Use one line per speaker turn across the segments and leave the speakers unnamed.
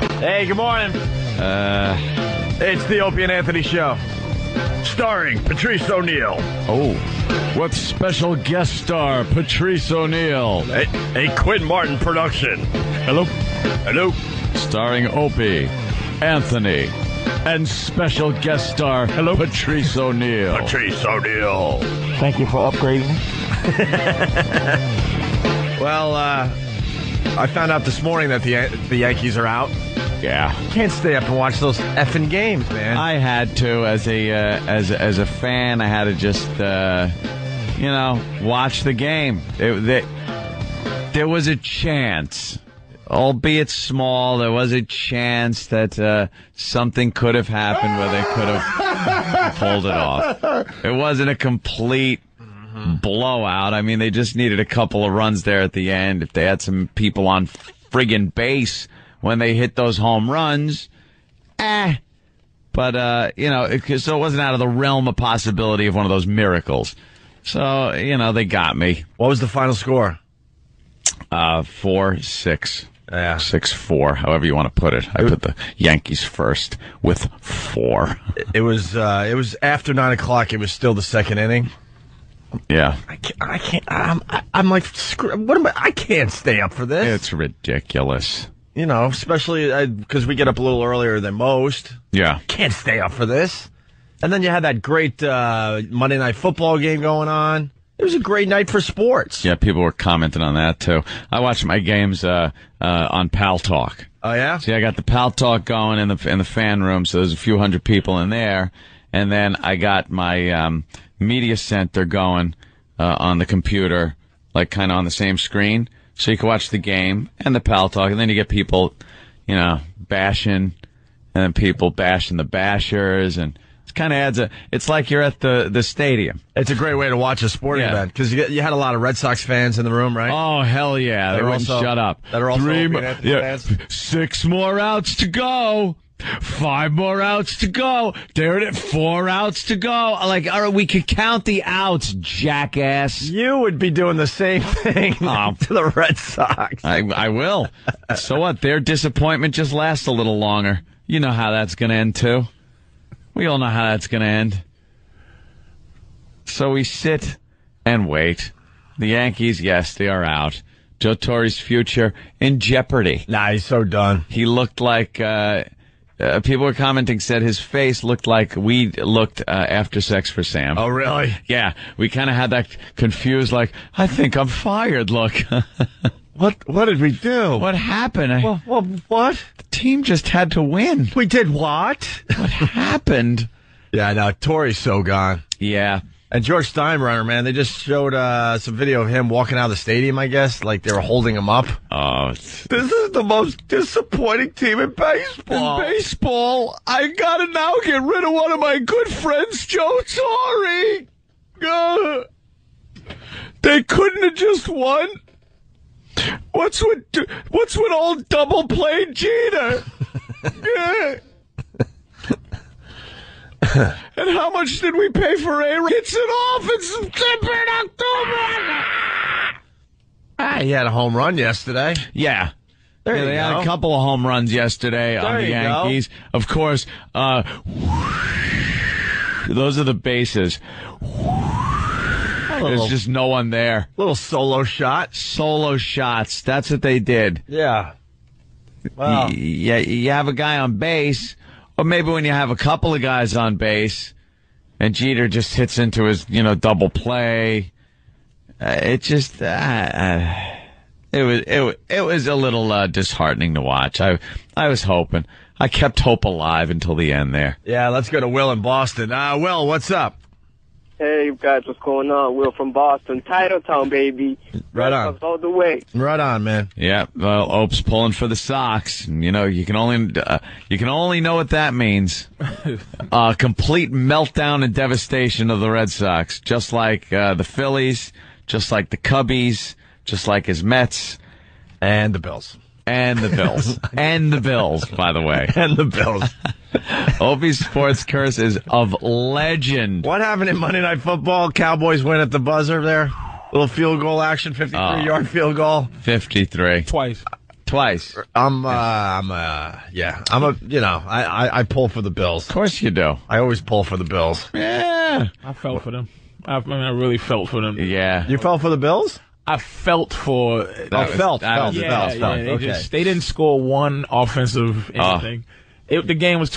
Hey, good morning.
Uh,
It's the Opie and Anthony Show, starring Patrice O'Neill,
oh, with special guest star Patrice O'Neill,
a, a Quinn Martin production. Hello. Hello.
starring Opie, Anthony, and special guest star Hello. Patrice O'Neill.
Patrice O'Neill.
Thank you for upgrading.
Well, uh, I found out this morning that the Yan- the Yankees are out.
yeah,
Can't stay up and watch those effing games, man.
I had to as a uh, as as a fan. I had to just uh, you know watch the game. It, they- there was a chance, albeit small. There was a chance that uh, something could have happened where they could have pulled it off. It wasn't a complete blowout. I mean, they just needed a couple of runs there at the end. If they had some people on friggin' base when they hit those home runs, eh. But, uh, you know, it, so it wasn't out of the realm of possibility of one of those miracles. So, you know, they got me.
what was the final score?
Uh, four, six,
Yeah.
six, four, however you want to put it. I put the Yankees first with four.
It was uh, it was after nine o'clock. It was still the second inning.
Yeah.
I can't. I can't I'm, I- I'm like, screw, what am I? I can't stay up for this.
It's ridiculous.
you know, especially because we get up a little earlier than most.
Yeah.
Can't stay up for this. And then you had that great uh, Monday night football game going on. It was a great night for sports.
Yeah, people were commenting on that too. I watch my games uh, uh, on Pal Talk.
Oh yeah.
See, I got the pal talk going in the in the fan room, so there's a few hundred people in there, and then I got my um, media center going uh, on the computer, like kind of on the same screen, so you can watch the game and the pal talk, and then you get people, you know, bashing, and then people bashing the bashers, and it kind of adds a. It's like you're at the the stadium.
It's a great way to watch a sporting
Yeah.
event because you, get- you had a lot of Red Sox fans in the room, right?
Oh hell yeah! They
That are
wouldn't
also-
shut up.
that are also
Three
Opie
mo-
and Anthony fans.
six more outs to go. Five more outs to go. There it is. Four outs to go. Like, all right, we could count the outs, jackass.
You would be doing the same thing
Oh.
to the Red Sox.
I, I will. so what? Their disappointment just lasts a little longer. You know how that's going to end too. We all know how that's going to end. So we sit and wait. The Yankees, yes, they are out. Joe Torre's future in jeopardy.
Nah, he's so done.
he looked like uh, uh, people were commenting said his face looked like we looked uh, after sex for sam
Oh really?
yeah we kind of had that confused like i think i'm fired look
What What did we do?
what happened I,
Well, well, what?
the team just had to win
We did what?
what happened
yeah, no, Tori's so gone.
yeah
And George Steinbrenner, man, they just showed uh, some video of him walking out of the stadium, I guess. Like they were holding him up.
oh it's-
This is the most disappointing team in baseball.
In baseball, I gotta now get rid of one of my good friends, Joe Torre. Uh, they couldn't have just won. What's with what's with old double play Jeter? Yeah. and how much did we pay for a? It's an off in September and October.
Ah, he had a home run yesterday.
Yeah.
There
Yeah,
you
they had
go.
a couple of home runs yesterday on
There
the
you go.
Yankees. Of course, uh, those are the bases.
A
There's
little,
just no one there.
little solo shot.
Solo shots. That's what they did.
Yeah. Wow.
Y- Yeah, you have a guy on base, or maybe when you have a couple of guys on base, and Jeter just hits into his, you know, double play. Uh, it just, uh, uh, it was, it was, it was a little uh, disheartening to watch. I, I was hoping, I kept hope alive until the end there.
Yeah, let's go to Will in Boston. Uh, Will, what's up?
Hey, you guys, what's going on? Will from Boston, Titletown, baby.
Right on.
Up All the way.
Right on, man.
Yeah, well, Ope's pulling for the Sox. You know, you can only uh, you can only know what that means. uh, complete meltdown and devastation of the Red Sox, just like uh, the Phillies, just like the Cubbies, just like his Mets
And the Bills.
and the Bills and the Bills. By the way,
And the Bills.
Opie's sports curse is of legend.
what happened in Monday Night Football? Cowboys win at the buzzer there. Little field goal action, 53
Oh.
yard field goal.
Fifty three.
Twice.
Twice. Of
I'm, uh, I'm, uh, yeah, I'm a, you know, I, I, I pull for the Bills.
course you do.
I always pull for the Bills.
Yeah.
I felt for them. I, I mean, I really felt for them.
Yeah.
You fell for the Bills?
I felt for.
I
was-
felt,
that
felt,
was-
yeah,
felt,
yeah,
felt.
They,
okay. Ah.
just, they didn't score one offensive anything. It, the game was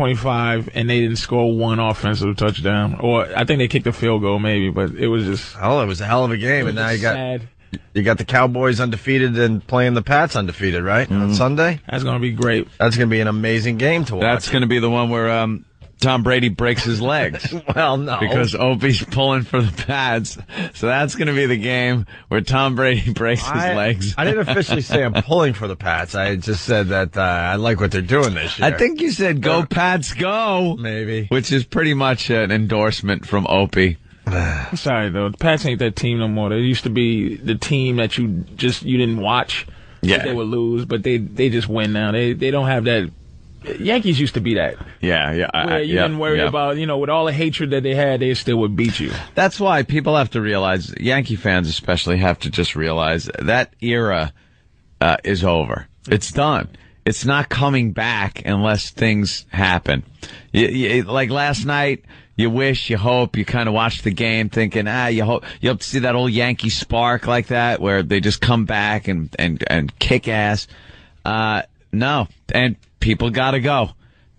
24-25, and they didn't score one offensive touchdown. Or I think they kicked a field goal, maybe, but it was just
Oh, it was a hell of a game, and now you got
sad.
you got the Cowboys undefeated and playing the Pats undefeated, right?
Mm-hmm.
On Sunday,
That's gonna be great.
that's going to be an amazing game to watch.
That's going to be the one where um, Tom Brady breaks his legs.
well, no,
Because Opie's pulling for the pads. So that's going to be the game where Tom Brady breaks his
I,
legs.
I didn't officially say I'm pulling for the Pats. I just said that uh, I like what they're doing this year.
I think you said go Pats go,
maybe.
which is pretty much an endorsement from Opie.
I'm sorry though, the Pats ain't that team no more. They used to be the team that you just you didn't watch.
Yeah.
they would lose, but they they just win now. They they don't have that. Yankees used to be that.
Yeah, yeah, I- I-
Where you
yeah,
didn't worry
yeah.
about, you know, with all the hatred that they had, they still would beat you.
That's why people have to realize, Yankee fans especially have to just realize that era uh, is over. It's done. It's not coming back unless things happen. You, you, like last night, you wish, you hope, you kind of watch the game thinking, ah, you hope, you hope to see that old Yankee spark like that where they just come back and, and, and kick ass. Uh, no. And people gotta go.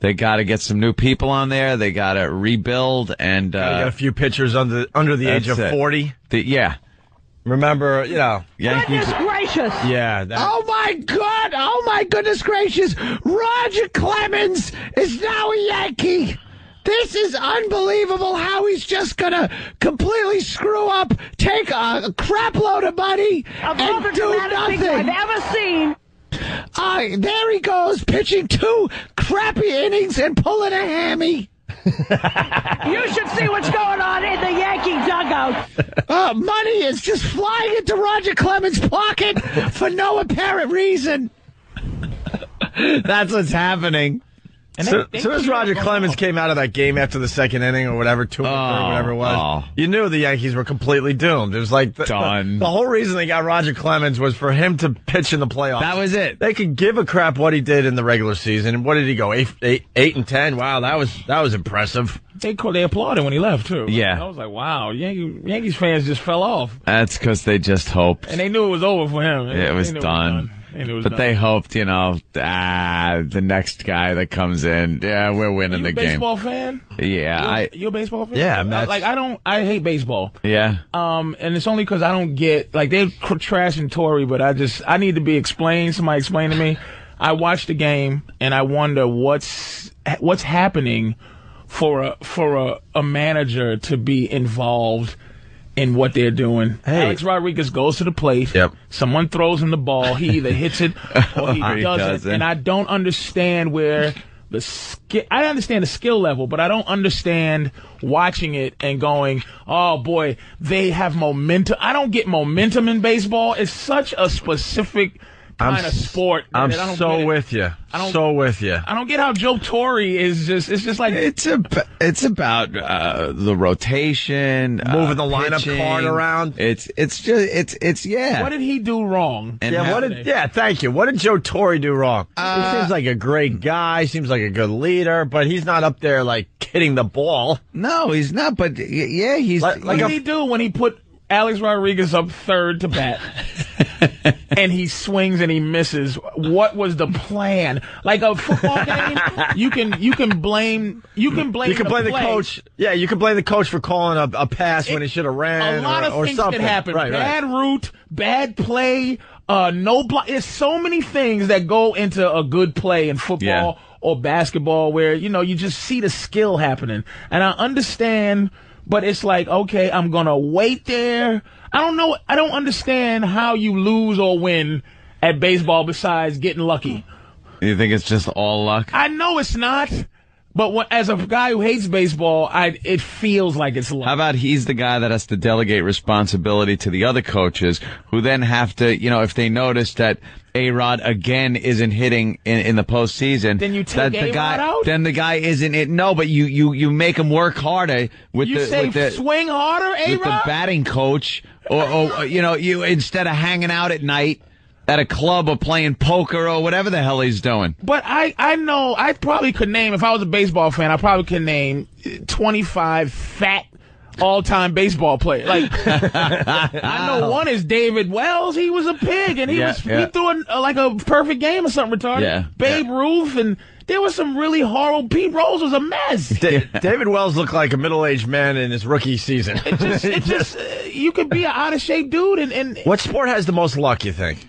They gotta get some new people on there. They gotta rebuild and,
I got
uh,
a few pitchers under under the age
that's
of
it.
forty.
the, yeah.
Remember, you know,
Yankees.
gracious!
yeah, Uh, that,
Oh my God! Oh my goodness gracious! Roger Clemens is now a Yankee. This is unbelievable how he's just gonna completely screw up, take a, a crap load of money, and do nothing.
ever seen.
Uh, there he goes, pitching two crappy innings and pulling a hammy.
You should see what's going on in the Yankee dugout.
Uh, money is just flying into Roger Clemens' pocket for no apparent reason. That's what's happening.
And
So, soon as Roger Clemens came out of that game after the second inning or whatever, two or three,
Oh,
whatever it was,
oh.
you knew the Yankees were completely doomed. It was like the,
Done.
the whole reason they got Roger Clemens was for him to pitch in the playoffs.
That was it.
They could give a crap what he did in the regular season. And what did he go eight, eight, eight and ten? Wow, that was that was impressive.
they called, they applauded when he left too.
Yeah.
I was like, wow, Yankee, Yankees fans just fell off,
That's because they just hoped.
and they knew it was over for him. They-
it was
they knew
done.
They knew it was
but
done.
they hoped, you know, ah, the next guy that comes in, yeah, we're winning
you
the
a
game.
baseball fan?
Yeah, I,
you a baseball fan?
Yeah, I'm
I-
not-
like I don't, I hate baseball.
yeah,
Um, and it's only because I don't get like they're cr- trashing Tory, but I just I need to be explained. Somebody explain to me. I watch the game and I wonder what's what's happening for a for a, a manager to be involved in what they're doing.
Hey.
Alex Rodriguez goes to the plate.
Yep.
Someone throws him the ball. He either hits it or he, doesn't,
Or he doesn't.
And I don't understand where the skill. I understand the skill level, but I don't understand watching it and going, "Oh boy, they have momentum." I don't get momentum in baseball. It's such a specific
I'm
kind of
s-
sport.
I'm
that I don't get
so
it.
with you.
I don't-
so with you.
I don't get how Joe Torre is just. It's just like
it's ab- it's about uh, the rotation, uh,
Moving the lineup
pitching.
card around.
It's it's just it's it's yeah.
What did he do wrong?
And
Yeah,
how-
what did, yeah, thank you. What did Joe Torre do wrong? he
Uh,
seems like a great guy, seems like a good leader, but he's not up there like hitting the ball.
no, he's not. But y- yeah, he's
Like-
What
like
did
a-
he do when he put Alex Rodriguez up third to bat? and he swings and he misses. What was the plan? Like a football game, you can you can blame you can blame
You can
the
blame the
play.
coach. Yeah, you can blame the coach for calling a, a pass when he should have ran.
A lot
or,
of
or
things
something.
that happen.
Right,
bad
right.
route, bad play, uh, no block. There's so many things that go into a good play in football
Yeah.
or basketball where, you know, you just see the skill happening. And I understand, but it's like, okay, I'm going to wait there. I don't know. I don't understand how you lose or win at baseball besides getting lucky.
you think it's just all luck?
I know it's not. But when, as a guy who hates baseball, I it feels like it's luck.
How about he's the guy that has to delegate responsibility to the other coaches who then have to, you know, if they notice that A Rod again isn't hitting in, in the postseason,
Then you take
that the
A-Rod
guy,
out?
Then the guy isn't it. No, but you, you, you make him work harder with
You
the,
say
with the,
swing harder,
with the
A-Rod?
batting coach or, or, you know, you instead of hanging out at night. at a club or playing poker or whatever the hell he's doing.
But I, I know I probably could name if I was a baseball fan, I probably could name twenty five fat all time baseball players. Like I know one is David Wells. He was a pig and he
Yeah,
was he
yeah.
threw an, like a perfect game or something retarded.
Yeah,
Babe Ruth and there was some really horrible. Pete Rose was a mess.
Da- David Wells looked like a middle-aged man in his rookie season.
Just, it just uh, you could be an out of shape dude and, and
what sport has the most luck? You think?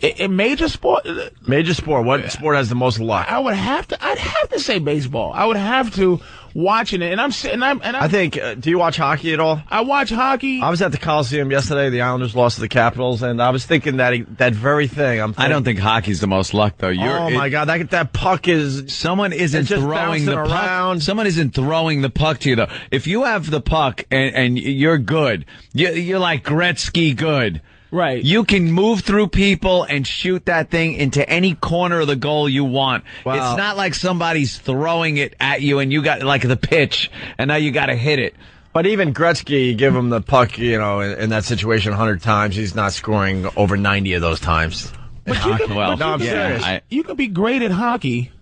in- in major sport. uh,
Major sport. What sport has the most luck?
I would have to. I'd have to say baseball. I would have to watching it, and I'm sitting. I'm and I'm,
I think. Uh, do you watch hockey at all?
I watch hockey.
I was at the Coliseum yesterday. The Islanders lost to the Capitals, and I was thinking that that very thing. I'm.
I don't think hockey's the most luck though. You're,
oh
it-
my God! That that puck is.
Someone isn't
It's just
throwing the
bouncing around.
puck. Someone isn't throwing the puck to you though. If you have the puck and, and you're good, you, you're like Gretzky good.
Right.
You can move through people and shoot that thing into any corner of the goal you want.
Wow.
It's not like somebody's throwing it at you and you got like the pitch and now you got to hit it.
But even Gretzky, you give him the puck, you know, in, in that situation, hundred times, he's not scoring over ninety of those times.
well,
No, I'm
yeah,
serious.
I-
you could be great at hockey.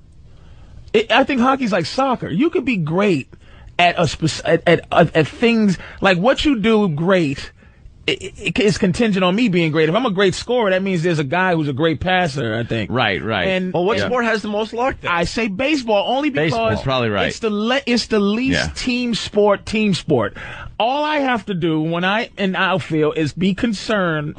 It, I think hockey's like soccer. You could be great at a spec- at, at, at, at things like what you do great i- i- is contingent on me being great. If I'm a great scorer, that means there's a guy who's a great passer. I think.
right, right.
And
Well, what
and
sport has the most luck? Then?
I say baseball only because
Baseball.
That's probably right.
It's the le- it's the least
Yeah.
team sport. Team sport. All I have to do when I in outfield is be concerned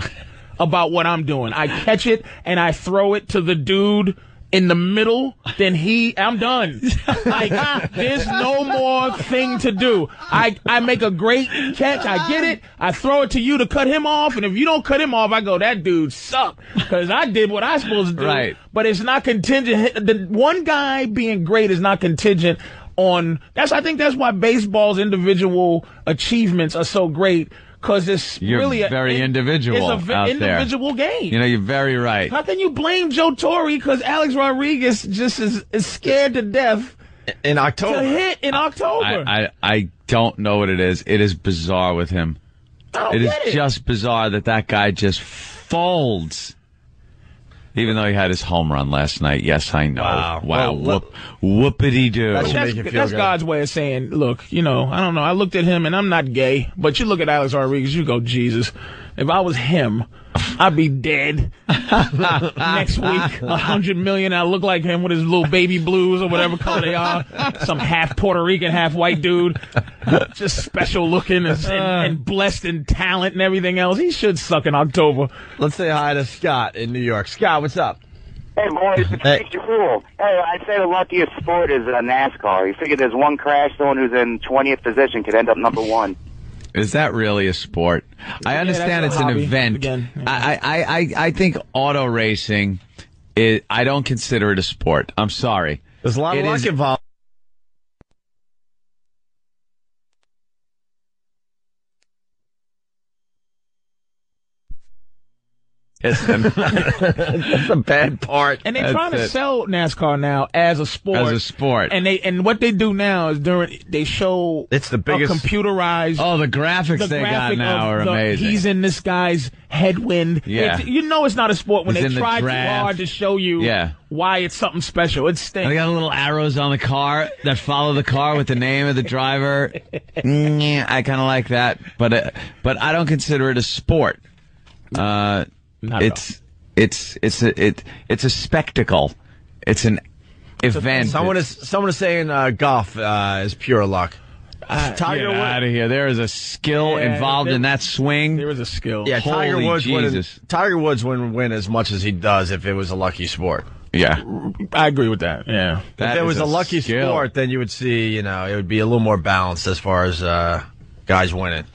about what I'm doing. I catch it and I throw it to the dude. In the middle, then he, I'm done. Like, there's no more thing to do. I, I make a great catch. I get it. I throw it to you to cut him off. And if you don't cut him off, I go, that dude sucked. Cause I did what I supposed to do.
Right.
But it's not contingent. The one guy being great is not contingent on. That's I think that's why baseball's individual achievements are so great because it's
You're
really a-
very
it-
individual
It's a ve-
out there.
individual game.
you know, you're very right.
How can you blame Joe Torre because Alex Rodriguez just is, is scared to death
in
to
October.
hit in October? I,
I, I I don't know what it is. It is bizarre with him.
don't
It is
get
just bizarre that that guy just folds. Even though he had his home run last night. Yes, I know.
Wow. Well, let-
whoop, whoopity
But
doo.
should-
that's,
make you feel
that's
good.
God's way of saying, look, you know, I don't know. I looked at him and I'm not gay, but you look at Alex Rodriguez, you go, Jesus, if I was him, I'd be dead next week. A hundred million. I look like him with his little baby blues or whatever color they are. Some half Puerto Rican, half white dude, just special looking and, and,
Uh.
and blessed in talent and everything else. He should suck in October.
Let's say hi to Scott in New York. Scott, what's up?
Hey, boys, it's
Hey.
hey. Cool. Hey, I say the luckiest sport is uh, NASCAR. You figure there's one crash, someone who's in 20th position could end up number one.
Is that really a sport? I understand
that's
it's
a
an
hobby.
event.
Again, yeah.
I, I, I, I- I think auto racing, is, I don't consider it a sport. I'm sorry.
There's a lot
It
of luck
is-
involved. That's a bad part.
And they're
That's
trying to
it.
sell NASCAR now as a sport.
As a sport.
And they and what they do now is during they show
It's the biggest-
a computerized
Oh, the graphics
the
they got
graphic
now
of
are
the-
amazing.
He's in this guy's headwind.
Yeah.
It's- you know it's not a sport when
He's in
they
the
try too
draft.
hard to show you
Yeah.
why it's something special. It
And they
stinks.
got little arrows on the car that follow the car with the name of the driver. Nyeh, I kind of like that, but uh, but I don't consider it a sport. Uh,
at
it's it's it's a it it's a spectacle. It's an event.
Someone is someone is saying uh, golf uh, is pure luck. Tiger
Uh, Get
Woods.
out of here. There is a skill
Yeah,
involved
there-
in that swing.
There is a skill.
Yeah, Tiger
Holy
Woods
Jesus.
wouldn't. Tiger Woods wouldn't win as much as he does if it was a lucky sport.
yeah,
I agree with that. Yeah.
That
if it
is
was a, lucky
skill.
sport, then you would see, you know, it would be a little more balanced as far as uh, guys winning.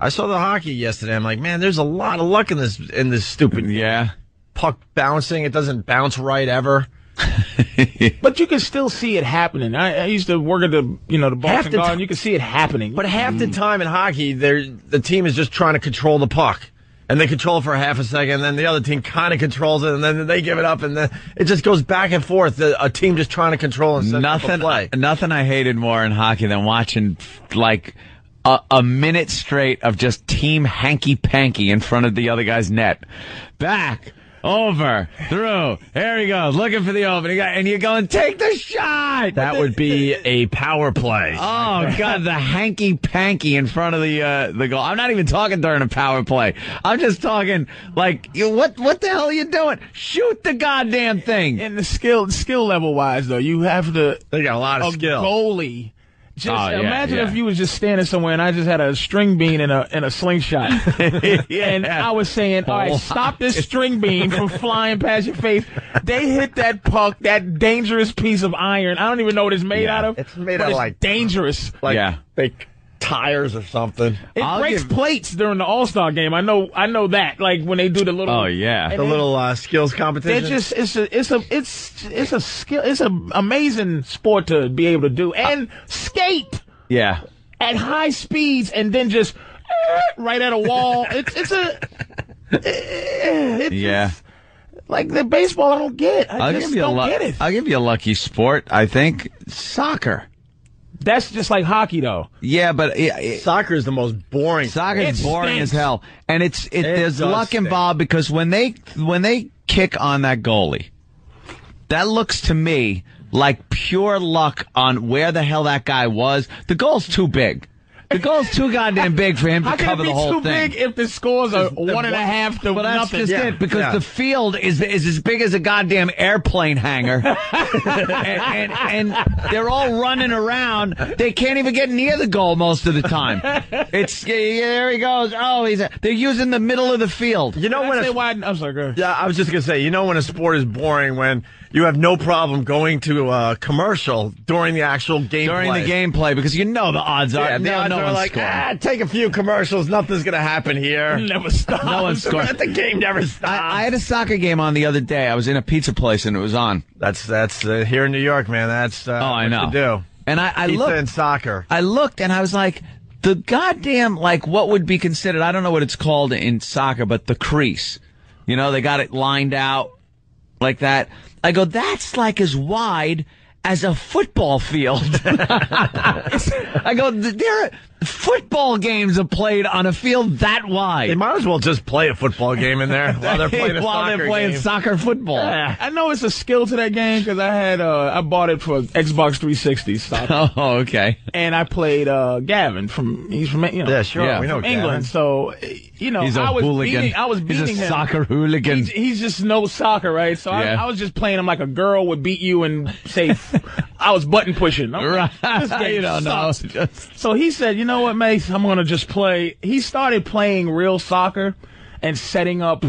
I saw the hockey yesterday. I'm like, man, there's a lot of luck in this in this stupid
Yeah,
puck bouncing. It doesn't bounce right ever.
Oh,
But you can still see it happening. I, I used to work at the you know the Boston
the
Garden.
ti-
you can see it happening. Mm.
But half the time in hockey, they're- the team is just trying to control the puck. And they control it for half a second, and then the other team kind of controls it, and then they give it up, and then it just goes back and forth. The, a team just trying to control and set up a
nothing.
play.
Nothing I hated more in hockey than watching like a, a minute straight of just team hanky panky in front of the other guy's net. Back, Over, through. There he goes, looking for the open. He got, and you're going, take the shot.
That would be a power play.
Oh God, the hanky panky in front of the uh, the goal. I'm not even talking during a power play. I'm just talking like, you, what what the hell are you doing? Shoot the goddamn thing.
And the skill skill level wise though, you have to
They got a lot
a
of skill.
goalie. Just
Oh, yeah,
imagine
yeah.
if you was just standing somewhere and I just had a string bean and a and a slingshot, and I was saying, "All
Oh.
right, stop this string bean from flying past your face." They hit that puck, that dangerous piece of iron. I don't even know what it's made
Yeah.
out of.
It's made out
but
of,
it's
like-
dangerous.
Like
Yeah.
fake tires or something.
It
I'll
breaks
give-
plates during the All Star game. I know. I know that. Like when they do the little.
Oh yeah.
The little uh, skills
They're
competition.
just it's a it's a it's it's a skill it's an amazing sport to be able to do and skate
Yeah.
at high speeds and then just eh, right at a wall. It's it's a eh, it's
Yeah.
like the baseball. I don't get. I
I'll
just
give you a
don't
lu-
get it.
I'll give you a lucky sport. I think soccer.
That's just like hockey though.
Yeah, but it, it,
Soccer is the most boring.
soccer's
It
boring
stinks.
as hell, and it's it, there's
does
luck
stink.
involved because when they when they kick on that goalie, that looks to me like pure luck on where the hell that guy was. The goal's too big. The goal's too goddamn big for him to
How can
cover
it
the
be
whole
too
thing.
big if the scores are
the
one and a
one-
half to
Well, that's
nothing?
just
Yeah,
it because
yeah.
the field is is as big as a goddamn airplane hangar, and, and and they're all running around. They can't even get near the goal most of the time. It's yeah, there he goes. Oh, he's they're using the middle of the field.
you know
Can I
when
say
a,
why- I'm sorry. Go ahead.
yeah, I was just gonna say, you know when a sport is boring when you have no problem going to a commercial during the actual game
During the gameplay, because you know the odds are
Yeah, the
no,
odds
no
are
one's
like,
scoring.
ah, take a few commercials. Nothing's gonna happen here.
Never stop.
no one's scoring.
the game never stops.
I, I had a soccer game on the other day. I was in a pizza place and it was on.
that's that's uh, here in New York, man. That's uh,
Oh, I
what
know.
You do
And I, I
pizza
looked
and soccer.
I looked and I was like, the goddamn, like, what would be considered, I don't know what it's called in soccer, but the crease. You know, they got it lined out like that. I go, that's like as wide as a football field. I go, "Th- there are, football games are played on a field that
They
while
might as well just play a football game in there while they're playing a soccer
they're playing
game.
soccer football.
I know it's a skill to that game because I had uh, I bought it for Xbox 360 stock,
Oh, okay.
and I played uh, Gavin from he's from you know
yeah, sure.
Yeah.
We know
from England, so uh, you know
He's a
I was
hooligan.
beating I was beating
He's a
him.
soccer hooligan.
He's, he's just no soccer, right? So
Yeah.
I, I was just playing him like a girl would beat you and say I was button pushing. I'm like, This game
you don't know.
sucks. So he said, you know what, Mace? I'm going to just play. He started playing real soccer and setting up,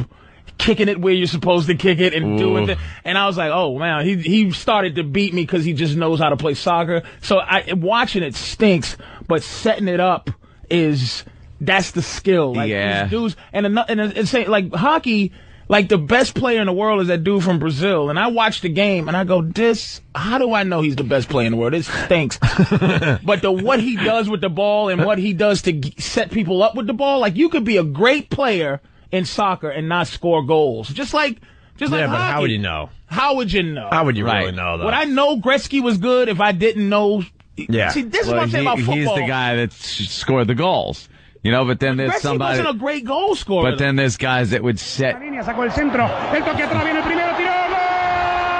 kicking it where you're supposed to kick it and doing it. And I was like, oh, man, he, he started to beat me because he just knows how to play soccer. So I, watching it stinks, but setting it up is, that's the skill. Like,
Yeah.
these dudes, and, ano- and it's saying, like, hockey, like the best player in the world is that dude from Brazil. And I watched the game and I go, this, how do I know he's the best player in the world? This stinks. but the what he does with the ball and what he does to g- set people up with the ball, like you could be a great player in soccer and not score goals. Just like, just
Yeah,
like
but how
hockey.
would you know?
How would you know?
How would you
Right.
really know though?
would I know Gretzky was good if I didn't know?
Yeah.
See, this is
Well,
what I'm saying
he-
about football.
He's the guy that s- scored the goals. You know, but then there's
Gretzky
somebody.
wasn't a great goal scorer.
But then there's guys that would set.
sacó el centro, el toque atrás, viene el primero, tiró,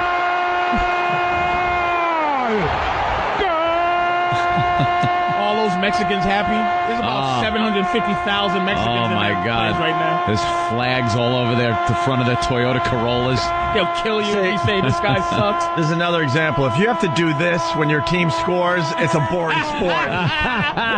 gol!
all those Mexicans happy. There's about
Oh.
750,000 Mexicans
Oh
in
my
that
God!
place right now.
There's flags all over there, the front of the Toyota Corollas.
They'll kill you if you say this guy sucks.
This is another example. If you have to do this when your team scores, it's a boring sport.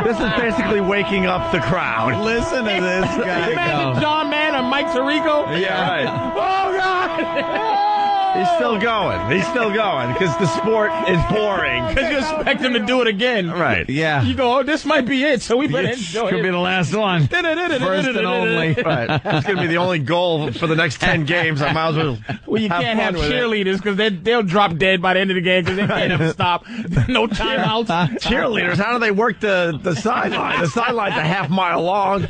this is basically waking up the crowd.
Listen to this
Imagine John Mann or Mike Tirico.
Yeah, right.
Oh God!
He's still going. He's still going because the sport is boring.
Because you expect him to do it again.
Right.
Yeah,
You go, oh, this might be it, so we better
this
enjoy
could be
it.
the last one.
First
First and only.
Right. It's going to be the only goal for the next 10 games. I might as well.
Well, you
have
can't
fun
have
with it.
cheerleaders because they'll drop dead by the end of the game because they can't ever stop. No timeouts.
Cheerleaders, how do they work the, the sideline? The sideline's a half mile long.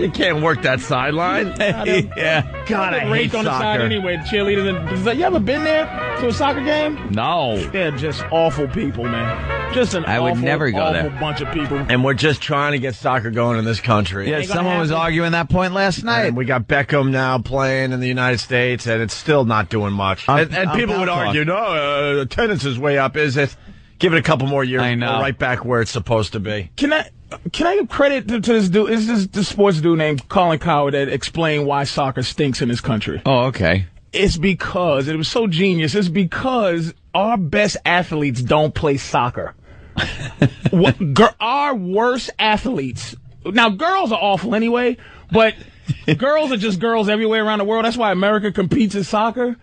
you can't work that sideline.
yeah.
God, I
Raped
hate
on the side
soccer.
anyway. Cheerleaders than. It's like, you ever been there to a soccer game?
No.
They're just awful people, man. Just an
I would
awful,
never go
awful
there.
bunch of people.
And we're just trying to get soccer going in this country.
Yeah,
gonna
someone was
happen.
arguing that point last night.
And we got Beckham now playing in the United States, and it's still not doing much.
I'm-
and and
I'm
people would
Babcock.
argue, no, uh, attendance is way up. Is it? Give it a couple more years.
I know.
we're right back where it's supposed to be.
Can I can I give credit to, to this dude? Is this the sports dude named Colin Coward that explained why soccer stinks in this country?
oh, okay.
It's because it was so genius. It's because our best athletes don't play soccer. Wha- gir- our worst athletes. Now, girls are awful anyway, but girls are just girls everywhere around the world. That's why America competes in soccer.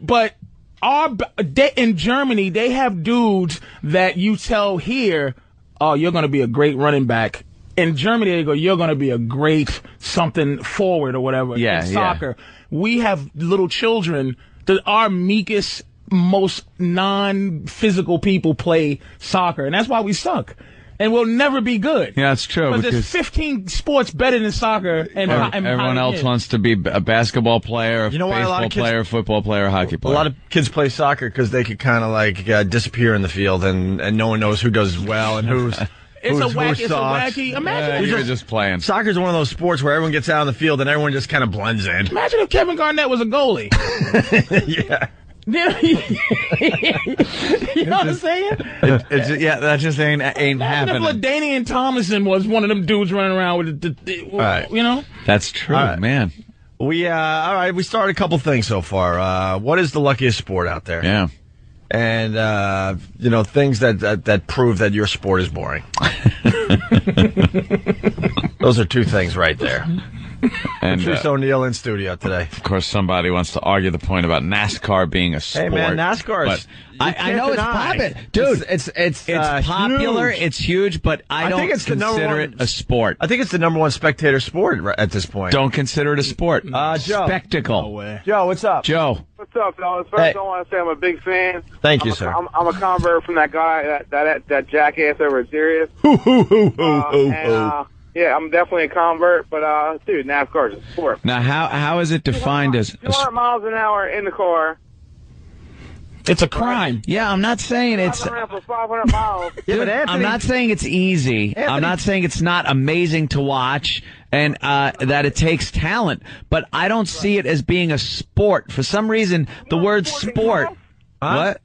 But our b- they, in Germany, they have dudes that you tell here, "Oh, you're going to be a great running back." In Germany, they go, "You're going to be a great something forward or whatever."
Yeah,
in
yeah.
soccer, we have little children that our meekest, most non-physical people play soccer, and that's why we suck, and we'll never be good.
Yeah, it's true.
But there's
Because
15 sports better than soccer, and,
ev-
and
everyone else wants to be b- a basketball player, a
You know why a lot
baseball
of kids-
player, football player, hockey
A
player.
lot of kids play soccer because they could kind of like uh, disappear in the field, and, and no one knows who does well and who's.
It's
who's-
a
who
wacky, it's a
sucks.
wacky.
yeah,
Imagine,
you
if-
were just playing.
Soccer's one of those sports where everyone gets out on the field and everyone just kind of blends in.
imagine if Kevin Garnett was a goalie.
yeah.
Yeah, you know what I'm saying?
It's, yeah, that just ain't ain't
Imagine if
happening.
Ladanian Thomason was one of them dudes running around with the, the, the
right.
you know.
That's true,
All right.
man.
We uh, all right. We started a couple things so far. Uh, what is the luckiest sport out there?
Yeah.
and uh, you know things that, that that prove that your sport is boring. Those are two things right there.
And uh,
Patrice O'Neill in studio today.
of course, somebody wants to argue the point about NASCAR being a sport.
Hey man, NASCAR
but
is.
I, I know it's popping, dude.
It's it's it's,
It's
uh,
popular.
huge.
It's huge, but I,
I
don't
think it's the number
consider
one-
it a sport.
I think it's the number one spectator sport ri- at this point.
Don't consider it a sport.
Uh, Joe.
Spectacle.
Joe, what's up?
Joe.
What's up, fellas? First,
Hey.
I want to say I'm a big fan.
Thank
I'm
you,
a,
sir.
I'm, I'm a convert from that guy, that that, that jackass over at Sirius. Uh, and, uh, yeah, I'm definitely a convert, but uh, dude, NASCAR is a sport.
Now, how how is it defined as? A,
200
s-
miles an hour in the car,
It's a crime.
yeah, I'm not saying it's.
driving around for 500 miles.
Yeah, but
Dude,
Anthony-
I'm not saying it's easy. I'm not saying it's not amazing to watch and uh, that it takes talent, but I don't see it as being a sport. For some reason, the word sport. What?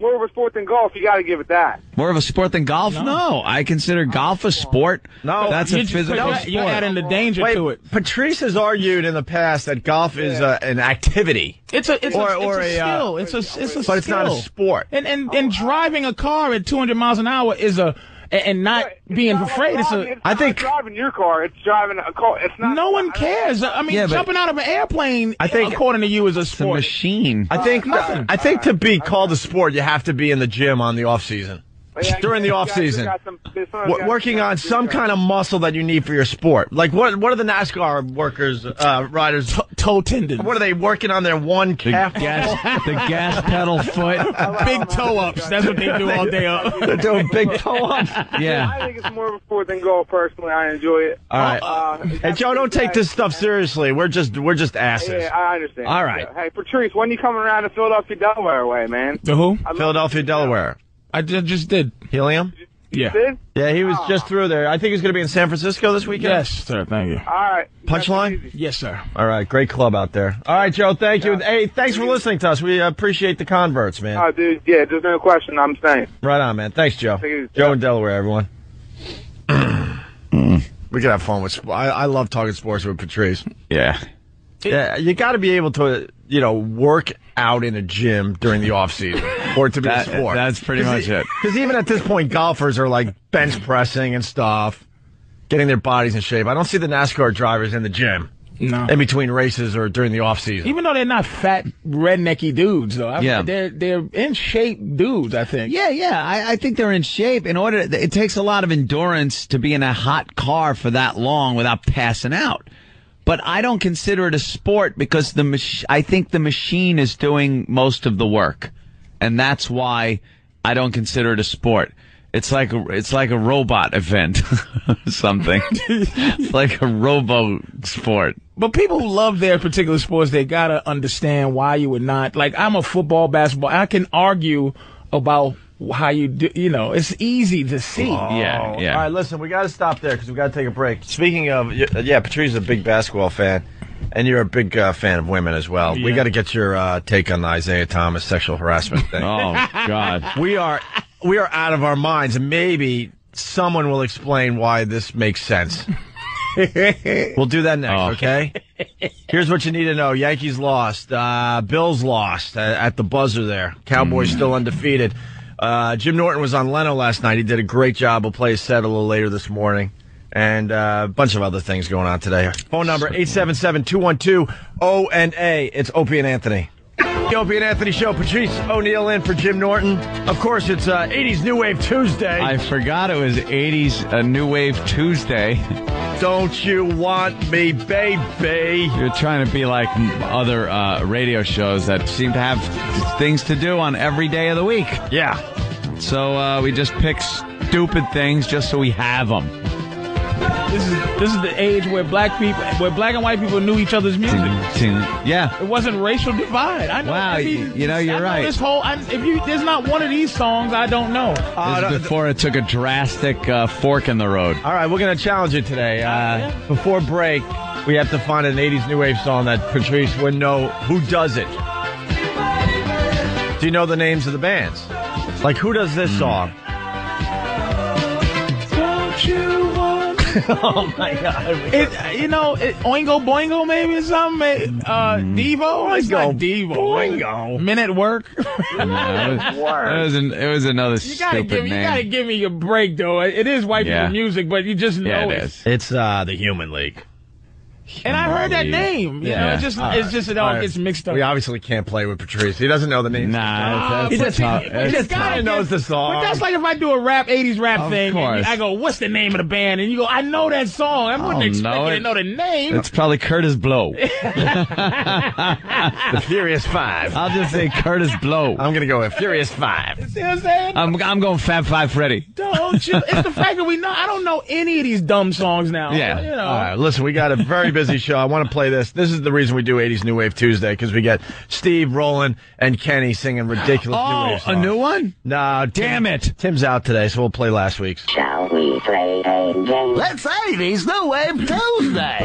More of a sport than golf, you got to give it that.
More of a sport than golf? No, I consider golf a sport.
No.
that's
You're
a
just-
physical
you're,
sport.
you're adding the danger
Wait,
to it.
Patrice has argued in the past that golf is uh, an activity,
It's a it's,
Or-
a,
or
it's
a,
a
uh,
skill. It's a it's a skill.
but it's not a sport.
And and and
Oh,
driving a car at 200 miles an hour is a and- and not being
It's not
afraid. It's
driving-
a
not
I think-
driving your car, it's driving a car. It's not.
no one
I-
cares. I mean,
Yeah, but-
jumping out of an airplane, I
think-
think, according to you, is a
It's a
sport.
machine.
I
Uh,
think
nothing.
I think to be called a sport, you have to be in the gym on the off season,
Yeah,
during the
you
off
guys just
season,
got some- this one
w-
guy-
working on some kind of muscle that you need for your sport. Like what? What are the NASCAR workers, uh, riders?
Toe tendon.
What are they working on their one
the
calf?
gas, the gas pedal foot.
Big toe ups. That's what they do all day. Up.
They're doing big toe ups.
Yeah.
I think it's more of a sport than golf. Personally, I enjoy it.
All right.
Uh,
Hey Joe, don't take this stuff seriously. We're just we're just asses.
Yeah, I understand.
All right.
Hey, Patrice, when you coming around to Philadelphia, Delaware way, man?
The who?
Philadelphia, Delaware.
I ju- just did.
Helium.
Yeah.
Sid?
Yeah, he
Ah.
was just through there. I think he's going to be in San Francisco this weekend.
Yes, sir. Thank you.
All right.
Punchline.
Yes, sir.
All right, great club out there. All right, Joe, thank you. Hey, thanks for listening to us. We appreciate the converts, man.
Oh, dude, yeah, there's no question. I'm saying.
Right on, man. Thanks, Joe.
Take it easy.
Joe in Delaware, everyone.
Mm-hmm.
we could have fun with. sp- I, I love talking sports with Patrice.
Yeah.
Yeah, you got to be able to, you know, work out in a gym during the off season, or to be
That-
a sport.
that's pretty much it.
Because even at this point, golfers are like bench pressing and stuff, getting their bodies in shape. I don't see the NASCAR drivers in the gym
No.
in between races or during the off season.
Even though they're not fat rednecky dudes, though. I,
Yeah.
They're they're in shape dudes. I think.
Yeah, yeah. I, I think they're in shape. In order, it takes a lot of endurance to be in a hot car for that long without passing out. But I don't consider it a sport because the mach- I think the machine is doing most of the work, and that's why I don't consider it a sport.
It's like a, it's like a robot event, something. it's like a robo sport.
But people who love their particular sports, they gotta understand why you would not. Like I'm a football, basketball. I can argue about how you do. You know, it's easy to see.
yeah,
Oh, All
yeah.
right, listen, we got to stop there because we got to take a break. Speaking of, y- uh, yeah, Patrice is a big basketball fan, and you're a big uh, fan of women as well. We got to get your uh, take on the Isaiah Thomas sexual harassment thing.
Oh God.
We are we are out of our minds, and maybe someone will explain why this makes sense. we'll do that next,
Oh.
okay? Here's what you need to know: Yankees lost, uh, Bills lost uh, at the buzzer. There, Cowboys
Mm.
still undefeated. Uh, Jim Norton was on Leno last night. He did a great job. We'll play set a little later this morning. And uh, a bunch of other things going on today. Phone number 877-212-ONA. It's Opie and Anthony. The Opie and Anthony Show. Patrice O'Neill in for Jim Norton. Of course, it's uh, 80s New Wave Tuesday.
I forgot it was 80s uh, New Wave Tuesday.
Don't you want me, baby?
You're trying to be like m- other uh, radio shows that seem to have th- things to do on every day of the week.
Yeah.
So uh, we just pick stupid things just so we have them.
This is this is the age where black people, where black and white people knew each other's music.
Yeah.
It wasn't racial divide. I know
Wow,
every-
you- you know, you're
I
right.
This whole, I, if you, there's not one of these songs I don't know.
Uh,
This is before it took a drastic uh, fork in the road.
All right, we're going to challenge you today. Uh,
yeah.
Before break, we have to find an 80s New Wave song that Patrice would know who does it. Do you know the names of the bands? Like, who does
Mm.
this song?
Don't you want?
Oh, my God.
It, uh, you know, it, Oingo Boingo maybe or something. eh, Uh,
Mm-hmm.
Devo. It's not Devo.
Boingo.
Men at work.
Yeah, it, was, it, was an- it was another
you gotta
stupid
give, you
name.
gotta give me a break though. It it is white
Yeah.
people music, but you just know
yeah, it
it.
is.
It's uh, the Human League.
And I heard that
Yeah.
name. You know,
Yeah.
it's just, it's just it all, gets mixed up.
We obviously can't play with Patrice. He doesn't know the names.
Nah,
Ah,
that's,
but
that's
see,
tough.
but
That's
you gotta
tough.
He knows the
get-
song.
But that's like if I do a rap, 80s rap
Of
thing, and
course.
I go, what's the name of the band? And you go, I know that song. I
I'll
wouldn't expect
know
you
it.
to know the name.
It's probably Curtis Blow.
the Furious Five.
I'll just say Curtis Blow.
I'm going to go with Furious Five.
See what I'm saying?
I'm, I'm going Fab Five Freddy.
Don't you? It's the fact that we know. I don't know any of these dumb songs now.
Yeah.
You know.
All right, listen, we got a very busy show. I want to play this. This is the reason we do 80s New Wave Tuesday because we get Steve, Roland, and Kenny singing ridiculous New Wave songs.
Oh, one?
No,
Damn it.
Tim's out today, so we'll play last week's.
Shall we play a game?
Let's 80s New Wave Tuesday.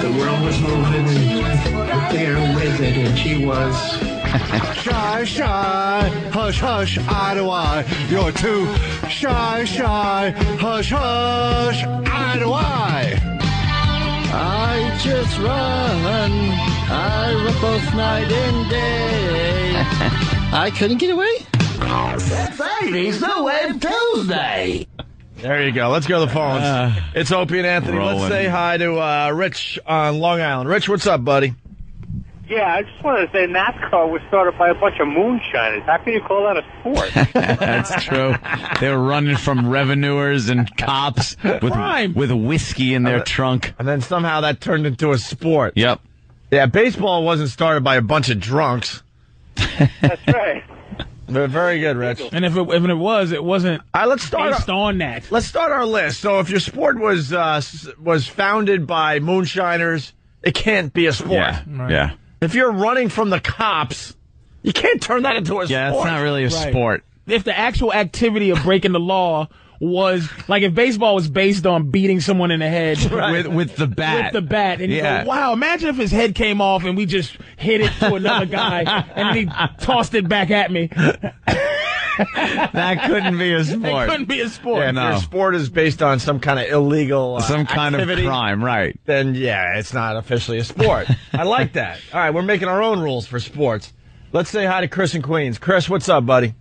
The world was moving, but there with it, and she was.
Shy, shy, hush, hush, eye to eye. You're too shy, shy, hush, hush, eye to eye. I just run, I run both night and day. I couldn't get away. That's 80s New Wave Tuesday.
There you go. Let's go to the phones. it's Opie and Anthony. Let's
Uh, Roland.
say hi to uh, Rich on Long Island. Rich, what's up, buddy?
Yeah, I just wanted to say NASCAR was started by a bunch of moonshiners. How can you call that a sport?
That's true. They were running from revenuers and cops with
Crime.
with whiskey in their trunk.
And then somehow that turned into a sport.
Yep.
Yeah, baseball wasn't started by a bunch of drunks.
That's right.
But very good, Rich. All
And if it, if it was, it wasn't
right, let's start.
based on that.
Let's start our list. So, if your sport was uh, s- was founded by moonshiners, it can't be a sport. Mm.
Yeah. Yeah.
If you're running from the cops, you can't turn that into a
Yeah, that's
sport.
not really a sport.
If the actual activity of breaking the law was like if baseball was based on beating someone in the head
With with the
with
bat.
the bat, and
Yeah.
you go, wow, imagine if his head came off and we just hit it to another guy and then he tossed it back at me.
That couldn't be a
It
sport.
couldn't be a sport.
Yeah, if
No.
your sport is based on some kind of illegal uh,
Some kind
activity,
of crime, right?
then yeah, it's not officially a sport. I like that. All right, we're making our own rules for sports. Let's say hi to Chris and Queens. Chris, what's up, buddy?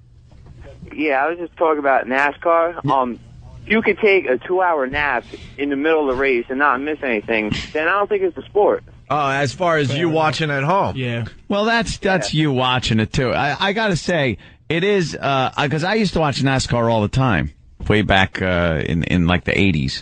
Yeah, I was just talking about NASCAR. Um, if you could take a two-hour nap in the middle of the race and not miss anything, then I don't think it's a sport.
Oh, as far as you watching at home,
Yeah.
Well, that's that's you watching it too. I, I gotta say, it is because I used to watch NASCAR all the time, way back uh, in in like the '80s,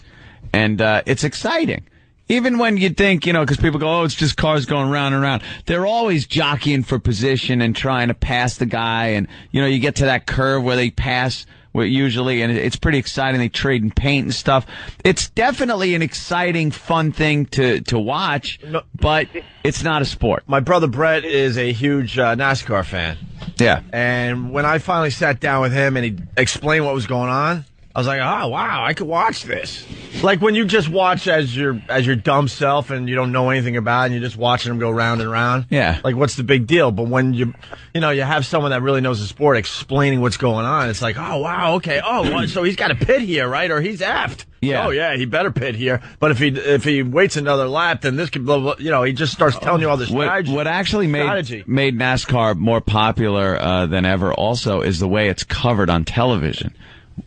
and uh, it's exciting. Even when you think, you know, because people go, oh, it's just cars going round and round. They're always jockeying for position and trying to pass the guy, and you know, you get to that curve where they pass wh- usually, and it- it's pretty exciting. They trade and paint and stuff. It's definitely an exciting, fun thing to to watch, but it's not a sport.
My brother Brett is a huge uh, NASCAR fan.
Yeah.
And when I finally sat down with him and he explained what was going on, I was like, "Oh wow, I could watch this." Like when you just watch as your as your dumb self and you don't know anything about it and you're just watching them go round and round.
Yeah.
Like what's the big deal? But when you you know, you have someone that really knows the sport explaining what's going on, it's like, "Oh wow, okay. Oh, well, so he's got a pit here, right? Or he's effed."
Yeah.
Oh yeah, he better pit here. But if he if he waits another lap, then this could blah, blah, you know, he just starts telling you all this
What, what actually made
Strategy.
made NASCAR more popular uh, than ever also is the way it's covered on television.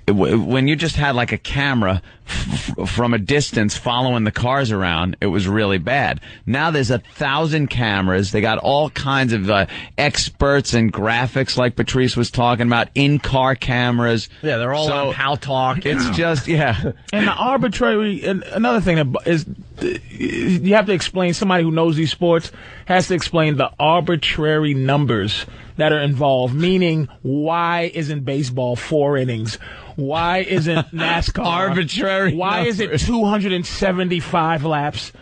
W- When you just had like a camera f- f- from a distance following the cars around, it was really bad. Now there's a thousand cameras. They got all kinds of uh, experts and graphics, like Patrice was talking about, in car cameras.
Yeah, they're all
So
on Pal Talk.
It's just yeah.
And the arbitrary, and another thing that bu- is, you have to explain. Somebody who knows these sports has to explain the arbitrary numbers that are involved. Meaning, why isn't baseball four innings? Why isn't NASCAR
Arbitrary
Why is
numbers.
it two hundred and seventy-five laps?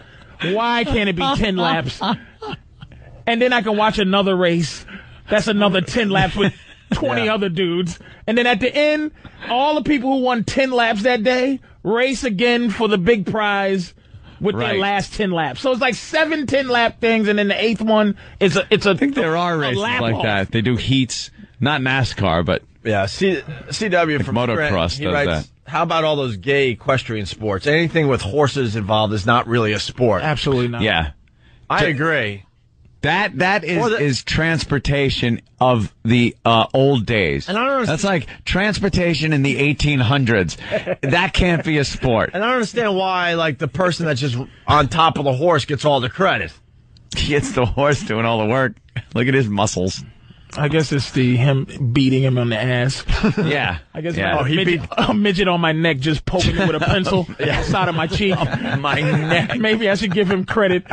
Why can't it be ten laps? And then I can watch another race. That's another ten laps with. 20 other dudes. And then at the end, all the people who won 10 laps that day race again for the big prize with
Right.
their last 10 laps. So it's like seven 10 lap things and then the eighth one is a, it's a, I think
There are races like that. They do heats, not NASCAR, but
Yeah, C- CW from Sprint,
motocross
he
does
writes, How about all those gay equestrian sports? Anything with horses involved is not really a sport.
Absolutely not.
yeah.
I agree.
That that is
Well, the-
is transportation of the uh, old days.
And I don't
That's like transportation in the 1800s. that can't be a sport.
And I don't understand why, like, the person that's just on top of the horse gets all the credit.
He gets the horse doing all the work. Look at his muscles.
I guess it's the him beating him on the ass.
Yeah.
I guess
Yeah.
my midget, a midget on my neck just poking me with a pencil outside of my cheek.
My neck.
Maybe I should give him credit.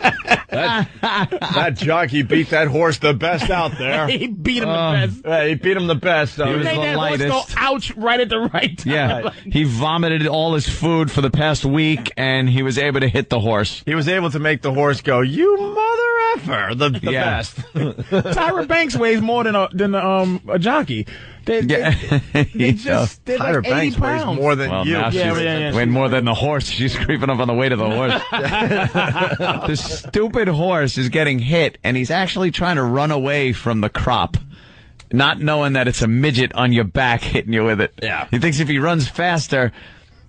that jockey beat that horse the best out there. Uh,
he beat him the best.
Yeah, he beat him the best. So
He was
Made
the
that horse
lightest.
go ouch right at the right time.
Yeah. He vomited all his food for the past week and he was able to hit the horse.
he was able to make the horse go, you mother effer, the, the
Yeah.
best.
Tyra Banks weighs more than a than um a jockey. They, they-
Yeah.
they just they're
Tyra
like 80
Banks weighs
pounds.
more than
Well,
you.
now
Yeah,
she's
yeah, yeah.
weighed more than the horse. She's creeping up on the weight of the horse. the stupid horse is getting hit, and he's actually trying to run away from the crop, not knowing that it's a midget on your back hitting you with it.
Yeah.
He thinks if he runs faster,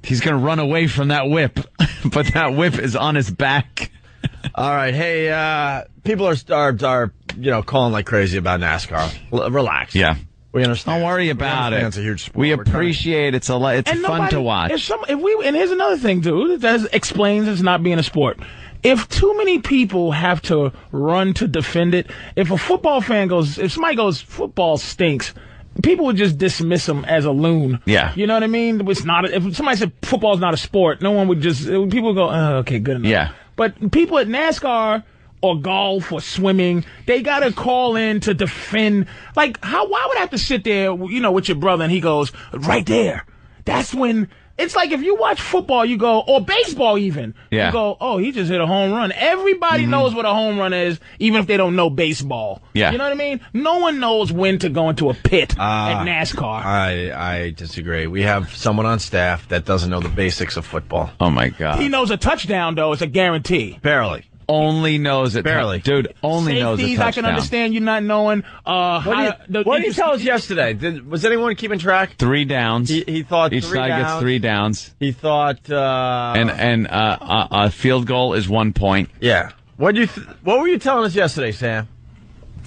he's going to run away from that whip, but that whip is on his back.
All right, hey, uh, people are starved, are you know calling like crazy about NASCAR. L- relax.
Yeah.
we understand.
Don't worry about it.
It's a huge. Sport.
We
We're trying to-
appreciate it's a lot. It's
And
fun
nobody-
to watch.
If some, if we, and here's another thing, dude, that explains it's not being a sport. If too many people have to run to defend it, if a football fan goes, if somebody goes, football stinks. People would just dismiss him as a loon.
Yeah.
you know what I mean. It's not. If somebody said football's not a sport, no one would just. it would- People would go, oh, okay, good enough.
Yeah.
But people at NASCAR or golf or swimming, they gotta call in to defend. Like, how? Why would I have to sit there, you know, with your brother and he goes right there? That's when it's like if you watch football, you go or baseball even.
Yeah. Mm-hmm.
You go, oh, he just hit a home run. Everybody knows what a home run is, even if they don't know baseball.
Yeah.
You know what I mean? No one knows when to go into a pit
uh,
Ah.
at NASCAR.
I I disagree. We have someone on staff that doesn't know the basics of football.
oh my god!
he knows a touchdown though; it's a guarantee.
Ah. Barely.
only knows it,
Barely.
dude. Only knows it.
Safeties, I can understand you not knowing. Uh,
What
how
did,
to- the-
what did you
you-
tell us yesterday? Did, was anyone keeping track?
Three downs.
He, he thought
Each
three
side
downs.
gets three downs,
He thought. Uh,
and and uh, a, a field goal is one point.
yeah. What you th- What were you telling us yesterday, Sam?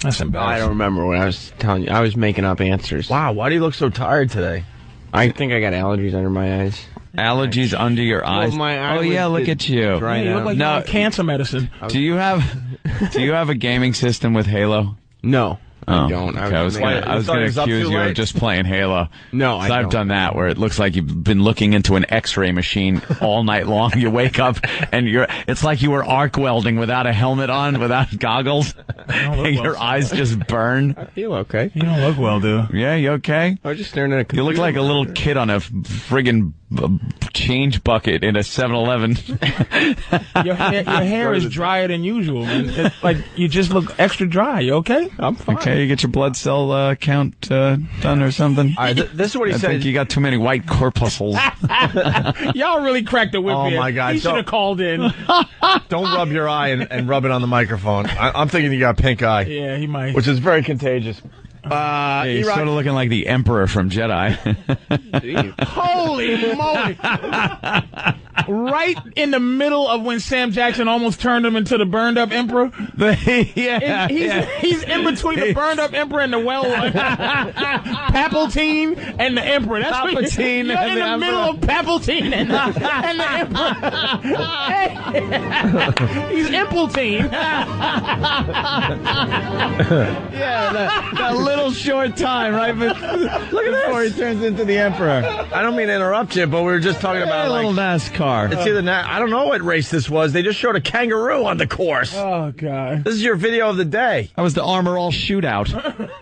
That's
I
embarrassing.
don't remember what I was telling you. I was making up answers.
Wow. Why do you look so tired today?
I think I got allergies under my eyes.
Allergies under your eyes.
my
oh
eyelids
yeah, look
did
at you.
dry
You look like
No.
you're on cancer medicine.
Do you have do you have a gaming system with Halo?
No,
Oh,
I don't.
okay, I was
making
gonna,
up-
I was
thought
gonna
he was up
accuse
too
you of
late?
just playing Halo.
No,
'Cause
I
I've
don't.
done that where it looks like you've been looking into an X-ray machine all night long. you wake up and you're it's like you were arc welding without a helmet on, without goggles. And your eyes just burn. I
feel okay.
You don't look well, dude.
Yeah, you okay?
I was just staring at a
You look like a little kid on a friggin' b- change bucket in a 7-Eleven.
Your hair, your hair is drier than usual, man. It- like you just look extra dry. You okay? I'm fine.
Okay, you get your blood cell uh, count uh, done or something.
All right, th- this is what he
I
said.
think you got too many white corpuscles.
Y'all really cracked the whip
Oh,
here.
my God,
He
so-
should have called in.
Don't rub your eye and, and rub it on the microphone. I, I'm thinking you got pink eye.
Yeah, he might.
Which is very contagious. Uh,
Yeah, you're
E-Rock-
sort of looking like the Emperor from Jedi.
Holy moly! right in the middle of when Sam Jackson almost turned him into the burned up emperor.
yeah,
And he's,
yeah.
he's in between the burned up emperor and the well uh, Papaltine and the emperor. That's what-
Palpatine
you're
and
in the,
the emperor.
middle of Papaltine and the, and the emperor. Hey, he's Impletine.
yeah, that, that little short time, right? But look at before he turns into the Emperor.
I don't mean to interrupt you, but we were just talking about
a
like,
little NASCAR.
It's either not, I don't know what race this was. They just showed a kangaroo on the course.
Oh God.
This is your video of the day.
That was the Armor All shootout.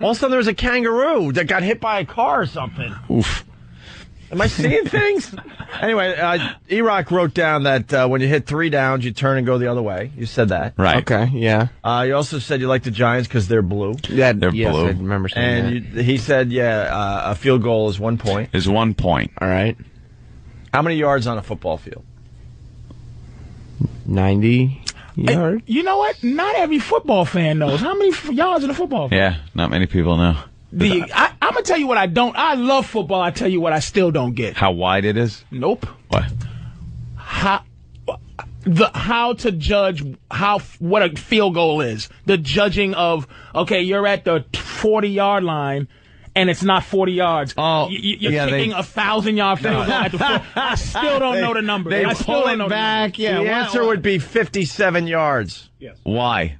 All of a sudden, there was a kangaroo that got hit by a car or something.
Oof.
Am I seeing things? Anyway, uh, E Rock wrote down that uh, when you hit three downs, you turn and go the other way. You said that.
Right.
Okay, yeah.
Uh, you also said you like the Giants because they're blue.
That,
They're
yes,
blue.
I remember saying
And
that.
you, he said, yeah, uh, a field goal is one point.
Is one point.
All right.
How many yards on a football field?
90
Hey,
yards?
you know what? Not every football fan knows how many f- yards in a football. field.
Yeah, not many people know
The, I, I'm gonna tell you what I don't. I love football. I tell you what I still don't get.
how wide it is.
Nope.
What?
How the how to judge how what a field goal is. The judging of okay, you're at the 40 yard line. And it's not 40 yards.
Oh,
you, you're
yeah, they-
kicking a thousand yard field goal at the four. I still don't know the number.
they
I still
pull
don't
it
know the
back,
number.
yeah.
the
why-
answer would be 57 yards.
Why?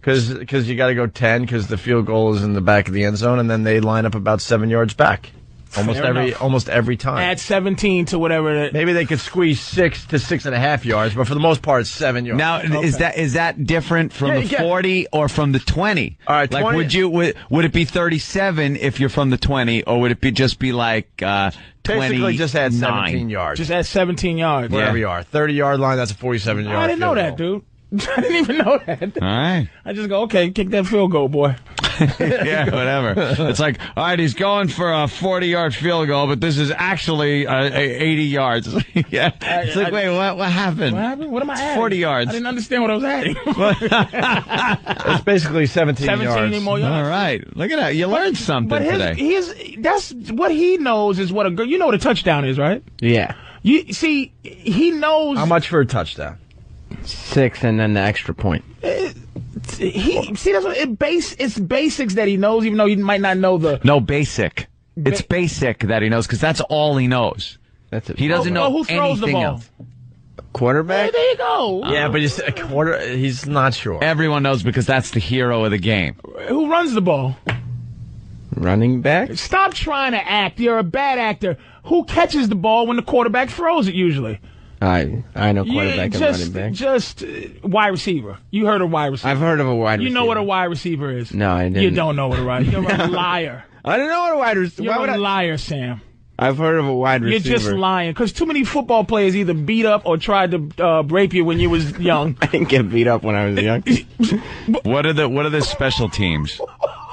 Because you got to go 10 because the field goal is in the back of the end zone, and then they line up about seven yards back. Almost
Fair
every
enough.
almost every time.
Add 17 to whatever. It,
Maybe they could squeeze six to six and a half yards, but for the most part, it's seven yards.
Now is that is that different from
Yeah,
the
yeah.
forty or from the twenty?
All right,
like
20
would you would, would it be thirty seven if you're from the twenty, or would it be just be like uh, twenty?
basically just add 17 yards.
just add 17 yards.
wherever you are. 30 yard line, that's a 47 yard
I didn't know
field
that,
goal.
dude. I didn't even know that.
All right.
I just go, okay, kick that field goal, boy.
yeah, whatever. It's like, all right, he's going for a 40 yard field goal, but this is actually uh, a- 80 yards. yeah. It's like,
I-
wait, what, what happened?
What happened? What am I
It's
adding?
40
I
yards.
didn't understand what I was adding.
It's basically 17,
17
yards.
more yards.
All right. Look at that. You learned something
But his,
today.
his, that's what he knows is what a girl. You know what a touchdown is, right?
Yeah.
You see, he knows.
How much for a touchdown?
Six and then the extra point.
He see that's what it base. It's basics that he knows, even though he might not know the.
no, basic. It's basic that he knows because that's all he knows.
That's it.
He doesn't
Oh,
know
who throws the
anything
ball?
else.
Hey,
Quarterback?
there you go.
Yeah, but he's a quarter. He's not sure.
Everyone knows because that's the hero of the game.
Who runs the ball?
Running back?
Stop trying to act. You're a bad actor. Who catches the ball when the quarterback throws it? Usually,
I I know quarterback
You-
and
just
running back.
just uh, wide receiver. You heard of wide receiver.
I've heard of a wide
You
receiver.
know what a wide receiver is?
No, I didn't.
You don't know what a wide. You're a liar.
I don't know what a wide receiver.
You're
Why would
a
I?
liar, Sam.
I've heard of a wide
You're
receiver.
just lying because too many football players either beat up or tried to uh, rape you when you was young.
I didn't get beat up when I was young.
What are the What are the special teams?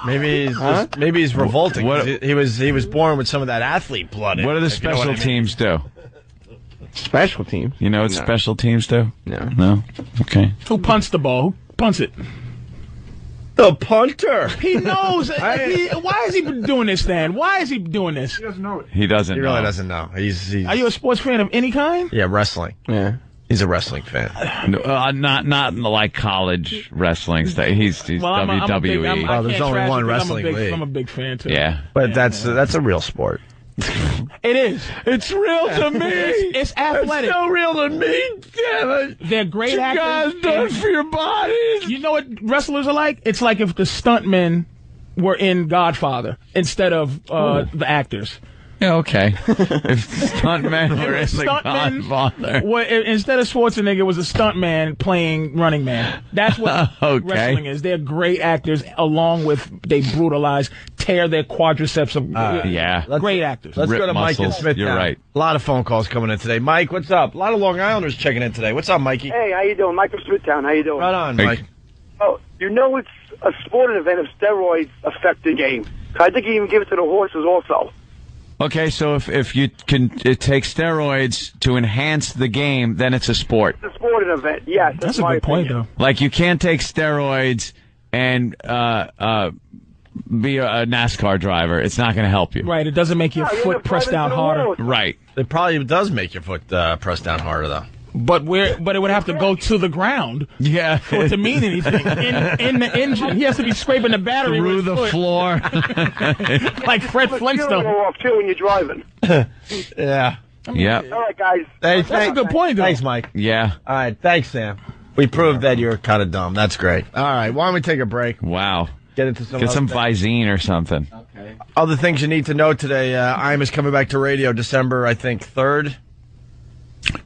Maybe he's just, maybe he's revolting.
What-
he, he was he was born with some of that athlete blood. in
What do
him,
the
if you know
special
what I mean.
teams do?
Special team.
You know what
No.
special teams do?
No.
No. Okay.
Who punts the ball? Who punts it?
The punter.
He knows. Uh, he, why is he doing this, Stan? Why is he doing this?
He doesn't.
He really
know.
doesn't know. He's, he's
Are you a sports fan of any kind?
yeah wrestling.
Yeah.
He's a wrestling fan.
No, uh, not not in the, like college wrestling stuff. He's, he's
Well, I'm a, I'm a big,
E.
WWE.
I'm, I
Oh, there's
can't
only
trash
one
it, but
wrestling
I'm a, big,
league.
I'm a big fan too.
yeah.
But that's that's a real sport.
it is.
It's real to me.
It's, it's athletic.
real to me. Damn it.
They're great actors. and-
for your bodies.
You know what wrestlers are like? It's like if the stuntmen were in Godfather instead of uh, the actors.
Yeah, okay. if stuntmen were in the
Stuntman-
Godfather.
Well, i- instead of Schwarzenegger, it was a stuntman playing Running Man. That's what
Okay.
wrestling is. They're great actors, along with they brutalize, tear their quadriceps. Of,
Uh,
great actors.
Let's go to Mike and Smith. now. A lot of phone calls coming in today. Mike, what's up? A lot of Long Islanders checking in today. What's up, Mikey?
Hey, how you doing? Mike from Smithtown. How you doing?
Right on, Mike.
Oh, you know it's a sporting event if steroids affect the game. I think you even give it to the horses also.
Okay, so if, if you can it takes steroids to enhance the game, then it's a sport.
It's a sporting event, yes. That's, my opinion.
Like you can't take steroids and uh, uh, be a a NASCAR driver. It's not going to help you.
Right, it doesn't make your foot pressed down harder.
Right.
It probably does make your foot uh, press down harder, though.
But where? But it would have to go to the ground.
Yeah.
For it to mean anything in, in the engine, he has to be scraping the battery
through
with his
the
foot.
floor.
like Fred Flintstone.
Go off too when you're driving.
yeah.
Yeah.
All right, guys. That's
Thanks,
a
thanks.
good point, though.
Thanks, Mike.
Yeah.
All right. Thanks, Sam. We proved that you're kind of dumb. That's great. All right. Why don't we take a break?
Wow.
Get into some
Get
other
some
thing.
Visine or something.
Other things you need to know today. Uh, I'm is coming back to radio December, I think, third.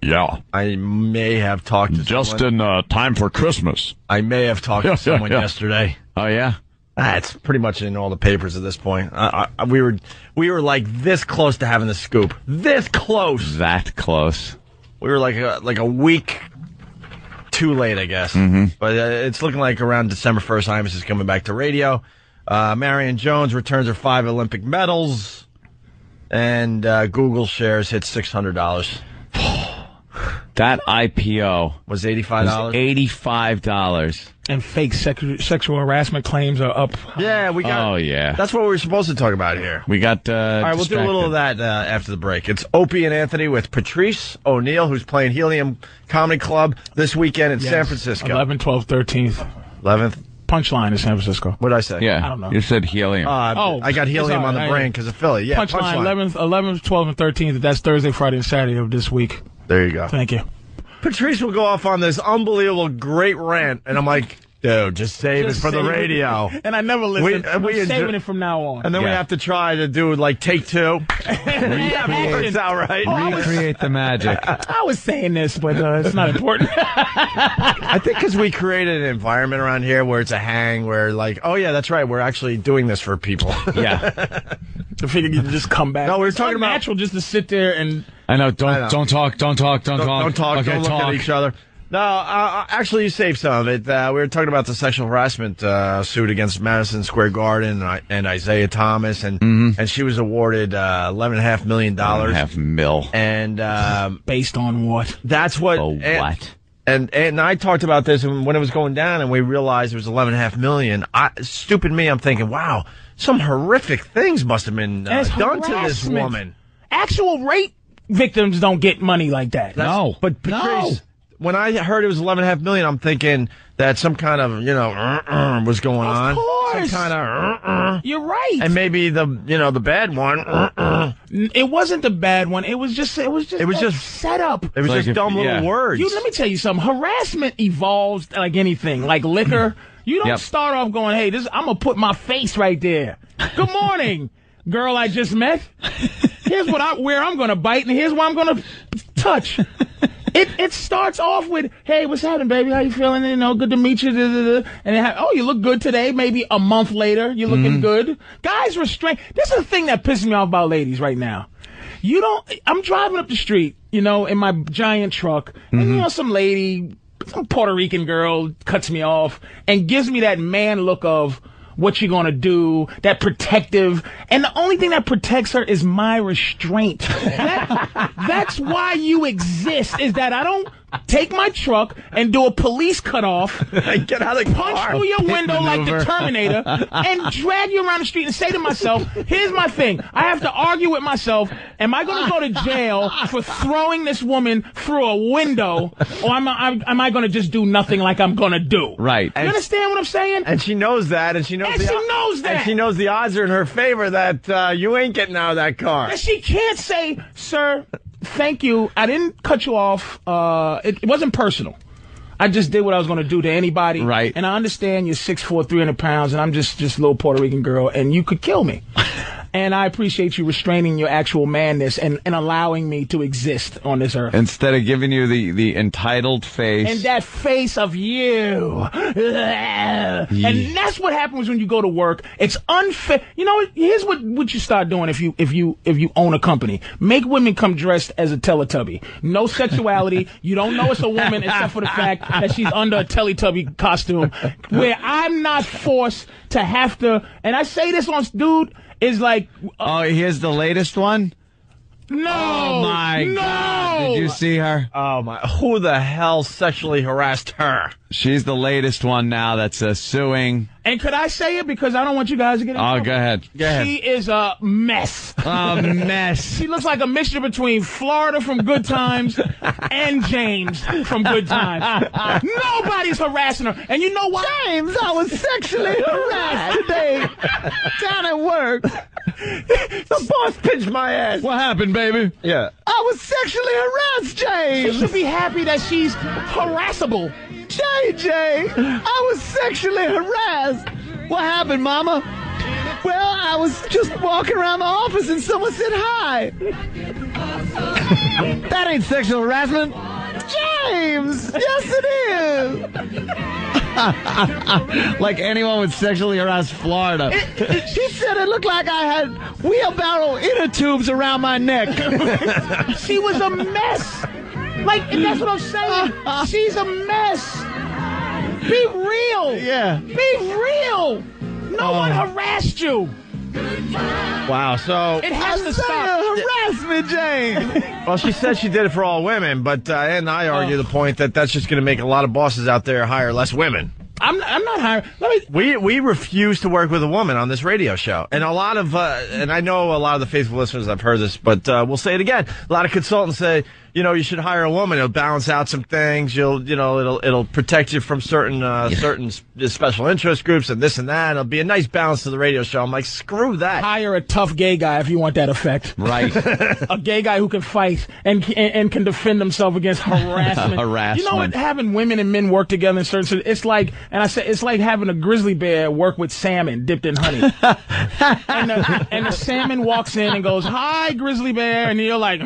Yeah.
I may have talked to
Just
someone.
in uh, time for Christmas.
I may have talked
Yeah, yeah,
to someone
yeah.
yesterday.
Oh yeah.
That's pretty much in all the papers at this point. I, I, we were we were like this close to having the scoop. This close.
That close.
We were like a, like a week too late, I guess.
Mhm.
But uh, it's looking like around December first, Imus is coming back to radio. Uh, Marion Jones returns her five Olympic medals, and uh, Google shares hit six hundred dollars.
That IPO
was eighty five dollars.
Eighty five dollars.
And fake secu- sexual harassment claims are up. Uh,
Yeah, we got.
Oh yeah.
That's what we were supposed to talk about here.
We got. Uh,
All right, we'll do a little of that uh, after the break. It's Opie and Anthony with Patrice O'Neill, who's playing Helium Comedy Club this weekend in San Francisco.
11, 12, 13th.
11th.
Punchline in San Francisco.
What did I say?
Yeah.
I don't know.
You said helium.
Uh,
Oh,
I got Helium
sorry,
on the
I-
brain because of Philly. Yeah,
punchline,
punchline.
11th, 11th, 12th, and 13th. That's Thursday, Friday, and Saturday of this week.
There you go.
Thank you.
Patrice will go off on this unbelievable great rant, and I'm like, dude, just save
Just
it for the
save it.
radio.
And I never listen.
We- uh,
I'm
we enjo-
saving it from now on.
And then we
Yeah.
have to try to do like take two. yeah, it works out right.
Recreate the magic.
Oh, I was saying this, but uh, it's not important.
I think because we created an environment around here where it's a hang, where like, oh yeah, that's right, we're actually doing this for people.
Yeah.
I figured you could just come back.
No, we were
It's
talking about-
natural just to sit there and
I know. Don't
I know.
don't talk. Don't talk. Don't,
don't,
talk.
don't talk.
Okay,
don't look
talk.
at each other. No, uh, actually, you saved some of it. Uh, we were talking about the sexual harassment uh, suit against Madison Square Garden and, I- and Isaiah Thomas, and
Mm-hmm.
and she was awarded uh, eleven and a half million dollars.
Half mil.
And um,
based on what?
that's what.
Oh,
and-
what?
And and I talked about this, and when it was going down, and we realized it was eleven and a half million. I, stupid me, I'm thinking, wow, some horrific things must have been uh,
That's
done to this
harassment.
woman.
Actual rape victims don't get money like that.
That's-
No.
But
No.
Patrice, when I heard it was eleven and a half million, I'm thinking that some kind of, you know, uh-uh was going on.
Of course.
Some kind of, uh-uh.
You're right.
and maybe the, you know, the bad one. uh-uh.
N- it wasn't the bad one. It was just it was just
It was
that
just-
setup.
It was
Like
just
if-
dumb
yeah.
little words.
You let me tell you something. Harassment evolves like anything, like liquor. You don't
Yep.
start off going, "Hey, this I'm gonna put my face right there." Good morning, girl I just met. Here's what I where I'm gonna bite, and here's where I'm gonna touch. It it starts off with, "Hey, what's happening, baby? How you feeling? You know, good to meet you." da, da, da." And then, ha- "Oh, you look good today." Maybe a month later, you're looking good. Guys, restrain. This is the thing that pisses me off about ladies right now. You don't. I'm driving up the street, you know, in my giant truck, and you know, some lady, some Puerto Rican girl, cuts me off and gives me that man look of what you gonna do, that protective, and the only thing that protects her is my restraint. That- that's why you exist, is that I don't take my truck and do a police cutoff
Get out of the
punch
car.
through your window like the
maneuver.
Terminator and drag you around the street and say to myself, here's my thing. I have to argue with myself. Am I going to go to jail for throwing this woman through a window or am I, am I going to just do nothing like I'm going to do?
Right.
You understand what I'm saying?
And she knows that, and she knows
And
the
she
o-
knows that.
and she knows the odds are in her favor that uh, you ain't getting out of that car.
And she can't say, sir, thank you. I didn't cut you off. Uh, it, it wasn't personal. I just did what I was going to do to anybody.
Right.
And I understand you're 6'4", 300 pounds, and I'm just just a little Puerto Rican girl, and you could kill me. And I appreciate you restraining your actual madness and, and allowing me to exist on this earth.
Instead of giving you the, the entitled face.
And that face of you. And that's what happens when you go to work. It's unfair. You know, what? here's what, what you start doing if you if you if you own a company. Make women come dressed as a Teletubby. No sexuality. you don't know it's a woman except for the fact that she's under a Teletubby costume. Where I'm not forced to have to. And I say this on dude is like. uh,
oh, here's the latest one.
No.
Oh my
no.
God! Did you see her?
Oh my! Who the hell sexually harassed her?
She's the latest one now. That's uh, suing.
And could I say it because I don't want you guys to get. in
Oh,
trouble.
go ahead. Go ahead.
She is a mess.
A mess.
she looks like a mixture between Florida from Good Times and James from Good Times. Nobody's harassing her. And you know why?
James, I was sexually harassed today down at work. The boss pinched my ass.
What happened, baby?
Yeah.
I was sexually harassed, James.
She should be happy that she's harassable.
JJ, I was sexually harassed. What happened, Mama? Well, I was just walking around the office and someone said hi. that ain't sexual harassment. James, yes it is.
like anyone would sexually harass Florida.
She said it looked like I had wheelbarrow inner tubes around my neck.
she was a mess. Like, and that's what I'm saying. She's a mess. Be real.
Yeah.
Be real. No one
Oh.
harassed you.
Wow. So
It has to stop.
Harassment, James.
Well, she said she did it for all women, but uh, and I argue
Oh.
the point that that's just going to make a lot of bosses out there hire less women.
I'm not, I'm not hiring. Let me.
We we refuse to work with a woman on this radio show, and a lot of uh, and I know a lot of the faithful listeners have heard this, but uh, we'll say it again. A lot of consultants say, you know, you should hire a woman. It'll balance out some things. You'll you know it'll it'll protect you from certain uh, certain s- special interest groups and this and that. It'll be a nice balance to the radio show. I'm like, screw that.
Hire a tough gay guy if you want that effect.
Right.
a gay guy who can fight and and, and can defend himself against harassment.
Harassment.
You know what? Having women and men work together in certain it's like, and I said it's like having a grizzly bear work with salmon dipped in honey. and, uh, the, and the salmon walks in and goes, "Hi, grizzly bear," and you're like.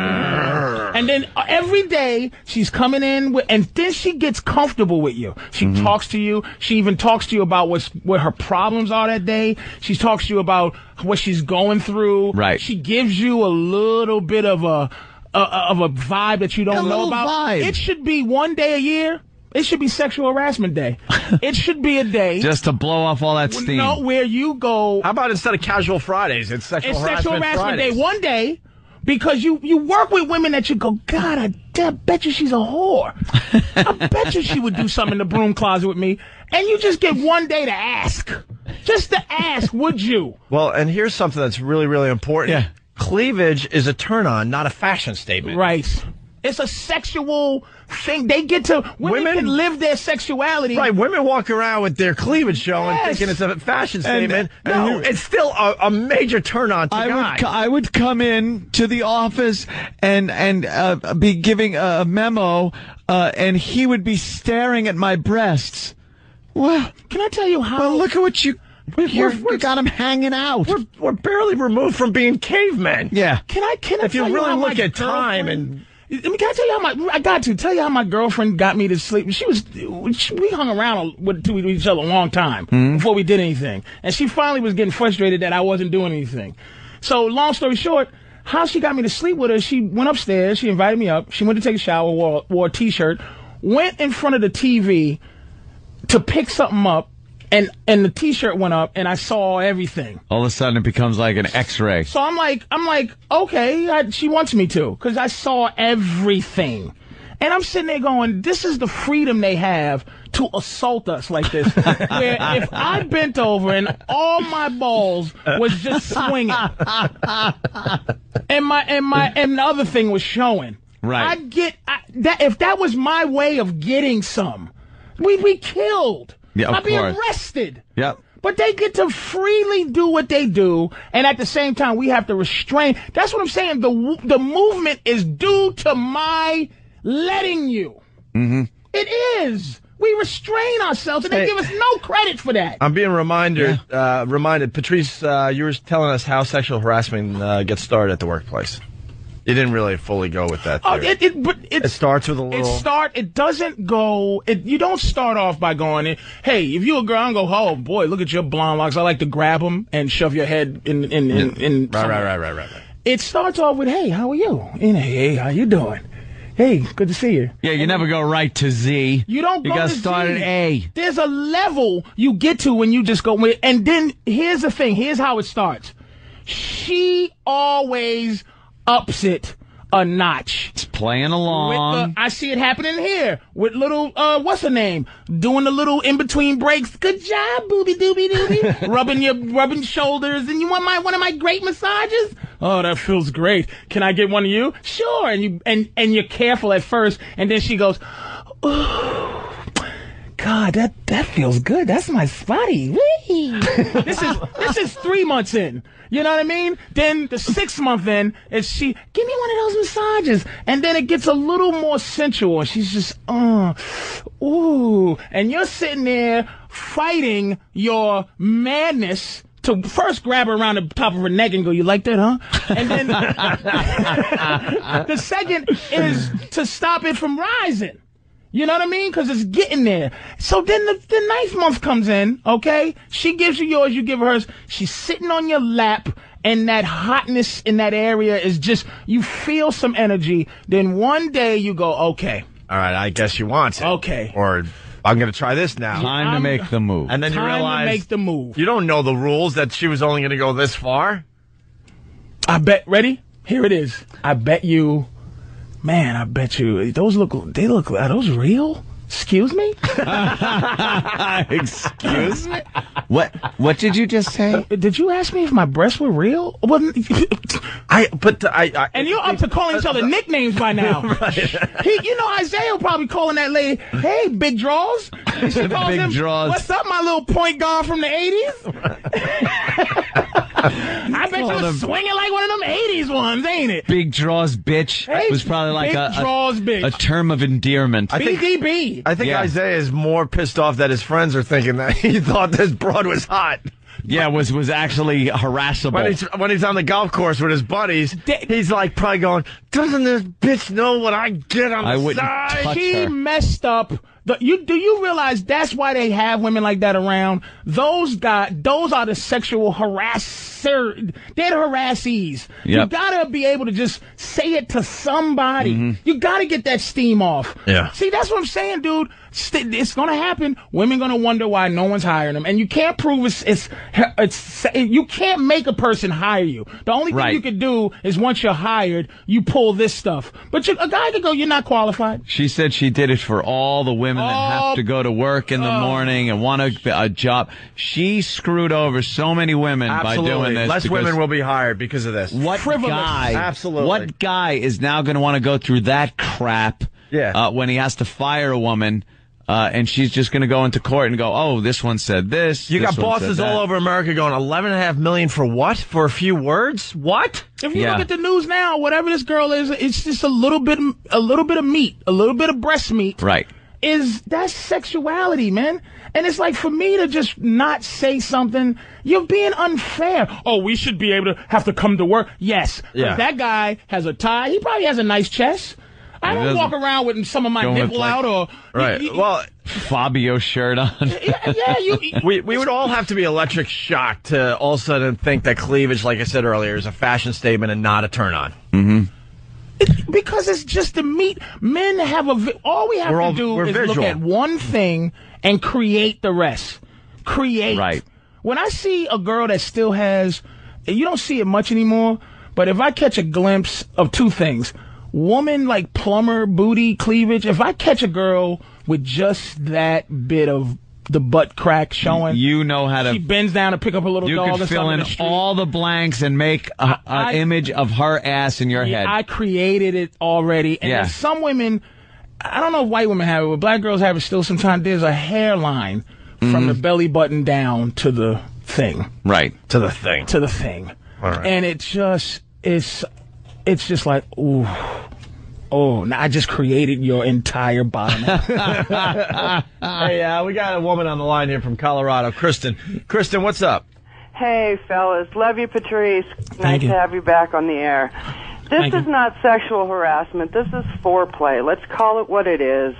"Grr." And then uh, every day she's coming in, with, and then she gets comfortable with you. She
Mm-hmm.
talks to you. She even talks to you about what's what her problems are that day. She talks to you about what she's going through.
Right.
She gives you a little bit of a, a of a vibe that you don't
A
know
little
about.
vibe.
It should be one day a year. It should be sexual harassment day. it should be a day.
Just to blow off all that steam.
no, where you go
How about instead of casual Fridays, it's sexual
it's
harassment
sexual harassment
Fridays.
day one day because you you work with women that you go, God, I de- bet you she's a whore. I bet you she would do something in the broom closet with me, and you just get one day to ask, just to ask, would you?
Well, and here's something that's really, really important.
Yeah.
Cleavage is a turn on, not a fashion statement.
Right. It's a sexual thing. They get to women,
Women-
can live their sexuality.
Right, women walk around with their cleavage showing,
Yes. uh,
thinking it's a fashion
And-
statement.
and
no,
you-
it's still a, a major turn on to
I
guys.
would co- I would come in to the office and and uh, be giving a memo, uh, and he would be staring at my breasts. Well,
Can I tell you how?
well, look at what you you
we're-
you got him hanging out.
we're, we're barely removed from being cavemen.
Yeah,
Can I? Can I?
If you
tell
really
how my
look at time
girlfriend- I mean, can I tell you how my I got to tell you how my girlfriend got me to sleep? She was she, we hung around with, to each other a long time
Mm-hmm.
before we did anything, and she finally was getting frustrated that I wasn't doing anything. So long story short, how she got me to sleep with her? She went upstairs. She invited me up. She went to take a shower. wore, wore a t-shirt. Went in front of the TV to pick something up, and and the t-shirt went up, and I saw everything.
All of a sudden, it becomes like an X-ray.
So I'm like, I'm like, okay, I, she wants me to, because I saw everything. And I'm sitting there going, this is the freedom they have to assault us like this. Where if I bent over and all my balls was just swinging, and my and my and the other thing was showing,
Right.
I get I, that if that was my way of getting some, we'd be killed.
Yeah, of
I'd be
course.
arrested.
Yep.
But they get to freely do what they do, and at the same time, we have to restrain. That's what I'm saying. The w- the movement is due to my letting you. Mm-hmm. is. We restrain ourselves, and
Hey.
they give us no credit for that.
I'm being reminded, uh, reminded. Patrice, uh, you were telling us how sexual harassment uh, gets started at the workplace. You didn't really fully go with that.
Oh,
theory.
it, it, but it,
It starts with a
It
little.
start. It doesn't go. It you don't start off by going. In, hey, if you a girl, and go. Oh boy, look at your blonde locks. I like to grab them and shove your head in. in, in, in
right, right,
somewhere.
right, right, right, right.
It starts off with, "Hey, how are you?" And hey, how you doing? Hey, good to see you.
Yeah, you never go right to Z.
You don't.
You
go
got
to
started
Z.
A.
There's a level you get to when you just go. When, and then here's the thing. Here's how it starts. She always ups it a notch. It's
playing
With
along.
the, I see it happening here with little uh what's her name doing the little in between breaks. Good job, booby dooby dooby. rubbing your rubbing shoulders, and you want my one of my great massages. Oh, that feels great. Can I get one of you? Sure. And you and and you're careful at first, and then she goes, "Ooh, God, that that feels good. That's my spotty. Whee!" this is this is three months in. You know what I mean? Then the sixth month in is she give me one of those massages, and then it gets a little more sensual. and She's just uh, ooh, and you're sitting there fighting your madness. To first grab her around the top of her neck and go, "You like that, huh?" And then the second is to stop it from rising. You know what I mean? Because it's getting there. So then the, the ninth month comes in, okay? She gives you yours, you give her hers. She's sitting on your lap, and that hotness in that area is just, you feel some energy. Then one day you go, okay.
All right, I guess you want it.
Okay.
Or I'm going to try this now.
Time to I'm- make the move.
And then you
Time to
realize
make the move.
You don't know the rules that she was only going to go this far.
I bet, ready? Here it is. I bet you, man, I bet you, those look, they look, are those real? Excuse me?
Excuse me. What? What did you just say?
Did you ask me if my breasts were real? Well,
I but I, I
and you're up to calling each other nicknames by now. he, you know, Isaiah will probably calling that lady, "Hey, big draws." And She calls
Big
him,
draws.
"What's up, my little point guard from the '80s?" I bet
Call
you're
them-
swinging like one of them '80s ones, ain't it?
Big draws, bitch.
Hey,
was probably like
big
a, a-
draws, bitch.
a term of endearment.
BDB.
I think
Yeah.
Isaiah is more pissed off that his friends are thinking that he thought this broad was hot.
Yeah, was was actually harassable.
When he's, when he's on the golf course with his buddies, he's like probably going, "Doesn't this bitch know what I get on the side?"
he messed up. The, you do you realize that's why they have women like that around? Those guys, those are the sexual harasser. They're the harassees. You
Yep.
gotta be able to just say it to somebody.
Mhm.
You gotta get that steam off.
Yeah.
See, that's what I'm saying, dude. St- It's gonna happen. Women gonna wonder why no one's hiring them, and you can't prove it's it's, it's you can't make a person hire you. The only thing
Right.
you could do is once you're hired, you pull this stuff. But you, a guy could go, "You're not qualified."
She said she did it for all the women that
Oh.
have to go to work in the
oh.
morning and want a, a job. She screwed over so many women
Absolutely.
by doing this.
Less
because
women will be hired because of this.
What guy?
Absolutely.
What guy is now going to want to go through that crap?
Yeah.
Uh, when he has to fire a woman, uh, and she's just going to go into court and go, "Oh, this one said this."
You
this
got
one said
bosses
that."
all over America going 11.5 million for what? For a few words? What?
If you
Yeah.
look at the news now, whatever this girl is, it's just a little bit, a little bit of meat, a little bit of breast meat.
Right.
Is that's sexuality, man? And it's like for me to just not say something, you're being unfair. Oh, we should be able to have to come to work. Yes. 'cause
Yeah.
That guy has a tie. He probably has a nice chest. I
He
don't
doesn't-
walk around with some of my
Going with,
nipple
like-
out or
Right.
You- you-
Well,
Fabio shirt on.
yeah, you.
we, we would all have to be electric shocked to all of a sudden think that cleavage, like I said earlier, is a fashion statement and not a turn on.
Mm-hmm.
because it's just the meat. Men have a vi- all we have
We're all-
to do
we're
is look
visual.
at one thing and create the rest. Create. Right. When I see a girl that still has, you don't see it much anymore. But if I catch a glimpse of two things, woman like plumber booty cleavage. If I catch a girl with just that bit of the butt crack showing,
You know how to.
she bends down to pick up a little
You
dog.
can
or
fill
something
in
the street.
all the blanks and make a-
I-
an image of her ass in your head.
I created it already. And
Yeah.
there's some women, I don't know if white women have it, but black girls have it still sometimes. There's a hairline from
Mhm.
the belly button down to the thing.
right.
To the thing.
To the thing.
All right.
And it just is, it's just like, ooh, Oh, now I just created your entire bottom.
hey, uh, we got a woman on the line here from Colorado, Kristen. Kristen, what's up?
Hey, fellas. Love you, Patrice. nice
you.
to have you back on the air. This
Thank
is
you.
not sexual harassment. This is foreplay. Let's call it what it is.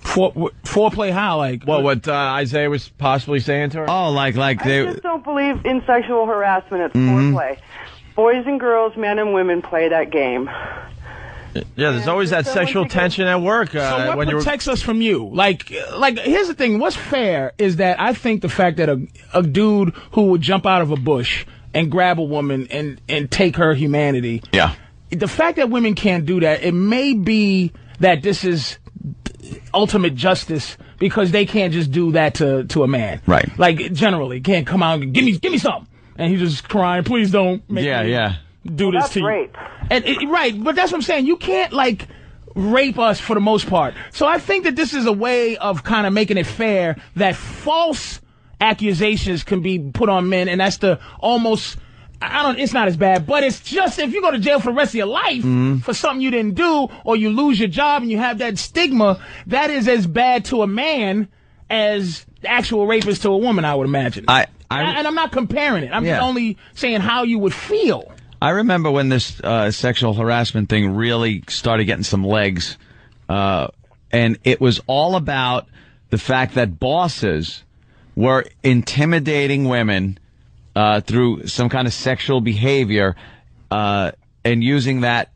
For, foreplay how? Like
what? What uh, Isaiah was possibly saying to her?
Oh, like like
I just don't believe in sexual harassment. It's
Mhm.
foreplay. Boys and girls, men and women play that game.
Yeah, there's always that sexual tension at work. Uh,
so what
when
protects us from you? Like, like here's the thing. What's fair is that I think the fact that a a dude who would jump out of a bush and grab a woman and and take her humanity.
Yeah.
The fact that women can't do that, it may be that this is ultimate justice because they can't just do that to to a man.
Right.
Like generally can't come out and give me give me some, and he's just crying. Please don't. Make
Yeah,
me
yeah.
Do this to you. And it, right, but that's what I'm saying. You can't like rape us for the most part. So I think that this is a way of kind of making it fair that false accusations can be put on men, and that's the almost. I I don't. It's not as bad, but it's just if you go to jail for the rest of your life
Mm-hmm.
Mhm.
for something you didn't do, or you lose your job and you have that stigma, that is as bad to a man as the actual rape is to a woman. I would imagine.
I,
and, I'm not comparing it. I'm
Yeah.
just only saying how you would feel.
I remember when this uh, sexual harassment thing really started getting some legs, uh, and it was all about the fact that bosses were intimidating women uh, through some kind of sexual behavior uh, and using that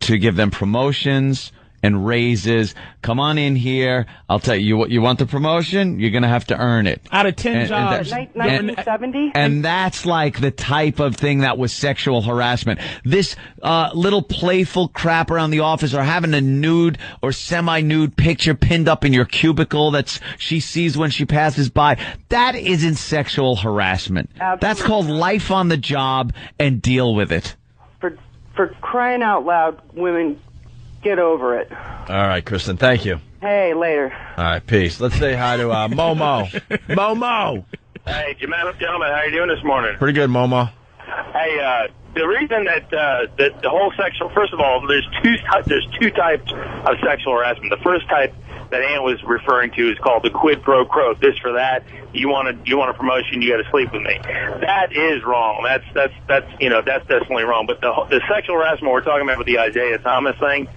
to give them promotions and raises. Come on in here. I'll tell you what you want the promotion. You're going to have to earn it.
Out of ten
And- and
jobs,
that- and-
1970?
and that's like the type of thing that was sexual harassment. This uh, little playful crap around the office or having a nude or semi nude picture pinned up in your cubicle that's she sees when she passes by. That isn't sexual harassment. That's called life on the job and deal with it.
For for crying out loud, women, get over it.
All right, Kristen, thank you.
Hey, later.
All right, peace. Let's say hi to uh, Momo. Momo,
Hey, gentlemen, gentlemen, how you doing this morning?
pretty good, Momo.
Hey, uh, the reason that, uh, that the whole sexual, first of all, there's two ty- there's two types of sexual harassment. The first type that Ann was referring to is called the quid pro quo. This for that. You want a you want a promotion, you got to sleep with me. That is wrong. That's that's that's you know that's definitely wrong. But the the sexual harassment we're talking about with the Isaiah Thomas thing,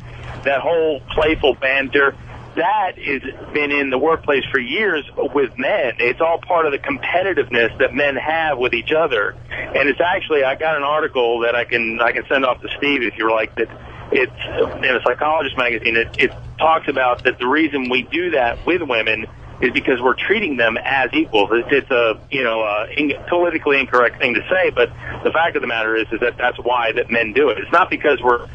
that whole playful banter. That has been in the workplace for years with men. It's all part of the competitiveness that men have with each other, and it's actually I got an article that I can I can send off to Steve if you like that. It's in a psychologist magazine. It, it talks about that the reason we do that with women is because we're treating them as equals. It's, it's a you know uh in, politically incorrect thing to say, but the fact of the matter is is that that's why that men do it. It's not because we're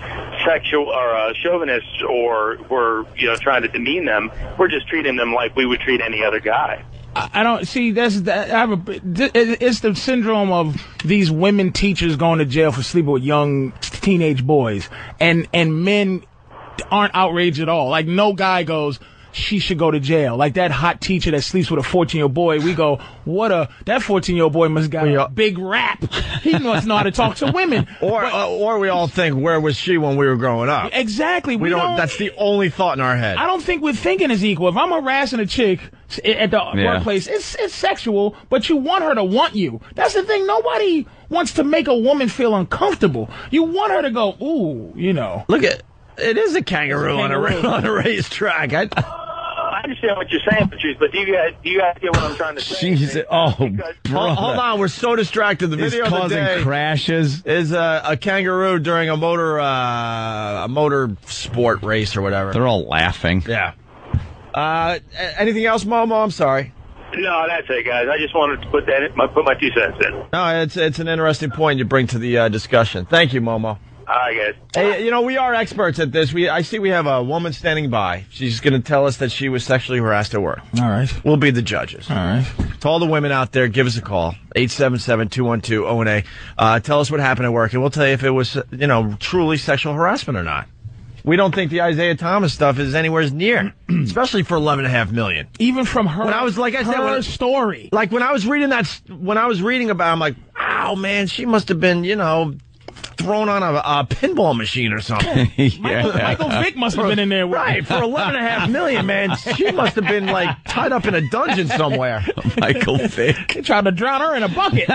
sexual or uh, chauvinists or we're you know trying to demean them. We're just treating them like we would treat any other guy.
I I don't see. That's that. I have a, th- it- it's the syndrome of these women teachers going to jail for sleeping with young teenage boys, and and men aren't outraged at all. Like no guy goes, she should go to jail. Like that hot teacher that sleeps with a fourteen year old boy. We go, what a that fourteen year old boy must got a big rap. He must know how to talk to women.
Or uh, or we all think, where was she when we were growing up?
Exactly.
We,
we
don't,
don't-
That's the only thought in our head.
I don't think we're thinking as equal. If I'm harassing a chick s- at the
Yeah.
workplace, it's it's sexual, but you want her to want you. That's the thing. Nobody wants to make a woman feel uncomfortable. You want her to go, ooh, you know.
Look at it is a kangaroo,
Kangaroo.
on a on a racetrack. I,
I understand what you're saying, Patrice, but do you guys do you guys get what I'm trying to say?
Jesus, oh, hold, hold on, we're so distracted. The
It's
video of the
causing
day
crashes
is a, a kangaroo during a motor uh, a motor sport race or whatever.
They're all laughing.
Yeah. Uh, a- anything else, Momo? I'm sorry.
No, that's it, guys. I just wanted to put that in, my, put my two cents in. All
No, it's it's an interesting point you bring to the uh, discussion. Thank you, Momo.
right, guys.
Hey, you know we are experts at this. We I see we have a woman standing by. She's going to tell us that she was sexually harassed at work.
All right.
We'll be the judges. All
right.
To all the women out there, give us a call 877-212-ONA. Uh, tell us what happened at work, and we'll tell you if it was you know truly sexual harassment or not. We don't think the Isaiah Thomas stuff is anywhere near, especially for eleven and a half million.
Even from her,
when I was like I said,
her
when,
story.
Like when I was reading that, s- when I was reading about, it, I'm like, wow, man, she must have been, you know, thrown on a, a pinball machine or something.
Michael- Michael Vick must have been in there with-
Right, for 11 and a half million, man. She must have been like tied up in a dungeon somewhere.
Michael Vick.
They tried to drown her in a bucket.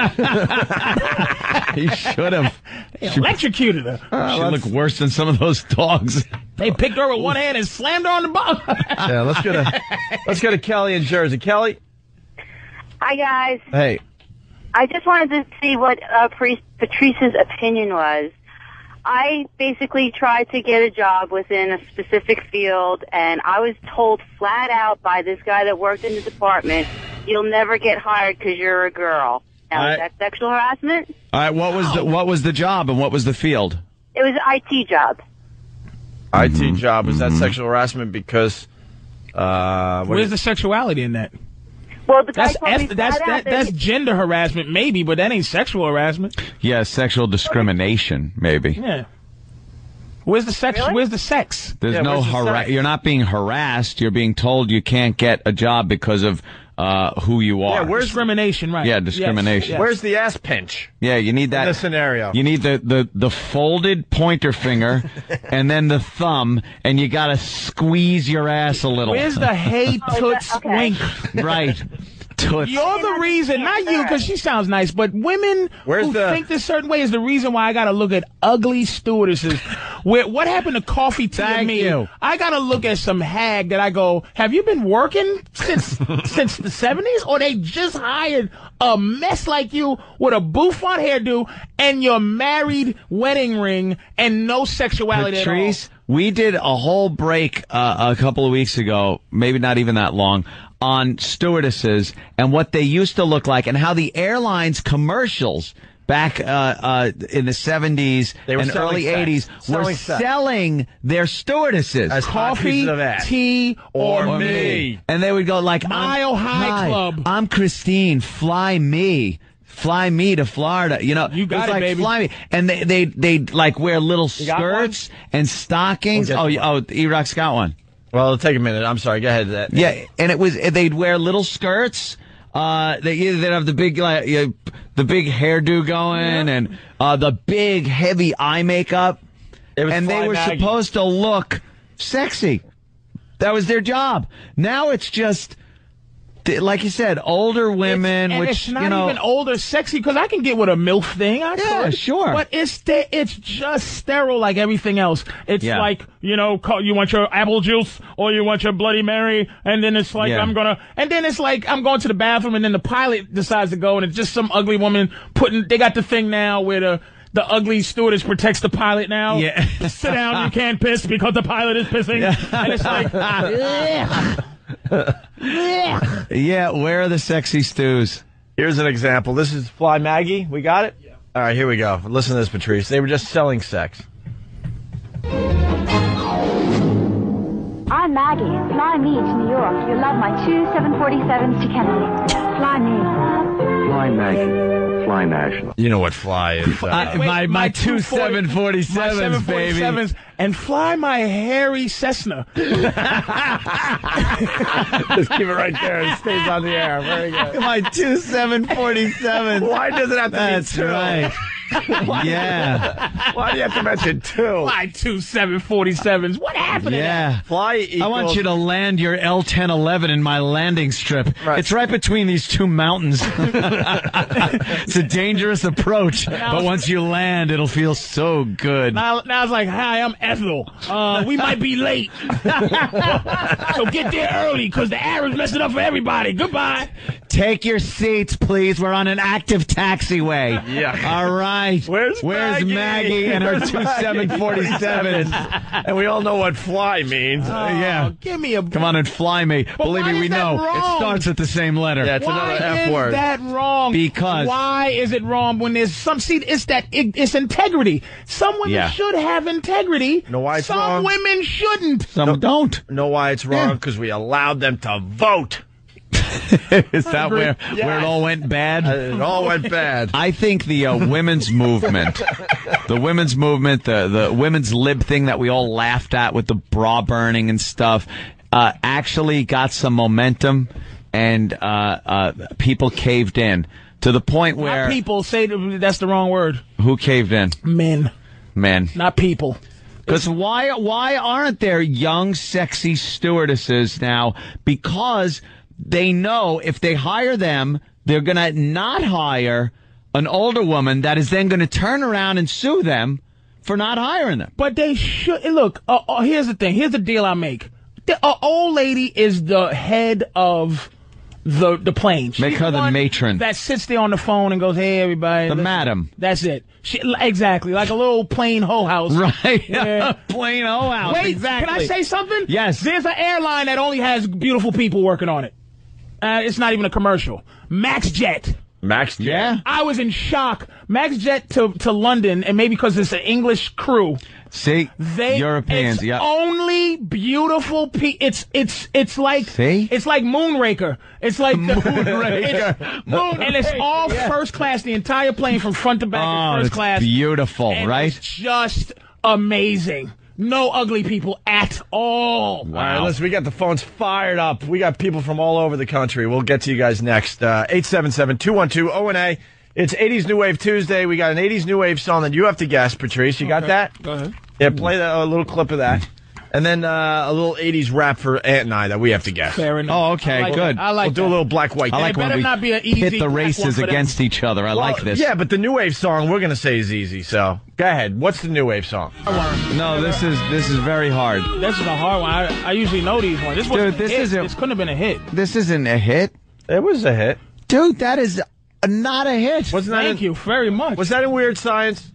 he should have.
They electrocuted her.
she looked worse than some of those dogs.
They picked her with one hand and slammed her on the bucket.
Yeah, let's go to let's go to Kelly in Jersey. Kelly,
Hi guys.
hey,
I just wanted to see what uh, Patrice, Patrice's opinion was. I basically tried to get a job within a specific field, and I was told flat out by this guy that worked in the department, "You'll never get hired because you're a girl." Now,
I-
is that sexual harassment?
All right, uh, what was the what was the job and what was the field? Mm-hmm.
It was an IT job.
IT job was that sexual harassment because uh, what
Where's
is-
the sexuality in that?
Well, the
that's
told me
eff- that's
flat
that,
out that
that's gender harassment, maybe, but that ain't sexual harassment.
Yeah, sexual discrimination, maybe.
Yeah. Where's the sex? Where's the sex?
There's no harass. You're not being harassed. You're being told you can't get a job because of uh, who you are.
Yeah, where's discrimination? Right.
Yeah, discrimination.
Where's the ass pinch?
Yeah, you need that
In this scenario.
You need the, the, the folded pointer finger and then the thumb, and you gotta squeeze your ass a little.
Where's the hey toots wink?
right? Toots.
You're the reason, not you, because she sounds nice, but women
Where's
who
the-
think this certain way is the reason why I got to look at ugly stewardesses. Where what happened to coffee tea and me?
you.
I got to look at some hag that I go, have you been working since since the seventies, or they just hired a mess like you with a bouffant hairdo and your married wedding ring and no sexuality
Patrice, we did a whole break uh, a couple of weeks ago, maybe not even that long, on stewardesses and what they used to look like and how the airlines commercials back uh, uh, in the 70s
They were
and
selling
early
sex.
80s were
Selling sex.
selling their stewardesses
As hot pieces of ass.
tea,
Or
or,
me.
And they would go like,
Mile
I'm,
High
hi,
Club.
I'm Christine. Fly me. Fly me to Florida. You know, you
got it,
like,
baby.
Fly me. And they, they, they like wear little
got
skirts and stockings. oh, yeah, oh, E-Rock's got one.
Well, it'll take a minute. I'm sorry. Go ahead. Uh, That.
Yeah, and it was they'd wear little skirts. Uh, they either they'd have the big like you know, the big hairdo going and uh, the big heavy eye makeup,
was
and
Fly
they were
Maggie.
supposed to look sexy. That was their job. Now it's just. th- Like you said, older women,
and
which
it's not
you know,
even older sexy because I can get with a milf thing. I
Yeah,
could.
sure.
But it's sta- it's just sterile like everything else. It's
Yeah.
like you know, call, you want your apple juice or you want your Bloody Mary, and then it's like
Yeah.
I'm gonna, and then it's like I'm going to the bathroom, and then the pilot decides to go, and it's just some ugly woman putting. They got the thing now where the. The ugly stewardess protects the pilot now.
Yeah.
Sit down, you can't piss because the pilot is pissing. And it's like,
yeah. Where are the sexy stews?
Here's an example. This is Fly Maggie. We got it. All right, here we go. Listen to this, Patrice. They were just selling sex.
I'm Maggie. Fly me to New York. You'll love my two 747s to Kennedy. Fly me.
Fly Maggie. Fly National. You know what fly is. uh,
I- my- my two 747s,
my
baby.
747s, and fly my hairy Cessna.
Just keep it right there. It stays on the air. Very good.
My two seven forty seven.
Why does it have to
That's
be two?
right. Yeah.
Why do you have to mention two?
my two 747s. What happened?
Yeah.
Fly equals.
I want you to land your L ten eleven in my landing strip.
Right.
It's right between these two mountains. it's a dangerous approach, but once you land, it'll feel so good.
Now, now it's like, hi, I'm Ethel. Uh, we might be late. so get there early because the air is messing up for everybody. Goodbye.
Take your seats, please. We're on an active taxiway.
Yeah.
All right.
Where's
Where's
Maggie?
Maggie, and her
Where's
two
Maggie?
seven forty sevens?
and we all know what fly means.
Yeah.
Oh, give me a.
Come on and fly me. Believe
why
me,
is
we
that
know
wrong?
it starts at the same letter.
Yeah, it's
Why
another F
is
word.
that wrong?
Because-
why is it wrong when there's some? See, it's that it's integrity. Some women
Yeah.
should have integrity.
Know why it's
some
wrong?
women shouldn't.
Some don't.
know why it's wrong? Because we allowed them to vote.
Is that where where it all went bad?
And Uh, it all went bad.
I think the uh, women's movement, the women's movement, the the women's lib thing that we all laughed at with the bra burning and stuff, uh, actually got some momentum, and uh, uh, people caved in. to the point where
people say that- that's the wrong word.
who caved in?
Men,
men.
not people.
Because why why aren't there young sexy stewardesses now? Because they know if they hire them, they're gonna not hire an older woman that is then gonna turn around and sue them for not hiring them.
But they should look. Uh, uh, here's the thing. Here's the deal I make. The uh, old lady is the head of the the plane.
Make her the
one
matron.
that sits there on the phone and goes, "Hey, everybody."
The
listen."
madam.
That's it. She, exactly like a little plain hoe house.
Right.
Yeah.
Plain hoe house.
Wait,
exactly.
can I say something?
Yes.
There's an airline that only has beautiful people working on it. Uh, it's not even a commercial. MaxJet.
Max, yeah.
I was in shock. MaxJet to, to London, and maybe because it's an English crew.
See,
They
Europeans,
it's
yeah.
Only beautiful pe. It's it's it's like
See?
it's like Moonraker. It's like the,
Moonraker.
it's- Moon, and it's all first class. The entire plane from front to back
Oh,
is
it's
first class.
beautiful,
And
right?
It's just amazing. No ugly people at all.
All right, listen, we got the phones fired up. We got people from all over the country. We'll get to you guys next. Uh, 877 212 ONA. oh It's 80s New Wave Tuesday. We got an 80s New Wave song that you have to guess, Patrice. You got that?
Go ahead.
Yeah, play that, a little clip of that. And then uh, a little 80s rap for Aunt and I that we have to guess.
Fair enough.
Oh, okay,
I like
good.
that. I like
We'll do a
that.
little black white.
I like
better
when we
not be an easy
pit the
black one
races
for them.
against each other. I like this.
Yeah, but the New Wave song we're going to say is easy. So go ahead. What's the New Wave song?
No, this is this is very hard.
This is a hard one. I, I usually know these ones. This was
Dude, this isn't-
This couldn't have been a hit.
This isn't a hit.
It was a hit.
Dude, that is not a hit.
Wasn't that
Thank
in,
you very much.
Was that in Weird Science?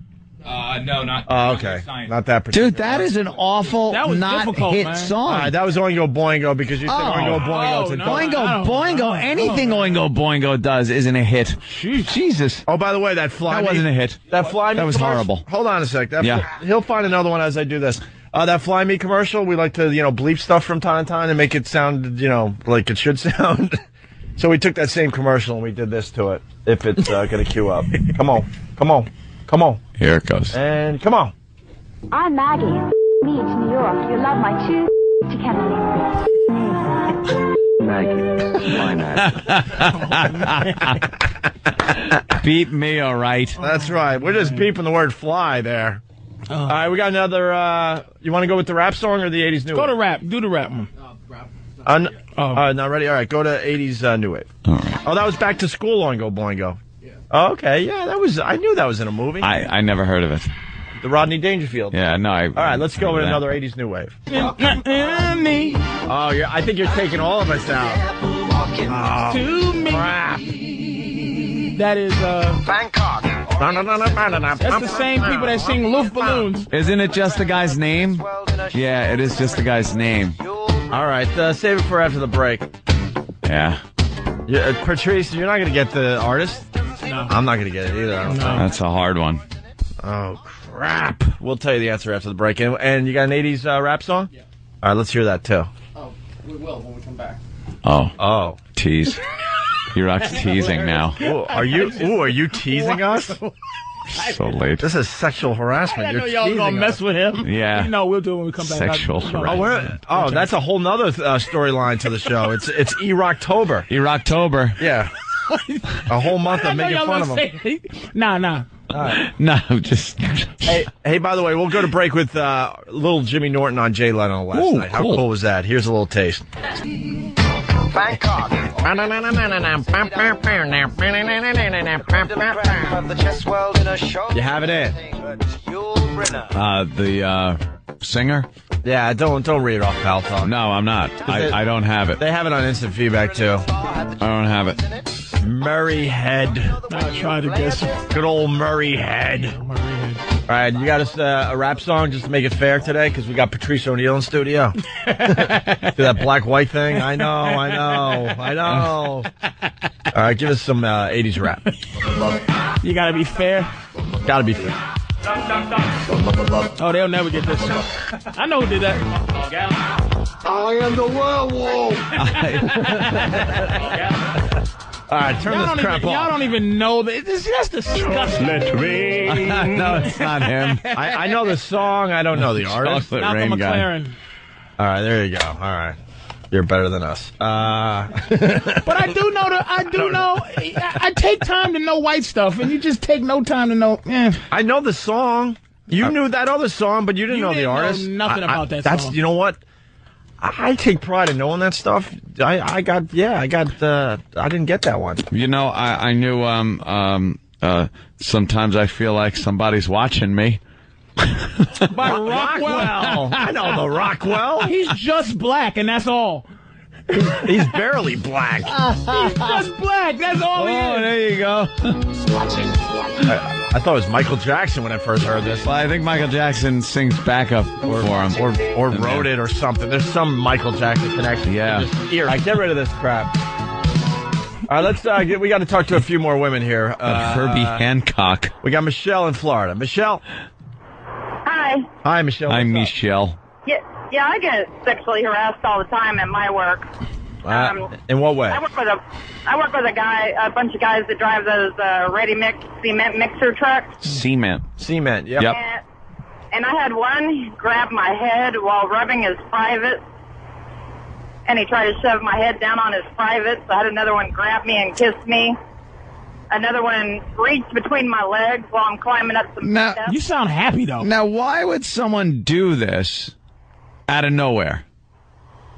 Uh, no, not.
Oh, okay. Not that particular.
Dude, that is an awful
That was
not
difficult,
hit
man.
song.
All right, that was Oingo Boingo because you said
Oh.
Oingo Boingo.
Oh,
to
no.
die.
Boingo,
I don't- I
Boingo,
don't
anything Oingo Boingo does isn't a hit. Jesus.
Oh, by the way, that fly
That
me,
wasn't a hit.
That fly me
That was
commercial-
horrible.
Hold on a sec. That
Yeah.
fl- he'll find another one as I do this. Uh, that fly me commercial. We like to you know bleep stuff from time to time and make it sound you know like it should sound. so we took that same commercial and we did this to it. If it's uh, gonna queue up, come on, come on, come on,
Here it goes.
and come on.
I'm Maggie. Me to New York. You love my shoes to Kennedy.
Maggie, why not?
Beat me, all right.
That's right. We're just beeping the word fly there.
Oh.
All right, we got another. Uh, you want to go with the rap song or the '80s new?
Go
wave?
to Oh. rap. Do the rap one.
Uh, n- All right, not ready. All right, go to '80s uh, new wave. Oh, that was back to school. Oingo Boingo. Yeah. Okay, yeah, that was. I knew that was in a movie.
I, I never heard of it.
the Rodney Dangerfield.
Yeah, no. I,
All right, let's go with
that.
another '80s new wave.
And me
Oh, yeah, I think you're taking all of us out. Oh,
to me. That is uh that's the same people that sing Loof Balloons.
Isn't it just the guy's name? Yeah, it is just the guy's name.
All right, uh, save it for after the break.
Yeah,
Yeah, uh, Patrice, you're not gonna get the artist.
No.
I'm not gonna get it either. I don't think.
that's a hard one.
Oh crap! We'll tell you the answer after the break. And, and you got an '80s uh, rap song? Yeah. All right, let's hear that too.
Oh,
Oh,
tease. You're actually teasing now.
Ooh, are you? Ooh, are you teasing us?
So late.
This is sexual harassment.
I
You're
know y'all
teasing
gonna mess
us.
with him.
Yeah.
You know we'll do it when we come back. I'll-
Sexual
you know,
Oh, we're, oh, that's a whole nother uh, storyline to the show. It's it's E Rocktober.
Erocktober.
Yeah, a whole month
I
of
know
making
y'all
fun of
gonna
them.
say. Nah, nah.
No, just.
Hey, hey, by the way, we'll go to break with uh, little Jimmy Norton on Jay Leno last
Ooh,
night. How
cool.
cool was that? Here's a little taste.
Bangkok. Of the chess world in a show.
You have it in.
Uh, the uh, singer?
Yeah, don't don't read it off pal Talk.
No, I'm not.
it-
I, I don't have it.
They have it on instant feedback too.
I don't have it.
Murray Head,
I tried to guess.
good old Murray Head. All right, you got us uh, a rap song just to make it fair today because we got Patrice O'Neill in studio. Do that black white thing. I know, I know, I know. All right, give us some uh, 80s rap.
You gotta be fair.
Gotta be fair.
Oh, they'll never get this. I know who did that.
I am the werewolf.
All right, turn
Y'all
this
don't,
crap
even, y'all
off.
don't even know that. This that's disgusting.
Let me.
no, it's not him.
I, I know the song. I don't know the artist.
Chocolate
Malcolm
rain guy.
McLaren.
All right, there you go. All right. You're better than us. Uh,
But I do know that I do know. I, I take time to know white stuff, and you just take no time to know. Eh.
I know the song. You knew that other song, but you didn't
You
know the
didn't know
artist.
nothing
I- I-
about that
That's
song.
you know what. I I take pride in knowing that stuff. I, I got yeah, I got uh, I didn't get that one.
You know, I, I knew um um uh sometimes I feel like somebody's watching me.
By Rockwell.
I know the Rockwell.
He's just black, and that's all.
He's barely black.
He's just black. That's all
Oh,
he is.
there you go.
I, I thought it was Michael Jackson when I first heard this.
Well, I think Michael Jackson sings backup for him,
or or wrote it or something. There's some Michael Jackson connection.
Yeah.
Just ear. I get rid of this crap. All right, let's. Uh, get, we got to talk to a few more women here. Uh,
Herbie Hancock.
We got Michelle in Florida. Michelle.
Hi.
Hi, Michelle.
I'm Michelle.
Yeah, yeah, I get sexually harassed all the time at my work. Um,
Uh, in what way?
I work with a, I work with a guy, a bunch of guys that drive those uh, ready mix cement mixer trucks,
Cement.
Cement.
Yep.
and, and I had one grab my head while rubbing his privates, and he tried to shove my head down on his privates. I had another one grab me and kiss me. Another one reached between my legs while I'm climbing up some
Now-
steps.
You sound happy though.
Now, why would someone do this out of nowhere?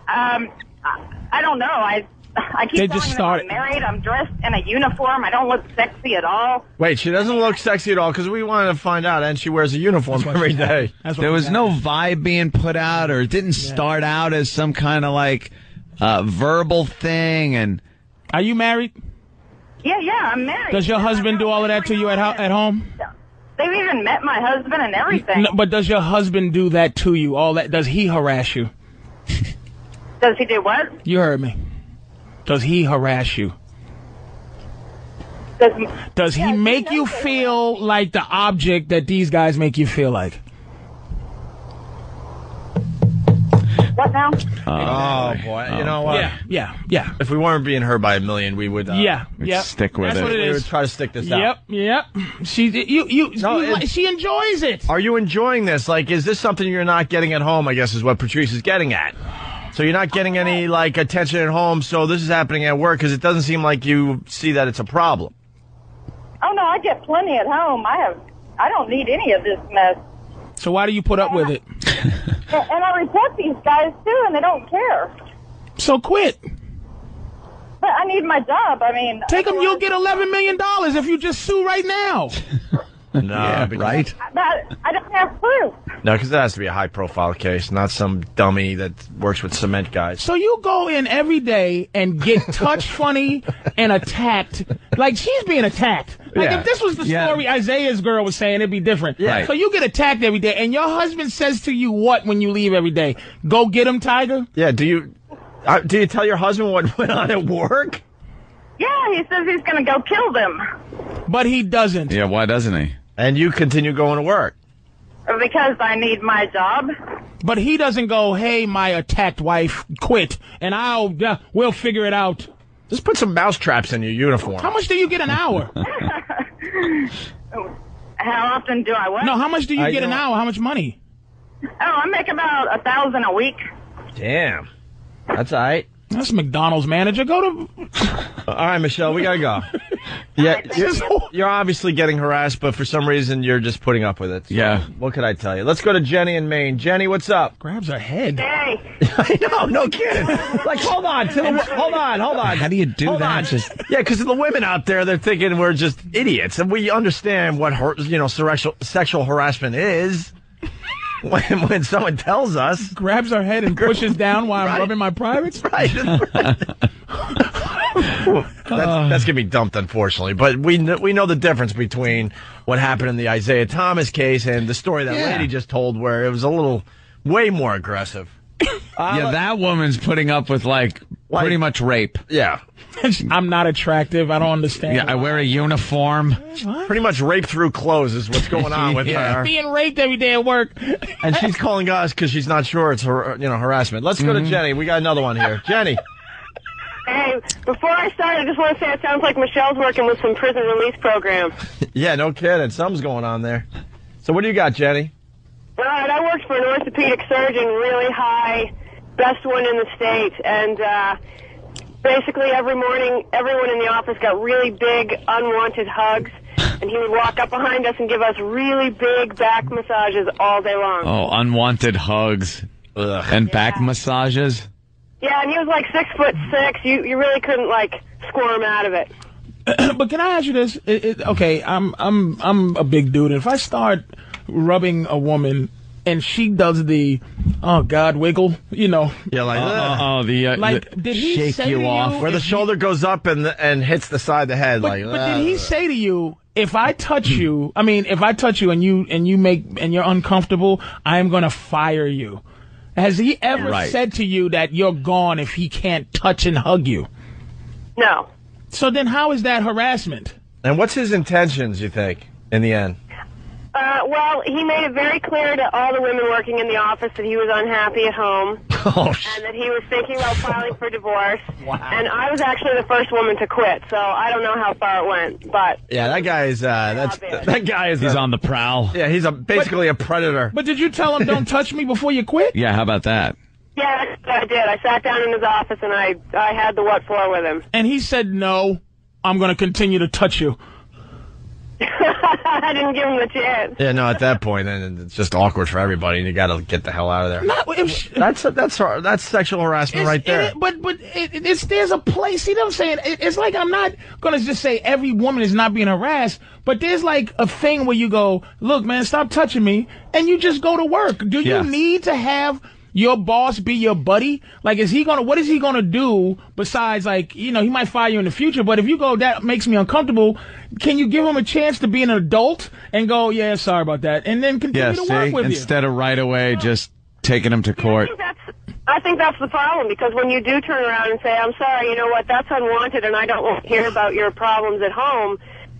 Um, I, I don't know. I I keep
They
telling
just
them
started-
I'm married. I'm dressed in a uniform. I don't look sexy at all.
Wait, she doesn't look sexy at all because we wanted to find out, and she wears a uniform every day.
there was no vibe being put out, or it didn't start out as some kind of like uh, verbal thing. And
are you married?
Yeah, yeah, I'm married.
Does your husband do all of that to you at ho- at home?
They've even met my husband and everything.
No, but does your husband do that to you? All that does he harass you?
Does he do what?
You heard me. Does he harass you?
Does,
does he make you feel like the object that these guys make you feel like?
What now?
Uh,
Oh, boy. You know what?
Yeah, yeah, yeah.
If we weren't being heard by a million, we would. Uh,
Yeah, We'd yeah.
stick with
That's it. what it
we
is.
would try to stick this out.
Yep, yep. She, you, you.
No,
you
it-
like- she enjoys it.
Are you enjoying this? Like, is this something you're not getting at home? I guess is what Patrice is getting at. So you're not getting any like attention at home. So this is happening at work because it doesn't seem like you see that it's a problem.
Oh no, I get plenty at home. I have. I don't need any of this mess.
So why do you put up with it?
And, and I report these guys too, and they don't care.
So quit.
But I need my job. I mean,
Take them. You'll get eleven million dollars if you just sue right now.
No, right?
But I don't have proof.
No, because that has to be a high profile case, not some dummy that works with cement guys.
So you go in every day and get touched funny and attacked. Like she's being attacked. Like
Yeah.
if this was the
Yeah.
story Isaiah's girl was saying, it'd be different.
Yeah. Right.
So you get attacked every day, and your husband says to you what when you leave every day? Go get him, Tiger.
Yeah. Do you uh, do you tell your husband what went on at work?
Yeah, he says he's gonna go kill them
But he doesn't.
yeah, why doesn't he?
And you continue going to work.
because I need my job.
But he doesn't go, hey, my attacked wife, quit, and I'll yeah, we'll figure it out.
Just put some mouse traps in your uniform.
How much do you get an hour?
How often do I work?
no, how much do you
I
get an
don't-
hour? How much money?
Oh, I make about a thousand a week.
Damn. That's all right.
That's McDonald's manager. Go to
Uh, All right, Michelle, we gotta go. Yeah, you're, you're obviously getting harassed, but for some reason you're just putting up with it. yeah. What could I tell you? Let's go to Jenny in Maine. Jenny, what's up?
Grabs her head.
Hey.
I know, no kidding. Like, hold on, to the, hold on, hold on. How do you do that? Just yeah, because the women out there, they're thinking we're just idiots, and we understand what har- you know sexual sexual harassment is. When, when someone tells us,
grabs our head and pushes down while I'm rubbing my privates.
Right. That's, that's gonna be dumped, unfortunately. But we kn- we know the difference between what happened in the Isaiah Thomas case and the story that
Yeah.
lady just told, where it was a little way more aggressive.
yeah, that woman's putting up with Uh, like, pretty much rape.
Yeah.
I'm not attractive. I don't understand.
Yeah, I wear a uniform.
Pretty much rape through clothes is what's going on with
Yeah.
her,
Being raped every day at work.
and she's calling us because she's not sure it's her, you know harassment. Let's go
Mm-hmm.
to Jenny. We got another one here, Jenny.
Hey, before I start, I just want to say it sounds like Michelle's working with some prison release program.
yeah, no kidding. Something's going on there. So what do you got, Jenny?
All right, I worked for an orthopedic surgeon, really high
best one in the state. And uh, basically, every morning, everyone in the office got really big, unwanted hugs. And he would walk up behind us and give us really big back massages all day long.
Oh, unwanted hugs and back massages.
Yeah, and he was like six foot six. You you really couldn't like squirm out of it.
but can I ask you this? It, it, okay, I'm I'm I'm a big dude, and if I start rubbing a woman and she does the oh god wiggle, you know,
Yeah, like
Uh, oh, the uh,
Like,
the-
did he say to you
where the
if he-
shoulder goes up and and hits the side of the head.
But,
like, uh,
but did he say to you, if I touch you, I mean, if I touch you and you and you make and you're uncomfortable, I am going to fire you? Has he ever
Right.
said to you that you're gone if he can't touch and hug you?
No.
So then, how is that harassment?
And what's his intentions? You think in the end?
Uh, well, he made it very clear to all the women working in the office that he was unhappy at home
Oh,
and that he was thinking about filing for divorce. And I was actually the first woman to quit, so I don't know how far it went, but
yeah, that guy is. Uh, that's that guy is. He's on
the prowl.
Yeah, he's a basically a predator.
But did you tell him don't touch me before you quit?
Yeah, how about that?
yeah, that's what I did. I sat down in his office and I I had the what for with him.
And he said, no, I'm going to continue to touch you.
I didn't give him the chance.
Yeah, no. At that point, then it's just awkward for everybody, and you got to get the hell out of there. that's that's that's sexual harassment right there.
It- but but it, it- it's there's a place. See what I'm saying? It- it's like I'm not gonna just say every woman is not being harassed, but there's like a thing where you go, look, man, stop touching me, and you just go to work. Do you
Yeah.
need to have your boss be your buddy? Like, is he gonna? What is he gonna do besides like you know he might fire you in the future? But if you go, that makes me uncomfortable. Can you give him a chance to be an adult and go, yeah, sorry about that, and then continue
Yeah,
to work
see,
with you?
instead of right away, just taking him to court.
I think that's the problem because when you do turn around and say, I'm sorry, you know what, that's unwanted and I don't want to hear about your problems at home,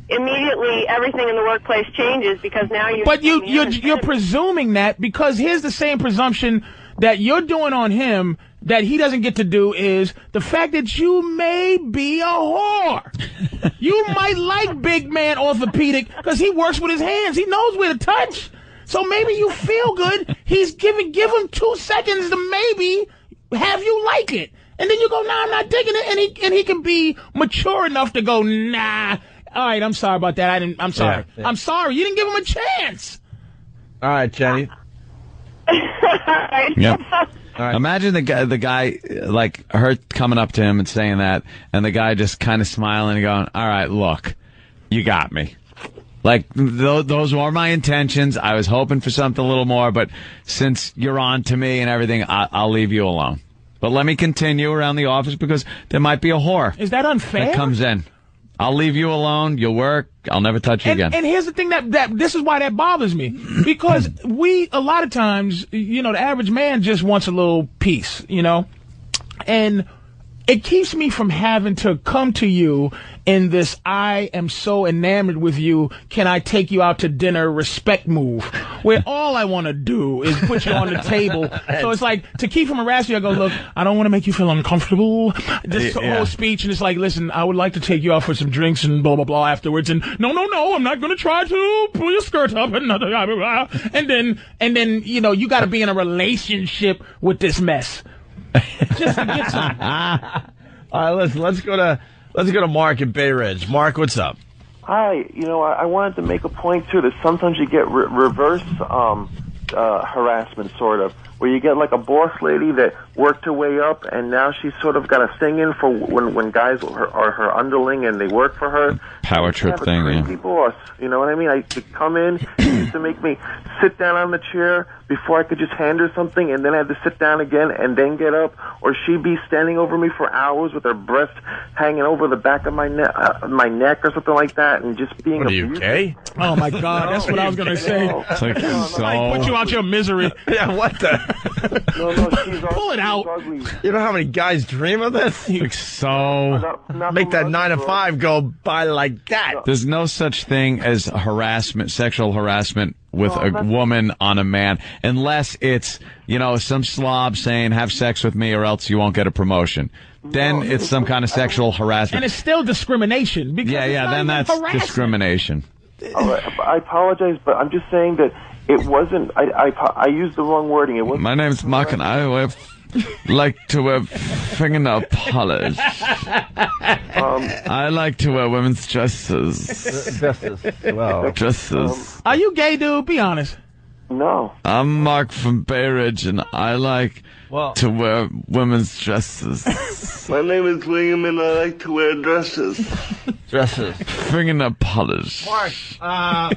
immediately everything in the workplace changes because now you're.
But you you're you're presuming that because here's the same presumption that you're doing on him that he doesn't get to do is the fact that you may be a whore. you might like big man orthopedic because he works with his hands. He knows where to touch. So maybe you feel good. He's giving give him two seconds to maybe have you like it. And then you go, nah, I'm not digging it. And he and he can be mature enough to go, nah. All right, I'm sorry about that. I didn't. I'm sorry.
Yeah, yeah.
I'm sorry. You didn't give him a chance.
All right, Jenny.
Yep. Imagine the guy, the guy, uh, like her coming up to him and saying that, and the guy just kind of smiling and going, "All right, look, you got me." Like th- those were my intentions. I was hoping for something a little more, but since you're on to me and everything, I- I'll leave you alone. But let me continue around the office because there might be a whore.
Is that unfair?
That comes in. I'll leave you alone. You'll work. I'll never touch you
and,
again.
and here's the thing that, that this is why that bothers me because we a lot of times you know the average man just wants a little peace you know and it keeps me from having to come to you in this i am so enamored with you can i take you out to dinner respect move where all i want to do is put you on the table so it's like to keep from harassing you i go look i don't want to make you feel uncomfortable this
Yeah.
whole speech and it's like, listen, I would like to take you out for some drinks and blah blah blah afterwards. And no, no, no, I'm not going to try to pull your skirt up and blah, blah, blah, blah. and then and then you know you got to be in a relationship with this mess. Just to get some.
All right, let's let's go to let's go to Mark in Bay Ridge. Mark, what's up?
Hi, you know, I, I wanted to make a point too that sometimes you get re- reverse um, uh, harassment, sort of, where you get like a boss lady that worked her way up, and now she's sort of got a thing in for when when guys are, are her underling and they work for her.
Power trip
have a
thing. yeah.
crazy boss. You know what I mean? I used to come in, she used to make me sit down on the chair before I could just hand her something, and then I had to sit down again and then get up, or she'd be standing over me for hours with her breast hanging over the back of my neck, uh, my neck, or something like that, and just being. What are you
gay?
Oh my God, that's what I was going to say. Put you out your misery.
yeah, what the?
no, no, she's
Pull it out.
You know how many guys dream of this?
so
make that nine to five go by like that.
There's no such thing as harassment, sexual harassment with a woman on a man, unless it's, you know, some slob saying, have sex with me or else you won't get a promotion. Then it's some kind of sexual harassment.
And it's still discrimination. Because
yeah,
it's
yeah,
not
then
even
that's
harassment.
discrimination.
All right, Oh, I apologize, but I'm just saying that it wasn't. I I, I used the wrong wording. It wasn't.
My name's Mark and I have like to wear fingernail polish.
Um,
I like to wear women's dresses.
Dresses,
wow. Dresses.
Are you gay, dude? Be honest.
no. I'm Mark from Bay Ridge, and I like
Well-
to wear women's dresses.
My name is William, and I like to wear dresses.
dresses. Fingernail polish.
Mark, uh,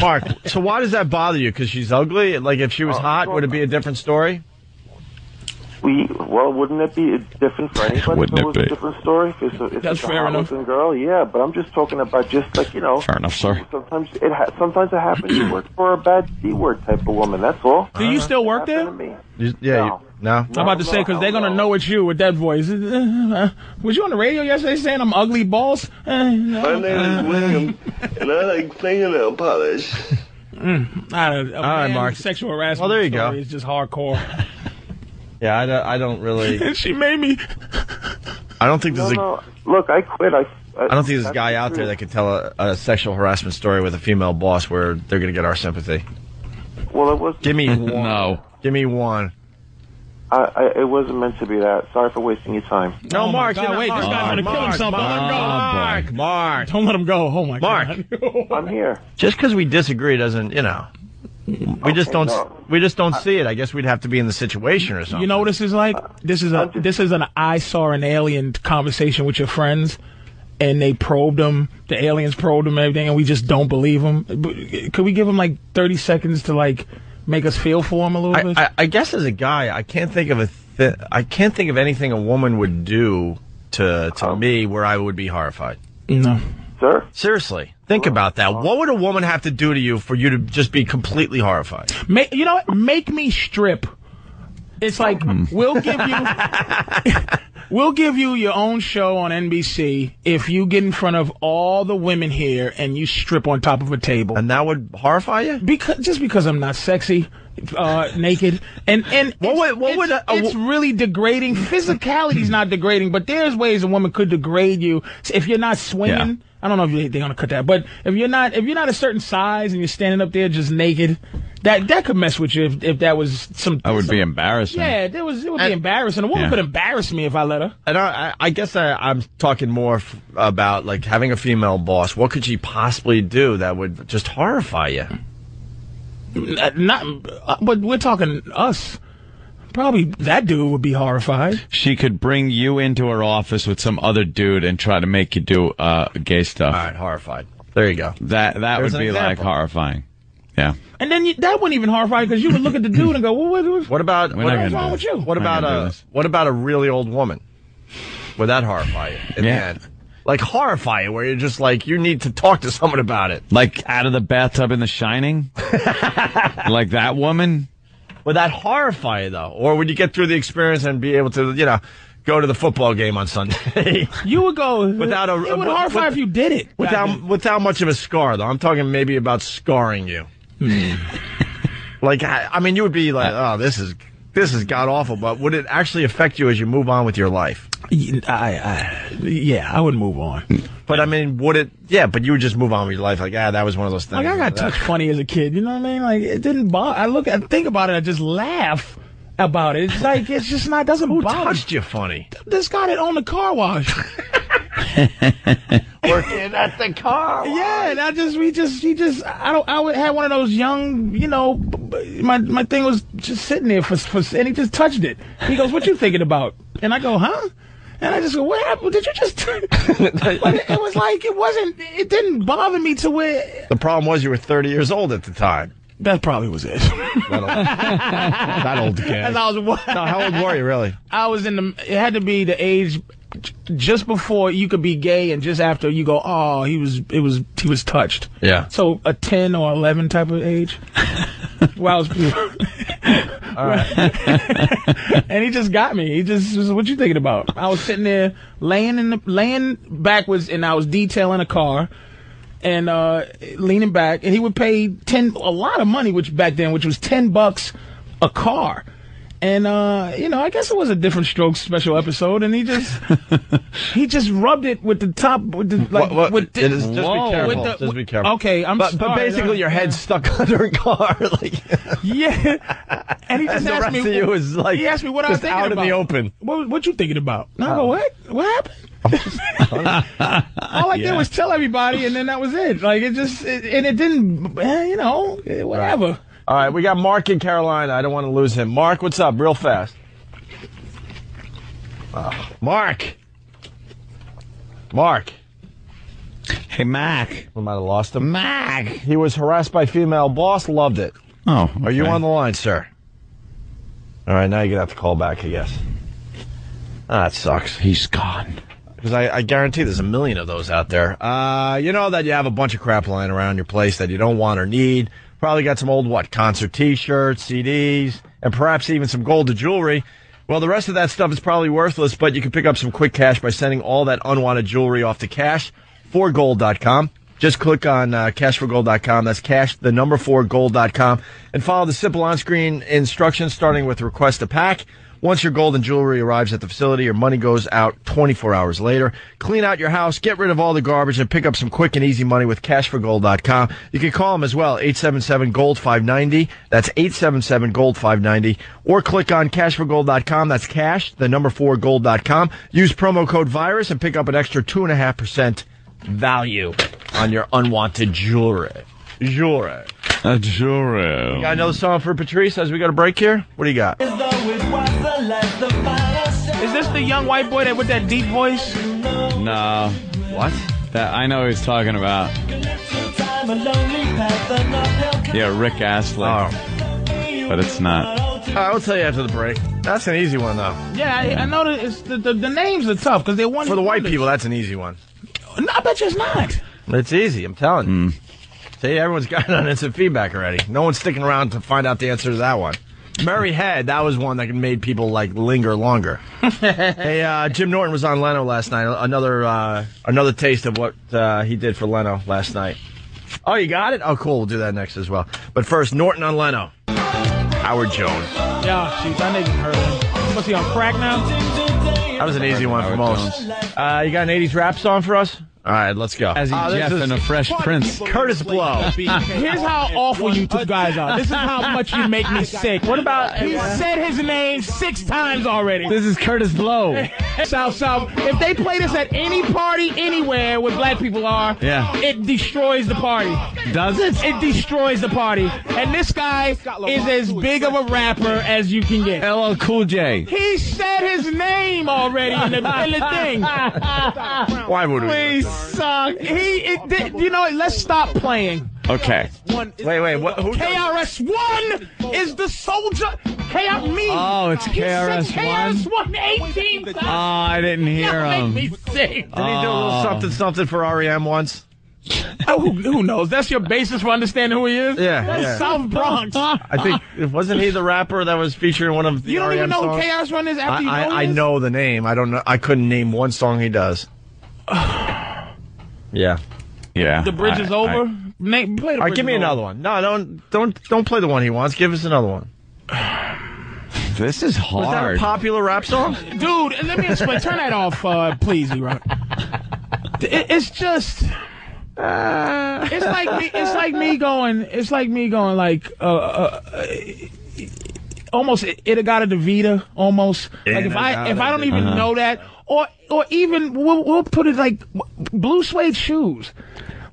Mark. So why does that bother you? Because she's ugly. Like if she was hot, would it be a different story?
We well, wouldn't it be different for anybody? if
Wouldn't it
it was
be?
a different story. If it's a, if
That's
it's a
fair enough.
hot-looking girl, yeah. But I'm just talking about just like you know.
Fair enough, sir.
Sometimes it ha- sometimes it happens. You work for a bad c word type of woman. That's all.
Do you still work there?
You, yeah. No. You, no?
I'm about to say because they're gonna know it's you with that voice. Uh, uh, was you on the radio yesterday saying I'm ugly balls? Uh, no.
My name is William, and I like fingernail polish.
Mm, I don't, All
right, Mark.
Sexual harassment.
Well, there you go.
story is just hardcore.
Yeah, I don't, I don't really.
she made me.
I don't think there's a.
No, look, I quit. I.
I don't think there's a
that's
guy
the
out there
truth.
that can tell a, a sexual harassment story with a female boss where they're going to get our sympathy.
Well, it was.
Give me one. no. Give me one.
I, I, it wasn't meant to be that. Sorry for wasting your time.
No,
Oh,
Mark.
my
you're
God,
not-
wait,
Mark,
this guy's gonna kill
Mark,
himself. Don't let him go. Oh,
Mark, Mark, Mark.
Don't let him go. Oh
Mark.
my god.
I'm here.
Just because we disagree doesn't, you know. We just don't. We just don't see it. I guess we'd have to be in the situation or something.
You know what this is like? This is a this is an I saw an alien conversation with your friends, and they probed them. The aliens probed them and everything, and we just don't believe them. Could we give them like thirty seconds to like make us feel for them a little bit?
I, I, I guess as a guy, I can't think of a. Th- I can't think of anything a woman would do to to me where I would be horrified.
no.
Sir,
seriously, think about that. What would a woman have to do to you for you to just be completely horrified?
Make you know what? Make me strip. It's like we'll give you we'll give you your own show on NBC if you get in front of all the women here and you strip on top of a table.
And that would horrify you?
Because just because I'm not sexy, uh, naked, and and what would what would it's really degrading. Physicality's not degrading, but there's ways a woman could degrade you if you're not swinging.
Yeah.
I don't know if you- they're gonna cut that, but if you're not if you're not a certain size and you're standing up there just naked, that that could mess with you if, if that was some.
That would be embarrassing.
Yeah, it was it would be embarrassing. A woman
Yeah.
could embarrass me if I let her.
And I, I I guess I, I'm talking more f- about like having a female boss. What could she possibly do that would just horrify you?
N- Not, uh, but we're talking us. Probably that dude would be horrified.
She could bring you into her office with some other dude and try to make you do uh, gay stuff. All right,
horrified. There you go.
That that
There's
would
an
be like
example.
horrifying. Yeah.
And then you, that wouldn't even horrify because you would look at the dude and go, well, what, what,
What about
We're
what,
not gonna do this.
What
We're not
about
gonna do
a
this.
what about a really old woman? Would that horrify you? In
Yeah.
The end? Like horrify you, where you're just like you need to talk to someone about it.
Like out of the bathtub in The Shining? like that woman?
Would that horrify you though, or would you get through the experience and be able to you know go to the football game on Sunday?
you would go
uh, without a.
it would horrify if you did it.
without without much of a scar though. I'm talking maybe about scarring you. like I, I mean, you would be like, oh, this is this is god awful. But would it actually affect you as you move on with your life? Hmm.
I, I yeah, I would move on.
But I mean, would it? Yeah, but you would just move on with your life. Like, ah, that was one of those things.
Like I got touched funny as a kid, you know what I mean? Like it didn't bother. I look, I think about it, I just laugh about it. It's like it's just not doesn't bother.
touched you funny.
This guy that owned the car wash.
Working at the car.
Yeah, and I just we just he just I don't I would had one of those young you know b- b- my my thing was just sitting there for for and he just touched it. He goes, "What you thinking about?" And I go, "Huh?" And I just go, "What happened? Did you just?" but it was like it wasn't. It didn't bother me to where
The problem was you were 30 years old at the time.
That probably was it.
that old, that old gag.
As I was wa-
no, how old were you really?
I was in the. It had to be the age j- just before you could be gay, and just after you go, oh, he was. It was. He was touched.
Yeah.
So a ten or eleven type of age. well, I was. and he just got me. He just was, what you thinking about? I was sitting there laying in the laying backwards, and I was detailing a car. And uh, leaning back, and he would pay ten a lot of money, which back then, which was ten bucks a car. And uh, you know, I guess it was a different strokes special episode, and he just he just rubbed it with the top with the
What-
like
what-
with the,
it is- just be
Whoa.
careful,
with the-
just be careful.
Okay, I'm
But- but
sorry.
basically your head's stuck under a car. Like
yeah, And he just
the
asked
rest
me.
of you is like
he asked me what I was
just
thinking
out
about.
in the open.
What what you thinking about? And I
Uh,
go,
Oh.
what? What happened? All I
Yeah.
did was tell everybody, and then that was it. Like it just, it, and it didn't, eh, you know, eh, whatever.
All right, we got Mark in Carolina. I don't want to lose him. Mark, what's up? Real fast. Oh, Mark. Mark.
Hey, Mac.
We might have lost him.
Mac.
He was harassed by female boss. Loved it.
Oh,
Are you
okay.
on the line, sir? All right, now you're gonna have to call back. I guess. Ah, that sucks.
He's gone.
Because I, I guarantee there's a million of those out there. Uh, you know that you have a bunch of crap lying around your place that you don't want or need. Probably got some old what concert T-shirts, CDs, and perhaps even some gold to jewelry. Well, the rest of that stuff is probably worthless, but you can pick up some quick cash by sending all that unwanted jewelry off to cash for gold.com. Just click on uh, cashforgold.com. That's cash, the number four, gold.com. And follow the simple on screen instructions starting with request a pack. Once your gold and jewelry arrives at the facility, your money goes out 24 hours later. Clean out your house, get rid of all the garbage, and pick up some quick and easy money with cashforgold.com. You can call them as well, 877-GOLD590. That's 877-GOLD590. Or click on cashforgold.com. That's cash, the number four, gold.com. Use promo code VIRUS and pick up an extra 2.5% value on your unwanted jewelry. Jewelry.
A jewelry.
You got another song for Patrice as we got a break here? What do you got?
Is this the young white boy that with that deep voice?
No.
What?
That I know what he's talking about. Yeah, Rick Astley.
Oh.
But it's not.
I will tell you after the break. That's an easy one, though.
Yeah, I, I know that it's the, the the names are tough because they want
For the white people, that's an easy one.
No, I bet you it's not.
It's easy, I'm telling you. See, everyone's gotten on instant feedback already. No one's sticking around to find out the answer to that one. Murray Head, that was one that made people like linger longer. hey, uh, Jim Norton was on Leno last night. Another uh, another taste of what uh, he did for Leno last night. Oh, you got it? Oh, cool. We'll do that next as well. But first, Norton on Leno. Howard Jones.
Yeah, she's I need her. What's he on crack now?
That was an easy one for most. Uh, you got an 80s rap song for us? All right, let's go.
As he
Oh, this
Jeff
is-
in a Fresh Prince.
Curtis Blow.
Here's how awful you two guys are. This is how much you make me sick. What about he said his name six times already?
This is Curtis Blow.
South South. If they play this at any party anywhere where black people are,
Yeah.
it destroys the party.
Does it?
It destroys the party. And this guy is as big of a rapper as you can get.
LL Cool J.
He said his name already in the, in the thing.
Why would we?
We suck. He, it, did- you know, what? let's stop playing.
Okay.
Wait, wait. What, who
KRS One is the soldier. KR me.
Oh, it's
He said
KRS1?
KRS One. Eighteen.
Oh, I didn't hear
Make
him.
me sick.
Did he do a
Ah.
little something something for REM once?
Oh, who, who knows? That's your basis for understanding who he is.
Yeah,
That's
yeah.
South Bronx.
I think wasn't he the rapper that was featured in one of the
you don't
REM
even know who
songs?
KRS One is after
I,
you know.
I, I
this?
know the name. I don't know. I couldn't name one song he does. yeah.
Yeah.
The bridge
I-
is
I-
over. Nate, play
All
the
right,
bridge
give me
is over.
another one. No, don't don't don't play the one he wants. Give us another one.
this is
Was that
hard.
a popular rap song?
Dude, let me explain. Turn that off, uh, please, Rock. It's just. It's like me. It's like me going. It's like me going. Like uh, uh, uh, almost it, it got a Davita almost. Like if I if I don't even
Uh-huh.
know that, or or even we'll, we'll put it like blue suede shoes.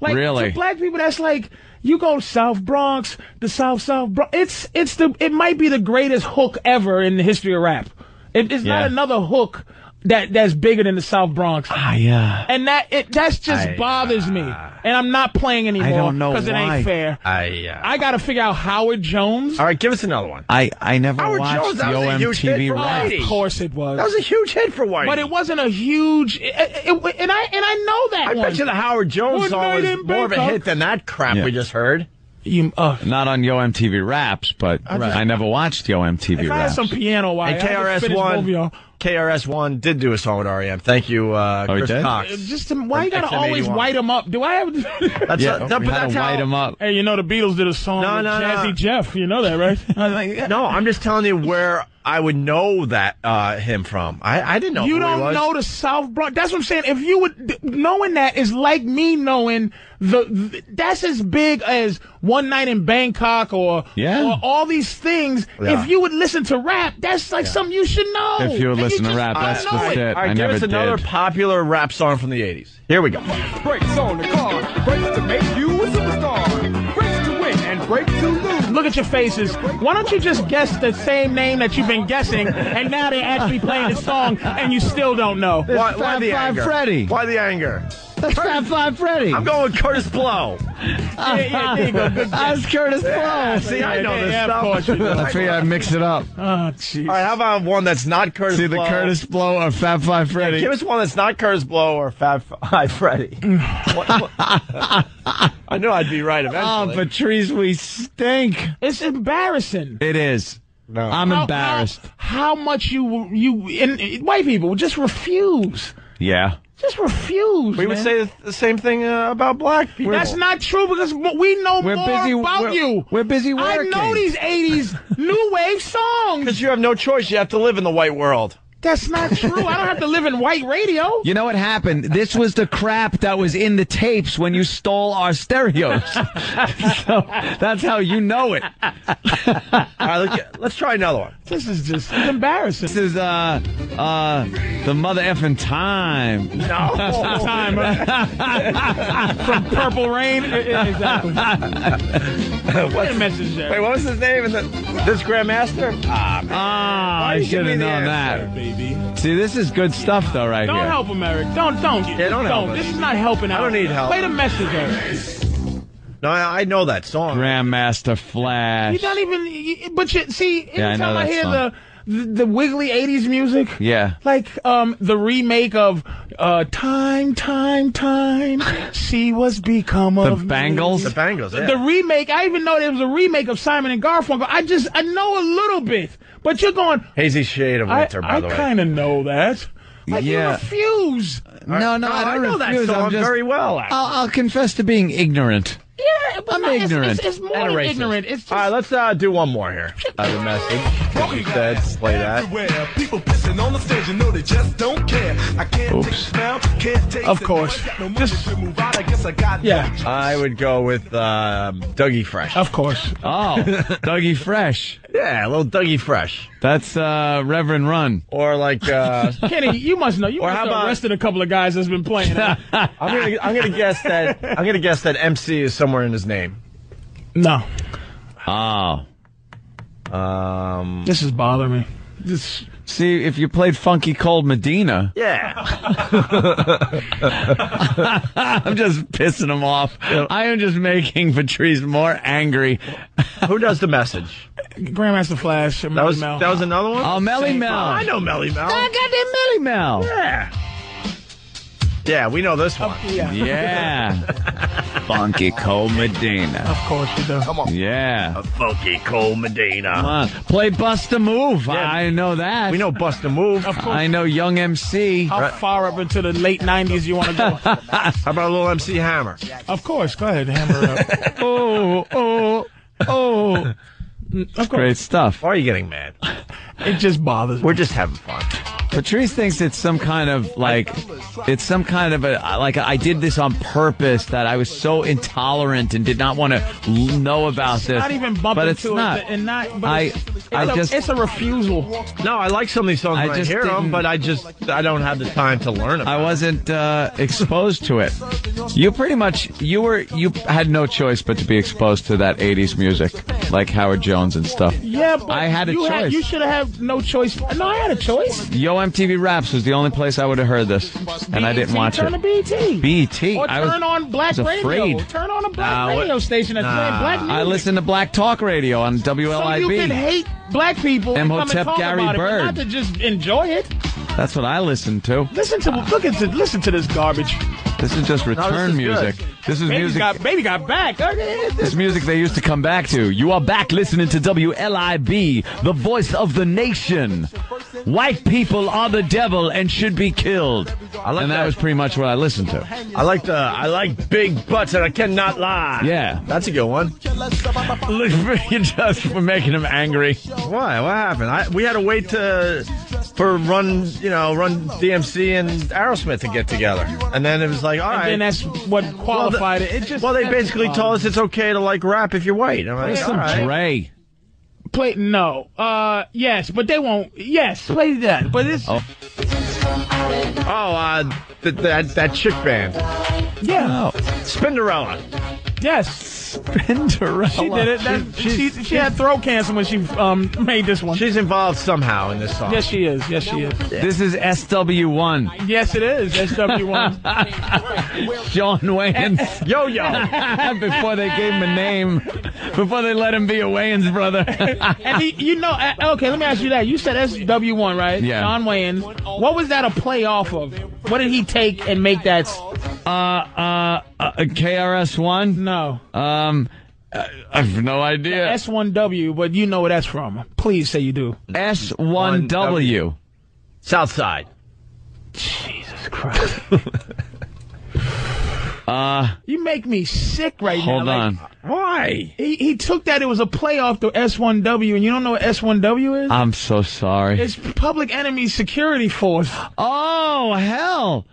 Like
Really?
to black people, that's like you go South Bronx, the South South Bronx. It's it's the it might be the greatest hook ever in the history of rap. It, it's
Yeah.
not another hook that that's bigger than the South Bronx.
Ah, yeah. ah.
And that it that's just
I-
bothers me. And I'm not playing anymore
don't know
because it
why.
ain't fair.
I. Uh...
I got to figure out Howard Jones.
All right, give us another one.
I, I never
Howard
watched
Jones,
the
that was a huge hit
OMTV
for
rap.
Whitey.
Of course it was.
That was a huge hit for Whitey.
but it wasn't a huge, it, it, it- and I and I know that
I
one.
bet you the Howard Jones
One
song
night
was
in
more of a
Bangkok.
hit than that crap
Yeah.
we just heard.
You- uh,
Not on Yo MTV Raps, but I never watched Yo MTV
if I had
Raps.
some piano, wire,
And
I could
KRS
finish both of y'all.
One, KRS One did do a song with REM. Thank you, uh,
Oh, he
Chris
did?
Uh,
Cox.
Just to, why you
From
gotta
XM81.
always white them up? Do I have?
That's
yeah,
a, no,
we
but
had
that's
to
how-
white him up.
hey, you know the Beatles did a song
No,
with
no, no.
Jazzy Jeff. You know that, right? I was like, yeah.
No, I'm just telling you where I would know that uh, him from. I, I didn't know.
You
who he
don't
was.
know the South Bronx. That's what I'm saying. If you would th- knowing that is like me knowing the, th- that's as big as one night in Bangkok or
Yeah.
or all these things.
Yeah.
If you would listen to rap, that's like something you should know.
If you would
And
listen to
just
rap,
don't
that's
know
what's
it.
it.
All right,
I
give
never
us another
did.
popular rap song from the '80s. Here we go.
Breaks on the car, breaks to make you a superstar. Breaks to win and breaks to lose.
Look at your faces. Why don't you just guess the same name that you've been guessing, and now they're actually playing the song, and you still don't know?
Why, why the anger? Why the anger?
That's Fab Five Freddy.
I'm going with Curtis Blow.
Yeah, yeah, there you go. Good
That's
guess.
Curtis
Yeah,
Blow.
See, I know
Yeah,
this
yeah, of course
stuff.
you do.
I figured I'd mix it up.
Oh, jeez.
All right, how about one that's not Curtis
See the
Blow?
Curtis Blow or Fat Five Freddy.
Give us one that's not Curtis Blow or Fat Five Freddy. What- what- I knew I'd be right
oh,
eventually.
Patrice, we stink.
It's embarrassing.
It is. No. I'm
How-
embarrassed.
How, how much you you and uh, white people just refuse.
Yeah.
Just refuse.
we would say the- the same thing uh, about black people.
That's not true because w- we know
We're
more
busy-
about
we're-
you.
we're busy
I
working.
know these '80s new wave songs.
Because you have no choice. You have to live in the white world.
That's not true. I don't have to live in white radio.
You know what happened? This was the crap that was in the tapes when you stole our stereos. so that's how you know it.
All right, let's, let's try another one.
This is just embarrassing.
This is uh uh the mother effing time. No.
Time uh, from Purple Rain. I- I- Exactly. Wait a message there.
Wait, what was his name? And the, this Grandmaster? Ah, man.
Ah,
Why
I
you give
should
me
have
the
known
answer,
that.
baby.
See, this is good stuff though, right
Don't
here.
help him, Eric. Don't don't.
Yeah, don't help us.
This is not helping out.
I don't need help.
Play the message, Eric.
No, I, I know that song.
Grandmaster
You
Flash.
don't even. you- But you see,
Yeah, I
anytime
know
I,
that
hear
song.
the, the the wiggly '80s music,
Yeah.
like um the remake of uh "Time, Time, Time," see what's become
The
of me.
Bangles?
The Bangles, yeah.
The remake. I even know there was a remake of Simon and Garfunkel. I just I know a little bit, but you're going.
Hazy Shade of
I,
Winter, by
I
the way.
kind of know that. Like
Yeah.
you refuse.
No, no,
No,
I
I
don't
know that
refuse.
song
I'm just,
very well, actually.
I'll, I'll confess to being ignorant.
Yeah, but
I'm
no, it's-
ignorant.
It's, it's more
And
than
a racist.
ignorant. It's just,
All right, let's uh, do one more here. I have a message. Like you said, play that.
Everywhere, people pissing on the stage, you know they just don't care. I can't take
Oops.
the smell, can't take
Of
the
course.
noise, got no money to move out, I guess I got
Yeah.
no-
I would go with um, Dougie Fresh.
of course.
Oh, Dougie Fresh.
Yeah, a little Dougie Fresh.
That's uh Reverend Run.
Or like, uh,
Kenny, you must know. You
Or
must
how
have
about-
arrested a couple of guys that's been playing.
I'm gonna, I'm gonna guess that I'm gonna guess that MC is somewhere in his name.
no,
Oh.
Ah. Um,
this is bothering me. This.
See, if you played Funky Cold Medina,
yeah,
I'm just pissing him off. I am just making Patrice more angry.
who does the message?
Grandmaster Flash.
That was that was another one.
Oh, Melly Mel.
I know Melly Mel.
I got that Melly Mel.
Yeah, yeah, we know this one.
yeah.
Ah.
Yeah. Funky Cold Medina.
Of course you do. Come on.
Yeah.
Funky Cole
Come
Medina.
on. Play Bust a Move.
Yeah.
I know that.
We know Bust a Move. How
I know Young MC.
How far up into the late '90s you want to go?
about a little MC Hammer?
of course. Go ahead, hammer it up.
Oh, oh, oh.
Of course.
Great stuff.
Why are you getting mad?
It just bothers me.
We're just having fun.
Patrice thinks it's some kind of like, it's some kind of a like I did this on purpose that I was so intolerant and did not want to know about this.
Not even bumping
but it's
to
not.
it and not. But
I-
it's, it's
I
a-
just-
it's a refusal.
No, I like some of these songs
I
when I
just
hear them,
didn't-
but I just I don't have the time to learn them.
I wasn't uh, exposed to it. You pretty much you were you had no choice but to be exposed to that '80s music, like Howard Jones and stuff.
Yeah, but
I had a
you
choice.
you should have no choice. No, I had a choice.
Yo, MTV Raps was the only place I would have heard this, and I didn't
BET,
watch
turn
it.
To BT.
BT.
Or
I was-
turn on black
I was
radio.
afraid.
Turn on a black
Nah, what-
radio station that's playing black music.
I listened to Black Talk Radio on
So
WLIB.
you can hate black people and come and
Imhotep
talk
E Gary
about it, but
Bird.
not to just enjoy it.
That's what I listen to.
Listen to look at listen to this garbage.
This is just
No, this
return
is
music.
good.
This is
Baby
music.
Got, baby got back.
This music they used to come back to. You are back listening to WLIB, the voice of the nation. White people are the devil and should be killed. and that, was pretty much what I listened to.
I like the I like big butts and I cannot lie.
Yeah,
that's a good one.
Look, you just were making him angry.
Why? What happened? I, we had to wait to for Run, you know, Run DMC and Aerosmith to get together, and then it was like, all
And
right.
then that's what qualified
well, the-
it. It just
well, they
that's
basically
why.
told us it's okay to like rap if you're white. I'm like,
Play
all
some
right.
Dre.
Play no. Uh, yes, but they won't. Yes, play that. But it's
oh,
Oh, uh, th- that that chick band. Oh.
Yeah.
Spinderella.
Yes. She did it. That, she, she, had throat cancer when she um made this one.
She's involved somehow in this song.
Yes, she is. Yes, she is.
This is SW1.
Yes, it is. SW1.
John Wayans.
Yo yo.
before they gave him a name, before they let him be a Wayans brother.
and he, you know, uh, okay, let me ask you that. You said SW1, right?
Yeah.
John Wayne. What was that a play off of? What did he take and make that? s-
Uh, uh, uh KRS One?
No.
Um, I I have no idea.
S1W, but you know where that's from. Please say you do.
S1W.
Southside.
Jesus Christ.
Uh,
You make me sick right
Hold
now.
on.
Why?
He, he took that it was a play off to S1W, and you don't know what S1W is?
I'm so sorry.
it's Public Enemy Security Force.
Oh, hell.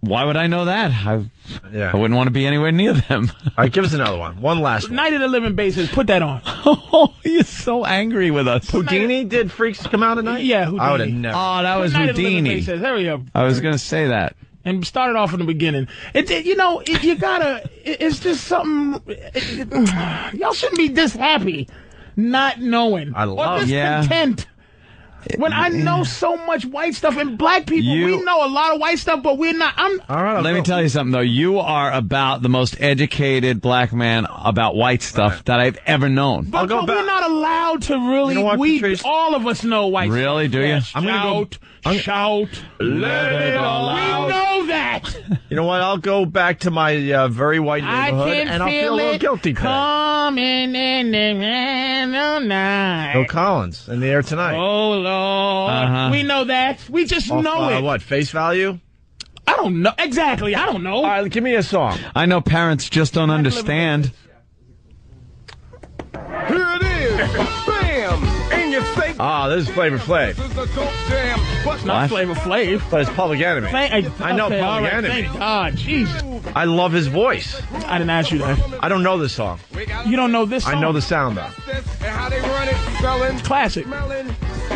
Why would I know that? I,
yeah.
I wouldn't want to be anywhere near them. All
right, give us another one. One last
Night of the Living Bases. Put that on.
Oh, you're so angry with us.
Houdini did Freaks Come Out at Night?
Uh, Yeah, Houdini.
I would have never.
Oh, that was
Night of the Living
Houdini.
Bases. There we go.
I was going to say that.
and started off from the beginning. It, it- you know, it, you gotta. It, it's just something. it- it- y'all shouldn't be this happy, not knowing.
I
or
love-
this
Yeah.
content. When I know so much white stuff and black people,
You-
we know a lot of white stuff, but we're not. I'm.
Let me tell you something though. You are about the most educated black man about white stuff that I've ever known.
But, but we're not allowed to really.
You know what,
we all of us know white.
Really?
stuff.
Do you?
Yes,
I'm gonna go-
shout, shout,
Let it all
We
out.
know that.
You know what? I'll go back to my uh, very white
I
neighborhood
can
and I'll
feel
feel a little
it
guilty. today.
coming in the man of night.
Bill Collins in the air tonight.
Oh Lord,
Uh-huh.
we know that. We just
Off,
know
uh,
it.
What face value?
I don't know exactly. I don't know. All
right, give me a song.
I know parents just don't understand.
Here it is. Bam! In your face.
Ah, this is Flavor Flav.
This is a dope jam. But
What?
Flavor Flav.
But it's Public Enemy.
Thank,
I know
okay, all
Public
right,
Enemy.
Thank God, jeez.
I love his voice.
I didn't ask you that.
I don't know this song.
You don't know this
I
song?
know the sound though.
this and how they run it, spelling.
Classic.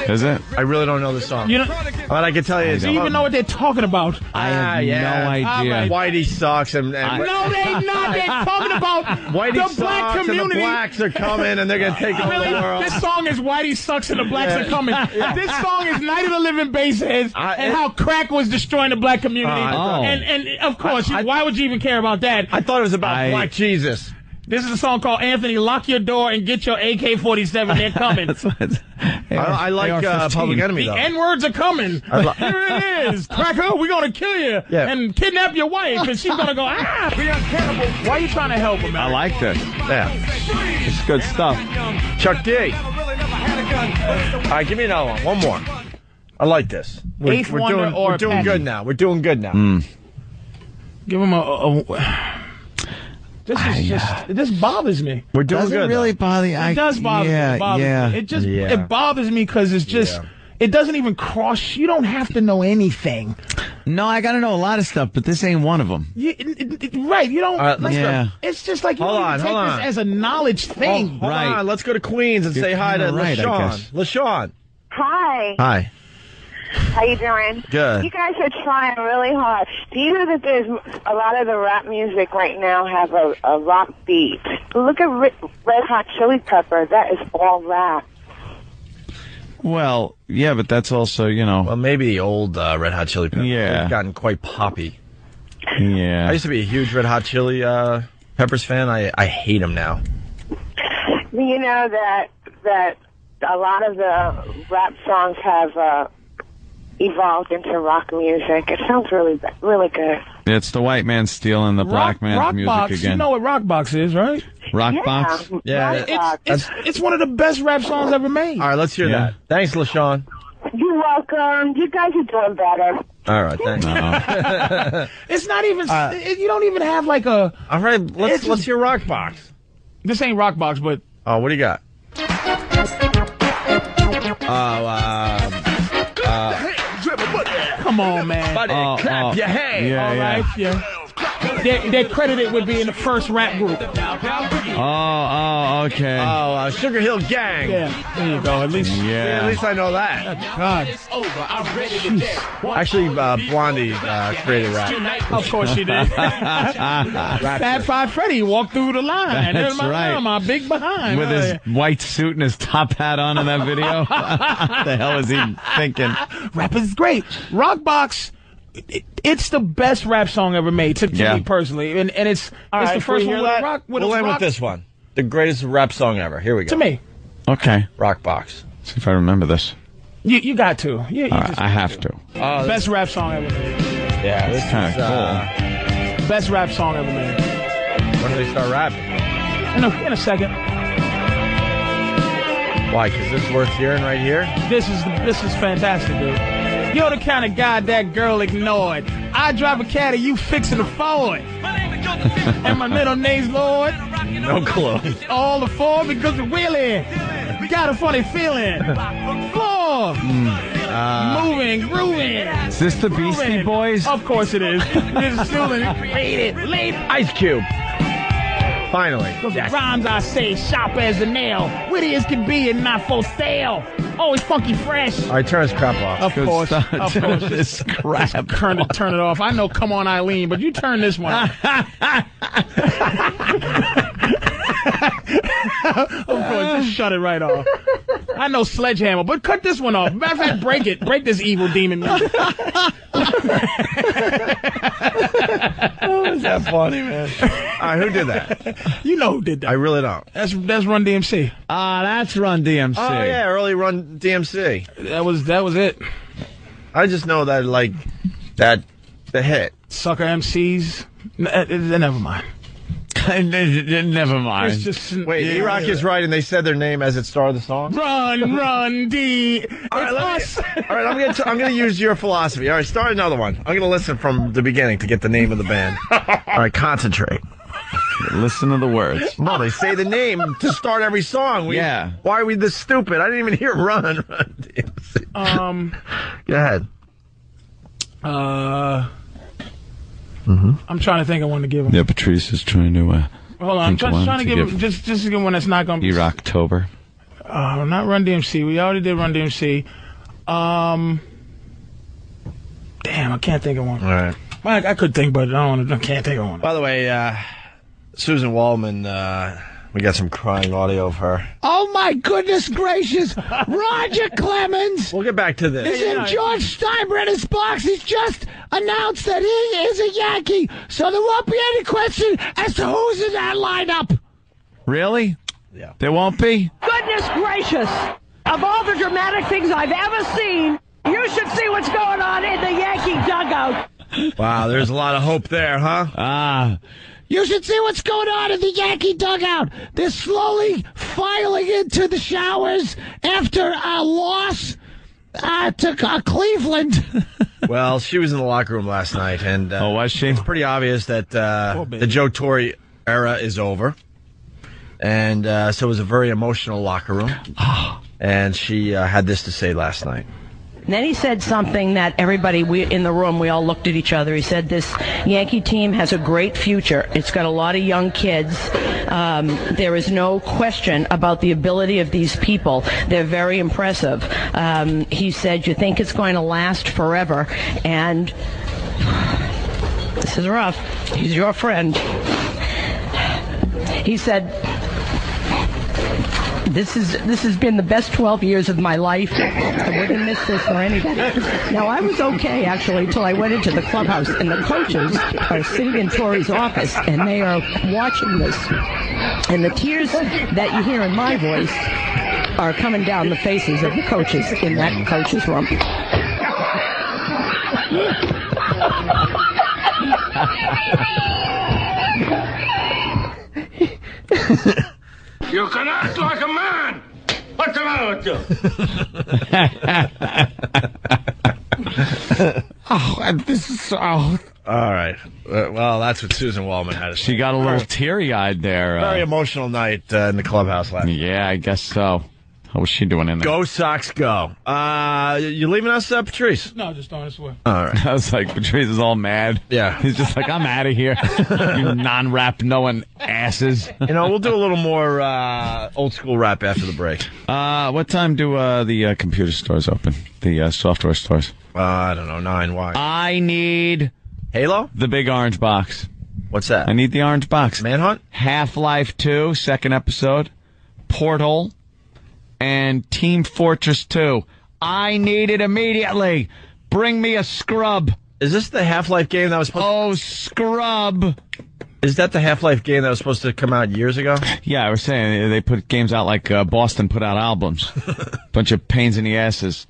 Is it?
I really don't know this song.
You don't-
but I can tell you. it's
Do you even know what they're talking about?
I
Ah, yeah.
idea.
Whitey sucks and, and
No, they not. They're talking about
Whitey
the
sucks
black
and
community.
the blacks are coming and they're gonna take over
Really?
the world.
This song is Whitey Sucks and the Blacks Are Coming. This song is Night of the Living Bases and how crack was destroying the black community.
Oh.
And, and of course, you- why would you even care about that?
I thought it was about Black Jesus.
This is a song called Anthony, Lock Your Door and Get Your AK 47. They're coming.
I, I like uh, Public Enemy
the
though.
N words are coming.
I lo-
Here it is. Cracker, we're going to kill you
Yeah.
and kidnap your wife. And she's going to go, ah. We are cannibal. Why are you trying to help him, man?
I like this.
Yeah.
It's good stuff.
Chuck D. All right, give me another one. One more. I like this. We're,
Eighth
we're
Wonder
doing,
or
we're doing
Patty?
good now. We're doing good now.
Hmm.
Give him a. a- a- this is just. This bothers me.
We're doing good. though.
bother you?
It does bother me. It bothers me. It just
Yeah.
it bothers me because it's just it doesn't even cross. You don't have to know anything.
No, I got to know a lot of stuff, but this ain't one of them.
You, it- it- it- right? You don't.
All right, let's
like,
go.
It's just like you
Hold
don't
on,
even take
hold on.
this as a knowledge thing.
Hold on, let's go to Queens and
You're
say hi to
kinda right, I
LaShawn.
guess.
LaShawn.
Hi.
Hi.
How you doing?
Good.
You guys are trying really hard. Do you know that there's a lot of the rap music right now have a, a rock beat? Look at Red, Red Hot Chili Pepper. That is all rap.
Well, yeah, but that's also, you know. Well,
maybe the old uh, Red Hot Chili Peppers.
Yeah.
They've gotten quite poppy.
Yeah.
I used to be a huge Red Hot Chili uh, Peppers fan. I, I hate them now.
Do you know that that a lot of the rap songs have uh, evolved into rock music. It sounds really, really good.
It's the white man stealing the black man's music
Rockbox,
again.
you know what Rockbox is, right?
Rockbox?
Yeah.
Right? It's, it's, it's one of the best rap songs ever made.
All right, let's hear that. Thanks, LaShawn.
You're welcome. You guys are doing better.
All right, thanks.
It's not even. it- you don't even have like a.
All right, let's let's hear Rockbox.
This ain't Rockbox, but
Oh, what do you got? Oh, um, uh,
come on, man.
Buddy, Oh, clap oh. your hands. Yeah,
All
yeah.
right, yeah. They're, they're credited with being the first rap group.
Oh, oh, okay. Oh,
uh, Sugar Hill Gang.
Yeah, there you go. At least,
yeah.
at least I know that.
God.
Actually, uh, Blondie uh, created rap.
Of course she did. Fat Five Freddy walked through the line.
That's
There's my,
right.
my big behind.
With his white suit and his top hat on in that video. what the hell is he thinking?
Rap is great. Rockbox, it, it's the best rap song ever made to, to
Yeah.
me personally, and and it's it's the first one with a rock. With
we'll
a
end
rock
with this one. The greatest rap song ever. Here we go.
To me,
Okay.
Rockbox.
See if I remember this.
you you got to. You, you
All right,
just,
I have to.
Oh,
best rap song ever made.
Yeah,
That's
this
kinda
is, uh,
Best rap song ever made.
When do they start rapping?
In a, in a second,
Why? Because this worth hearing right here.
this is this is fantastic, dude. You're the kind of guy that girl ignored. I drive a caddy, you fixing a Ford. and my middle name's Lloyd.
No clue.
All the four because we're willing. We got a funny feeling. Floor.
Hmm.
Uh,
Moving, grooving.
is this the Beastie Boys?
Of course it is. It's still in created. Late
Ice Cube. Finally.
rhymes I say, sharp as a nail. Witty as can be and not for sale. Always funky fresh.
All right, turn this crap off.
Of course, of
Turn
course.
this crap.
Turn it, turn it off. I know, come on, Eileen, but you turn this one. off. of course, just shut it right off. I know sledgehammer, but cut this one off. Matter of fact, break it. Break this evil demon. music.
Is that funny, man? All right, who did that?
You know who did
I
that?
really don't.
That's that's Run DMC.
Ah, that's Run DMC.
Oh yeah, early run DMC.
That was that was it.
I just know that like that the hit.
Sucker MCs. N- uh, uh, never mind.
Never mind.
It's just
Wait, E Rock is right, and they said their name as it started the song.
Run, run, D. It's
let me-
us.
All right, I'm gonna t- I'm gonna use your philosophy. All right, start another one. I'm gonna listen from the beginning to get the name of the band. All right, concentrate.
Listen to the words.
No, they say the name to start every song. We,
Yeah.
Why are we this stupid? I didn't even hear Run. Run DMC.
Um.
Go ahead.
Uh.
Mm-hmm.
I'm trying to think. I want to give him.
Yeah, Patrice is trying to. Uh,
Hold on, I'm
think
trying,
one
trying to give him just just to give him one that's not gonna.
E Rocktober.
Oh, not Run DMC. We already did Run DMC. Um, damn, I can't think of one.
All right.
I, I could think, but I don't. wanna- I can't think of one.
By the way, uh, Susan Wallman, uh, we got some crying audio of her.
Oh my goodness gracious! Roger Clemens
We'll get back to
is
this.
in George Steinbrenner's box. He's just announced that he is a Yankee, so there won't be any question as to who's in that lineup.
Really?
Yeah.
There won't be?
Goodness gracious! Of all the dramatic things I've ever seen, you should see what's going on in the Yankee dugout.
Wow, there's a lot of hope there, huh?
Ah.
You should see what's going on in the Yankee dugout. They're slowly filing into the showers after a loss uh, to uh, Cleveland.
Well, she was in the locker room last night, and uh,
Oh, was she?
it's pretty obvious that uh,
Poor baby.
the Joe Torre era is over, and uh, so it was a very emotional locker room. And she uh, had this to say last night.
And then he said something that everybody we, in the room, we all looked at each other. He said, This Yankee team has a great future. It's got a lot of young kids. Um, there is no question about the ability of these people. They're very impressive. Um, he said, You think it's going to last forever. And this is rough. He's your friend. He said, this is this has been the best 12 years of my life. I wouldn't miss this for anybody. Now I was okay actually until I went into the clubhouse and the coaches are sitting in Tori's office and they are watching this. And the tears that you hear in my voice are coming down the faces of the coaches in that coach's room.
You can act like a man. What's the matter with you?
oh, and this is so. Oh.
All right. Uh, Well, that's what Susan Wallman had.
She got a little teary eyed there. uh,
Very emotional night uh, in the clubhouse last
Yeah, I guess so. How was she doing in there?
Go Sox, go! Uh, you leaving us, uh, Patrice?
No, just throwing this away.
All right.
I was like, Patrice is all mad. Yeah. He's just like, I'm out of here. you non rap knowing asses.
You know, we'll do a little more uh, old school rap after the break.
Uh, what time do uh, the uh, computer stores open? The uh, software stores?
Uh, I don't know, nine. Why?
I need
Halo.
The big orange box.
What's that?
I need the orange box.
Manhunt.
Half Life Two, second episode. Portal, and Team Fortress Two. I need it immediately. Bring me a scrub.
Is this the Half Life game that was supposed?
Oh, scrub!
Is that the Half Life game that was supposed to come out years ago?
Yeah, I was saying they put games out like uh, Boston put out albums, bunch of pains in the asses.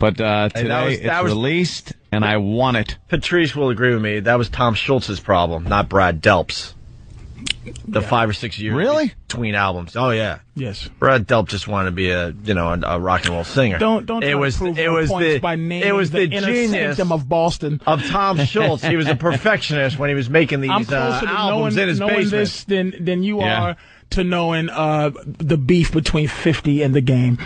But uh,
Hey,
today
that was-
it's
that was-
released, and I want it.
Patrice will agree with me. That was Tom Schultz's problem, not Brad Delp's. The five or six years really between albums. Oh yeah,
Yes.
Brad Delp just wanted to be a you know a, a rock and roll singer.
Don't don't. try
It
to
was
prove
it
your
was
points
the
by naming
it was the,
inner
genius
sanctum of Boston
of Tom Schultz. He was a perfectionist when he was making these
I'm
uh,
closer to
albums
knowing,
in his
knowing
basement.
this than than you
Yeah.
are to knowing uh, the beef between Fifty and the game.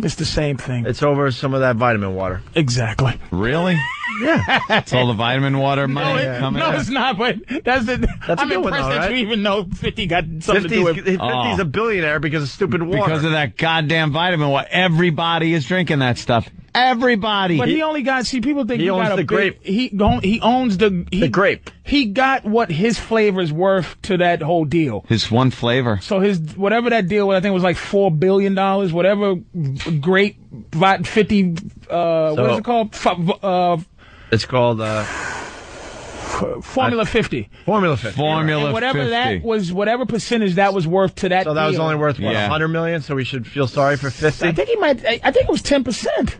It's the same thing.
It's over some of that vitamin water.
Exactly.
Really?
Yeah.
It's all the vitamin water money
no, it-
coming.
no,
in.
it's not. But that's the.
a
I'm
good
impressed
one, though,
that
right?
you even know Fifty got something to do
50's
with.
Oh.
50's a billionaire because of stupid water.
because of that goddamn vitamin. What everybody is drinking that stuff. Everybody.
But he only got. See, people think
He
he
owns
got a
the
big-
grape.
He go- he owns the he, the
grape.
He got what his flavor's worth to that whole deal.
His one flavor.
So his whatever that deal was, I think it was like four billion dollars. Whatever grape vi- fifty. Uh, what is
So-
it called? F- uh,
It's called uh,
Formula fifty.
Formula Fifty.
And whatever that was, whatever percentage that was worth to that.
So that was
deal.
only worth what, 100 million. So we should feel sorry for 50.
I think he might. I, I think it was ten percent.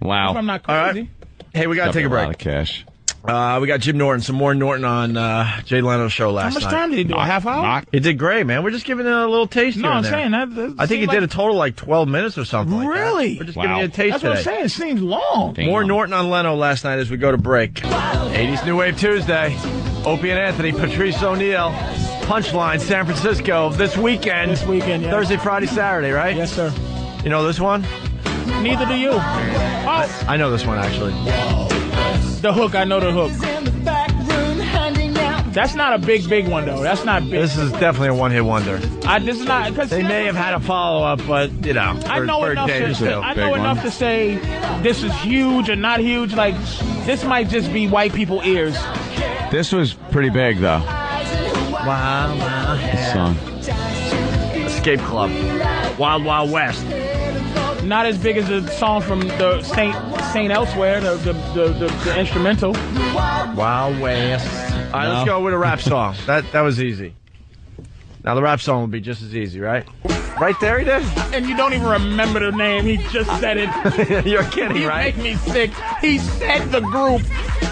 Wow.
If I'm not crazy.
Hey, we gotta take a break.
cash.
Uh, we got Jim Norton, some more Norton on uh, Jay Leno's show last night.
much time did he do? A half hour? Knock.
He did great, man. We're just giving it a little taste. here
No,
and
I'm
there.
saying that- that
I think he
seemed
did a
like-
total like 12 minutes or something. like that.
Really?
We're just giving you a taste
That's
today.
what I'm saying. It seems long.
More Norton on Leno last night as we go to break. 80s New Wave Tuesday. Opie and Anthony, Patrice O'Neill, Punchline, San Francisco this weekend. This
weekend, yeah.
Thursday, Friday, Saturday, right?
Yes, sir.
You know this one?
Neither do you. Oh,
I know this one actually.
the hook. I know the hook. That's not a big, big one though. That's not big.
This is definitely a one-hit wonder.
I, this is not because
They may have had a follow-up, but you know,
I know
for- for
enough.
Dave,
To,
too.
I know enough to say this is huge or not huge. Like this might just be white people ears.
This was pretty big though.
Wow, wow.
This song.
Escape Club, Wild Wild West.
Not as big as the song from the Saint Saint Elsewhere, the the, the, the, the instrumental.
Wild West. All right, let's go with a rap song. that that was easy. Now the rap song will be just as easy, right? Right there, he did.
And you don't even remember the name. He just said it.
You're kidding,
you
right?
make me sick. He said the group,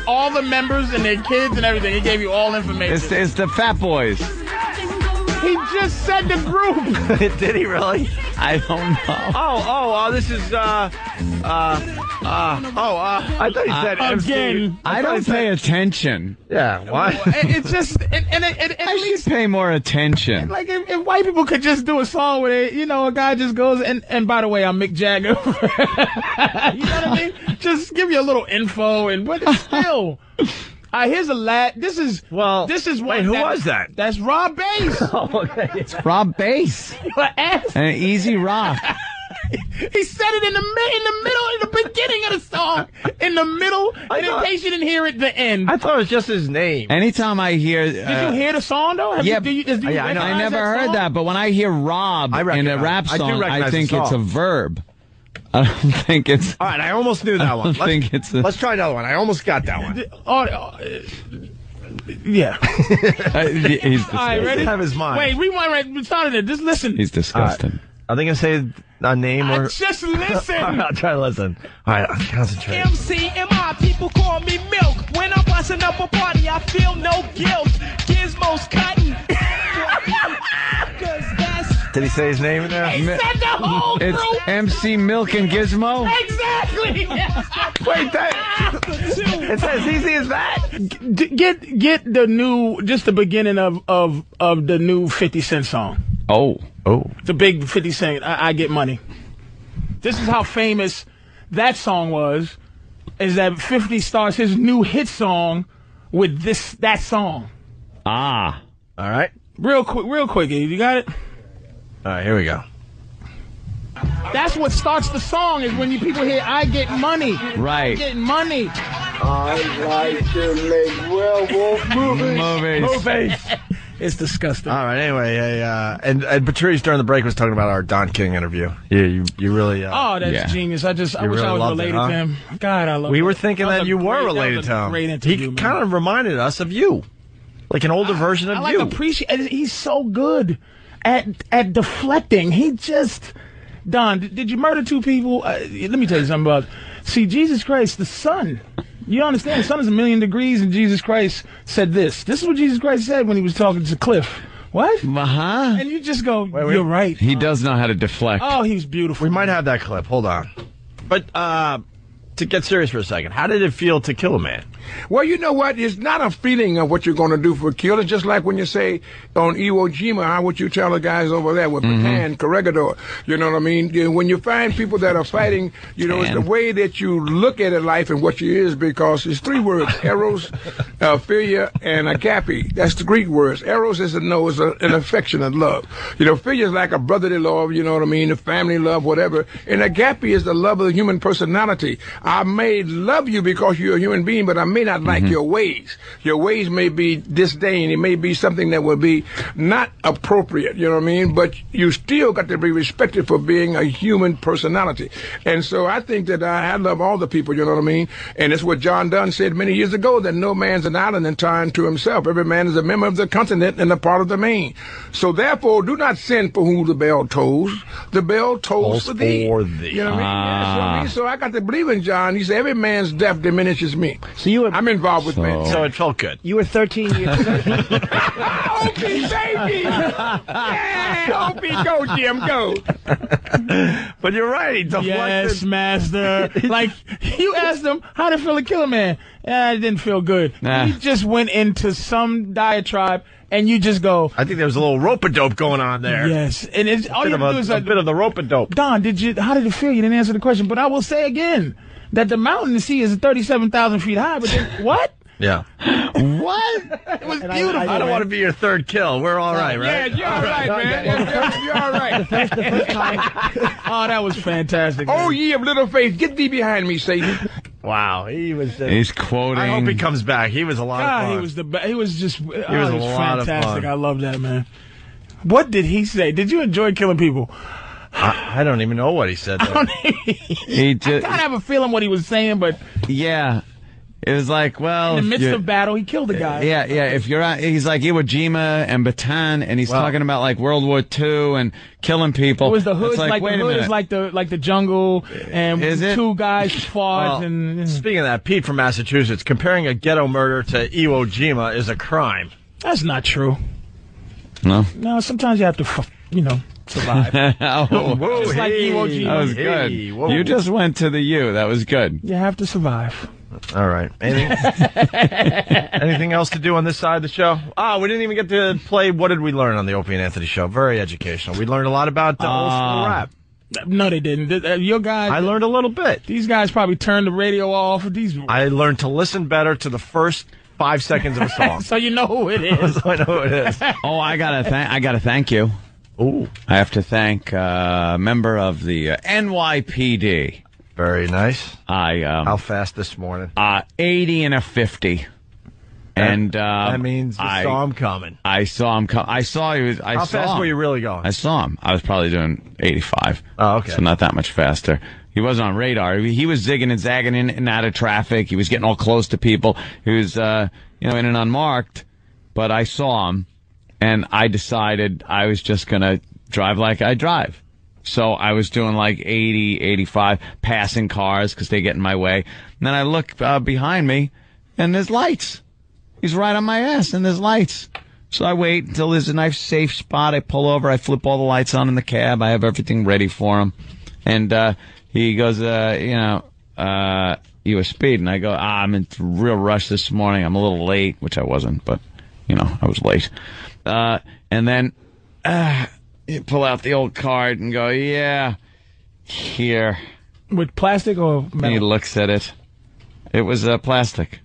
all the members and their kids and everything. He gave you all information.
It's, it's the Fat Boys.
he just said the group.
did he really?
I don't know.
Oh, oh, uh, this is uh, uh, uh, oh, uh, I thought he said
Uh,
MC.
again.
I
I
thought he
don't
said-
pay attention.
Yeah, why?
It- It's just, and, and it, it,
I should pay more attention.
Like if, if white people could just do a song with it, you know, a guy just goes and and by the way, I'm Mick Jagger. you know what I mean? Just give you a little info and but it's still. Uh, here's a lad. This is
well.
This is one
wait, who was that? Oh,
That's Rob Bass.
Rob Bass
Your ass.
and Easy Rock.
He said it in the mi- in the middle, in the beginning of the song, in the middle, and in
thought-
case you didn't hear it, the end.
I thought it was just his name.
Anytime I hear,
Did
uh,
you hear the song though? Have
yeah,
You, do you, do you
Yeah, I know.
recognize
I never heard
song?
that, but when I hear Rob
I
in a
recognize-
rap
I do
song, I,
recognize the
think it's a
song.
verb. I don't think it's.
All right, I almost knew that
I
one.
don't
Let's,
think it's a-
let's try another one. I almost got that one.
Oh, uh, yeah.
I- he's
All right,
disgusting.
ready?
have his mind.
Wait, rewind right. We started it. Just listen.
He's disgusting.
Are they gonna say a name or?
Just
All right,
listen.
I'll try to listen. All right, concentrate.
MCMI, people call me Milk. When I bust dressing up a party, I feel no guilt. Gizmo's cutting. Cause that's
Did he say his name in there?
He said the whole
It's
group.
MC Milk and Gizmo.
Oh.
exactly.
Wait,
that.
It's as easy as that. Get get the new, just the beginning of of of the new Fifty Cent song.
Oh, oh.
The big Fifty Cent. I, I get money. This is how famous that song was. Is that Fifty starts his new hit song with this that song?
Ah.
All right.
Real quick, real quick. You got it.
All right, here we go.
That's what starts the song is when you people hear "I get money."
Right.
I get money.
I like to make werewolf movies.
it's disgusting.
All right. Anyway, I, uh, and and Patrice during the break was talking about our Don King interview. Yeah, you you really. Uh,
Oh, that's
yeah.
genius. I just I
You
wish
really
I was
loved it,
related
huh?
to him. God, I love
We
that.
were thinking
That was
that
a
you
great-
were
that was
related
a
to him.
Great
he
interview. man. Ah,
kind of reminded us of you, like an older version of
I like
you.
appreciate. He's so good at at deflecting. He just Don. d- Did you murder two people? Uh, let me tell you something about. See, Jesus Christ, the sun. You don't understand. The sun is a million degrees, and Jesus Christ said this. This is what Jesus Christ said when he was talking to Cliff. What?
Uh
Uh-huh.
huh.
And you just go. You're right.
He does know how to deflect.
Oh, he's beautiful.
We might have that clip. Hold on. But uh, to get serious for a second, how did it feel to kill a man?
Well, you know what? It's not a feeling of what you're going to do for a kill. It's just like when you say on Iwo Jima, how would you tell the guys over there with
Mm-hmm.
Mhm.
Patan, Corregidor? You know what I mean? You- When you find people that are fighting, you know, it's the way that you look at a life and what you is because it's three words, eros, uh, philia, and agape. That's the Greek words. Eros is a no, is a, an affectionate love. You know, philia is like a brotherly love, you know what I mean? A family love, whatever. And agape is the love of the human personality. I may love you because you're a human being, but I may not like your ways. Your ways may be disdain. It may be something that would be not appropriate, you know what I mean? But you still got to be respected for being a human personality. And so I think that I, I love all the people, you know what I mean? And it's what John Dunn said many years ago that no man's an island entire to himself. Every man is a member of the continent and a part of the main. So therefore, do not sin for whom the bell tolls. The bell tolls
Tolls
for thee.
for thee.
You know what I mean? Yeah, so I
Ah.
mean? So I got to believe in John. He said, every man's death diminishes me. So you I'm involved with men.
So it felt good.
You were 13 years old.
Opie, baby. Yeah, Opie, go, Jim, go.
But you're right. He deflected.
Yes, master. like you asked him how to feel a killer man. Eh, it didn't feel good.
Nah.
He just went into some diatribe, and you just go.
I think there was a little rope a dope going on there.
Yes, and it's all
bit
you
of
have to
a-
do is
a
like,
bit of the rope a dope.
Don, did you? How did it feel? You didn't answer the question, but I will say again that the mountain to see is thirty-seven thousand feet high. But then, what?
Yeah.
What? It was beautiful.
I don't want to be your third kill. We're all right, right?
you're all right, man. You're all right.
oh, that was fantastic.
Oh, ye of little faith, get thee behind me, Satan.
Wow, he was. Just,
He's
quoting.
I hope he comes back. He was a lot of
God,
fun.
he was the best. He was just. oh, He was,
was a lot of
fantastic.
fun.
I love that man. What did he say? Did you enjoy killing people?
I, I don't even know what he said. Though.
He just.
kind of have a feeling what he was saying, but
Yeah. It was like, well,
in the
if
midst
you're-
of battle, he killed a guy.
Oh, Yeah, yeah. If you're out, he's like Iwo Jima and Bataan, and he's talking about like World War II and killing people.
It was the
It's
hood, like,
wait
the
a
hood
minute.
is like the like the jungle, and
Is it?
two guys fought,
Well,
and
Speaking of that, Pete from Massachusetts, comparing a ghetto murder to Iwo Jima is a crime.
that's not true.
No.
No, sometimes you have to, f- you know, survive.
oh,
Just like Iwo Jima.
That was good.
Hey, whoa.
you just went to the U. That was good.
You have to survive.
All right. Anything, anything else to do on this side of the show? Ah, we didn't even get to play. What did we learn on the Opie and Anthony show? Very educational. We learned a lot about the old school
Uh,
rap.
No, they didn't. Th- uh, Your guys. I
learned a little bit.
These guys probably turned the radio off. These.
I learned to listen better to the first five seconds of a song.
so you know who it is.
I know who it is.
oh, I gotta thank. I gotta thank you.
Ooh.
I have to thank uh, a member of the uh, NYPD.
Very nice.
I um, how
fast this morning?
Uh, eighty and a fifty. And
uh,
um,
that means you
I
saw him coming.
I saw him come. I saw he was. I
How
saw
fast
him.
were you really going?
I saw him. I was probably doing 85.
Oh, okay.
So not that much faster. He wasn't on radar. He he was zigging and zagging in and out of traffic. He was getting all close to people. He was, uh, you know, in and unmarked. But I saw him, and I decided I was just gonna drive like I drive. So I was doing like 80, 85, passing cars because they get in my way. And then I look uh, behind me, and there's lights. He's right on my ass, and there's lights. So I wait until there's a nice safe spot. I pull over. I flip all the lights on in the cab. I have everything ready for him, and uh, he goes, uh, you know, uh, you were speeding. I go, ah, I'm in a real rush this morning. I'm a little late, which I wasn't, but you know, I was late. Uh, and then uh, you pull out the old card and go, yeah, here.
With plastic or
And he
metal?
looks at it. It was uh, plastic.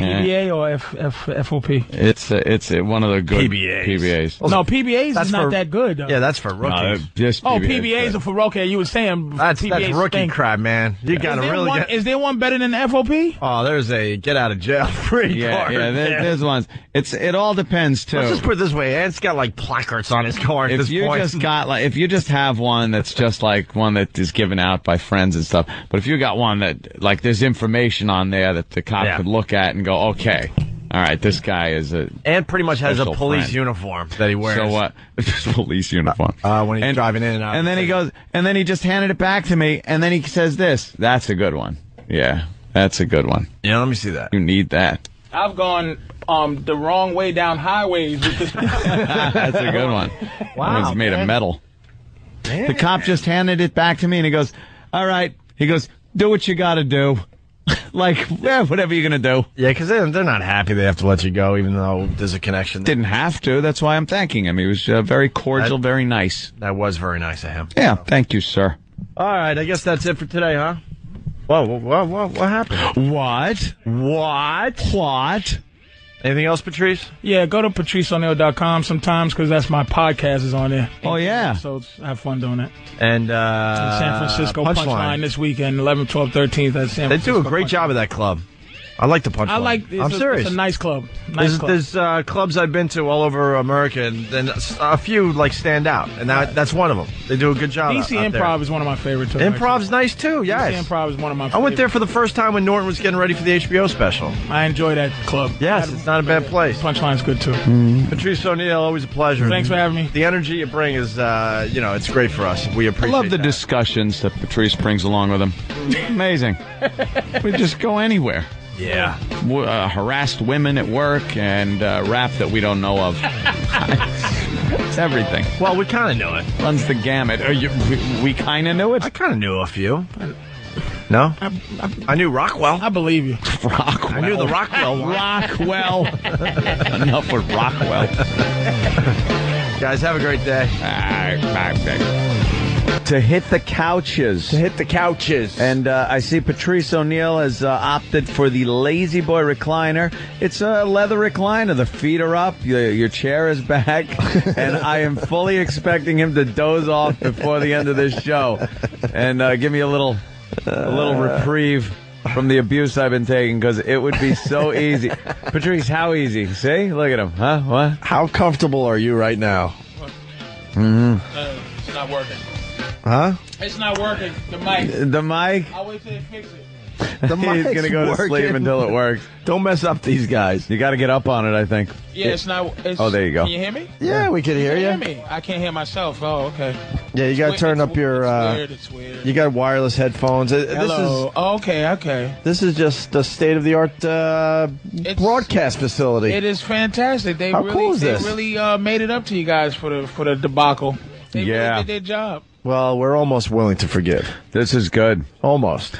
E
Yeah.
PBA or F, F, FOP?
It's uh, it's uh, one of the good
PBAs.
PBAs.
No, PBAs
That's
is not
for-
that good. Though.
yeah, that's for No, rookies. uh, just
oh,
PBAs,
PBAs are for okay. You were saying
That's
PBAs
that's rookie
stink.
crap, man. You
Is
gotta
there
really
one-
get.
Is there one better than the FOP?
Oh, there's a get out of jail free
Yeah,
card.
yeah, there- there's ones. It's it all depends too.
Let's just put it this way: Ant's got like placards on his car at
if
this
you
point.
just got like if you just have one that's just like one that is given out by friends and stuff but if you got one that like there's information on there that the cop
Yeah.
could look at and go okay all right this guy is a
Ant pretty much has a
special
police
friend."
uniform that he wears.
so what police uniform
Uh, when he's driving in and out.
and then he goes and then he just handed it back to me and then he says this that's a good one yeah that's a good one
yeah let me see that
you need that
I've gone um, the wrong way down highways with this.
that's a good one
Wow,
it's made
man.
of metal The cop just handed it back to me and he goes, All right. He goes, Do what you got to do. like, yeah, whatever you're going to do.
Yeah, because they're, they're not happy they have to let you go, even though there's a connection.
Didn't have to. That's why I'm thanking him. He was uh, very cordial, very nice.
That was very nice of him.
Yeah. Thank you, sir.
All right, I guess that's it for today, huh? Whoa, whoa, whoa, whoa what happened?
What?
What?
What?
Anything else, Patrice?
Yeah, go to patriceoneo.com sometimes because that's my podcast is on there.
Oh yeah,
so have fun doing it.
And uh,
San Francisco Punchline. this weekend, 11, 12, 13th at
They
San Francisco.
do a great job of that club. I like the punchline.
I like. It's
I'm
a,
serious.
It's a nice club. Nice
There's,
club.
there's uh, clubs I've been to all over America, and then a few like stand out, and that, that's one of them. They do a good job.
DC
out- out there.
Improv is one of my favorite. too,
Improv's nice too. Yes,
DC Improv is one of my.
I went there for the first time when Norton was getting ready for the HBO special.
I enjoy that club.
Yes, it's not a bad place. Mm-hmm.
Punchline's good too.
Patrice O'Neill, always a pleasure.
Thanks for having me.
The energy you bring is, uh, you know, it's great for us. We
I
appreciate.
love the
that.
discussions that Patrice brings along with him. Amazing. we just go anywhere.
Yeah.
W- uh, harassed women at work and uh, rap that we don't know of. it's everything.
Well, we kind of know it.
Runs the gamut. Are you, we we kind of know it. I
kind of knew a few. No, I, knew Rockwell. I
believe you.
Rockwell.
I knew the Rockwell. One.
Ah, Rockwell. Enough with Rockwell.
Guys, have a great day.
To hit the couches. To
hit the couches.
And uh, I see Patrice O'Neill has uh, opted for the Lazy Boy recliner. It's a leather recliner. The feet are up. Your, your chair is back. and I am fully expecting him to doze off before the end of this show and uh, give me a little, a little
Uh.
reprieve. From the abuse I've been taking, because it would be so easy. Patrice, how easy? See? Look at him. Huh? What?
How comfortable are you right now?
Mm-hmm.
Uh, it's not working.
Huh?
It's not working. The mic.
The mic?
I'll wait till they fix it.
The
He's
mic's
gonna go to sleep
working.
until it works.
Don't mess up these guys.
You got to get up on it, I think.
Yeah, it's not. It's,
oh, there you go.
Can you hear me?
Yeah, we can hear
Can
you.
you hear me? I can't hear myself. Oh, okay.
Yeah, you got to
It's
turn
weird-
up your.
it's
Uh,
weird, it's weird.
You got wireless headphones. Uh,
Hello.
This is
Oh, okay, okay.
this is just a state of the art uh, broadcast facility.
It is fantastic. They
How
really,
cool is
they
this?
really uh, made it up to you guys for the for the debacle. They
Yeah.
really did their job.
Well, we're almost willing to forgive.
This is good.
Almost.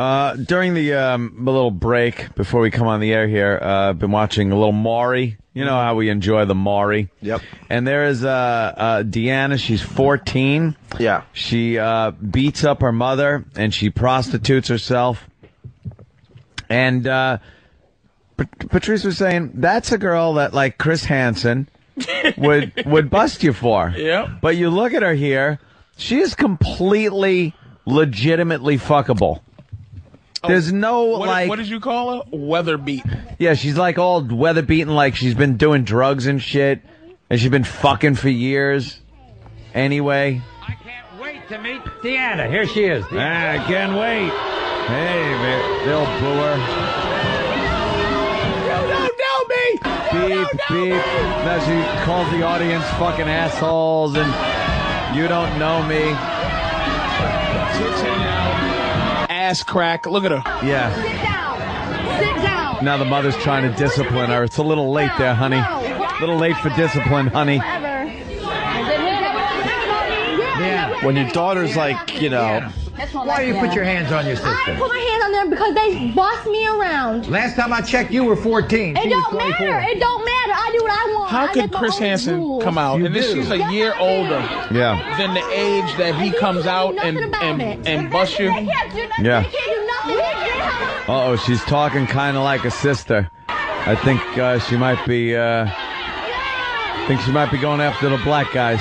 Uh, during the um, the little break before we come on the air here, uh, I've been watching a little Maury. You know how we enjoy the Maury. Yep. And there is uh, uh, Deanna. She's 14.
Yeah.
She uh, beats up her mother and she prostitutes herself. And uh, Pat- Patrice was saying that's a girl that like Chris Hansen would would bust you for.
Yep.
But you look at her here; she is completely, legitimately fuckable. There's no
Oh, What,
like,
what did you call her? Weather beat.
yeah, she's like all weather beaten, like she's been doing drugs and shit, and she's been fucking for years. Anyway,
Wait to meet Deanna. Here she is.
I can't wait. Hey, man, they'll boo her.
You
don't know me. Beep beep. Now she calls the audience fucking assholes, and you don't know me.
Ass crack. Look at her.
Yeah.
Sit down. Sit down.
Now the mother's trying to discipline her. It's a little late there, honey. A little late for discipline, honey.
Yeah.
When your daughter's like, you know,
Why
do you put your hands on your
I
sister?
put my hand on them because they boss me around.
Last time I checked, you were 14.
It
She was
don't
24.
matter. It don't matter. I do what I want.
How
I
could
make my
Chris
own
Hansen
rules.
come out?
You
and this
do.
is a year older
yeah,
than the age that he comes out and and, and busts you.
yeah.
They do nothing. They can't
Uh oh, she's talking kind of like a sister. I think uh, she might be. Uh, think she might be going after the black guys.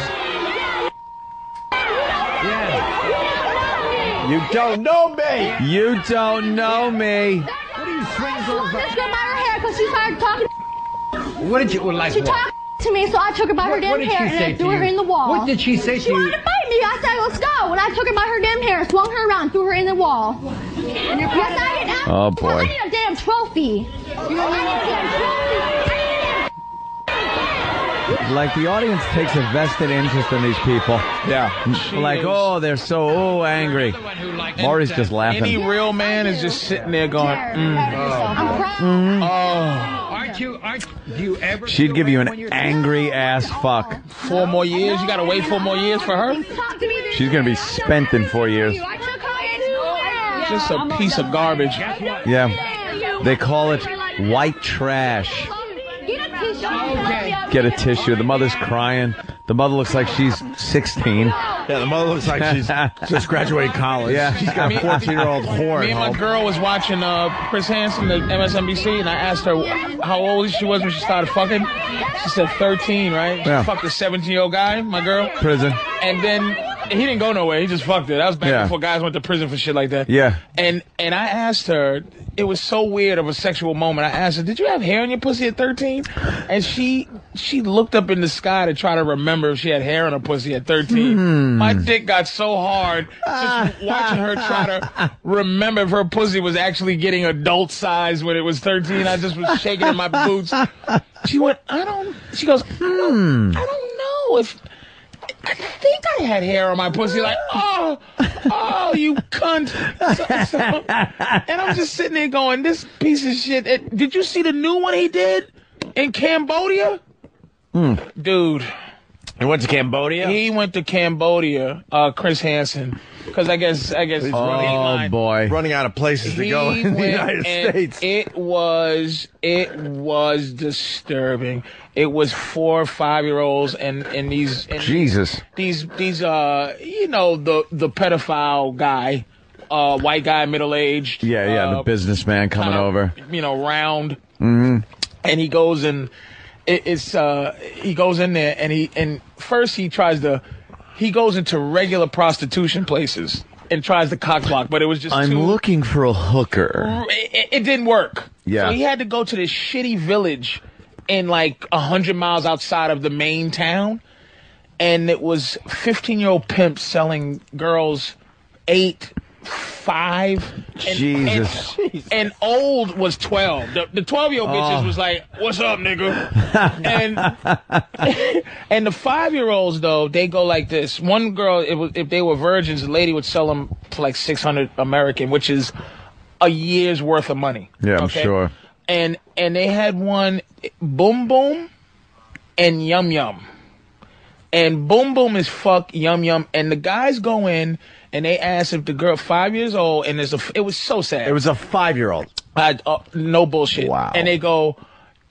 You don't know me. You don't know me.
What do you swing those? This girl by her hair because she started talking.
What did you? Well, like
She
what?
talked to me, so I took her by her
What- what
damn
did she
hair and
say
I
to
threw her
you?
in the wall.
What did she say
She
to you?
wanted to bite me. I said, let's go. And I took her by her damn hair, swung her around, threw her in the wall. And you're yes, I did. I-
Oh, boy.
I need a damn trophy. You know, I need a damn trophy.
Like the audience takes a vested interest in these people. Yeah. Like, oh, they're so oh, angry. Marty's just laughing.
Any real man is just sitting there going, mm.
Mm.
Oh. Aren't you? Aren't do you ever?
She'd give you an angry ass fuck.
Four more years? You got to wait four more years for her?
She's gonna be spent in four years.
Just a piece of garbage.
Yeah. They call it white trash. Get a tissue. The mother's crying. The mother looks like she's 16. Yeah, the
Oh,
mother looks
like she's
just graduated college. Yeah. She's got a 14 year old whore.
Me
at
and my
home.
girl was watching uh, Chris Hansen at MSNBC, and I asked her how old she was when she started fucking. She said 13, right?
Yeah.
She fucked a 17 year old guy, my girl.
Prison.
And then he didn't go nowhere. He just fucked it. That was back
Yeah.
before guys went to prison for shit like that.
Yeah.
And and I asked her, it was so weird of a sexual moment. I asked her, "Did you have hair in your pussy at 13?" And she she looked up in the sky to try to remember if she had hair in her pussy at 13.
Hmm.
My dick got so hard just watching her try to remember if her pussy was actually getting adult size when it was 13. I just was shaking in my boots. She went, "I don't." She goes, "I don't,
Hmm.
I don't know if." I think I had hair on my pussy. Like, oh, oh, you cunt. So- so- and I'm just sitting there going, this piece of shit. eh, Did you see the new one he did in Cambodia? Dude.
Hmm. He went to Cambodia?
He went to Cambodia, uh, Chris Hansen. Because I guess, I guess,
He's running-
Line-
Oh, boy.
Running out of places to go in the
went
United
and
States.
It was it was disturbing. It was four or five year olds and and these and
Jesus.
these these uh you know the the pedophile guy, uh white guy middle aged.
Yeah, yeah, the
uh,
businessman coming
kinda,
over.
You know round
hmm
and he goes and it, it's uh he goes in there and he and first he tries to he goes into regular prostitution places and tries to cock block, but it was just
I'm
too
looking for a hooker.
it, it- it didn't work.
Yeah.
So he had to go to this shitty village in like a hundred miles outside of the main town, and it was fifteen year old pimps selling girls eight, five, and,
Jesus.
and, and old was twelve. The twelve year old bitches
Oh.
was like, "What's up, nigga?" and and the five year olds though, they go like this. One girl, it was, if they were virgins, the lady would sell them for like six hundred American, which is a year's worth of money.
Yeah, I'm sure.
And and they had one, boom boom, and yum yum, and boom boom is fuck yum yum, and the guys go in and they ask if the girl five years old, and it's a, it was so sad.
It was a five year old.
I, uh, no bullshit. Wow. And they go,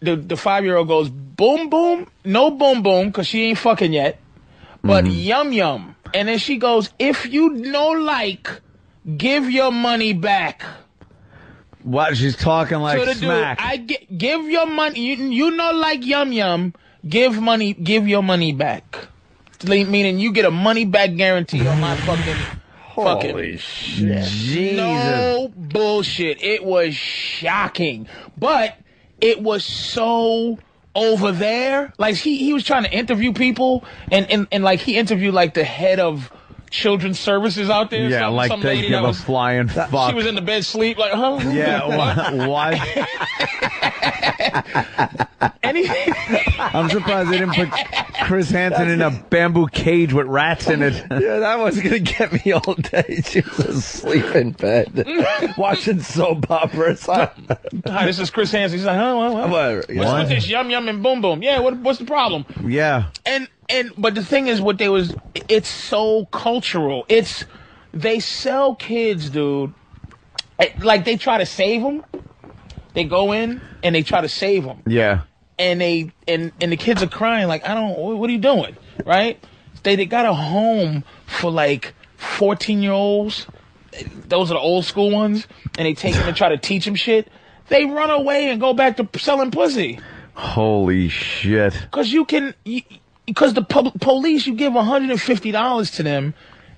the the five year old goes, boom boom, no boom boom, cause she ain't fucking yet, but
Mm-hmm.
yum yum. And then she goes, if you no like, give your money back.
What? She's talking like
to the
smack.
dude, I gi- give your money. You, you know, like yum yum, give money, give your money back. Le- Meaning you get a money back guarantee on my fucking. Holy fucking. shit!
Jesus.
No bullshit. It was shocking, but it was so over there. Like he he was trying to interview people, and and, and like he interviewed like the head of. Children's services out there.
yeah,
some,
like
some
they
lady
give
that was,
a flying fuck.
She was in the bed sleep, like, huh?
yeah, why? why I'm surprised they didn't put Chris Hansen in a bamboo cage with rats in it.
Yeah, that was gonna get me all day. She was asleep in bed, watching soap operas.
Hi, this is Chris Hansen. He's like, huh, what, what?
Whatever,
What's
yeah.
with this yum yum and boom boom? Yeah, what, what's the problem?
Yeah.
And and but the thing is, what they was, it's so cultural. It's they sell kids, dude. It- Like they try to save them. They go in and they try to save them,
Yeah.
and they and and the kids are crying like, I don't. wh- What are you doing? Right? They they got a home for like fourteen year olds. Those are the old school ones, and they take them and try to teach them shit. They run away and go back to selling pussy.
Holy shit.
Because you can, because the pub- police, you give $150 to them,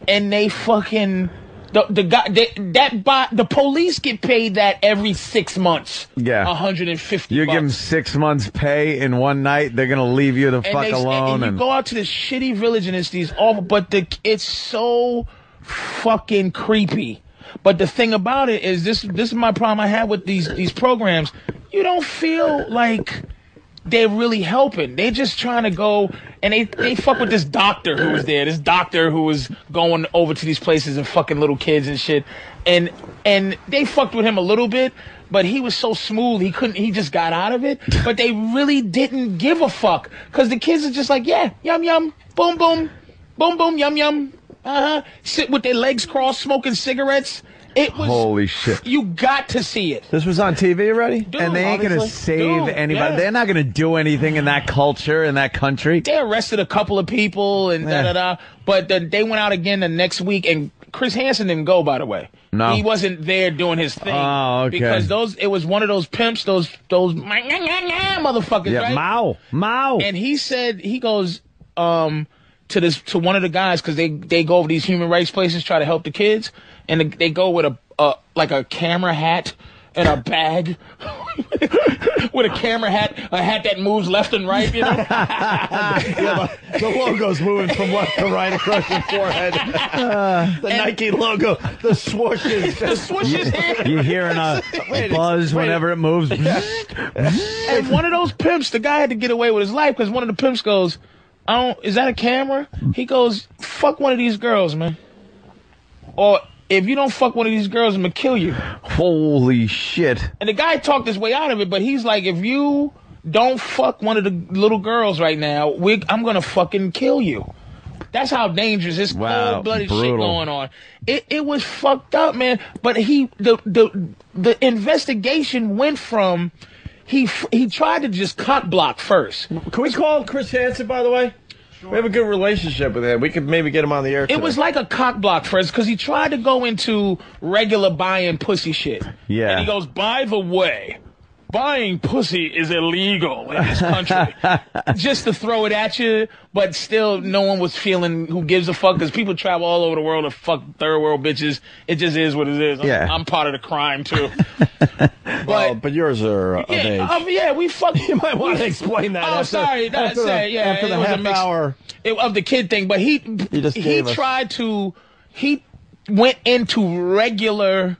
and they fucking, the, the guy, they, that bot, the police get paid that every six months.
Yeah.
150
You
bucks.
give them six months' pay in one night, they're gonna leave you the fuck
they-
alone.
And you
And
go out to this shitty village and it's these awful, but the it's so fucking creepy. But the thing about it is this this is my problem I have with these these programs. You don't feel like they're really helping. They're just trying to go and they they fuck with this doctor who was there, this doctor who was going over to these places and fucking little kids and shit. And and they fucked with him a little bit, but he was so smooth he couldn't he just got out of it. But they really didn't give a fuck. Cause the kids are just like, yeah, yum yum, boom boom, boom boom, yum yum. Uh-huh. Sit with their legs crossed, smoking cigarettes. It was
holy shit.
you got to see it.
This was on TV already, and they ain't gonna
obviously.
save
Dude,
anybody.
yeah.
They're not gonna do anything in that culture in that country.
they arrested a couple of people and da da da. But the, they went out again the next week, and Chris Hansen didn't go. By the way,
No.
he wasn't there doing his thing.
Oh, okay.
Because those, it was one of those pimps, those those motherfuckers,
Yeah,
right?
Mao, Mao.
And he said he goes um to this to one of the guys because they they go over these human rights places try to help the kids, and they, they go with a uh, like a camera hat. And a bag with a camera hat, a hat that moves left and right, you know?
the logo's moving from left to right across your forehead. the Nike logo, the swoosh is
the swoosh is here.
You're hearing a buzz whenever it moves.
and one of those pimps, the guy had to get away with his life because one of the pimps goes, "I don't. Is that a camera?" He goes, "Fuck one of these girls, man." Or if you don't fuck one of these girls, I'm gonna kill you.
Holy shit.
And the guy talked his way out of it, but he's like, "If you don't fuck one of the little girls right now, we, I'm gonna fucking kill you." That's how dangerous this
Wow,
cold-blooded shit
brutal.
going on. It it was fucked up, man. But he the the the investigation went from he f- he tried to just cock block first.
Can we call Chris Hansen, by the way? We have a good relationship with him. We could maybe get him on the air.
It was like a cock block first because he tried to go into regular buying pussy shit.
Yeah.
And he goes, by the way, buying pussy is illegal in this country. Just to throw it at you, but still no one was feeling who gives a fuck because people travel all over the world to fuck third world bitches. It just is what it is. I'm-
Yeah.
I'm part of the crime too.
but, well, but yours are uh, of age.
Yeah,
oh,
um, yeah, we fucked. You might
wanna explain that
Oh,
after-
sorry. That,
after the-
sorry, yeah,
after the
it was a
half
mix-
hour.
it, of the kid thing, but he he,
just gave us-
tried to he went into regular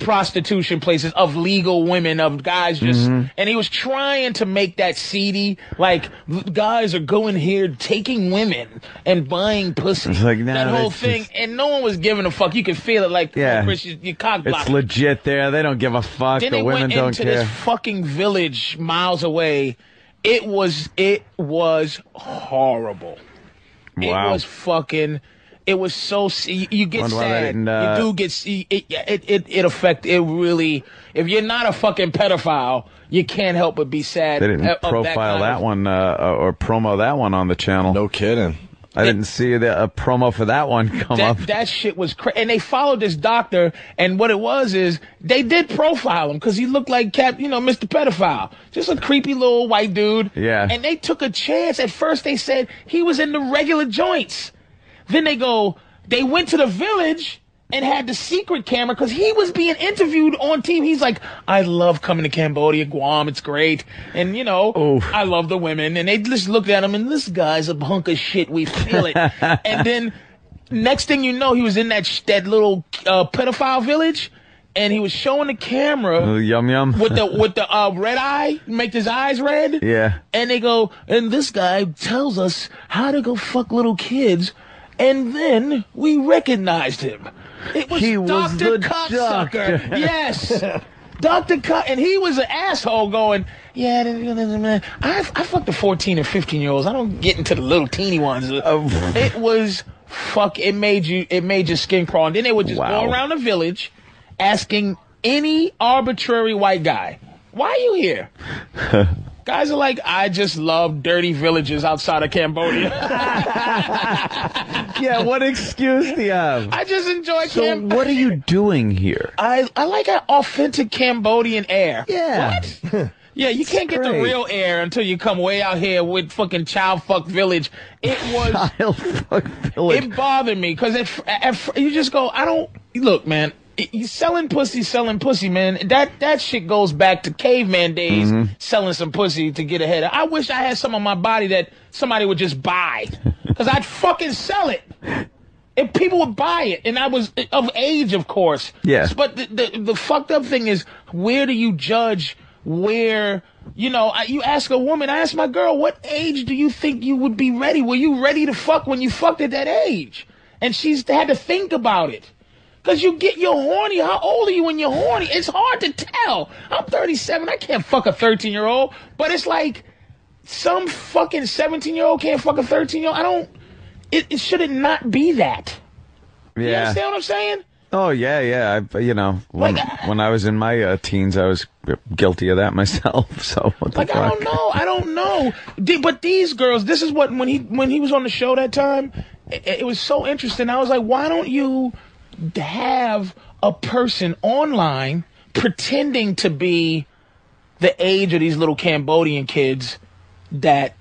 prostitution places of legal women of guys just
Mm-hmm.
Mhm.
and he was trying to make that seedy like guys are going here taking women and buying pussy
It's like, nah,
that whole
that's
thing and no one was giving a fuck you could feel it like
Yeah.
Chris you, you cock
It's
blocked
legit there. They don't give a fuck.
then
the
they
women
went
don't
into
care.
this fucking village miles away. It was it was horrible.
Wow.
It was fucking. It was so. s- You, you get
Wonder why they
sad.
didn't, uh,
you do get. s- It it it it affect. It really. If you're not a fucking pedophile, you can't help but be sad. uh,
They didn't
of- of
profile
kind
that,
of-
one uh, or or promo that one on the channel. No kidding. I didn't see the, a promo for that one come
that,
up.
that shit was crazy. And they followed this doctor, and what it was is they did profile him because he looked like Cap, you know, Mr. Pedophile, just a creepy little white dude.
Yeah.
And they took a chance. At first, they said he was in the regular joints. Then they go, they went to the village. And had the secret camera because he was being interviewed on TV. He's like, I love coming to Cambodia, Guam, it's great. And you know, I love the women. And they just looked at him and this guy's a hunk of shit. We feel it. and then Next thing you know, he was in that sh- that little uh, pedophile village, and he was showing the camera
Uh, yum yum.
with the with the uh, red eye, make his eyes red.
Yeah.
And they go, and this guy tells us how to go fuck little kids, and then we recognized him. It was
He was
Doctor
the
Cocksucker.
doctor.
Yes. Doctor Cut, and he was an asshole going, yeah, I, I fucked the 14 and 15 year olds. I don't get into the little teeny ones. It was fuck. It made you. It made your skin crawl. And then they would just go around the village, asking any arbitrary white guy, "Why are you here?" Guys are like, "I just love dirty villages outside of Cambodia.
yeah, what excuse do you have?
I just enjoy
So
Cam-
what are you doing here?
I I like an authentic Cambodian air. Yeah. What? Yeah, you can't get the
great.
real air until you come way out here with fucking child fuck village. It was
child fuck village.
It bothered me because at, at, fir- you just go, I don't look, man. it- You selling pussy, selling pussy, man. That that shit goes back to caveman days,
Mhm.
selling some pussy to get ahead. I wish I had some on my body that somebody would just buy, because I'd fucking sell it. If people would buy it, and I was of age, of course.
Yeah.
But the, the the fucked up thing is, where do you judge where? You know, I, you ask a woman. I asked my girl, "What age do you think you would be ready? Were you ready to fuck when you fucked at that age?" And she's had to think about it, cause you get you're horny. How old are you when you're horny? It's hard to tell. I'm 37. I can't fuck a 13 year old, but it's like some fucking 17 year old can't fuck a 13 year old. I don't. It, it should it not be that? You
Yeah.
understand what I'm saying?
Oh yeah, yeah. I, you know, when when I was in my uh, teens, I was guilty of that myself. So what the
Like I
fuck?
don't know, I don't know. The- But these girls, this is what when he when he was on the show that time, it, it was so interesting. I was like, why don't you have a person online pretending to be the age of these little Cambodian kids that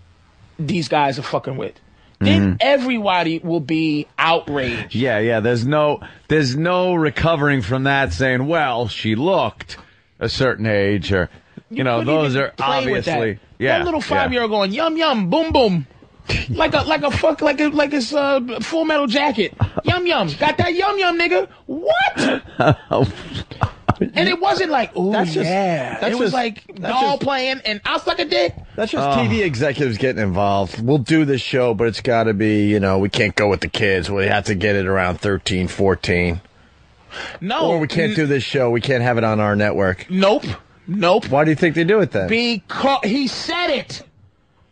these guys are fucking with? Then everybody will be outraged.
Mm-hmm. Yeah, yeah. There's no there's no recovering from that. Saying, well, she looked a certain age, or you, know,
couldn't
those
even
are
play with
obviously
that.
yeah.
That little
yeah.
five year old going yum yum boom boom, like a like a fuck like a like it's uh, Full Metal Jacket. Yum yum, got that yum yum nigga. What? And it wasn't like ooh
That's just-
yeah.
that's
it was
just-
like
that's
doll
just-
playing and I suck a dick.
That's just
Oh.
TV executives getting involved. We'll do this show, but it's got to be, you know, we can't go with the kids. We have to get it around 13, 14.
No.
Or we can't do this show. We can't have it on our network.
Nope. Nope.
Why do you think they do it then?
because he said it.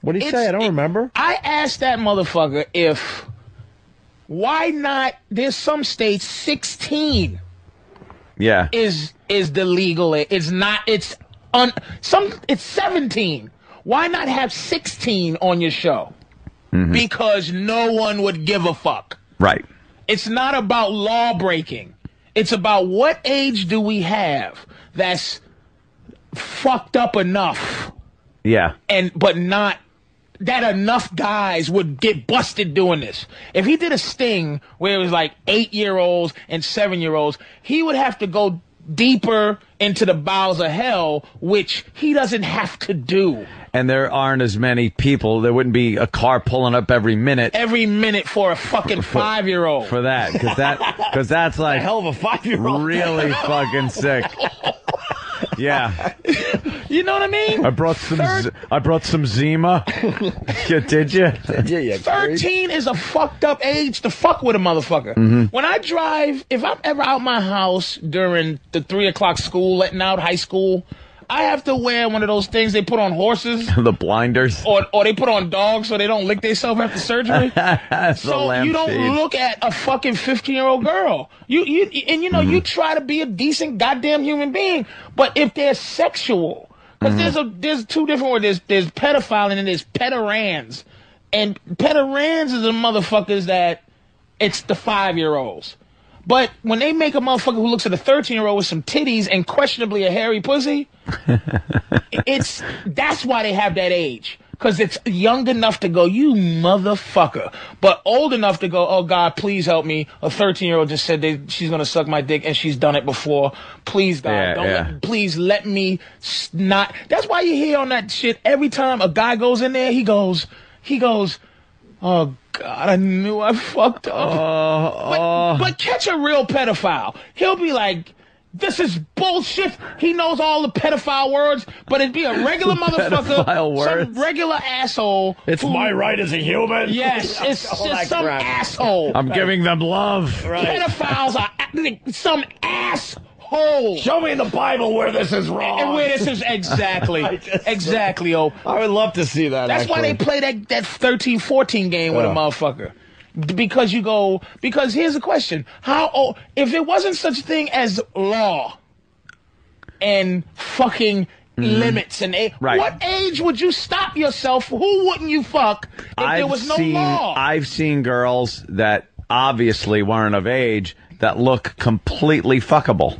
what do you say? I don't remember.
I asked that motherfucker if why not? There's some states 16.
Yeah.
is is the legal a- it's not it's on some it's 17 why not have 16 on your show
Mm-hmm.
because no one would give a fuck
Right.
it's not about law breaking it's about what age do we have that's fucked up enough
Yeah.
and but not that enough guys would get busted doing this. If he did a sting where it was like eight year olds and seven year olds, he would have to go deeper into the bowels of hell, which he doesn't have to do
And there aren't as many people. There wouldn't be a car pulling up every minute
every minute for a fucking five year old.
for that, because that because that's like hell
of a five
year old.
Really fucking sick. Yeah.
You know what I mean?
I brought some. Z- I brought some Zima. yeah, did you?
Yeah, yeah.
13 is a fucked up age to fuck with a motherfucker.
Mm-hmm.
Mhm.
When I drive, if I'm ever out my house during the three o'clock school, letting out high school, I have to wear one of those things they put on horses.
the blinders.
or or they put on dogs so they don't lick themselves after surgery.
The
so you don't
lampshade.
look at a fucking fifteen year old girl. You you and you know you try to be a decent goddamn human being, but if they're sexual, because there's a there's two different words. There's there's pedophile and then there's pederans, and pederans is the motherfuckers that it's the five year olds. But when they make a motherfucker who looks at a 13 year old with some titties and questionably a hairy pussy, it's that's why they have that age because it's young enough to go you motherfucker but old enough to go oh god please help me a 13 year old just said they, she's gonna suck my dick and she's done it before please god
Yeah,
don't
yeah.
Let, please let me s- not that's why you hear on that shit every time a guy goes in there he goes he goes oh god i knew
Uh,
i fucked up but, but catch a real pedophile he'll be like This is bullshit. He knows all the pedophile words, but it'd be a regular motherfucker,
Pedophile
some regular asshole.
It's
who-
my right as a human.
Yes, it's
All that
just some
crap.
asshole.
I'm giving them love.
Pedophiles are a- some asshole.
Show me in the Bible where this is wrong.
And where this is exactly,
I just-
exactly. Oh,
I would love to see that.
That's why
actually.
they play that that 13, 14 game with a
Yeah.
motherfucker. D- Because you go. Because here's the question: How old? If there wasn't such a thing as law and fucking
Mhm.
limits and a-
Right.
what age would you stop yourself? Who wouldn't you fuck if there was no
seen,
law?
I've seen girls that obviously weren't of age that look completely fuckable.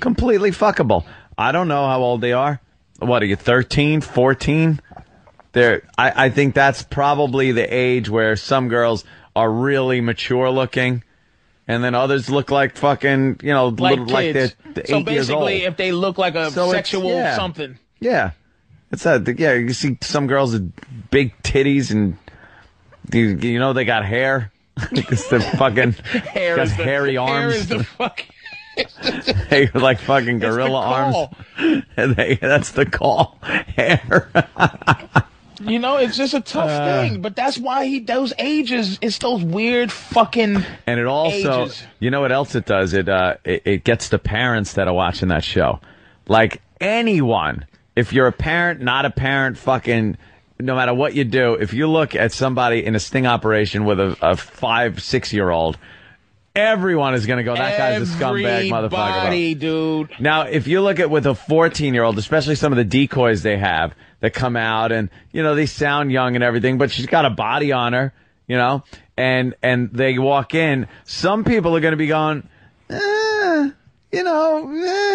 Completely fuckable. I don't know how old they are. What are you, 13, 14? They're, I, I think that's probably the age where some girls are really mature looking. And then others look like fucking, you know,
like
little-
kids.
like they're eight
so
years old.
basically, if they look like a
So it's-
sexual
yeah.
something,
Yeah, it's a yeah. You see some girls with big titties and you, you know they got hair. it's the fucking
hair
got
is the,
hairy
Hair
arms.
is the fucking.
they are like fucking gorilla
call.
arms. And they, that's the call. Hair.
You know, it's just a tough
Uh.
thing, but that's why he those ages. It's those weird fucking.
And it also,
Ages.
you know what else it does? It, uh, it it gets the parents that are watching that show, like anyone. If you're a parent, not a parent, fucking, no matter what you do, if you look at somebody in a sting operation with a, a five, six year old, everyone is going to go, that guy's a scumbag,
Everybody,
motherfucker.
dude.
Now, if you look at with a 14 year old, especially some of the decoys they have that come out and, you know, they sound young and everything, but she's got a body on her, you know, and, and they walk in, some people are going to be going, eh, you know,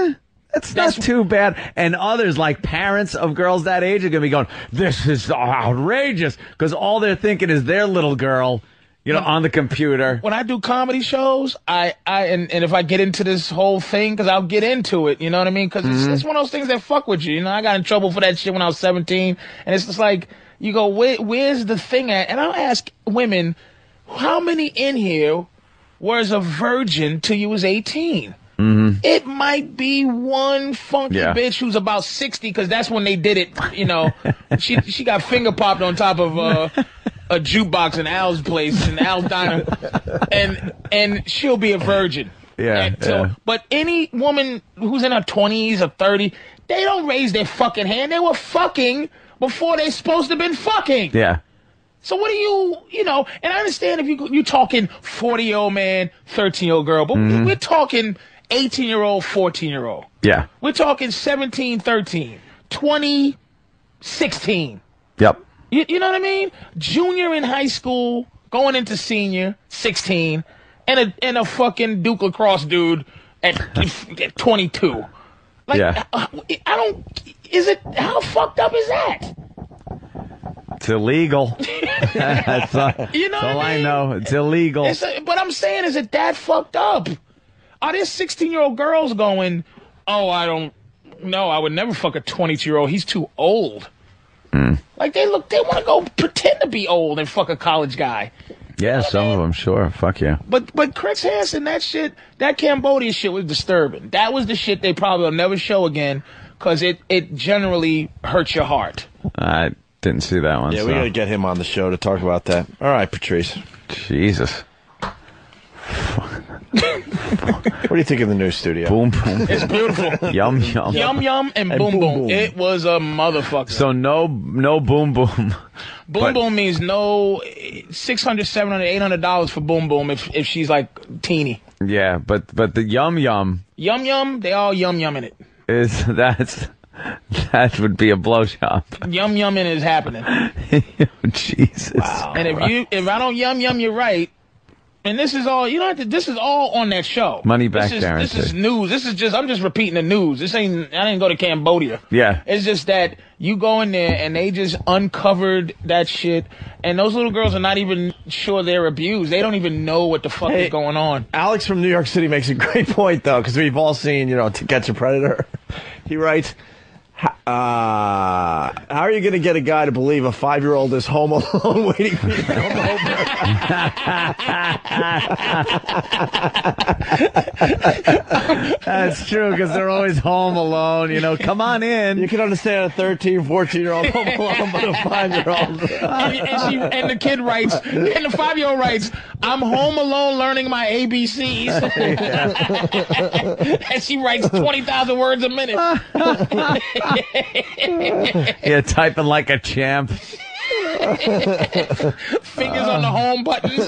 eh, that's not too bad. And others, like parents of girls that age, are going to be going, this is outrageous because all they're thinking is their little girl, you know, on the computer.
When I do comedy shows, I, I and, and if I get into this whole thing, because I'll get into it, you know what I mean? Because it's,
Mhm.
it's one of those things that fuck with you. You know, I got in trouble for that shit when I was 17, and it's just like, you go, Where, where's the thing at? And I'll ask women, how many in here was a virgin till you was 18?
Mm-hmm.
It might be one funky
Yeah.
bitch who's about sixty, because that's when they did it. You know, she she got finger popped on top of uh, a jukebox in Al's place in Al's diner, and and she'll be a virgin.
Yeah.
So,
yeah.
but any woman who's in her twenties or thirty, they don't raise their fucking hand. They were fucking before they supposed to been fucking.
yeah.
So what do you, you know? And I understand if you you're talking forty year old man, thirteen year old girl, but
Mhm.
we're talking eighteen year old, fourteen year old.
Yeah.
We're talking 17, 13, 20, 16.
Yep.
You, you know what I mean? Junior in high school, going into senior, 16, and a and a fucking Duke lacrosse dude at, at 22. Like
Yeah.
I, I don't is it how fucked up is that?
It's illegal. that's all,
You know what
that's
I
all I know. It's illegal.
It's a, but I'm saying, is it that fucked up? Are there 16 year old girls going, oh, I don't, no, I would never fuck a 22 year old. He's too old.
Mm.
Like they look, they want to go pretend to be old and fuck a college guy.
yeah, some of them, sure. Fuck yeah.
But but Chris Hansen, that shit, that Cambodia shit was disturbing. That was the shit they probably will never show again because it it generally hurts your heart.
I didn't see that one.
Yeah,
so.
we got to get him on the show to talk about that. All right, Patrice.
Jesus.
what do you think of the new studio?
Boom, boom.
It's beautiful.
Yum, yum.
Yum yum and, boom, boom It was a motherfucker.
So no, no boom, boom.
Boom
But-
boom means no eh, 600 700 800 dollars for boom boom if if she's like teeny.
Yeah, but but the yum, yum
Yum yum, they all yum yum in it.
is that's that would be a blowjob. Oh,
Yum yum in it is happening.
Jesus.
And if you if I don't yum yum, you're right. And this is all you don't have to. This is all on that show.
Money back
This is,
guarantee.
This is news. This is just I'm just repeating the news. This ain't I didn't go to Cambodia.
Yeah.
It's just that you go in there and they just uncovered that shit. And those little girls are not even sure they're abused. They don't even know what the fuck
Hey,
is going on.
Alex from New York City makes a great point, though, because we've all seen, you know, To Catch a Predator. He writes,
Uh, how are you going to get a guy to believe a five year old is home alone waiting for you to come over?
That's true because they're always home alone. You know, come on in.
You can understand a 13, 14 year old home alone, but a five year old.
and, and she, and the kid writes, and the five year old writes, I'm home alone learning my ABCs. and she writes 20,000 words a minute.
yeah, typing like a champ.
Fingers
Uh.
on the home buttons.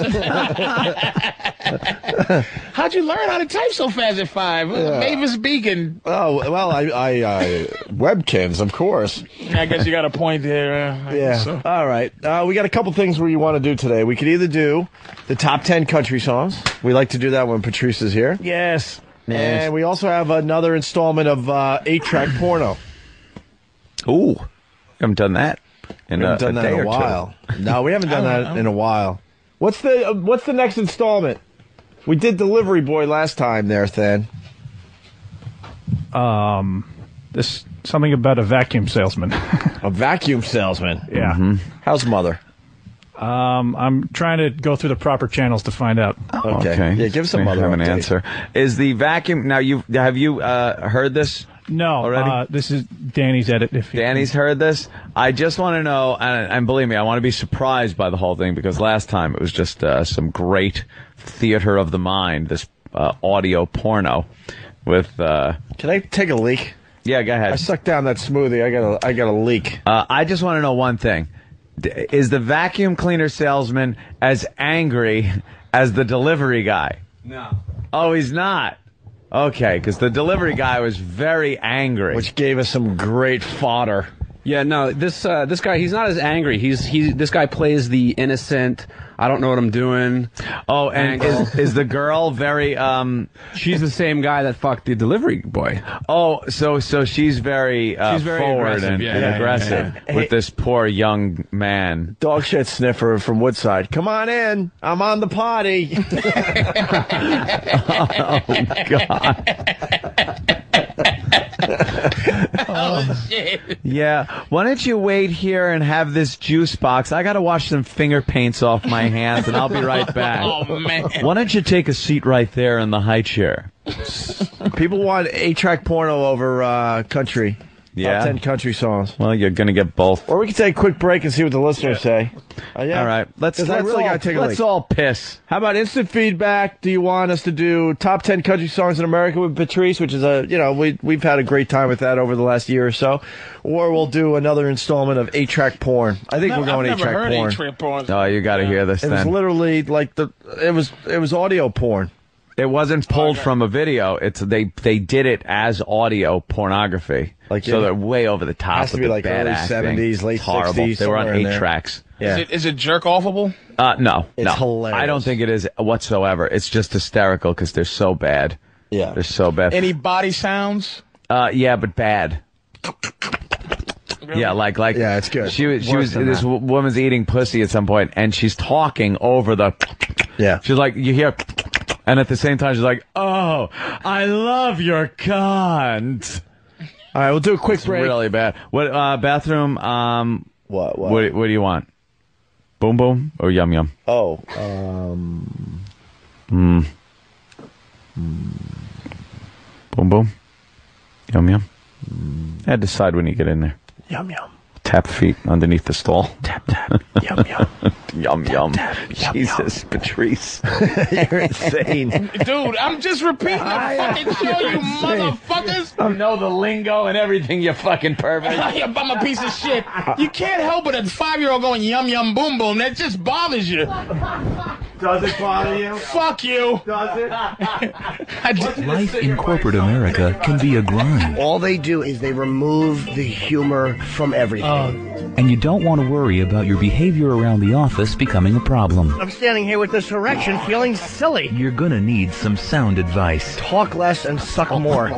How'd you learn how to type so fast at five?
Yeah.
Mavis Beacon.
Oh well, I, I uh, webkins, of course.
I guess you got a point there. Uh, I
Yeah.
guess so.
All right. Uh, we got a couple things we want to do today. We could either do the top ten country songs. We like to do that when Patrice is here.
Yes.
And we also have another installment of uh, eight track porno.
Ooh, haven't done that in
we
a,
haven't done
uh, a
that
day
in
or
a
two.
while. No, we haven't done
I don't
that
know.
in a while. What's the uh, What's the next installment? We did Delivery Boy last time there, Than.
Um, this something about a vacuum salesman.
a vacuum salesman. Mm-hmm.
Yeah.
How's mother?
Um, I'm trying to go through the proper channels to find out.
Oh,
Okay.
some
We have an answer. Is the vacuum now? You have you uh, heard this?
No,
already.
Uh, this is Danny's edit. If you
Danny's heard this. I just want to know, and, and believe me, I want to be surprised by the whole thing because last time it was just uh, some great theater of the mind, this uh, audio porno with. Uh,
Can I take a leak?
Yeah, go ahead.
I sucked down that smoothie. I got a I got a leak.
Uh, I just want to know one thing: D- is the vacuum cleaner salesman as angry as the delivery guy?
No.
Oh, he's not. Okay, because the delivery guy was very angry, which
gave us some great fodder.
Yeah, no, this uh, this guy, he's not as angry. He's he. This guy plays the innocent. I don't know what I'm doing.
Oh, and is, is the girl very? um
She's the same guy that fucked the delivery boy.
Oh, so so she's very, uh,
She's very
forward
aggressive,
and,
yeah,
and
yeah, yeah,
aggressive
yeah.
with this poor young man.
Dog shit sniffer from Woodside. Come on in. I'm on the potty.
oh God.
Oh, shit.
Yeah. Why don't you wait here and have this juice box? I got to wash some finger paints off my hands, and I'll be right back.
Oh, man.
Why don't you take a seat right there in the high chair?
People want eight track porno over uh, country.
Yeah.
Top ten country songs.
Well, you're gonna get both.
Or we can take a quick break and see what the listeners say. Uh, yeah.
All right. Let's
'Cause I
let's,
really
all,
gotta take a
let's
leak.
all piss.
How about instant feedback? Do you want us to do top ten country songs in America with Patrice, which is a you know we we've had a great time with that over the last year or so, or we'll do another installment of eight track porn. I think
No,
we're going eight
I've never
track
heard
porn.
eight-track porn.
Oh, you got to hear this
It was
then.
literally like the it was it was audio porn.
It wasn't pulled from a video. It's they they did it as audio pornography. Like so
yeah.
they're way over the top.
Has to
with
be
the
like
bad
early
acting.
70s, late
It's horrible.
60s,
They were on
somewhere in
eight
there.
tracks.
Is it, is it jerk offable?
Uh, no,
It's
no.
hilarious.
I don't think it is whatsoever. It's just hysterical because they're so bad. Yeah, they're so bad.
Any body sounds?
uh, yeah, but bad. Yeah, like like yeah, it's good. She was she
Worse
was
than
this
that.
w- woman's eating pussy at some point, and she's talking over the yeah. She's like you hear, and at the same time she's like, oh, I love your cunt.
All right, we'll do a quick
break. Really bad. What uh, bathroom? Um, what what? What, do you want? Boom boom or yum yum?
Oh, um,
Mm. Boom boom. Yum yum. Yeah, decide when you get in there.
Yum yum.
Tap feet underneath the stall. Tap tap. Yum yum. yum yum. Jesus, Patrice. You're insane.
Dude, I'm just repeating the
uh,
fucking show, you motherfuckers.
I know the lingo and everything, you fucking pervert.
I'm a piece of shit. You can't help but a five year old going yum yum boom boom. That just bothers you.
Does it bother you?
Fuck you.
Does it?
Life in corporate America can be a grind.
All they do is they remove the humor from everything.
And you don't want to worry about your behavior around the office becoming a problem.
I'm standing here with this erection feeling silly.
You're gonna need some sound advice
Talk less and suck more.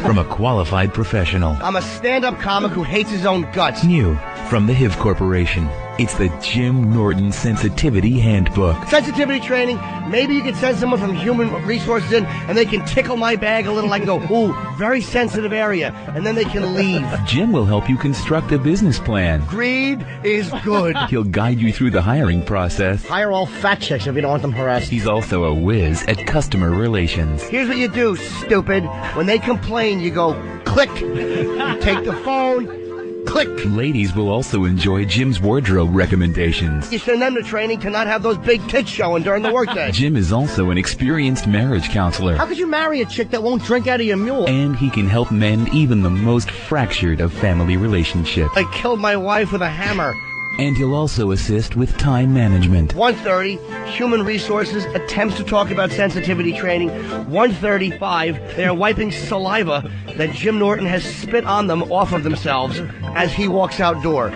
from a qualified professional.
I'm a stand up comic who hates his own guts.
New from the HIV Corporation. It's the Jim Norton Sensitivity Handbook.
Sensitivity training. Maybe you could send someone from human resources in and they can tickle my bag a little. I can go, ooh, very sensitive area. And then they can leave.
Jim will help you construct a business plan.
Greed is good.
He'll guide you through the hiring process.
Hire all fat chicks if you don't want them harassed.
He's also a whiz at customer relations.
Here's what you do, stupid. When they complain, you go, click. Take the phone, click.
Ladies will also enjoy Jim's wardrobe recommendations.
You send them to training to not have those big tits showing during the workday.
Jim is also an experienced marriage counselor.
How could you marry a chick that won't drink out of your mule?
And he can help mend even the most fractured of family relationships.
I killed my wife with a hammer.
And he'll also assist with time management.
1.30, Human Resources attempts to talk about sensitivity training. 1.35, they are wiping saliva that Jim Norton has spit on them off of themselves as he walks outdoor.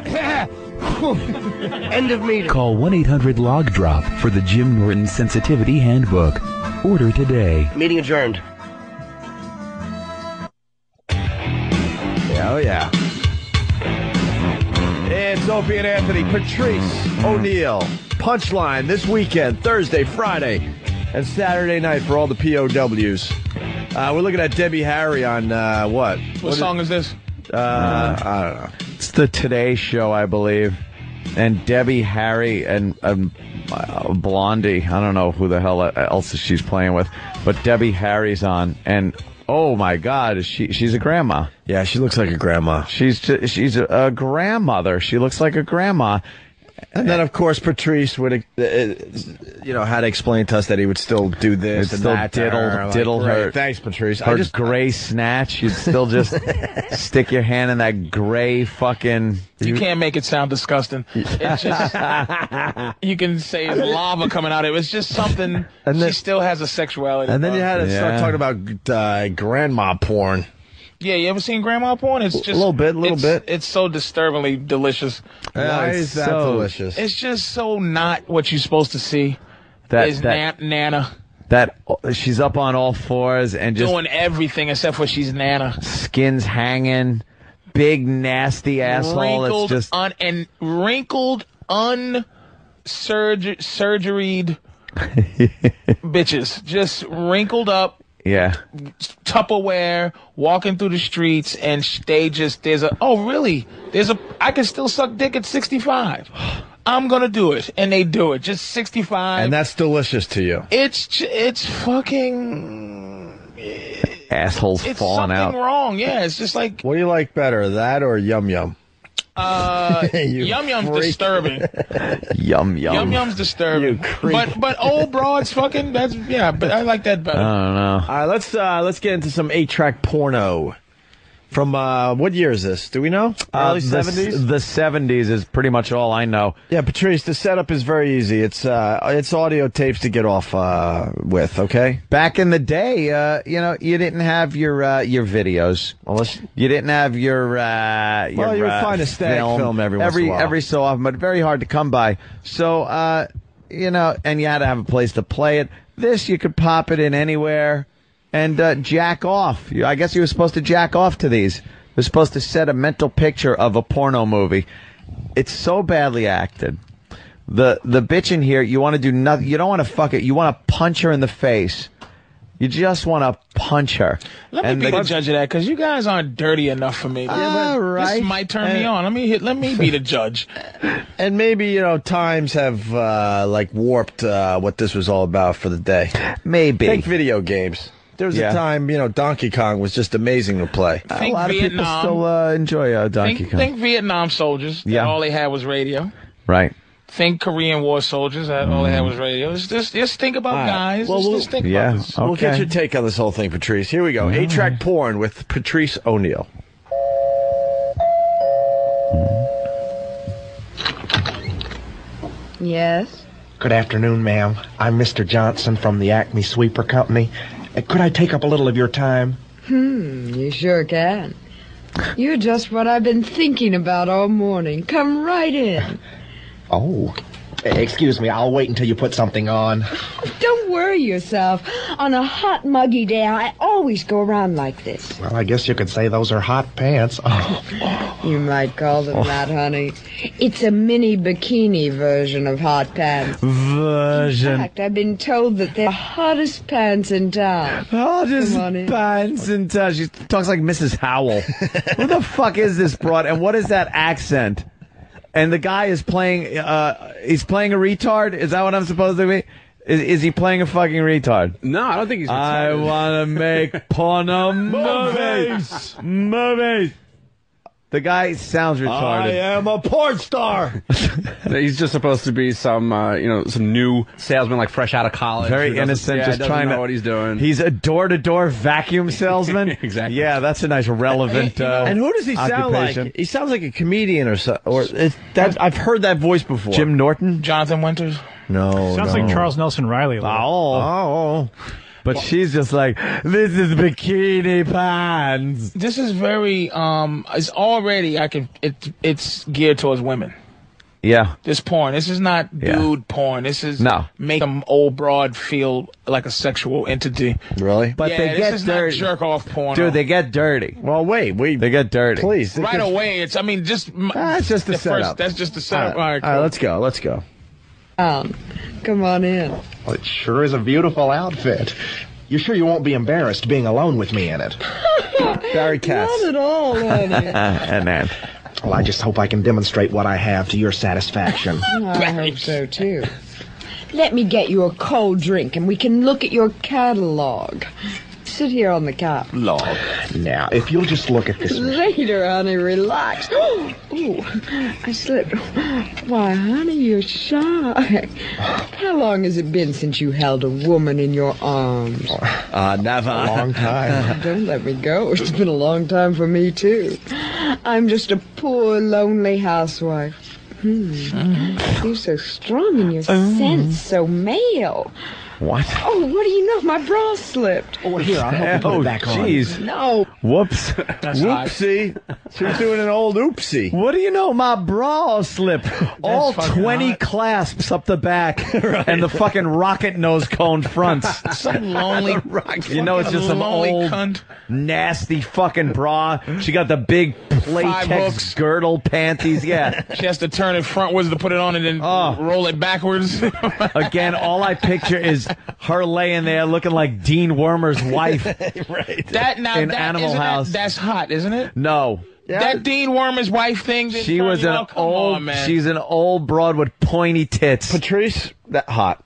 End of meeting.
Call 1 800 Log Drop for the Jim Norton Sensitivity Handbook. Order today.
Meeting adjourned.
Oh, yeah. It's Opie and Anthony, Patrice O'Neill. Punchline this weekend, Thursday, Friday, and Saturday night for all the POWs. Uh, we're looking at Debbie Harry on uh, what?
What, song is, this?
Uh, I don't know. It's the Today Show, I believe.
And Debbie Harry and um, uh, Blondie. I don't know who the hell else she's playing with, but Debbie Harry's on, and oh my God, is she she's a grandma.
Yeah, she looks like a grandma.
She's ju- she's a, a grandmother. She looks like a grandma.
And then, of course, Patrice would, uh, uh, you know, had to explain to us that he would still do this,
Would
and
still
that to
diddle-
her. I'm
diddle
"Great,
her-
Thanks, Patrice.
Her
I just
gray snatch. You'd still just stick your hand in that gray fucking.
You can't make it sound disgusting. It's just you can say it's lava coming out of it. It's just something.
And
she
then-
still has a sexuality.
And then you had to
Yeah.
start talking about uh, grandma porn.
Yeah, you ever seen grandma porn? It's just
little bit, little
it's-
bit.
It's so disturbingly delicious.
Why
it's
is that
so-
delicious?
It's just so not what you're supposed to see.
That-
That is
that-
na- Nana
That she's up on all fours and just
doing everything except for she's Nana.
skins hanging, big nasty asshole. That's
wrinkled
just
un- and wrinkled un surg- surgeried bitches just wrinkled up
yeah.
Tupperware, walking through the streets, and sh- they just there's a oh really there's a I can still suck dick at 65. I'm gonna do it, and they do it. Just 65.
And that's delicious to you.
it's j- it's fucking
Assholes
it's
falling
something
out.
wrong. Yeah, it's just like
What do you like better, that or yum yum?
uh,
You
yum yum's
freak.
disturbing.
Yum yum.
Yum yum's disturbing. But but old broads fucking that's yeah. But I like that better.
I don't know.
All right, let's uh, let's get into some eight track porno. From uh, what year is this? Do we know? Early seventies.
Uh, The seventies is pretty much all I know.
yeah, Patrice. The setup is very easy. It's uh, it's audio tapes to get off uh, with. Okay.
Back in the day, uh, you know, you didn't have your uh, your videos.
Unless
You didn't have your uh, your
you would
uh,
find a static film every once in a
every
while.
every so often, but very hard to come by. So uh, you know, and you had to have a place to play it. This you could pop it in anywhere and uh, jack off. You, I guess you were supposed to jack off to these. You're supposed to set a mental picture of a porno movie. It's so badly acted. The the bitch in here, you want to do nothing. You don't want to fuck it. You want to punch her in the face. You just want to punch her.
Let me
And
be
the-
the judge of that because you guys aren't dirty enough for me.
All right.
This might turn me on. Let me hit, let me be the judge.
And maybe you know times have uh, like warped uh, what this was all about for the day.
Maybe.
Take video games. There was
Yeah.
a time you know Donkey Kong was just amazing to play.
Think
a lot of people
Vietnam.
still uh, enjoy uh, Donkey
Think,
Kong.
think Vietnam soldiers. that
Yeah.
All they had was radio.
Right.
Think Korean War soldiers. That all they
Mm.
had was radio. It's just, just think about
right.
guys.
Well,
Just-
we'll-
just think
yeah.
about this.
We'll get
Okay.
your take on this whole thing, Patrice. Here we go. Eight track porn with Patrice O'Neill.
Yes.
Good afternoon, ma'am. I'm Mr. Johnson from the Acme Sweeper Company. Uh, Could I take up a little of your time?
Hmm, you sure can. You're just what I've been thinking about all morning. Come right in.
Oh. Uh, Excuse me, I'll wait until you put something on.
Don't worry yourself. On a hot, muggy day, I always go around like this.
Well, I guess you could say those are hot pants. Oh,
You might call them that,
Oh.
honey. It's a mini bikini version of hot pants. In
Version.
fact, I've been told that they're the hottest pants in town.
Hottest
Come on in.
pants and uh, she talks like Mrs. Howell. Who the fuck is this broad? And what is that accent? And the guy is playing. Uh, he's playing a retard. Is that what I'm supposed to be? Is, is he playing a fucking retard?
No, I don't think he's.
I want to make porno
Movies.
movies. movies. The guy sounds retarded.
I am
a porn star.
He's just supposed to be some, uh, you know, some new salesman, like fresh out of college.
Very
who doesn't-
innocent,
yeah,
just
doesn't
trying
know
to-
what he's doing.
He's a door-to-door vacuum salesman. exactly. Yeah, that's a nice relevant. Uh,
and who does he sound
occupation.
like? He sounds like a comedian or so. Or it's, that I've heard that voice before.
Jim Norton,
Jonathan Winters.
No,
Sounds
no.
like Charles Nelson Riley. a little.
Oh. But she's just like, this is bikini pants.
This is very um. It's already I can it it's geared towards women.
Yeah.
This porn. This is not
Yeah.
dude porn. This is
No.
make an old broad feel like a sexual entity.
Really?
But
yeah,
they
this
get
is
dirty.
not jerk off porn.
Dude, they get dirty.
Well, wait, wait.
They get dirty.
Please.
right away. It's I mean just m-
That's Ah, just the, setup.
First, that's just the setup.
All right, all right, let's go. Let's go.
Um, come on in.
well, it sure is a beautiful outfit. You're sure you won't be embarrassed being alone with me in it?
Barry Cass.
Not at all, honey.
and then.
Well, I just hope I can demonstrate what I have to your satisfaction.
Oh, I hope so too. Let me get you a cold drink and we can look at your catalog. Sit here on the couch.
Log. Now, if you'll just look at this.
Later, honey, relax. Ooh, I slipped. Why, honey, you're shy. How long has it been since you held a woman in your arms?
Uh, never. A
long time.
Don't let me go. It's been a long time for me, too. I'm just a poor, lonely housewife. Hmm. You're so strong in your
Oh.
sense, so male.
What?
Oh, what do you know? My bra slipped.
Oh, here, I'll help
you put it Oh, back on. jeez.
No.
Whoops.
Whoopsie. She's doing an old oopsie.
What do you know? My bra slipped. All
fucking
20 clasps up the back and the fucking rocket nose cone fronts.
Some lonely,
You know, it's just some
lonely
old,
cunt.
nasty fucking bra. She got the big
Five hooks.
platex girdle panties. Yeah. Oh.
She has to turn it frontwards to put it on and then roll it backwards.
Again, all I picture is her laying there looking like Dean Wormer's wife.
right.
That now
In
that-
Animal
isn't that-
House.
that's hot, isn't it?
No.
That Dean Wormer's wife thing. didn't
She
turn
was
you
an
out? Come
old.
on, man.
she's an old broad with pointy tits.
Patrice, that hot.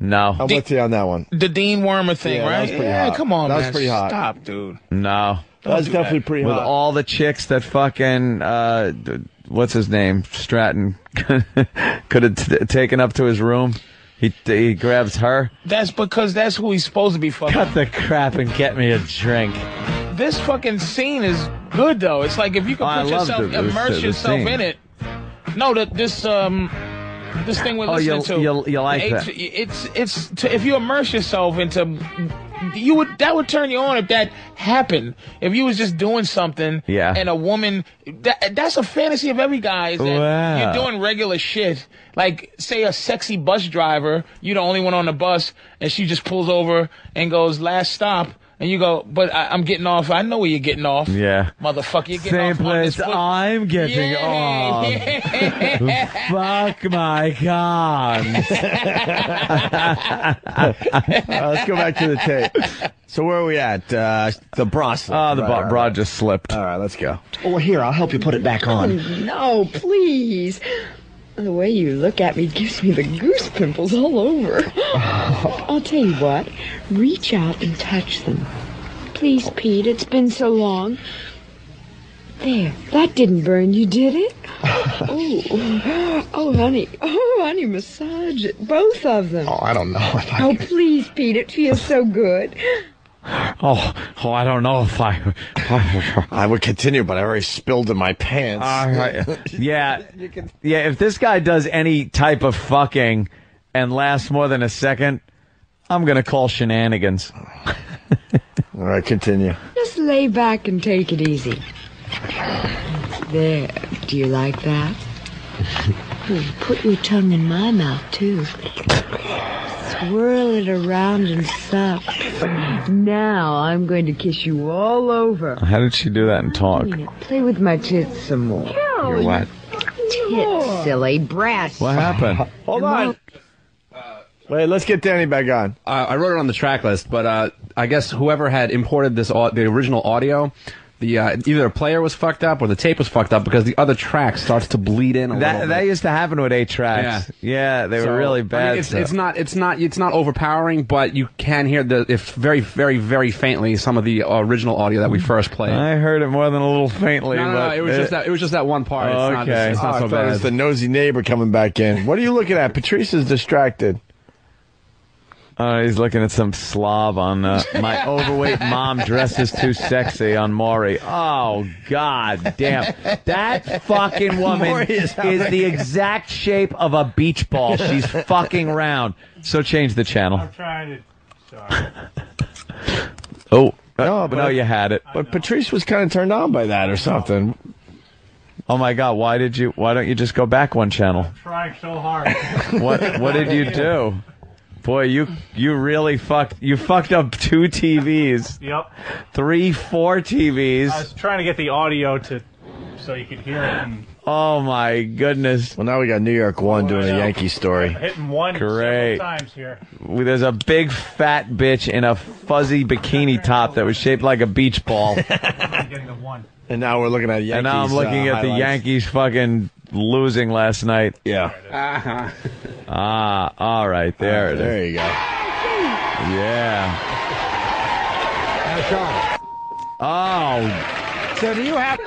No,
I'm with you on that one.
the Dean Wormer thing,
Yeah, that
right?
was pretty
yeah,
hot.
come on,
That was
man.
pretty hot.
Stop, dude.
no.
That was
do
definitely
that.
pretty
With
hot.
all the chicks that fucking uh, d- what's his name Stratton could have t- taken up to his room. He he grabs her.
That's because that's who he's supposed to be fucking.
Cut the crap and get me a drink.
This fucking scene is good though. It's like if you can
Oh, I
put
love
yourself,
the- the-
immerse
the
yourself
scene.
in it. No, that this um, this thing we're
Oh,
listening
you-
to.
you- you like
it's,
that.
It's it's to, if you immerse yourself into. You would that would turn you on if that happened. If you was just doing something,
Yeah.
and a woman that that's a fantasy of every guy is that
Wow.
you're doing regular shit. Like say a sexy bus driver, you're the only one on the bus, and she just pulls over and goes last stop, and you go, but I, I'm getting off. I know where you're getting off.
Yeah.
Motherfucker, you're getting
Same
off on this
place
foot-
I'm getting
Yeah,
off.
yeah.
Fuck my god.
Uh, let's go back to the tape. So where are we at? Uh, the bra. slip.
Oh, the
Right,
bra
right,
broad
right.
just slipped.
All right, let's go.
Oh, here, I'll help you put it back on.
Oh, No, please. The way you look at me gives me the goose pimples all over. I'll tell you what, reach out and touch them. Please, Pete, it's been so long. There, that didn't burn you, did it? Oh, oh, honey, oh, honey, massage it, both of them.
Oh, I don't know if I.
Oh, please, Pete, it feels so good.
Oh, oh, I don't know if I.
I would continue, but I already spilled in my pants.
All right. Yeah. Yeah, if this guy does any type of fucking and lasts more than a second, I'm going to call shenanigans.
All right, continue.
Just lay back and take it easy. There. Do you like that? Hmm, Put your tongue in my mouth, too. Whirl it around and suck. Now I'm going to kiss you all over.
How did she do that and talk?
Play with my tits some more.
Your what?
Tits, silly brass.
What happened?
Hold on. Wait, let's get Danny back on.
Uh, I wrote it on the track list, but uh, I guess whoever had imported this au- the original audio, the uh, either the player was fucked up or the tape was fucked up because the other track starts to bleed in a little
That
bit.
that used to happen with eight tracks. Yeah, they
So,
were really bad.
I mean, it's,
so-
it's not. It's not. It's not overpowering, but you can hear the if very, very, very faintly some of the original audio that we first played.
I heard it more than a little faintly.
No, no, no,
but
it was just that. It was just that one part. It's not,
Okay.
it's,
Oh,
not
I
so
thought it
bad.
was the nosy neighbor coming back in. What are you looking at? Patrice is distracted.
Uh, he's looking at some slob on uh, my overweight mom dresses too sexy on Maury. Oh God damn! That fucking woman
Maury
is,
is out
the
there.
exact shape of a beach ball. She's fucking round. So change the channel.
trying
Oh no, but no, you had it.
But Patrice was kind of turned on by that or something.
Oh my God! Why did you? Why don't you just go back one channel?
trying so hard.
What What did you do? Boy, you you really fucked. You fucked up two TVs.
Yep.
Three, four TVs.
I was trying to get the audio to so you could hear it. And
Oh my goodness! Oh,
Well, now we got New York One doing a Yankee story.
hitting one
Great.
several times here.
Well, There's a big fat bitch in a fuzzy bikini top that was shaped like a beach ball,
Getting the one.
And now we're looking at Yankees.
and now I'm looking
uh,
at the
highlights.
Yankees fucking losing last night.
Yeah.
Uh-huh.
Ah, all right, there it is.
There you go.
Yeah. Oh,
So do you have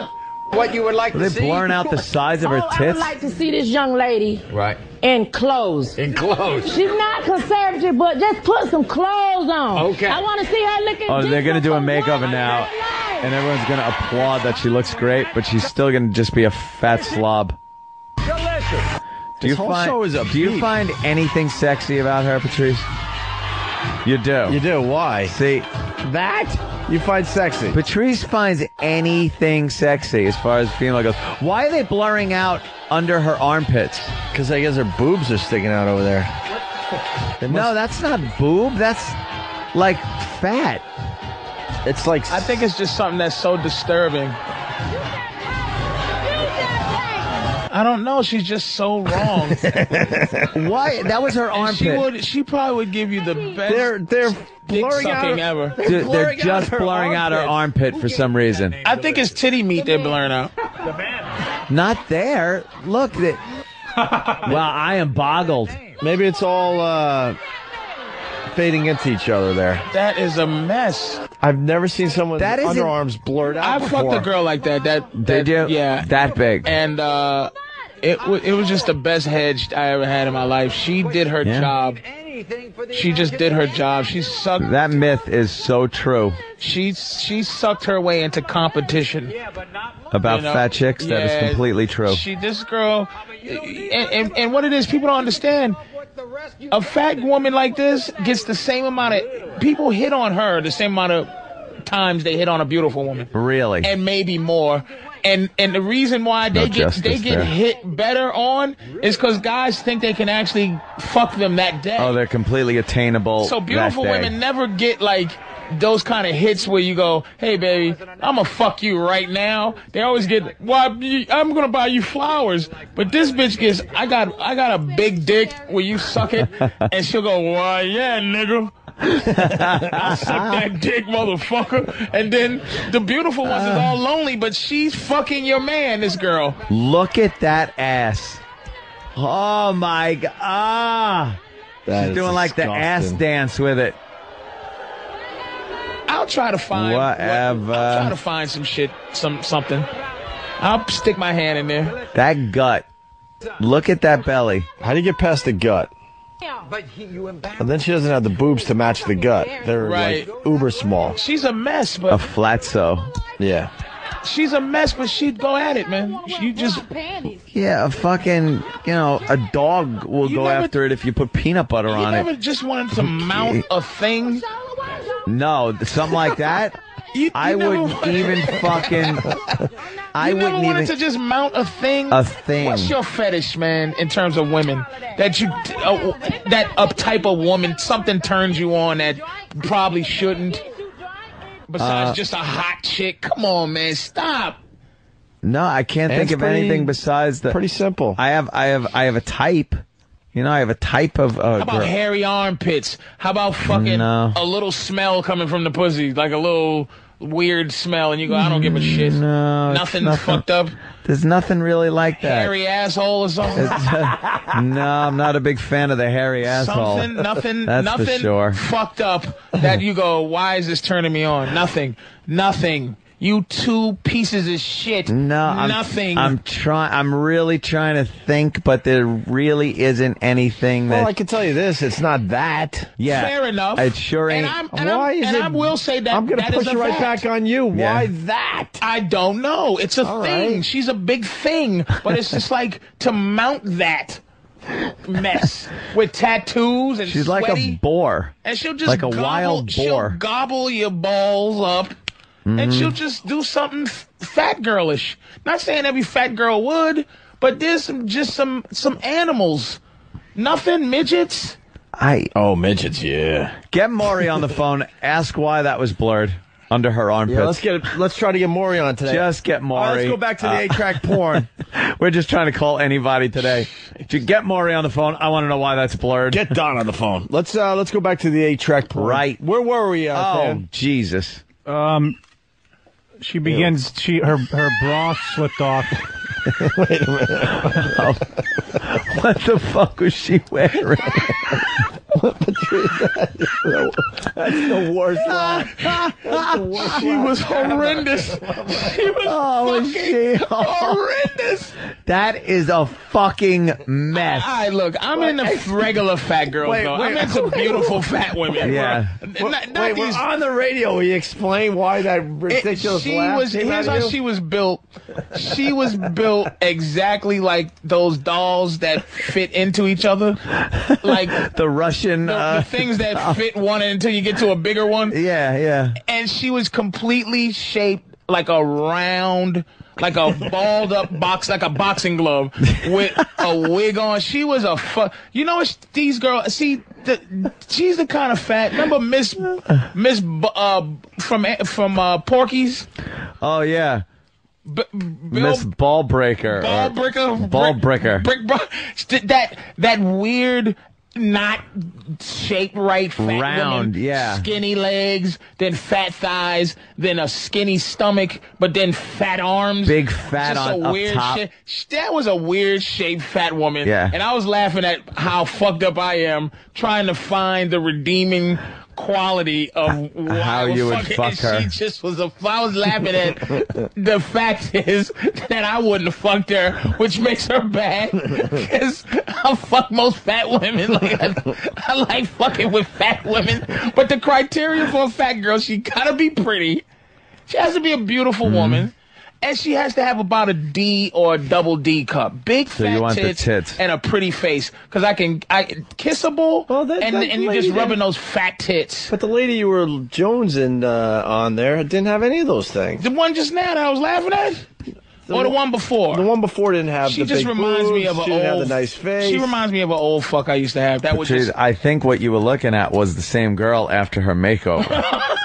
what you would like
were
to
they
see?
blurring out the sides of her
Oh, I would
tits?
like to see this young lady
Right.
in clothes.
In clothes.
She's not conservative, but just put some clothes on.
Okay.
I want to see her looking.
Oh, they're
decent.
gonna do a makeover now, and everyone's gonna applaud that she looks great, but she's still gonna just be a fat slob.
Delicious.
Do you
This whole
find
show is a
Do you
beat.
find anything sexy about her, Patrice? You do.
You do. Why?
See
that you find sexy.
Patrice finds anything sexy as far as female goes. Why are they blurring out under her armpits?
Because I guess her boobs are sticking out over there.
No, that's not boob. That's like fat.
It's like
I think it's just something that's so disturbing. I don't know. She's just so wrong.
Why? That was her
And
armpit.
she would. She probably would give you the best.
They're they're
dick
blurring out.
sucking
her-
ever.
They're, they're just blurring out her armpit for some reason.
I think it's titty meat they're blurring out.
Not there. Look that. well, I am boggled.
Maybe it's all uh, fading into each other there.
That is a mess.
I've never seen someone's
That isn't-
underarms blurred out
I
before.
fucked a girl like that. That, that
Did you?
Yeah.
That big.
and uh, it w- it was just the best hedge I ever had in my life. She did her
Yeah.
job. She just did her job. She sucked.
That myth is so true
She she sucked her way into competition.
about
you know?
fat chicks. That
Yeah,
is completely true.
She this girl, and, and and what it is, people don't understand. A fat woman like this gets the same amount of people hit on her the same amount of times they hit on a beautiful woman.
Really?
and maybe more. And and the reason why they
No
get
justice
they get
there.
hit better on is because guys think they can actually fuck them that day.
Oh, they're completely attainable.
so
Oh, that
beautiful
day.
women never get like those kind of hits where you go, "Hey, baby, I'm gonna fuck you right now." They always get, "Well, you- I'm gonna buy you flowers," but this bitch gets, "I got I got a big dick where you suck it," and she'll go, "Why, yeah, nigga." I suck that dick, motherfucker. And then the beautiful ones is all lonely, but she's fucking your man, this girl.
Look at that ass. Oh my god. Ah.
That
She's
is
doing like the ass
disgusting.
dance with it.
I'll try to find what-
Whatever.
I'll try to find some shit, some something. I'll stick my hand in there.
That gut. Look at that belly.
How do you get past the gut?
But he, you embarrassed.
And then she doesn't have the boobs to match the gut. They're
Right.
like uber small.
She's a mess,
A
but
flatso.
Yeah.
she's a mess, but she'd go at it, man. You just
Yeah, a fucking, you know, a dog will
You
go
never-
after it if you put peanut butter
you
on
never
it.
just wanted to mount a thing.
No, something like that. I
never
would
wanted-
even fucking. I
you never
wouldn't
wanted
even.
to just mount a thing.
A thing.
What's your fetish, man, in terms of women that you uh, that up type of woman? Something turns you on that probably shouldn't. Besides
Uh,
just a hot chick, come on, man, stop.
No, I can't
It's
think of
pretty-
anything besides the. Pretty simple. I have, I have, I have a type. You know, I have a type of. Uh,
How about
girl.
hairy armpits? How about fucking
No.
a little smell coming from the pussy, like a little weird smell, and you go, I don't
Mm.
give a shit.
No, it's
nothing, fucked up.
There's nothing really like that.
Hairy asshole or something.
It's, uh, no, I'm not a big fan of the hairy asshole.
Something, nothing,
That's
nothing
for sure.
fucked up that you go, why is this turning me on? Nothing, nothing. You two pieces of shit.
No, I'm,
nothing.
I'm trying. I'm really trying to think, but there really isn't anything that.
Well, I
can tell you this: it's not that. Yeah,
Fair enough.
It sure ain't.
And, I'm, and, Why I'm,
is
and
it-
I will say that
I'm gonna
that
push
is a
it right
fact.
back on you. Why Yeah.
that? I don't know. It's a thing. She's a big thing, but it's just like to mount that mess with tattoos and
She's like
sweaty,
a boar.
and she'll just
like a
gobble,
wild
She'll
boar.
gobble your balls up, and
Mhm.
she'll just do something f- fat girlish. Not saying every fat girl would, but there's some just some some animals. Nothing midgets.
I oh midgets, yeah. Get Maury on the phone. Ask why that was blurred under her armpit.
Yeah, let's get it. Let's try to get Maury on today.
Just
All
get
right,
Maury.
let's go back to the
Uh,
eight track porn.
We're just trying to call anybody today. To get Maury on the phone, I want to know why that's blurred. Get Don on the phone.
Let's uh, let's go back to the eight track porn.
Right.
Where were we? Uh,
Oh
Dan?
Jesus!
Um, she begins. She her her bra slipped off.
Wait a minute. what the fuck was she wearing?
What the- That's the worst line. That's the worst
She
line.
was horrendous. She was fucking horrendous.
that is a fucking mess.
I look. I'm in the f- regular fat girls
Wait,
though.
wait.
I'm into beautiful fat women.
Yeah.
bro. Not, not
Wait,
these-
we're on the radio. Will you explain why that
It-
ridiculous
she
laugh
was
came
here's
out of
how
you?
she was built she was built exactly like those dolls that fit into each other like
the russian
the,
uh,
things that fit one until you get to a bigger one
yeah yeah
and she was completely shaped like a round like a balled up box, like a boxing glove with a wig on. She was a fuck. You know, it's these girls. See, the, she's the kind of fat. Remember Miss Miss B- uh, from from uh, Porky's.
Oh yeah.
B- Bill
Miss Uh, Ballbreaker. or-
Ball Bricker.
Ballbreaker.
Brick, bro- st- that that weird, not shaped right, fat
Round,
woman,
yeah.
skinny legs, then fat thighs, then a skinny stomach, but then fat arms,
Big fat
Just
on-
a
up
weird
top.
shit. Sh- That was a weird shaped fat woman,
Yeah.
And I was laughing at how fucked up I am trying to find the redeeming quality of why
how
I was
you would
fucking-
fuck
and
her.
She just was a. I was laughing at the fact is that I wouldn't have fucked her, which makes her bad. Because I fuck most fat women. Like I, I like fucking with fat women. But the criteria for a fat girl, she gotta be pretty. She has to be a beautiful woman. And she has to have about a D or a double D cup. Big
So
fat
you want the
tits,
tits.
and a pretty face. Because I can I kissable and,
that
and you're just
lady
rubbing
didn't-
those fat tits.
But the lady you were jonesing uh, on there didn't have any of those things.
The one just now that I was laughing at? or the one before?
The one before didn't have.
She
the
just
big
reminds me
boobs,
of an
She didn't
old.
have the nice face.
She reminds me of an old fuck I used to have. That was
Dude,
just.
I think what you were looking at was the same girl after her makeover.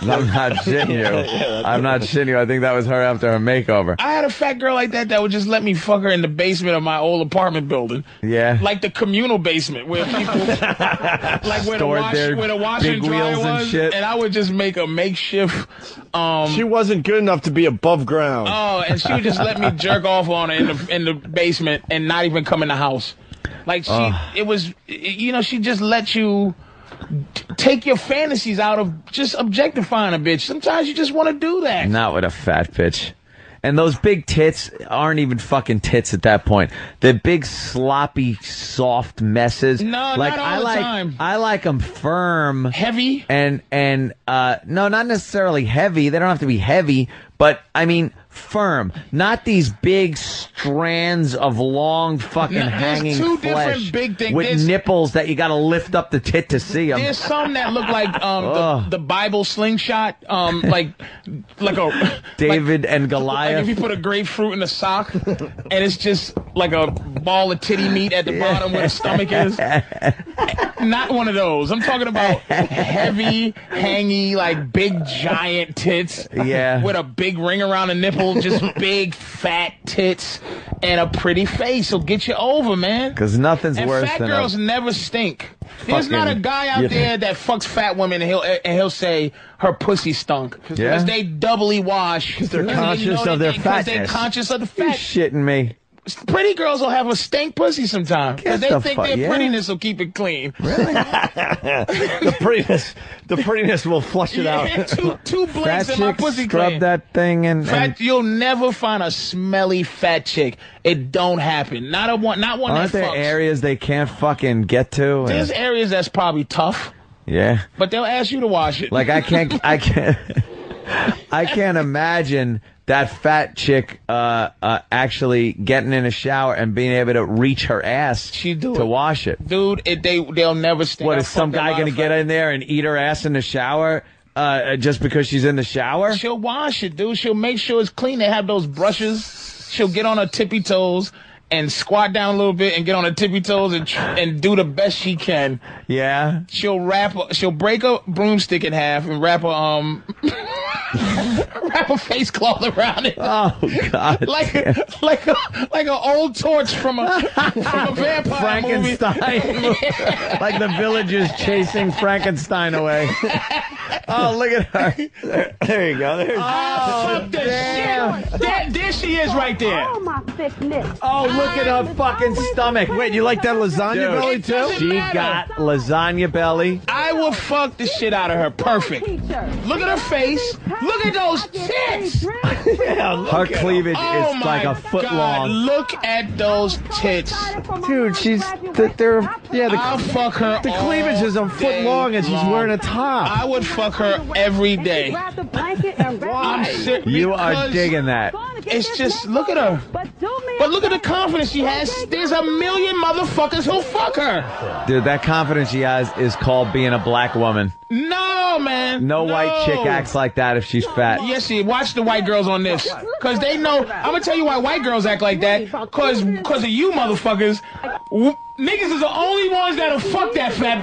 I'm not shitting you. I'm not shitting you. I think that was her after her makeover.
I had a fat girl like that that would just let me fuck her in the basement of my old apartment building.
Yeah.
Like the communal basement where people, like where the,
Stored
wash,
their
where the washer
big
and dryer
wheels and
was,
shit.
I would just make a makeshift. Um,
She wasn't good enough to be above ground.
oh, and she would just let me jerk off on her in the in the basement and not even come in the house. Like she,
Ugh.
it was, you know, she just let you t- take your fantasies out of just objectifying a bitch. Sometimes you just want to do that.
Not with a fat bitch. And those big tits aren't even fucking tits at that point. They're big, sloppy, soft messes.
No,
like,
not all
I
the
like,
time.
I like them firm,
heavy,
and and uh, no, not necessarily heavy. They don't have to be heavy, but I mean firm, not these big strands of long fucking
No, there's
hanging
two
flesh
different big things.
with
There's-
nipples that you got to lift up the tit to see them.
There's some that look like um,
Ugh.
the, the Bible slingshot, um, like like a
David and
like if
Goliath.
you put a grapefruit in a sock, and it's just like a ball of titty meat at the bottom where the stomach is. Not one of those. I'm talking about heavy, hangy, like big giant tits.
Yeah.
With a big ring around the nipple, just big fat tits and a pretty face. So get you over, man.
Because nothing's
and
worse
fat
than
girls
a
never stink. There's
Fucking-
not a guy out
Yeah.
there that fucks fat women and he'll and he'll say her pussy stunk because
Yeah.
they doubly wash. Because
they're conscious of their
They're
fatness.
conscious of the
You
fat.
shitting me.
Pretty girls will have a stink pussy sometimes because
Get
they
the
think
fuck-
their
yeah.
prettiness will keep it clean. Really?
the prettiness, the prettiness will flush it
Yeah,
out.
two- two blinks
Fat
and my
chick
pussy
scrub
clean.
that thing and, and
Fat, you'll never find a smelly fat chick. It don't happen. Not a one. Not one
aren't
that
there
fucks.
areas they can't fucking get to? And-
There's areas that's probably tough,
yeah.
but they'll ask you to wash it.
Like I can't, I can't, I can't imagine that fat chick uh, uh, actually getting in a shower and being able to reach her ass she do to wash it.
dude. It, they they'll never stink.
What
I
is some
fucked a
guy
lot
going to
of
get in there and eat her ass in the shower uh, uh, just because she's in the shower?
She'll wash it, dude. She'll make sure it's clean. They have those brushes. She'll get on her tippy toes and squat down a little bit and get on her tippy toes and tr- and do the best she can.
Yeah.
She'll wrap. A, she'll break a broomstick in half and wrap a um. wrap a face cloth around it.
Oh God!
Like like a, like an old torch from a from a vampire
Frankenstein.
movie.
like the villagers chasing Frankenstein away. oh, look at her. There, there you go. There's.
Oh, fuck the shit. There, there she is right there.
Oh,
my thick lips.
Oh, look at her fucking stomach. Wait, you like that lasagna
Dude,
belly
it
too?
doesn't
She
matter.
got lasagna belly.
I will fuck the shit out of her. Perfect. Look at her face. Look at those tits.
Her cleavage
Oh
is
my
like a foot
God,
long.
Look at those tits.
Dude, she's th- they're yeah. The,
I'll fuck her.
The
all
cleavage is a foot
day
long, and she's
long.
wearing a top.
I would fuck her every day.
Grab the blanket and wrap
I'm
it.
ser-
You are
because
digging that.
It's just look at her. But look at the confidence she has. There's a million motherfuckers who'll fuck her.
Dude, that confidence she has is called being a black woman.
No, man.
No, white chick
No.
acts like that if she's fat.
Yes, she. Watch the white girls on this, cause they know. I'm gonna tell you why white girls act like that, cause cause of you motherfuckers. W- Niggas is the only ones that'll fuck that fat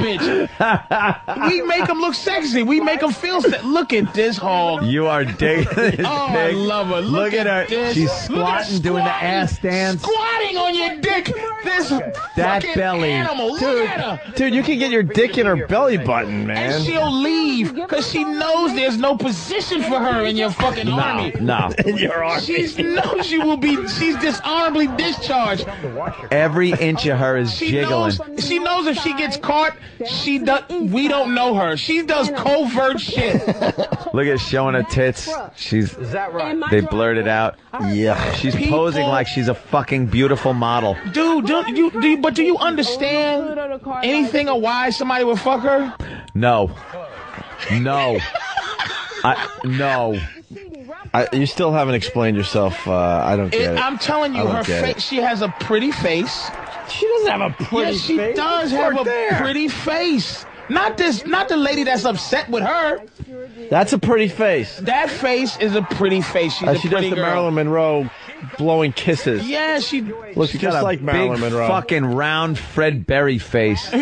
bitch. We make them look sexy. We make them feel. Se- look at this hog.
You are digging this
Oh, I
pig.
love her. Look,
Look at her.
This.
She's
Look at her
squatting, doing the ass dance.
Squatting on your dick. This
That
fucking
belly.
animal. Look
Dude,
at her.
dude, you can get your dick in her belly button,
And
man.
she'll leave because she knows there's no position for her in your fucking army.
No.
She's no, she will be. She's dishonorably discharged.
Every inch of her is
She
jiggling.
knows. She knows if she gets caught, she does. We don't know her. She does covert shit.
Look at showing her tits. She's
Is that right?
they blurted out. Yeah. She's
People-
posing like she's a fucking beautiful model.
Dude, don't you, do you? But do you understand anything of why somebody would fuck her?
No. No. I, no.
I, you still haven't explained yourself. Uh, I don't
It-
get it.
I'm telling
I
you,
don't
her
get it.
face. She has a pretty face. She doesn't have a
pretty
Yes, she
face.
does
It's
have
right
a
there.
pretty face. Not this. Not the lady that's upset with her.
That's a pretty face.
That face is a pretty face. She's
Uh,
a
she does
pretty
the
girl.
Marilyn Monroe blowing kisses.
Yeah, she
Looks
She's
just
got a
like Marilyn
big
Monroe.
fucking round Fred Berry face.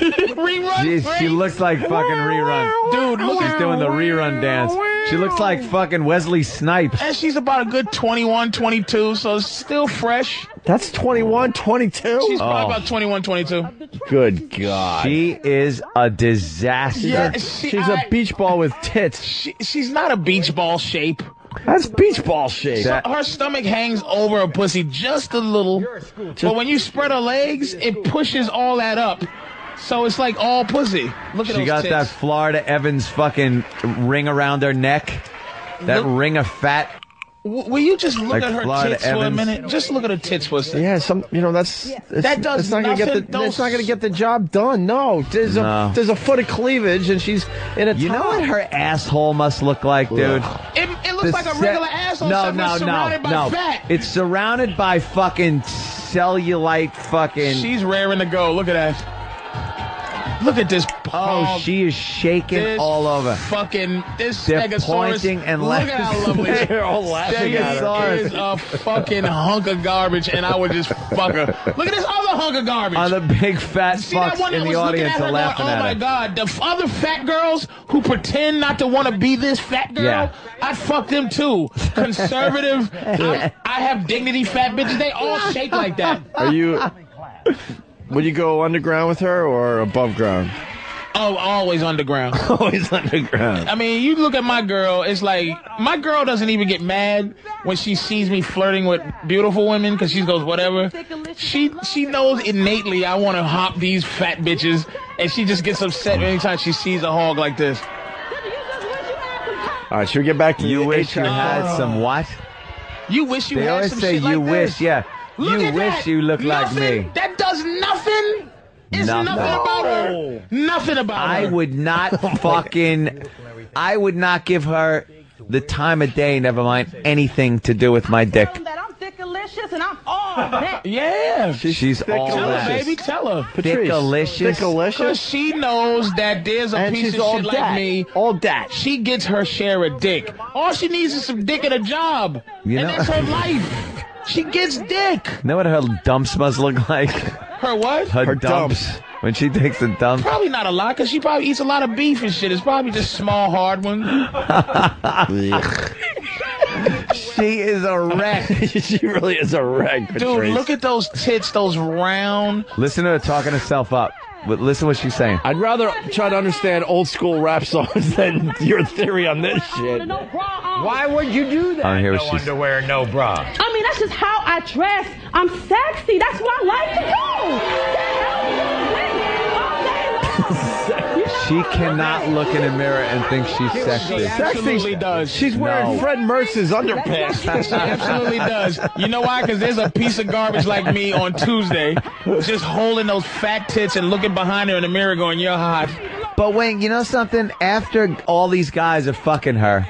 rerun.
Jeez, she looks like fucking rerun.
Dude, look
She's
at-
doing the rerun dance. She looks like fucking Wesley Snipes.
And she's about a good 21, 22, so it's still fresh.
That's 21, 22.
She's probably
Oh.
about 21, 22.
Good God.
She is a disaster.
Yeah, she-
She's a
I-
beach ball with tits.
She, she's not a beach ball shape.
That's beach ball shape.
So her stomach hangs over her pussy just a little. But when you spread her legs, it pushes all that up. So it's like all pussy. Look at
She
those
got
tits.
that Florida Evans fucking ring around her neck. That ring of fat.
W- will you just look
Like
at her
Florida
tits for a
Evans.
minute? Just look at her tits for a second.
Yeah, some you know that's it's,
That does
it's not gonna get the
nothing. Don't
it's not gonna get the job done. No, there's
No.
a there's a foot of cleavage and she's in a
You know
top.
what her asshole must look like, dude?
It, it
looks like a regular
ce-
asshole
No,
somewhere
no,
surrounded by
no, no.
fat.
It's surrounded by fucking cellulite. Fucking.
She's raring to go. Look at that. Look at this.
Oh, she is shaking
This
all over.
Fucking this
They're
stegosaurus.
pointing and
look
laughing.
at how lovely. she-
They're all laughing at her.
Stegosaurus is a fucking hunk of garbage, and I would just fuck her. Look at this other hunk of garbage.
Are the big fat
See that
fucks
one
in
that
the
was looking
audience
at her
are
going,
laughing
oh
at
my
her.
god, the f- other fat girls who pretend not to want to be this fat girl,
Yeah.
I'd fuck them too. Conservative, I, I have dignity fat bitches, they all shake like that.
Are you? Would you go underground with her or above ground?
Oh, always underground.
Always underground.
I mean, you look at my girl, it's like, my girl doesn't even get mad when she sees me flirting with beautiful women because she goes, whatever. She she knows innately I want to hop these fat bitches, and she just gets upset anytime she sees a hog like this.
All right, should we get back to
You
the
wish you
A-Track
had
call?
some what?
You wish you
They
had
always
some
say
shit
you
like
wish,
this.
yeah.
Look
you
at
wish
that.
you looked
Nothing-
like me.
That does nothing. It's nothing,
Nothing.
about her. Nothing about
I
her. Oh
would not fucking. I would not give her the time of day. Never mind anything to do with my dick.
Delicious, and I'm all that.
Yeah,
she's, all
Tell her,
that.
baby, tell her.
Patrice, Thickalicious? thickalicious?
Because she knows that there's a
And
piece
she's
of
all
shit
dat.
like me. All that. She gets her share of dick. All she needs is some dick and a job.
You
and
know-
that's her life. She gets dick.
Know what her dumps must look like?
Her what?
Her, dumps. When she takes a dump.
Probably not a lot, because she probably eats a lot of beef and shit. It's probably just small, hard ones.
she is a wreck.
she really is a wreck.
Dude,
Patrice.
look at those tits, those round.
Listen to her talking herself up. But Listen what she's saying.
I'd rather try to understand old school rap songs than your theory on this shit.
Why would you do that?
I don't hear what
no
she's-
underwear, no bra.
I mean, that's just how I dress. I'm sexy. That's what I like to
She cannot look in a mirror and think she's sexy.
She absolutely does.
She's wearing
No.
Fred Mertz's underpants.
She absolutely does. You know why? Because there's a piece of garbage like me on Tuesday, just holding those fat tits and looking behind her in the mirror, going, "You're hot."
But Wayne, you know something? After all these guys are fucking her,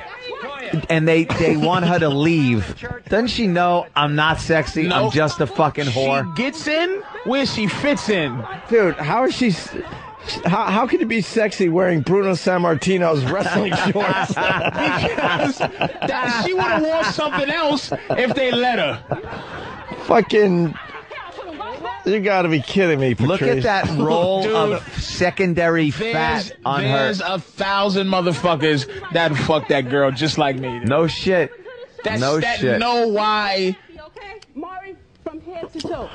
and they they want her to leave, doesn't she know I'm not sexy? I'm
Nope.
just a fucking whore.
She gets in where she fits in.
Dude, how is she? s- How, how can it be sexy wearing Bruno Sammartino's wrestling shorts?
Because that, she would have worn something else if they let her.
Fucking. You gotta be kidding me, Patrice.
Look at that roll
Dude,
of secondary
There's,
fat on her.
there's a thousand motherfuckers that fuck that girl just like me.
No shit.
That's,
no
that
shit.
know why.
Maury, from head to toe.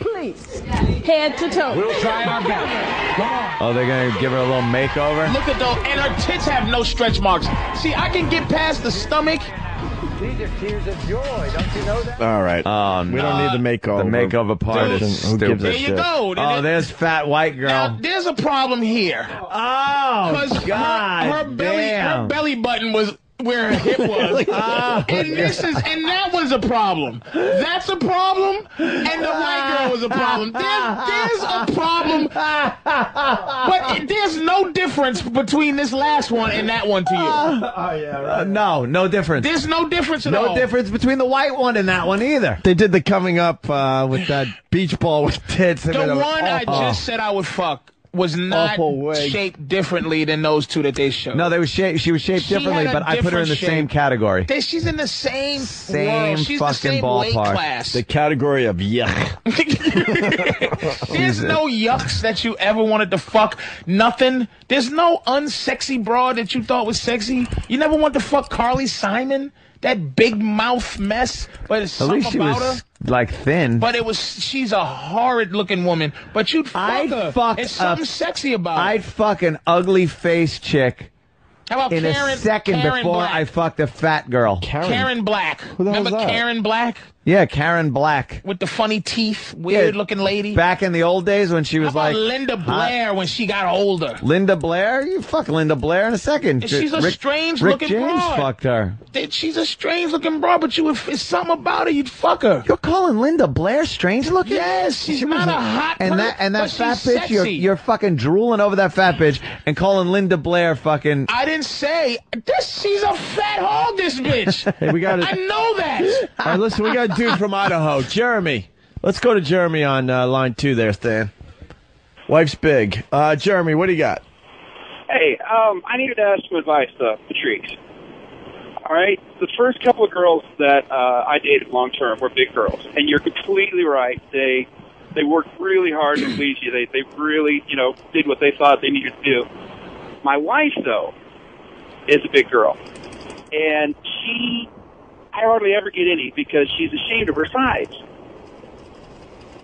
Please. Head to toe. We'll try our best.
Oh, they're gonna give her a little makeover.
Look at those, and her tits have no stretch marks. See, I can get past the stomach.
These are tears of joy. Don't you know that?
All right.
Oh,
we don't need the makeover.
The makeover part
Dude,
is
who
stupid.
gives a There
you shit? go.
Oh, there's fat white
Now,
girl.
there's a problem here.
Oh,
Because
God.
her, her belly her
damn.
belly button was where her hip was. and this is and that was a problem. That's a problem. And the white girl was a problem. There's, there's a problem. But there's no difference between this last one and that one to you.
Uh, no, no difference.
There's no difference at
no
all.
difference between the white one and that one either.
They did the coming up uh, with that beach ball with tits.
The one I just said I would fuck was not
Awful wig.
shaped differently than those two that they showed.
No, they were shaped. She was shaped
She
differently,
had a
but I put her in the
different
same
shape.
category.
They- she's in the same,
Same
world. She's the
fucking
same weight
ballpark.
class.
The category of yuck.
There's no yucks that you ever wanted to fuck. Nothing. There's no unsexy broad that you thought was sexy. You never want to fuck Carly Simon, that big mouth mess. But it's
At
something
least she
about
was
her.
like thin.
But it was she's a horrid looking woman. But you'd fuck
I'd
her.
fuck
It's something
a-
sexy about her.
I'd fuck an ugly face chick
How about
in
Karen,
a second
Karen
before
Black?
I fucked a fat girl.
Karen Black.
the hell is
Remember
that?
Karen Black
Yeah, Karen Black.
with the funny teeth, weird
Yeah,
looking lady.
Back in the old days when she
How
was
about
like
Linda
hot.
Blair when she got older?
Linda Blair? You fuck Linda Blair in a second.
She's a
Rick-
strange
Rick
looking
James
broad.
fucked her.
that she's a strange looking broad, but you would, it's something about her, you'd fuck her.
You're calling Linda Blair strange looking?
Yes, she's not a hot
And
per-
that and that
but
fat
she's
bitch, you're
sexy.
you're fucking drooling over that fat bitch and calling Linda Blair fucking
I didn't say this. She's a fat hog. This bitch.
Hey, we gotta-
I know that.
All right, listen, we got a dude from Idaho, Jeremy. Let's go to Jeremy on uh, line two there, Stan. Wife's big. Uh, Jeremy, what do you got?
Hey, um, I needed to ask some advice, uh, Patrice. All right, the first couple of girls that uh, I dated long term were big girls, and you're completely right. They they worked really hard to please you. They they really you know did what they thought they needed to do. My wife though is a big girl, and she I hardly ever get any because she's ashamed of her size.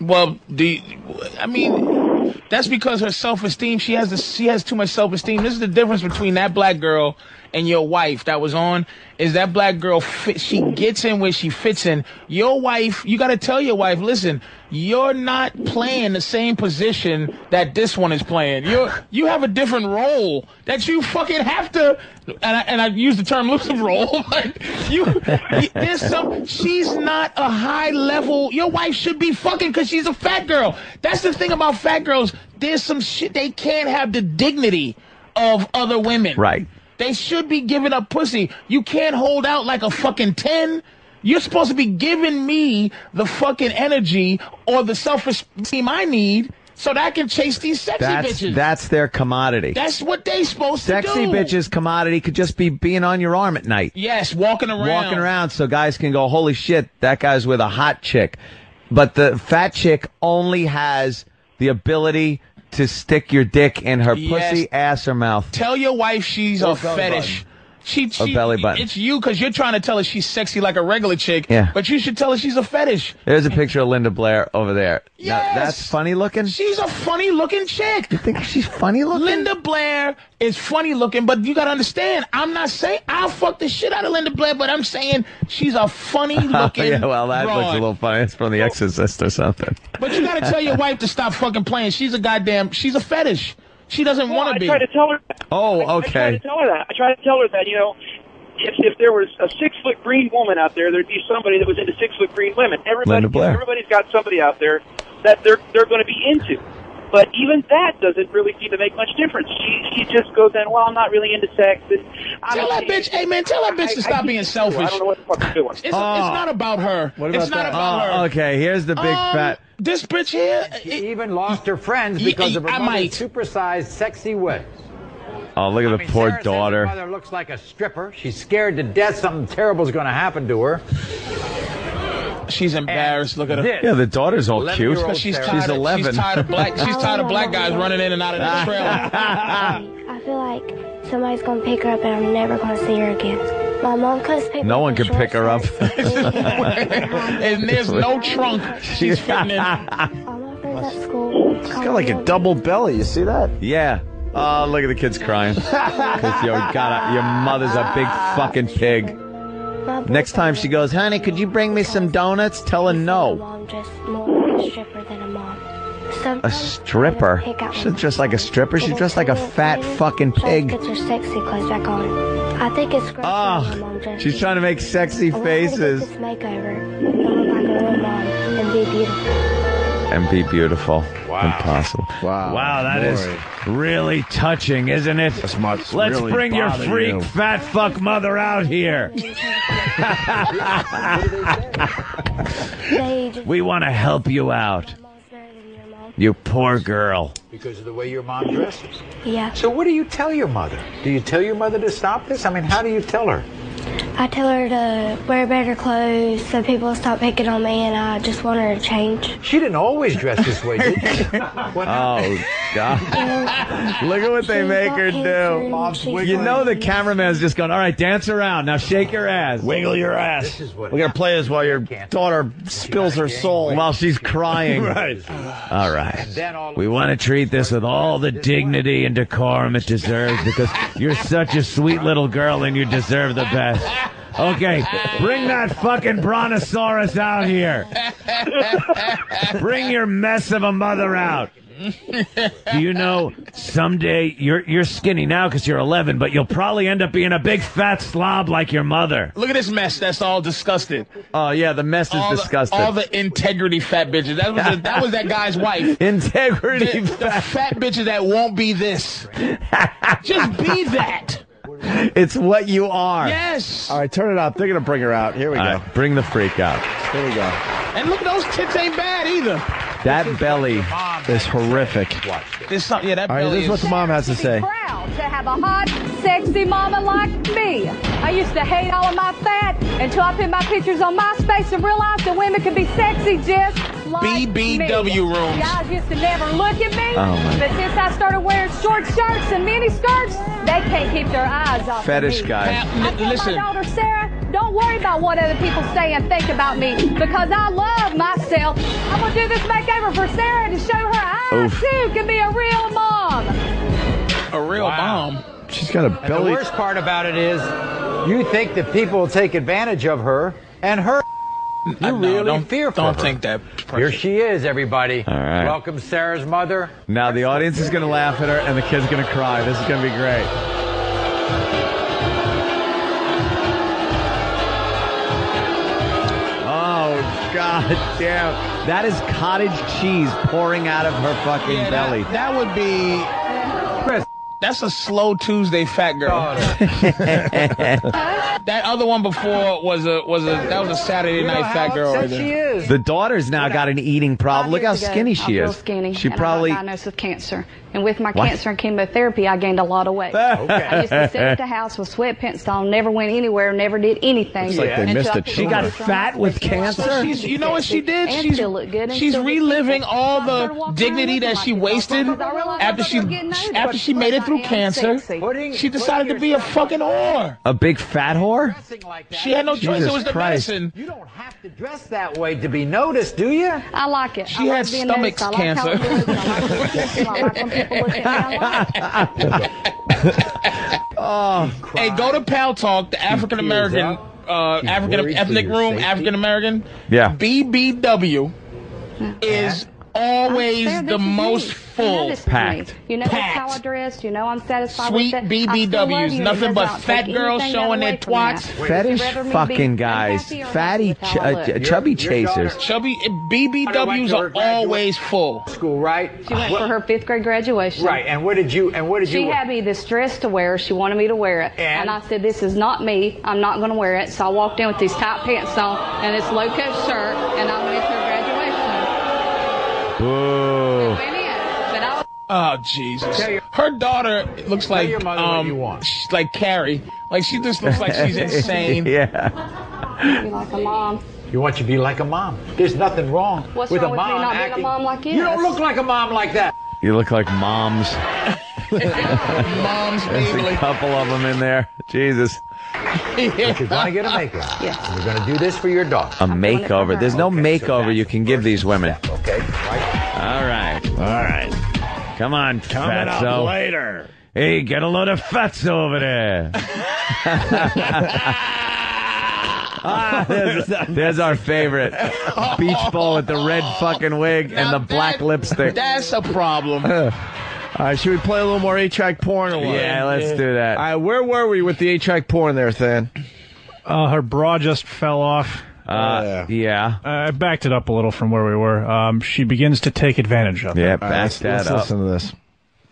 Well, do you- I mean that's because her self esteem. She has this, she has too much self esteem. This is the difference between that black girl and your wife that was on. Is that black girl fit, she gets in where she fits in. Your wife, you got to tell your wife, listen, you're not playing the same position that this one is playing. You you have a different role that you fucking have to. And I, and I use the term elusive role. But you there's some. She's not a high level. Your wife should be fucking because she's a fat girl. That's the thing about fat girls. There's some shit they can't have the dignity of other women.
Right.
They should be giving up pussy. You can't hold out like a fucking 10. You're supposed to be giving me the fucking energy or the self esteem I need so that I can chase these sexy
That's
bitches.
that's their commodity.
That's what they supposed
Sexy
to do.
bitches commodity could just be being on your arm at night.
Yes, walking around.
Walking around so guys can go, holy shit, that guy's with a hot chick. But the fat chick only has the ability to stick your dick in her
Yes.
pussy, ass, or mouth.
Tell your wife she's
Or
a
belly
fetish. She,
Or
she,
belly button.
It's you because you're trying to tell her she's sexy like a regular chick.
Yeah.
But you should tell her she's a fetish.
There's a picture of Linda Blair over there. Now,
Yes!
that's funny looking.
She's a funny looking chick. You
think she's funny looking?
Linda Blair is funny looking, but you gotta understand, I'm not saying I'll fuck the shit out of Linda Blair, but I'm saying she's a funny looking.
Oh,
Oh.
yeah, well, that
broad.
looks a little funny. It's from The Exorcist or something.
But you gotta tell your wife to stop fucking playing. She's a goddamn. She's a fetish. She doesn't want to be. I try
to tell her.
Oh,
I tried to
okay.
tell her that. I tried to tell her that, you know, if, if there was a six foot green woman out there, there'd be somebody that was into six foot green women. Everybody,
Linda Blair.
everybody's got somebody out there that they're they're going to be into. But even that doesn't really seem to make much difference. She she just goes in, well, I'm not really into sex. And I'm
Tell that bitch, hey man, tell that bitch to stop being selfish.
I don't know what the fuck to do.
It's, it's not about her.
What
it's
about that?
not
Uh,
about her.
Oh, okay, here's the big
Um,
fat.
This bitch here.
She even lost her friends
because of her
I
mother's
might. supersized, sexy ways.
Oh, look at the poor daughter.
Her mother looks like a stripper. She's scared to death something terrible is going to happen to her.
She's embarrassed. Look at her.
Yeah, the daughter's all cute.
'Cause She's, tired
she's
of,
11.
She's tired of black. She's tired of black guys running in and out of the trailer.
I feel like somebody's gonna pick her up and I'm never gonna see her again. My mom comes pick me
no
up
one
in
can
short
pick her up.
and there's no trunk she's fitting in.
shorts at school.
She's got like a double belly. You see that?
Yeah. Oh, look at the kids crying. 'Cause your, God, your mother's a big fucking pig. Next time she goes, honey, could you bring me some donuts? Tell her no.
Mom just more like a stripper than a mom. Some
A stripper. She's dressed like a stripper. She's dressed like a fat fucking pig.
gets her sexy clothes back on. I think it's great
Ah,
when my mom dresses
She's trying to make sexy
Oh, I want her to get
faces
this makeover. and look like a real mom and be beautiful.
and be beautiful. Wow. Impossible. Wow.
Wow, that is really touching, isn't it? Let's
really
bring your
bother
freak
you.
fat fuck mother out here.
They just
we want to help you out. You poor girl.
Because of the way your mom dresses.
Yeah.
So what do you tell your mother? Do you tell your mother to stop this? I mean, how do you tell her?
I tell her to wear better clothes so people stop picking on me, and I just want her to change.
She didn't always dress this way, did she?
Oh, God. Look at what they make her do. You know the cameraman's just going, all right, dance around. Now shake your ass. Wiggle your ass.
We gotta play this while your daughter spills her soul
while she's crying.
right.
All right. We want to treat this with all the dignity and decorum it deserves because you're such a sweet little girl and you deserve the best. Okay, bring that fucking brontosaurus out here. Bring your mess of a mother out. Do you know someday you're you're skinny now because you're 11, but you'll probably end up being a big fat slob like your mother.
Look at this mess. That's all disgusted.
Oh yeah, the mess is
all
disgusting.
The, all the integrity fat bitches. That was the, that was that guy's wife.
Integrity
The, the fat bitches that won't be this. Just be that.
It's what you are.
Yes.
All right, turn it up. They're going to bring her out. Here we
All
go.
right, bring the freak out.
Here we go.
And look, those tits ain't bad either.
That belly
is horrific.
There's something, yeah, that
All right,
belly
this is what the mom has to say.
proud to have a hot, sexy mama like me. I used to hate all of my fat until I put my pictures on MySpace and realized that women can be sexy just like me.
BBW rooms.
Guys used to never look at me,
Oh, my
but since I started wearing short shirts and mini skirts, they can't keep their eyes off of
Fetish
me.
guy.
I
Now,
tell my
listen.
daughter Sarah, don't worry about what other people say and think about me because I love myself. I'm gonna do this makeover for Sarah to show her I
Oof.
too can be a real mom.
A real mom.
She's got a
And the worst part about it is, you think that people will take advantage of her and her. You really
don't-
fear for
don't
her.
think that
Here she is, everybody.
All right.
Welcome, Sarah's mother.
Now the audience is going to laugh at her, and the kid's going to cry. This is going to be great. Oh God damn! That is cottage cheese pouring out of her fucking
Yeah, that-
belly.
That, would be Chris. That's a slow Tuesday fat girl. that other one before was a was a that was a Saturday night fat girl. Right there.
The daughter's now got an eating problem. Look how
years ago,
skinny
I
she
was real
is.
Skinny,
She
and
probably
I got diagnosed with cancer, and with my
What?
cancer and chemotherapy, I gained a lot of weight. I used to sit at the house with sweatpants on, never went anywhere, never did anything.
Looks like they
until
missed
I
a
put
She
on
got
the drum.
fat with cancer?
She's- you know what she did?
And
She's
still look good and
she's
still look
reliving
beautiful.
all
I started
the
walking
dignity that she wasted
after she after she made it through cancer. She decided to be a fucking whore.
a big fat whore.
She had no choice.
Jesus
It was the
Christ.
medicine.
Dress that way to be noticed, do you?
I like it.
She
I
had
like being
stomach
noticed. I like how it
cancer.
looks. I like what it looks like. I like when people look at me. I like it.
Oh, hey, go to Pal Talk, the African American, uh, African
worried for
ethnic
your
room,
safety.
African American.
Yeah.
BBW is always
Sarah, this
the
is me.
most
You know
full.
this is me. You know that's how I dress. You know I'm satisfied
Sweet
with that.
BBWs, nothing but fat girls showing their twats.
Fetish fucking guys, fatty, ch- uh, ch- chubby chasers.
Chubby BBWs are always full.
School, right?
She went for her fifth grade graduation.
Right, and what did you? And what did
She
you?
had me this dress to wear. She wanted me to wear it. And, I said, This is not me. I'm not going to wear it. So I walked in with these tight pants on and this low cut shirt, and I went to her graduation.
Boo.
But I was
Oh Jesus! Her daughter looks like um, she's like Carrie. Like she just looks like she's insane.
yeah. Be like a mom.
You want you to be like a mom. There's nothing wrong
What's
with a
wrong with me
mom
not being a
acting.
mom like
you don't
yours?
look like a mom like that.
You look like moms.
moms,
There's a couple of them in there. Jesus.
But you're gonna get a makeover. Yes. You're gonna do this for your daughter.
A makeover. There's no makeover you can give these women.
Okay. Right.
All right. All right. Come on,
Coming up
fatso.
later.
Hey, get a load of fatso over there. Ah, there's, there's our favorite beach ball with the red fucking wig and the black lipstick.
That's a problem.
All right, should we play a little more eight track porn? Or what?
Yeah, let's do that.
All right, where were we with the eight track porn there, Than?
Uh, her bra just fell off.
Oh,
Uh, yeah.
I backed it up a little from where we were. Um, she begins to take advantage of
Yeah,
it.
back that up. to this.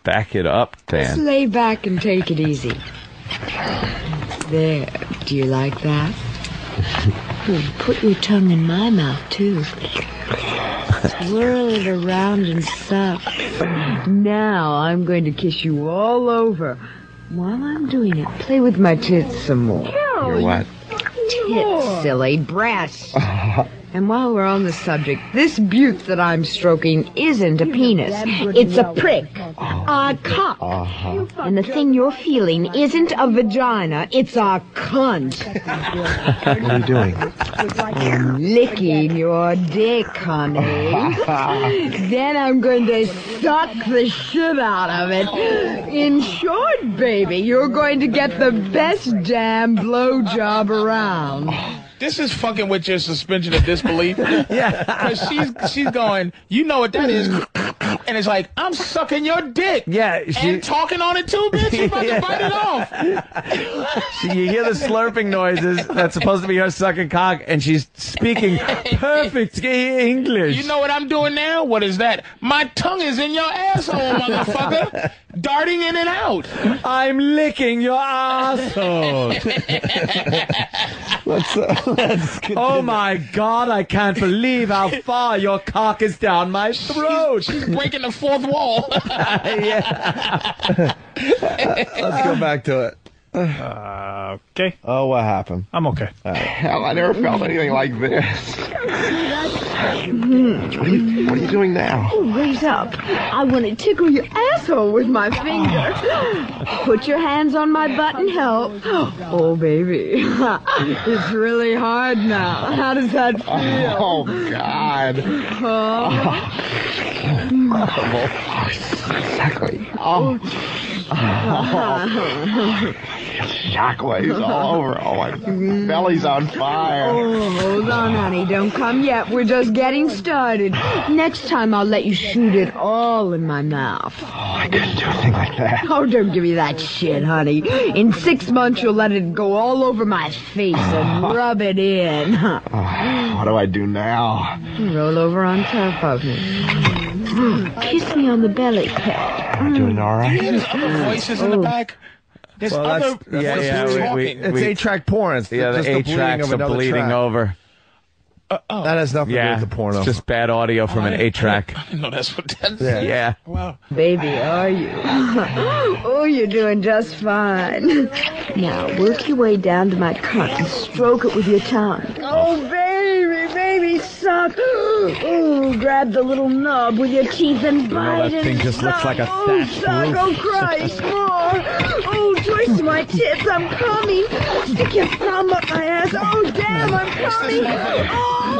Back it up,
Just
Dan.
lay back and take it easy. There. Do you like that? Hmm, Put your tongue in my mouth, too. Swirl it around and suck. Now I'm going to kiss you all over. While I'm doing it, play with my tits some more.
Your what?
Tits, silly breasts. And while we're on the subject, this butte that I'm stroking isn't a penis. It's a prick,
Oh.
a cock.
Uh-huh.
And the thing you're feeling isn't a vagina, it's a cunt.
What are you doing?
I'm licking your dick, honey. then I'm going to suck the shit out of it. In short, baby, you're going to get the best damn blowjob around.
This is fucking with your suspension of disbelief. yeah, because she's she's going. You know what that is? and it's like I'm sucking your dick.
Yeah, she-
and talking on it too, bitch. You about
Yeah.
to bite it off.
She, you hear the slurping noises that's supposed to be her sucking cock, and she's speaking perfect English.
You know what I'm doing now? What is that? My tongue is in your asshole, motherfucker, darting in and out.
I'm licking your asshole. oh my god, I can't believe how far your cock is down my throat. She's,
breaking the fourth wall.
Let's go back to it.
Uh,
okay.
Oh, what happened?
I'm okay.
Hell, I never felt anything like this. What are you, what are you doing now?
Oh, wait up. I want to tickle your asshole with my finger. Put your hands on my butt and help. Oh, baby. it's really hard now. How does that feel?
Oh, God.
Oh.
Horrible. Exactly. Oh.
Uh-huh.
oh. Shockwaves all over. Oh, my belly's on fire.
Oh, hold on, honey. Don't come yet. We're just getting started. Next time, I'll let you shoot it all in my mouth. Oh, I couldn't do anything like that. Oh, don't give me that shit, honey. In six months, you'll let it go all over my face and rub it in. Oh.
What do I do now?
Roll over on top of me. Mm, Kiss me on the belly, pet. Oh.
Am I doing all right? Hmm.
other voices in the back. There's
Well,
other
that's-
voices
yeah, yeah, we-
talking.
we- It's eight-track porn. It's
yeah,
just
the
the
eight
bleeding
tracks
of
are
another
bleeding
track. Uh, oh.
over.
That has nothing
Yeah,
to do with the porno.
it's just bad audio from an eight track.
I didn't know that's what that's.
Yeah.
Baby, are you? oh, you're doing just fine. Now, work your way down to my cunt and stroke it with your tongue. Oh, baby, baby, suck. Ooh, grab the little nub with your teeth and bite
that
it.
thing just looks like a
Oh,
thatched
suck.
roof.
Oh, Christ, more. Oh, twist my tits. I'm coming. Stick your thumb up my ass. Oh, damn, I'm coming.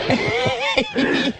canastas.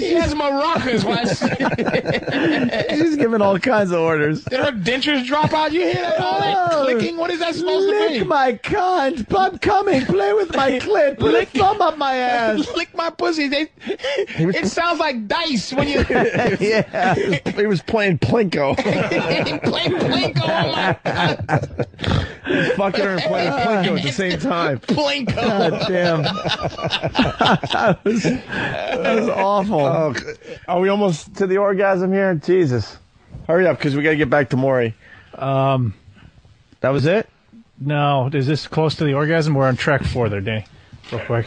she has maracas. Why she-
She's giving all kinds of orders.
Did her dentures drop out? You hear that? All
Oh,
that clicking? What is that supposed to be?
Lick my cunt. I'm coming. Play with my clit. Put a thumb up my ass.
Lick my pussy. They, it sounds like dice when you
yeah. He was playing Plinko.
play Plinko on my
He was fucking her and playing Plinko at the same time.
Plinko.
God damn. that, was, that was awful. Oh, are we almost to the orgasm here? Jesus. Hurry up, because we got to get back to Maury.
Um,
that was it.
No, is this close to the orgasm? We're on track four there, Danny. Real quick.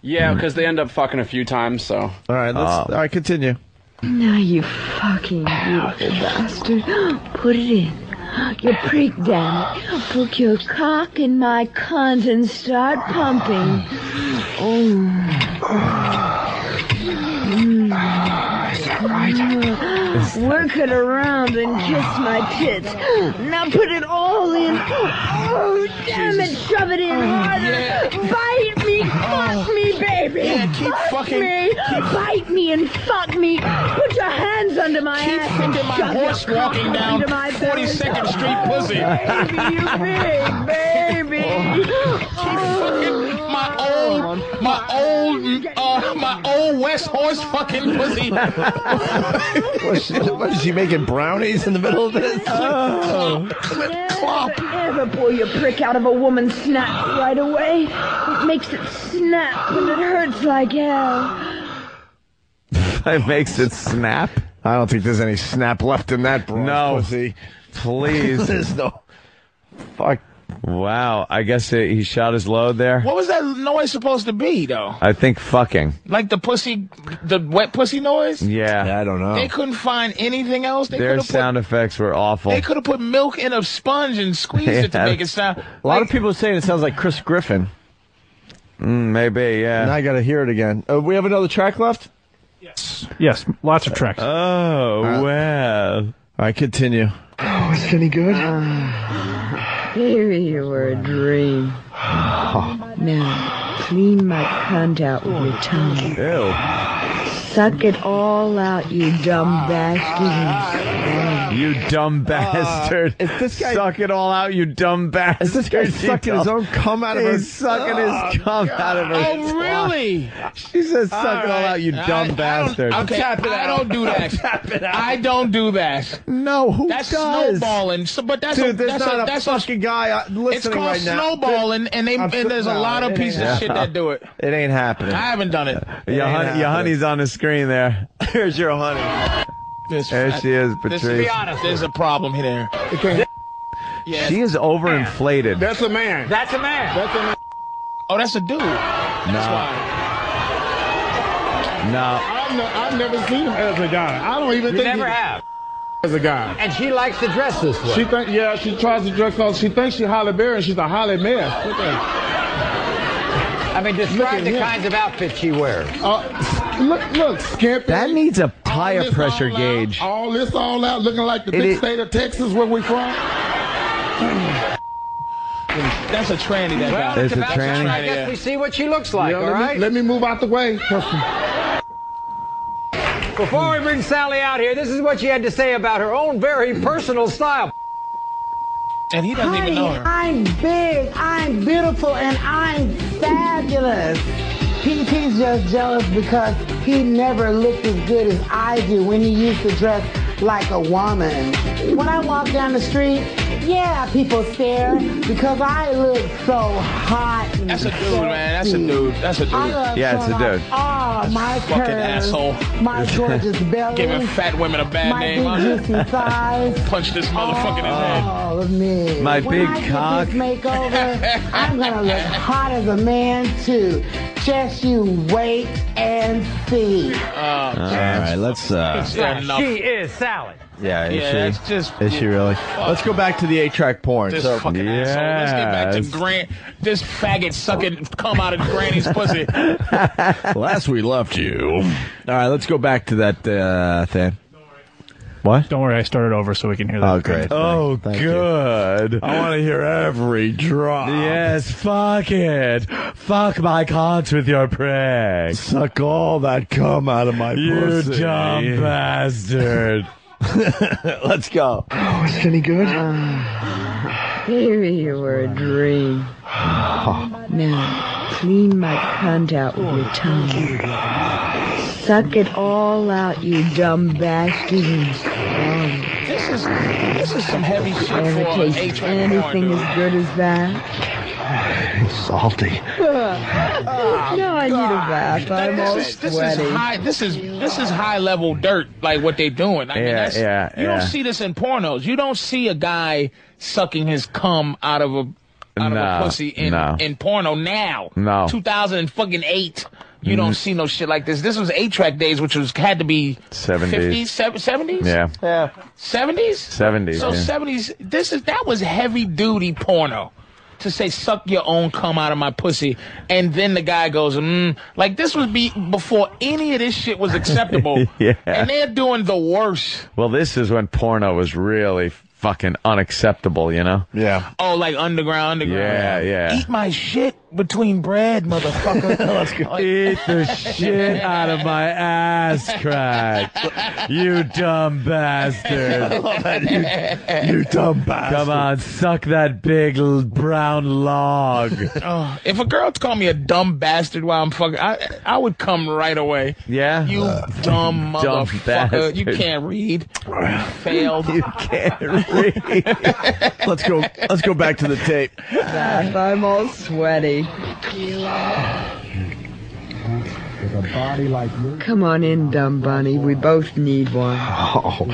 Yeah, because they end up fucking a few times. So Uh, all
right,
let's-
all right, continue.
Now you fucking beautiful bastard. Put it in. You prick, damn it. Put your cock in my cunt and start pumping. Oh. Is that right? Work it around and kiss my tits. Now put it all in. Oh, damn it. Shove it in harder. Bite me. Fuck me, baby.
Oh. Yeah, keep
fuck
fucking-
me.
keep-
Bite me and fuck me. Put your hands under my
Keep
ass. and
thinking my
shove your
horse walking
cock
down
under my belly. Oh,
42nd Street pussy.
Baby, you big baby.
Oh.
Oh.
my old, my old, uh, my old West horse fucking pussy.
Was she, what, is she making brownies in the middle of this? Oh.
Never, ever pull your prick out of a woman's snap right away. It makes it snap and it hurts like hell.
That makes it snap. I don't think there's any snap left in that bro.
No.
pussy.
Please.
there's no. Fuck.
Wow, I guess it, he shot his load there.
What was that noise supposed to be, though?
I think fucking.
Like the pussy, the wet pussy noise?
Yeah.
I don't know.
They couldn't find anything else. They could
Their
have put,
sound effects were awful.
they could have put milk in a sponge and squeezed it to
Yeah.
make it sound.
A lot of people are saying it sounds like Chris Griffin.
Mm, maybe, yeah.
Now I got to hear it again. Uh, we have another track left?
Yes, lots of tracks.
Oh, well. All
Uh, right, continue.
Oh, is it any good?
Baby, you were a dream. Now, clean my cunt out with your tongue.
Ew.
Suck it all all out, you dumb bastard.
You dumb bastard.
Uh, is this guy-
Suck it all out, you dumb bastard. Is this
guy sucking his own cum out of her-
He's sucking his
Oh,
cum
God.
out of her.
Oh,
twat.
really?
She says, suck it all
right.
out, you
I- I
dumb
don't-
bastard.
I'm tapping out. I don't do that. I don't do that.
No, who
that's
does?
snowballing. So, but that's
Dude,
a,
there's
that's
not a
that's
fucking guy uh, listening
It's called
right now.
snowballing,
Dude,
and they
I'm
and there's a
so-
lot of
no, it
pieces
ain't.
of shit that do it.
It ain't happening.
I haven't done it.
Your,
It ain't
honey, your
happening.
honey's on the screen there. Here's your honey.
This-
There she is,
this-
Patrice.
To be honest, there's a problem here. Yes.
She is overinflated.
That's a man. That's a man. That's a man. Oh, that's a dude. That's why.
No.
I've, ne- I've never seen him as a guy. I don't even
You
think
never
he-
have.
as a guy.
And she likes to dress this way.
She think yeah, she tries to dress up. She thinks she Holly Berry, and she's a Holly mess. Look at
I mean, describe the kinds of outfits she wears.
uh, look, look, skimpy.
That needs a tire
this
pressure
all out-
gauge.
all this all out, looking like the
It
big
is-
state of Texas, where we from.
That's a tranny. That guy.
Well,
There's a
about time
tranny.
I
I guess
yeah.
we see what she looks like,
Yeah,
all
let,
right?
me, let me move out the way.
Before we bring Sally out here, this is what she had to say about her own very personal style.
And he
doesn't even know her.
I'm big, I'm beautiful, and I'm fabulous. PT's just jealous because he never looked as good as I do when he used to dress like a woman. When I walk down the street, yeah, people stare because I look so hot. And
That's a dude, man. That's a dude. That's a dude.
I
uh,
love showing off all my
Fucking
curves,
asshole.
my gorgeous belly,
Giving fat women a bad
my
name. huh?
big juicy thighs.
Punch this motherfucker in his head.
All of me.
My
when
big
I get
cock.
This makeover, I'm gonna look hot as a man too. Just you wait and see.
Uh,
All right, let's. Uh,
She is Sally.
Yeah, is
Yeah,
she?
that's just-
is she really?
Let's go back to the eight track porn.
This
So-
fucking asshole. Let's get back to Grant. This faggot sucking come out of Granny's pussy.
Last we left you. All right, let's go back to that uh, thing. What?
Don't worry, I started over so we can hear that.
Oh, great.
Oh,
good.
I wanna
hear every drop.
Yes, fuck it. Fuck my cons with your prick.
Suck all that cum out of my
You
pussy.
dumb bastard.
Let's go.
Oh, is it any good? baby, you were a dream. Now, clean my cunt out with your tongue. Suck it all out, you dumb bastard.
This is this is some heavy shit
Ever
for an
taste
eight-track porn,
anything
dude.
as good as that?
It's salty.
no, I need a bath. I'm all
This is, this is
sweaty.
high. This is this is high level dirt. Like what they doing. I mean,
Yeah,
that's,
yeah,
You
yeah.
don't see this in pornos. You don't see a guy sucking his cum out of a out of
No,
a pussy in
no.
in porno now.
No.
2008. You don't
Mm.
see no shit like this. This was eight track days, which was had to be
70s.
50s, seventies.
Yeah.
yeah, seventies,
70s,
So
yeah.
seventies. This is that was heavy duty porno. To say suck your own cum out of my pussy, and then the guy goes, mm, like this was be before any of this shit was acceptable.
Yeah.
and they're doing the worst.
Well, this is when porno was really fucking unacceptable, you know?
Yeah.
Oh, like underground,
Yeah,
underground.
yeah.
Eat my shit between bread, motherfucker.
Eat the shit out of my ass crack. You dumb bastard.
I love that.
You,
dumb
bastard. Come on, suck that big l- brown log.
Oh, if a girl called me a dumb bastard while I'm fucking, I I would come right away.
Yeah. Uh,
You dumb
Dumb
motherfucker. you
bastard.
can't read. You failed. You
can't read.
let's go. Let's go back to the tape.
Bath, I'm all sweaty.
With a body like yours,
Come on in, dumb bunny. We both need one.
come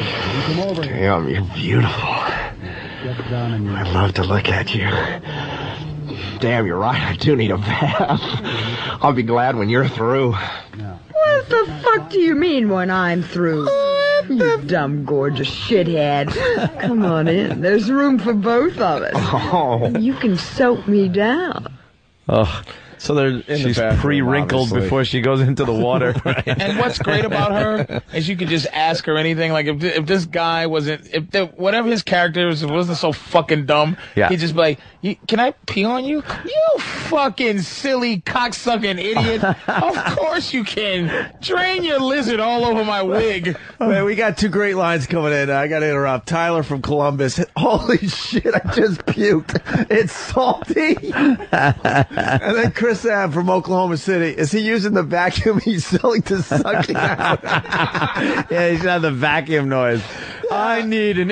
over
Oh.
here.
Damn, you're beautiful.
Get down and
I love to look at you. Damn, you're right. I do need a bath. I'll be glad when you're through.
What the fuck do you mean when I'm through? You dumb, gorgeous shithead. Come on in. There's Oh. room for both of us. You can soak me down.
Oh,
So they're in
She's
the bathroom,
pre-wrinkled
obviously.
before she goes into the water.
And what's great about her is you could just ask her anything. Like if if this guy wasn't if the, whatever his character was wasn't so fucking dumb,
Yeah.
he'd just be like, "You- "Can I pee on you? You fucking silly cocksucking idiot! of course you can. Drain your lizard all over my wig."
Man, we got two great lines coming in. I got to interrupt. Tyler from Columbus. Holy shit, I just puked. It's salty. and then Chris Ab from Oklahoma City. Is he using the vacuum he's selling to suck it out?
yeah, he's not the vacuum noise. I need an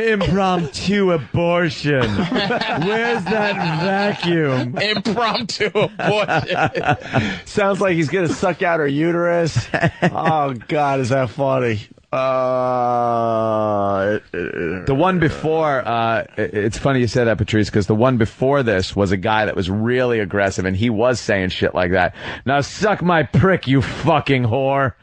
impromptu abortion. Where's that vacuum?
Impromptu abortion.
Sounds like he's going to suck out her uterus. Oh, God, is that funny? Uh,
the one before, uh, it- it's funny you said that, Patrice, because the one before this was a guy that was really aggressive, and he was saying shit like that. Now suck my prick, you fucking whore!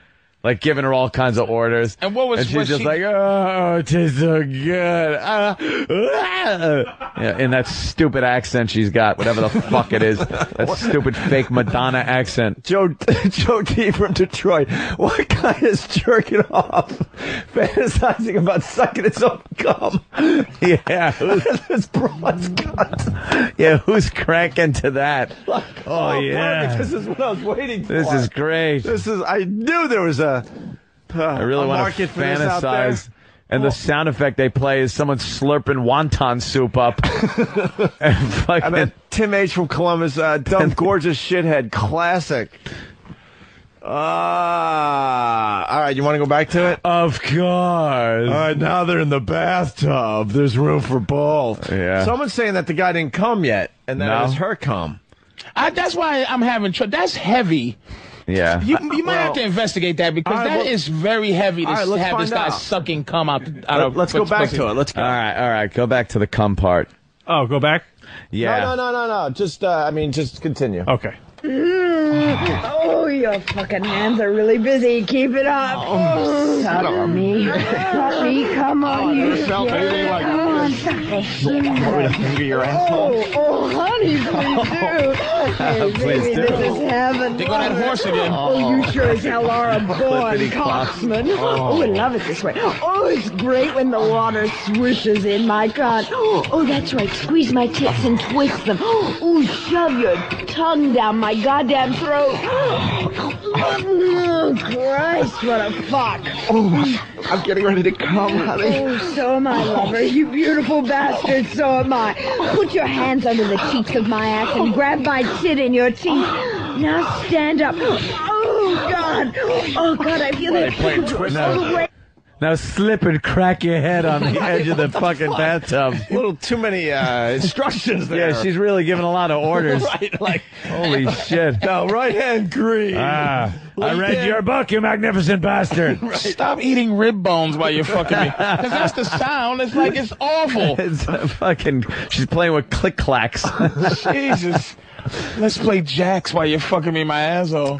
Like giving her all kinds of orders.
And what was-
And she's
was
just
she-
like, oh, it tastes so good. Ah, ah." Yeah, in that stupid accent she's got, whatever the fuck it is, that stupid fake Madonna accent.
Joe Joe D from Detroit. What guy is jerking off, fantasizing about sucking his own cum?
Yeah,
this broad's cunt.
Yeah, who's cranking to that? Oh, yeah.
perfect. This is what I was waiting for.
This is great.
This is. I knew there was a. uh,
I really
a
want to
market for this out there.
fantasize. And the sound effect they play is someone slurping wonton soup up.
I
and fucking,
mean, Tim H from Columbus, uh, dumb gorgeous shithead, classic. Ah, all right. You want to go back to it?
Of course. All
right, now they're in the bathtub. There's room for both.
Yeah.
Someone's saying that the guy didn't come yet, and that
No.
it was her cum.
I, that's why I'm having trouble. That's heavy.
yeah.
You, you might have to investigate that because
all right,
that is
well-
very heavy to
All right, let's
have this
find
guy
out.
sucking cum out, the- out of. pussy.
All right, all right. Go back to the cum part.
Oh, go back?
Yeah.
No, no, no, no, no. Just, uh, I mean, just continue.
Okay.
Mm. Oh, your fucking hands are really busy. Keep it up. Oh, sodomy. Let me come on you. Come on,
Finger your
Oh, oh, honey, please do. Hey,
Please
baby,
do.
this is heaven.
They got that horse again.
Oh, you sure as hell are a born
Clippity clop.
coxman.
Oh.
Oh, I love it this way. Oh, it's great when the water swishes in my cunt. Oh, oh, that's right. Squeeze my tits and twist them. Oh, shove your tongue down my goddamn throat. Oh, Christ, what a fuck.
Oh, I'm getting ready to come, honey.
Oh, so am I, lover. You beautiful bastard, so am I. Put your hands under the cheeks of my ass and grab my tit in your teeth. Now stand up. Oh, God. Oh, God, I feel it. Oh, wait.
Now slip and crack your head on the edge of the fucking bathtub.
A little too many uh, instructions there.
Yeah, she's really giving a lot of orders.
right, like
Holy shit.
No, right hand green.
Ah, I
Left
read
hand-
your book, you magnificent bastard.
Stop eating rib bones while you're fucking me. Because that's the sound. It's like it's awful.
It's a fucking. She's playing with click clacks.
Jesus. Let's play jacks while you're fucking me in my asshole.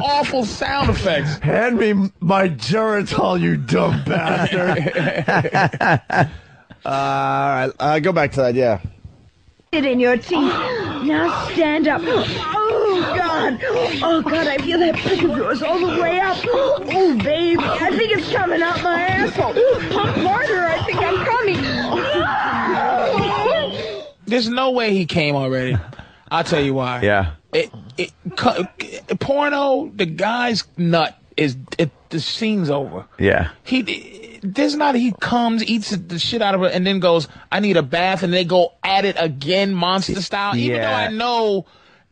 awful sound effects.
Hand me my geritol, you dumb bastard. uh, all right, uh, go back to that. Yeah.
it in your teeth. Now stand up. Oh God! Oh God! I feel that prick of yours all the way up. Oh baby, I think it's coming out my asshole. Pump harder! I think I'm coming. Ah!
There's no way he came already. I'll tell you why.
Yeah.
It, it, cu- porno, the guy's nut is, it, the scene's over.
Yeah.
He there's not he comes eats the shit out of her and then goes I need a bath and they go at it again monster style even though
Yeah.
I know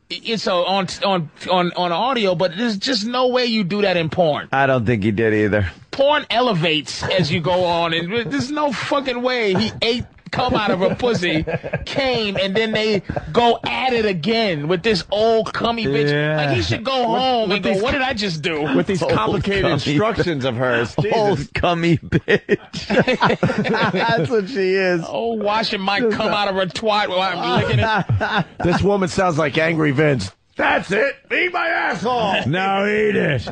it's a, on on on on audio but there's just no way you do that in porn.
I don't think he did either.
Porn elevates as you go on and there's no fucking way he ate come out of her pussy came and then they go at it again with this old cummy bitch
Yeah.
like he should go
With-
home
with
and go
these-
what did I just do
With these complicated
cummy-
instructions of hers.
Old
Jesus.
cummy bitch.
That's what she is.
Oh, washing my cum out of her twat while I'm licking it.
This woman sounds like Angry Vince. That's it. Eat my asshole.
Now eat it.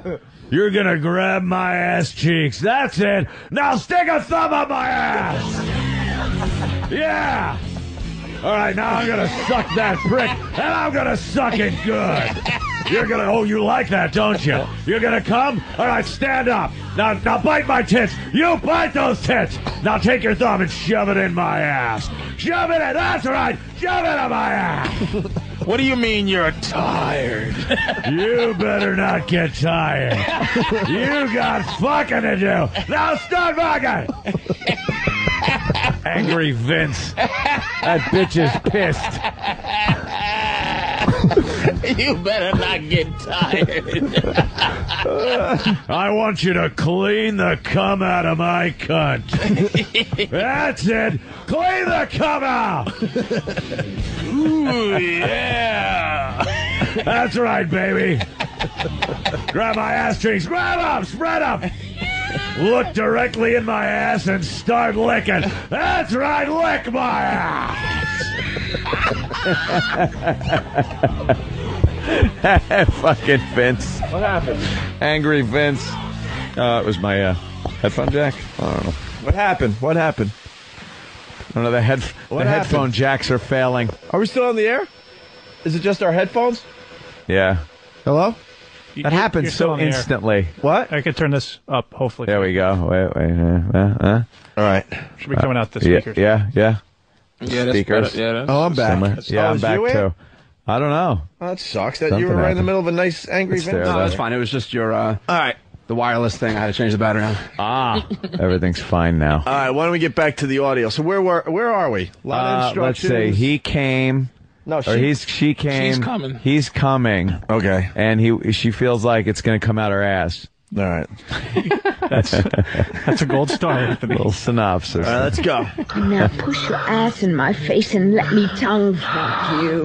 You're gonna grab my ass cheeks. That's it. Now stick a thumb up my ass. Yeah. All right, now I'm gonna suck that prick, and I'm gonna suck it good. You're gonna. Oh, you like that, don't you? You're gonna come. All right, stand up. Now, now bite my tits. You bite those tits. Now take your thumb and shove it in my ass. Shove it in. That's right. Shove it in my ass.
What do you mean you're tired?
you better not get tired. You got fucking to do. Now start fucking. Angry Vince. That bitch is pissed.
you better not get tired.
I want you to clean the cum out of my cunt. That's it. Clean the cum out. Ooh, yeah. That's right, baby. Grab my ass cheeks. Grab up. Spread up. Look directly in my ass and start licking. That's right. Lick my ass.
Fucking Vince.
What happened?
Angry Vince. Uh, it was my uh, headphone jack. I don't know.
What happened? What happened?
I don't know. The, head- the
What happened?
headphone jacks are failing.
Are we still on the air? Is it just our headphones?
Yeah.
Hello?
That happens so instantly.
What?
I could turn this up, hopefully.
There we go. Wait, wait. Uh, uh, uh.
All right.
Should be coming out this
yeah,
speakers.
Yeah, yeah.
Yeah, that's
speakers.
better. Yeah, that's-
Oh, I'm back.
Somewhere.
That's-
Yeah,
oh,
I'm
is
back
you in?
too. I don't know.
That sucks that
Something
you were right in the
happened.
middle of a nice angry
It's
Vince.
there,
No, that's fine. It was just your. Uh, All right. The wireless thing. I had to change the battery on.
Ah. Everything's fine now.
All right, why don't we get back to the audio? So where were, where are we? A lot of
Uh, let's
instructions.
say he came.
No,
or
she-
he's she came.
she's coming.
He's coming.
Okay.
And he she feels like it's going to come out her ass.
All right.
that's that's
a gold star, Anthony.
Little synopsis.
All right, let's go.
Now push your ass in my face and let me tongue fuck you.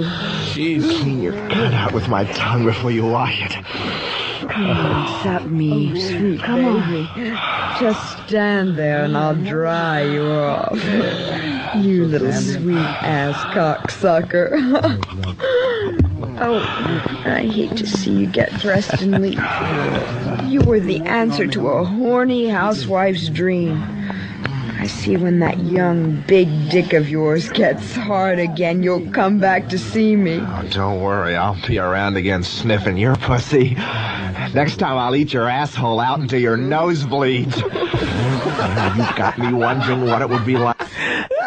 Jeez. Your gut out with my tongue before you wash it.
Come on, suck me, sweet
Come
baby. Just stand there and I'll dry you off. You little sweet ass cocksucker. oh, I hate to see you get dressed and leave. You were the answer to a horny housewife's dream. I see when that young big dick of yours gets hard again, you'll come back to see me.
Oh, don't worry, I'll be around again sniffing your pussy. Next time I'll eat your asshole out until your nose bleeds. You've got me wondering what it would be like.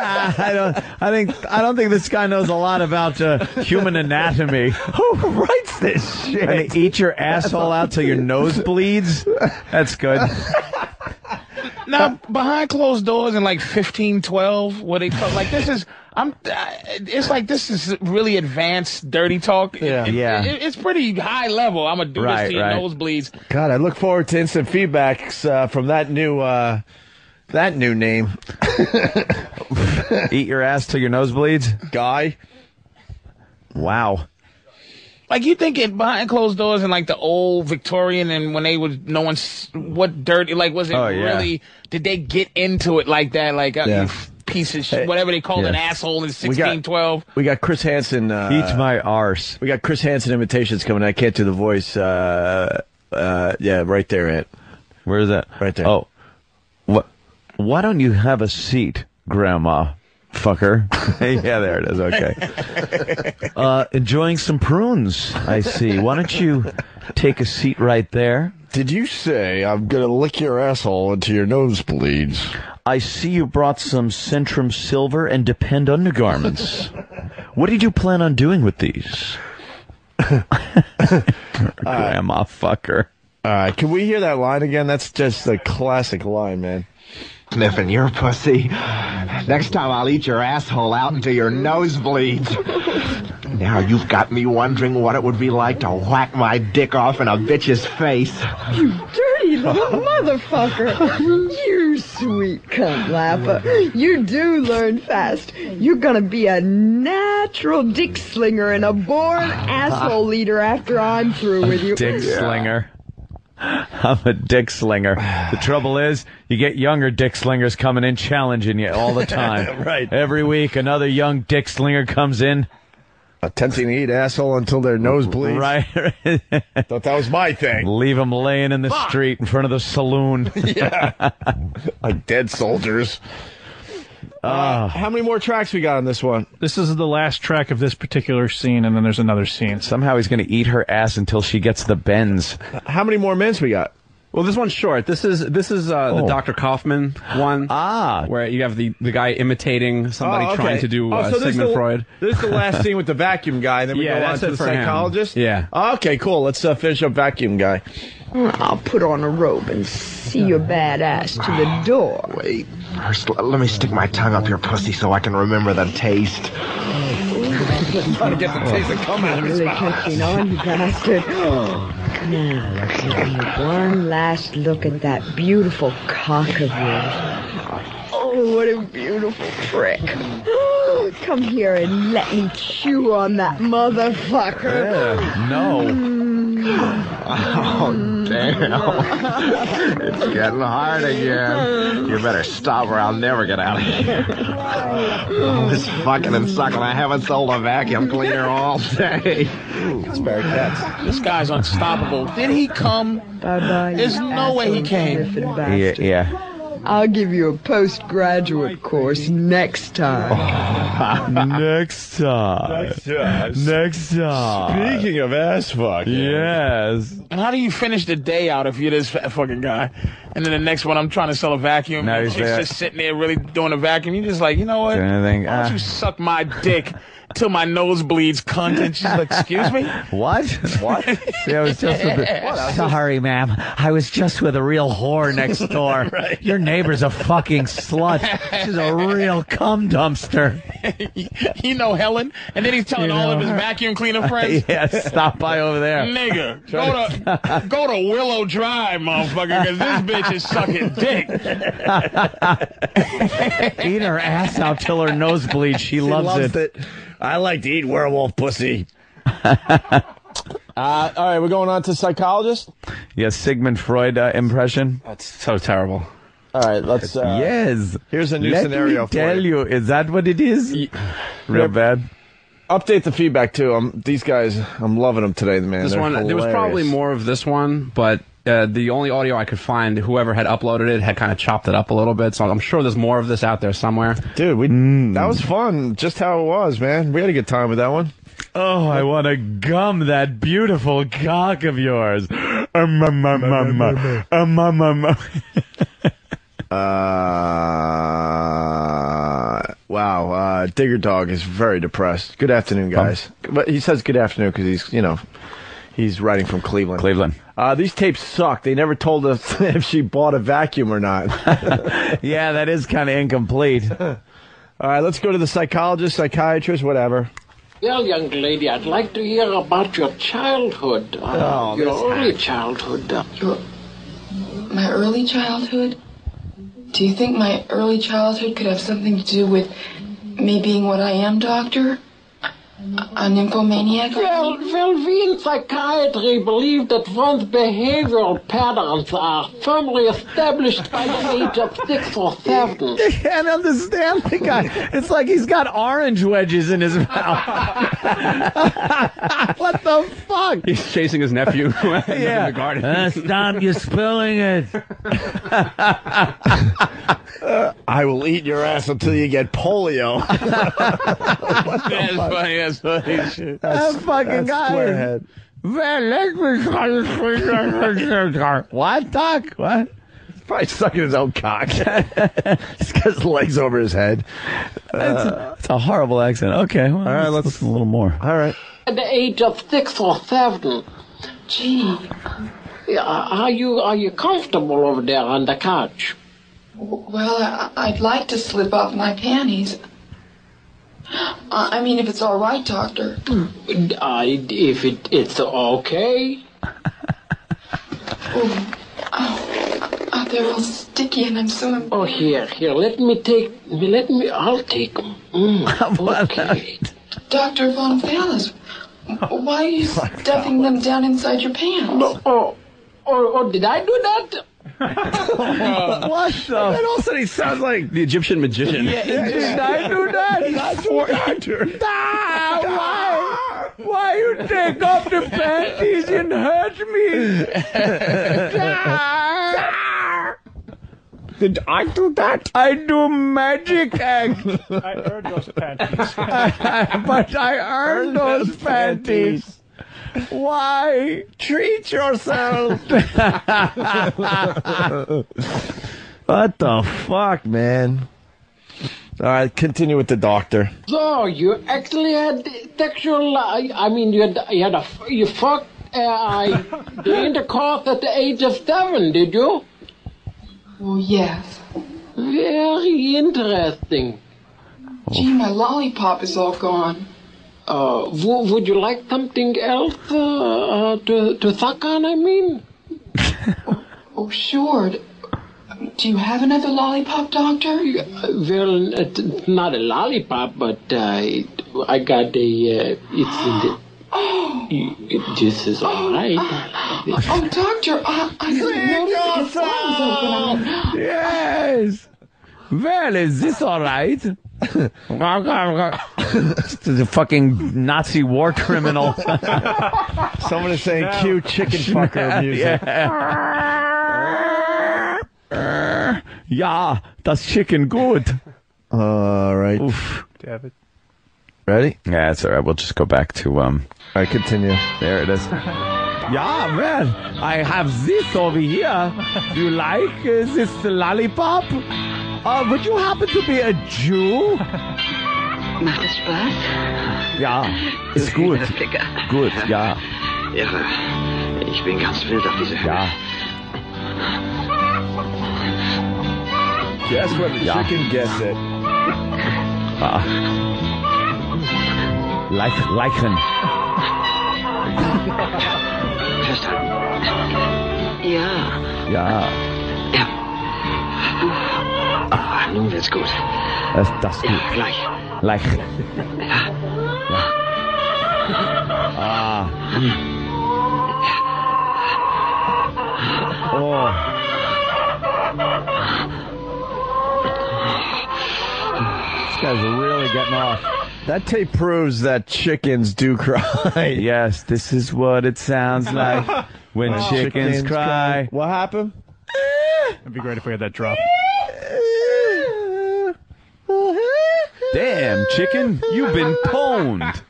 I don't. I think. I don't think this guy knows a lot about uh, human anatomy. Who writes this shit? And they eat your asshole out till your nose bleeds. That's good.
Now, behind closed doors in like 15, 12, where they talk like this is, I'm, uh, it's like this is really advanced dirty talk. Yeah.
Yeah.
it's pretty high level. I'm going to do
Right,
this to your
right.
nosebleeds.
God, I look forward to instant feedbacks uh, from that new uh, that new name.
Eat your ass till your nose bleeds,
guy.
Wow.
Like you think it behind closed doors in like the old Victorian and when they was no one's what dirty like was it
Oh, yeah.
really did they get into it like that like uh,
Yeah.
you f- piece of shit, whatever they called an
Yeah.
asshole
We
in
got-
sixteen twelve
We got Chris Hansen. Uh,
Eat my arse.
We got Chris Hansen imitations coming. I can't do the voice. Uh, uh, yeah, right there, Ant.
Where is that?
Right there.
Oh, what? Why don't you have a seat, Grandma? Fucker. yeah, there it is. Okay. Uh, enjoying some prunes, I see. Why don't you take a seat right there?
Did you say I'm gonna lick your asshole until your nose bleeds?
I see you brought some Centrum Silver and Depend undergarments. what did you plan on doing with these? Grandma fucker.
All right, can we hear that line again? That's just a classic line, man.
Sniffing your pussy. Next time I'll eat your asshole out until your nose bleeds. Now you've got me wondering what it would be like to whack my dick off in a bitch's face.
You dirty little motherfucker. You sweet cunt lapper. You do learn fast. You're gonna be a natural dick slinger and a born asshole eater after I'm through with you.
Dick slinger. I'm a dick slinger. The trouble is, you get younger dick slingers coming in challenging you all the time.
Right.
Every week, another young dick slinger comes in.
Attempting to eat asshole until their nose bleeds.
Right.
Thought that was my thing.
Leave them laying in the street in front of the saloon.
Yeah. like dead soldiers. Uh, how many more tracks we got on this one?
This is the last track of this particular scene, and then there's another scene.
Somehow he's going to eat her ass until she gets the bends.
How many more minutes we got?
Well, this one's short. This is this is uh,
Oh.
the Dr. Kaufman one.
Ah,
where you have the, the guy imitating somebody
Oh, okay.
trying to do
Oh,
uh,
so this is
Sigmund
the-
Freud.
This is the last scene with the vacuum guy. Then we
Yeah,
go on
that's
to
it
the
for him.
psychologist.
Yeah.
Okay, cool. Let's uh, finish up vacuum guy.
I'll put on a robe and see your bad ass to the door.
Wait, first, l- let me stick my tongue up your pussy so I can remember the taste.
Trying
to get the taste of cum out of his
really
mouth.
catching on, you bastard. Now, let's give you one last look at that beautiful cock of yours. Oh, what a beautiful prick. Come here and let me chew on that motherfucker.
no.
Oh, damn. it's getting hard again. You better stop or I'll never get out of here. All this fucking and sucking. I haven't sold a vacuum cleaner all day. It's very cats.
This guy's unstoppable. Did he come?
Bye-bye, you
There's no way he came.
asshole
Yeah,
bastard.
yeah.
I'll give you a postgraduate course next time.
Next time. Next time. Next time.
Speaking of ass fucking.
Yes.
And how do you finish the day out if you're this fa- fucking guy? And then the next one, I'm trying to sell a vacuum.
Now
and
he's
she's
there.
just sitting there, really doing a vacuum. You're just like, you know what?
Doing anything,
Why don't
uh.
you suck my dick till my nose bleeds, cunt? And she's like, excuse me.
What? What? Yeah, I was just with the- Sorry, ma'am. I was just with a real whore next door. Your neighbor's a fucking slut. She's a real cum dumpster.
you know Helen, and then he's telling
You
all of
know
his
her.
vacuum cleaner friends.
yeah, stop by over there.
Nigga, go to go to Willow Drive, motherfucker, because this bitch is sucking dick.
Eat her ass out till her nose bleeds. She, loves, it.
I like to eat werewolf pussy. uh, all right, we're going on to psychologist.
Yeah, Sigmund Freud uh, impression.
That's so terrible.
All right, let's. Uh,
yes.
Here's a new
Let
scenario
Me
for
tell
you.
you. is that what it is? Real
Yep.
bad.
Update the feedback too. Um, these guys, I'm loving them today, man.
This
They're
one there was probably
hilarious.
more of this one, but uh, the only audio I could find, whoever had uploaded it, had kind of chopped it up a little bit. So I'm sure there's more of this out there somewhere. Mm.
Dude, we that was fun. Just how it was, man. We had a good time with that one.
Oh, I want to gum that beautiful cock of yours. Um, um, um, um, um, um, um, um, um.
Uh, wow. Uh, Digger Dog is very depressed. Good afternoon, guys. But he says good afternoon because he's, you know, he's writing from Cleveland.
Cleveland.
Uh, these tapes suck. They never told us if she bought a vacuum or not.
Yeah, that is kind of incomplete.
All right, let's go to the psychologist, psychiatrist, whatever.
Well, young lady, I'd like to hear about your childhood, uh,
Oh, this
your early childhood. Uh,
My early childhood? Do you think my early childhood could have something to do with me being what I am, Doctor? A nymphomaniac?
Well, well, we in psychiatry believe that one's behavioral patterns are firmly established by the age of six or seven.
I can't understand the guy. It's like he's got orange wedges in his mouth. what the fuck?
He's chasing his nephew in the garden.
Uh, stop, you're spilling it.
I will eat your ass until you get polio.
That's funny. That's funny. Shit.
that fucking guy.
Squarehead.
Man, let me try to squeeze that car. What, Doc? What?
Probably sucking his own cock. He's got his legs over his head.
That's a, that's a horrible accent. Okay, well, all right, let's listen a little more.
All right.
At the age of six or seven.
Gee,
Yeah, Are you are you comfortable over there on the couch?
well, I- I'd like to slip off my panties. I I mean, if it's all right, Doctor.
I, if it, it's okay.
Oh, they're all sticky and I'm so
Oh, here, here. Let me take. Let me. I'll take. Mm, okay.
Dr. Von Fallis, why are you stuffing them down inside your pants?
Oh, oh, oh, did I do that?
what the? And all of a sudden he sounds like
The Egyptian magician.
I do that. He's four. Ah, why? Why you take off the panties and hurt me? Ah.
Did I do that? I do magic act.
I heard those panties.
but I earned those panties. Why treat yourself?
What the fuck, man? All right, continue with the doctor.
So you actually had sexual. I, I mean, you had you had a you fucked uh, the intercourse at the age of seven, did you?
Well, yes.
Very interesting.
Gee, my lollipop is all gone.
Uh, w- would you like something else uh, uh, to to suck on? I mean,
Oh, sure. Do you have another lollipop, Doctor?
Uh, well, it's not a lollipop, but uh, it- I got a. Uh, it's in the. You- it- this is all right.
Oh, Doctor, I, I didn't notice that his phone was open. I'm like,
yes. Well, is this all right?
the fucking Nazi war criminal.
Someone is saying cue chicken fucker music.
yeah, that's chicken good.
All right.
David.
Ready?
Yeah, it's all right. We'll just go back to um.
All right, continue.
There it is.
Yeah, well, I have this over here. Do you like uh, this lollipop? Uh, would you happen to be a Jew?
Yeah, ist gut. Gut, ja.
Irre. Ich bin ganz wild auf diese Höhe. Ja.
Guess what the chicken gets it.
Ah. Leich, Leichen.
Ja.
Ja,
Ah, nun wird's gut.
das, das gut.
Ja, gleich.
Leich. Ah. hm. Oh.
This guy's really getting off. That tape proves that chickens do cry.
Yes, this is what it sounds like when chickens, cry.
What happened?
It'd be great if we had that drop.
Uh,
Damn, chicken, you've been pwned.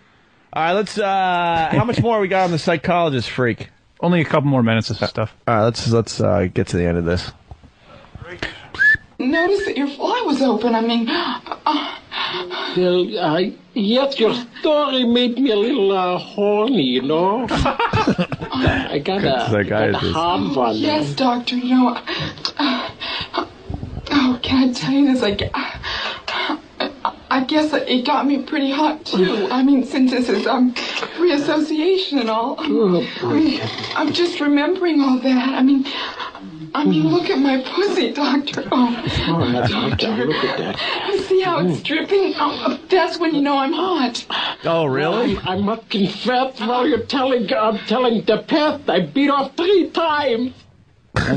All right, let's. uh How much more we got on the psychologist freak?
Only a couple more minutes of stuff.
All right, let's let's uh, get to the end of this.
notice that your fly was open. I mean,
Well, I yes, your story made me a little uh, horny, you know. I got a, I got a
Psychiatrist.
hard one.
yes, Doctor, you know, I, oh, can I tell you this? Like, I, I guess it got me pretty hot, too. I mean, since this is um, reassociation and all. I mean, I'm just remembering all that. I mean, I mean, look at my pussy, Doctor. Oh,
Oh, that's doctor, look at that.
see how it's dripping? Oh, that's when you know I'm hot.
Oh, really?
I, must confess, while you're telling, I'm telling the past, I beat off three times.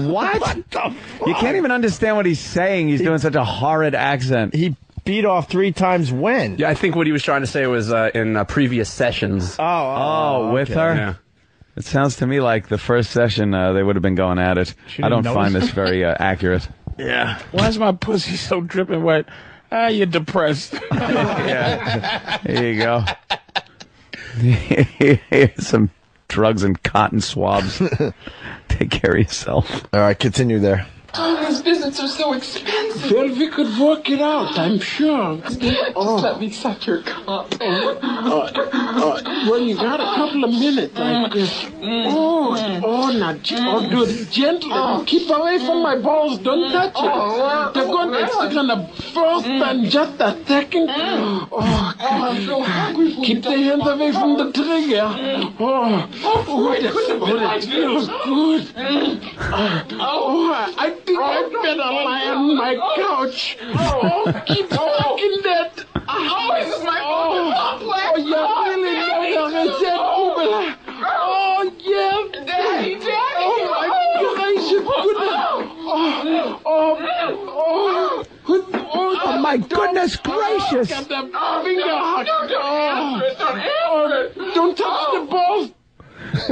What? You can't even understand what he's saying. He's doing such a horrid accent.
He beat off three times when?
Yeah, I think what he was trying to say was uh, in uh, previous sessions.
Oh,
Oh, with her?
Yeah.
It sounds to me like the first session uh, they would have been going at it.
She
I don't
didn't
find
notice.
this very uh, accurate.
Yeah. Why is my pussy so dripping wet? Ah, you're depressed.
There you go. Some drugs and cotton swabs. Take care of yourself.
All right, continue there.
Oh, these visits are so expensive.
Well, we could work it out, I'm sure. Oh.
Just let me suck your cock.
Uh, well, you got a couple of minutes.
Mm.
Like, oh, oh, now, ge- oh, do it gently.
Oh.
Keep away from my balls.
Mm.
Don't touch it. They're going to, it's gonna burst in just a second.
Mm.
Oh,
I'm so hungry for
keep the hands away from the trigger. Oh, oh, it, oh, it feels good. Oh, I- I think I better lie on my couch. Oh, keep sucking that. Oh,
this is my
Oh, oh you really know the resentment. Oh, yes.
Daddy, Daddy.
Oh, my gracious goodness. Oh, oh, oh. Oh, oh my goodness gracious! Got the finger hot. Oh, oh, don't touch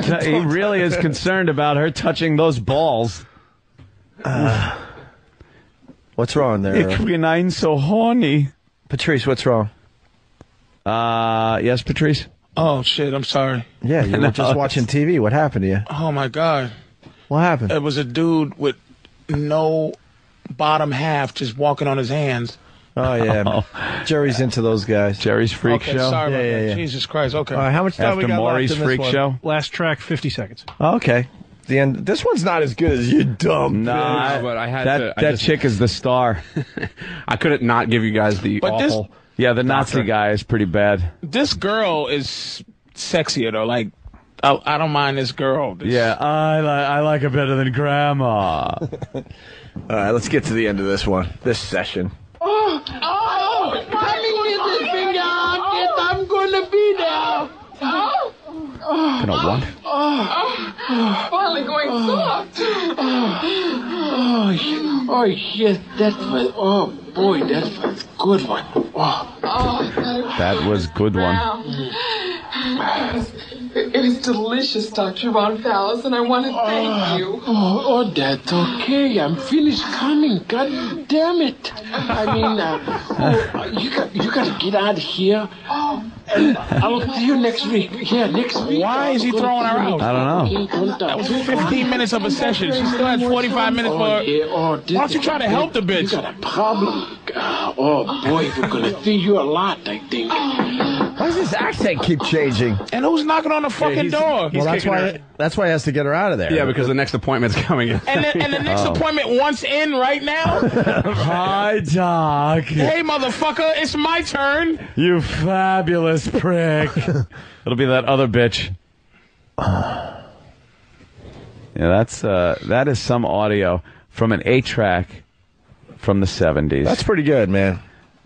the balls.
he really
Ah.
is concerned about her touching those balls.
What's wrong there?
Ich bin ein so horny.
Patrice, what's wrong?
Uh, yes, Patrice?
Oh shit! I'm sorry.
Yeah, you were just
No.
watching TV. What happened to you?
Oh my god!
What happened?
It was a dude with no bottom half, just walking on his hands.
Oh yeah, Jerry's into those guys.
Jerry's freak
okay, Sorry about that. Jesus Christ. Okay.
All right, how much time we got left in this one?
Last track, 50 seconds.
Oh, okay. The end. This one's not as good as you dumb.
No,
bitch.
but I had
that
to- I
that
just-
chick is the star.
I couldn't not give you guys the
But this-
awful.
yeah, the Nazi guy is pretty bad.
This girl is sexier though. Like, I, I don't mind this girl.
Yeah, I, li- I like it better than Grandma.
All right, let's get to the end of this one. This session.
Oh, oh, coming with his finger out that I'm gonna be there. Oh, oh,
Gonna what?
oh, oh,
Finally going soft.
oh, sh- oh, shit, that was, oh boy, that was a good one. Oh,
That was good one.
Wow. It it was delicious, Dr. Von Fallis, and I want to thank you.
oh, oh, that's okay, I'm finished coming, god damn it. I mean, uh, oh, you, got, you gotta get out of here.
Oh.
And I'll see you next week. Yeah, next week.
Why is he throwing her out?
I
That was 15 minutes of a session. She still had 45 minutes for
Oh,
her. Why don't you try to help the bitch?
You got a problem. Uh, oh boy, we're gonna see you a lot, I think.
Why does his accent keep changing?
And who's knocking on the
Yeah,
fucking
he's-
door?
he's
well, that's
kicking
why.
her.
That's why he has to get her out of there.
Yeah, because the next appointment's coming in.
And the, and the next
Oh.
appointment once in right now?
Hi, Doc.
hey, motherfucker, it's my turn.
You fabulous prick.
It'll be that other bitch. Yeah, that's uh, that is some audio from an eight track from the seventies.
That's pretty good, man.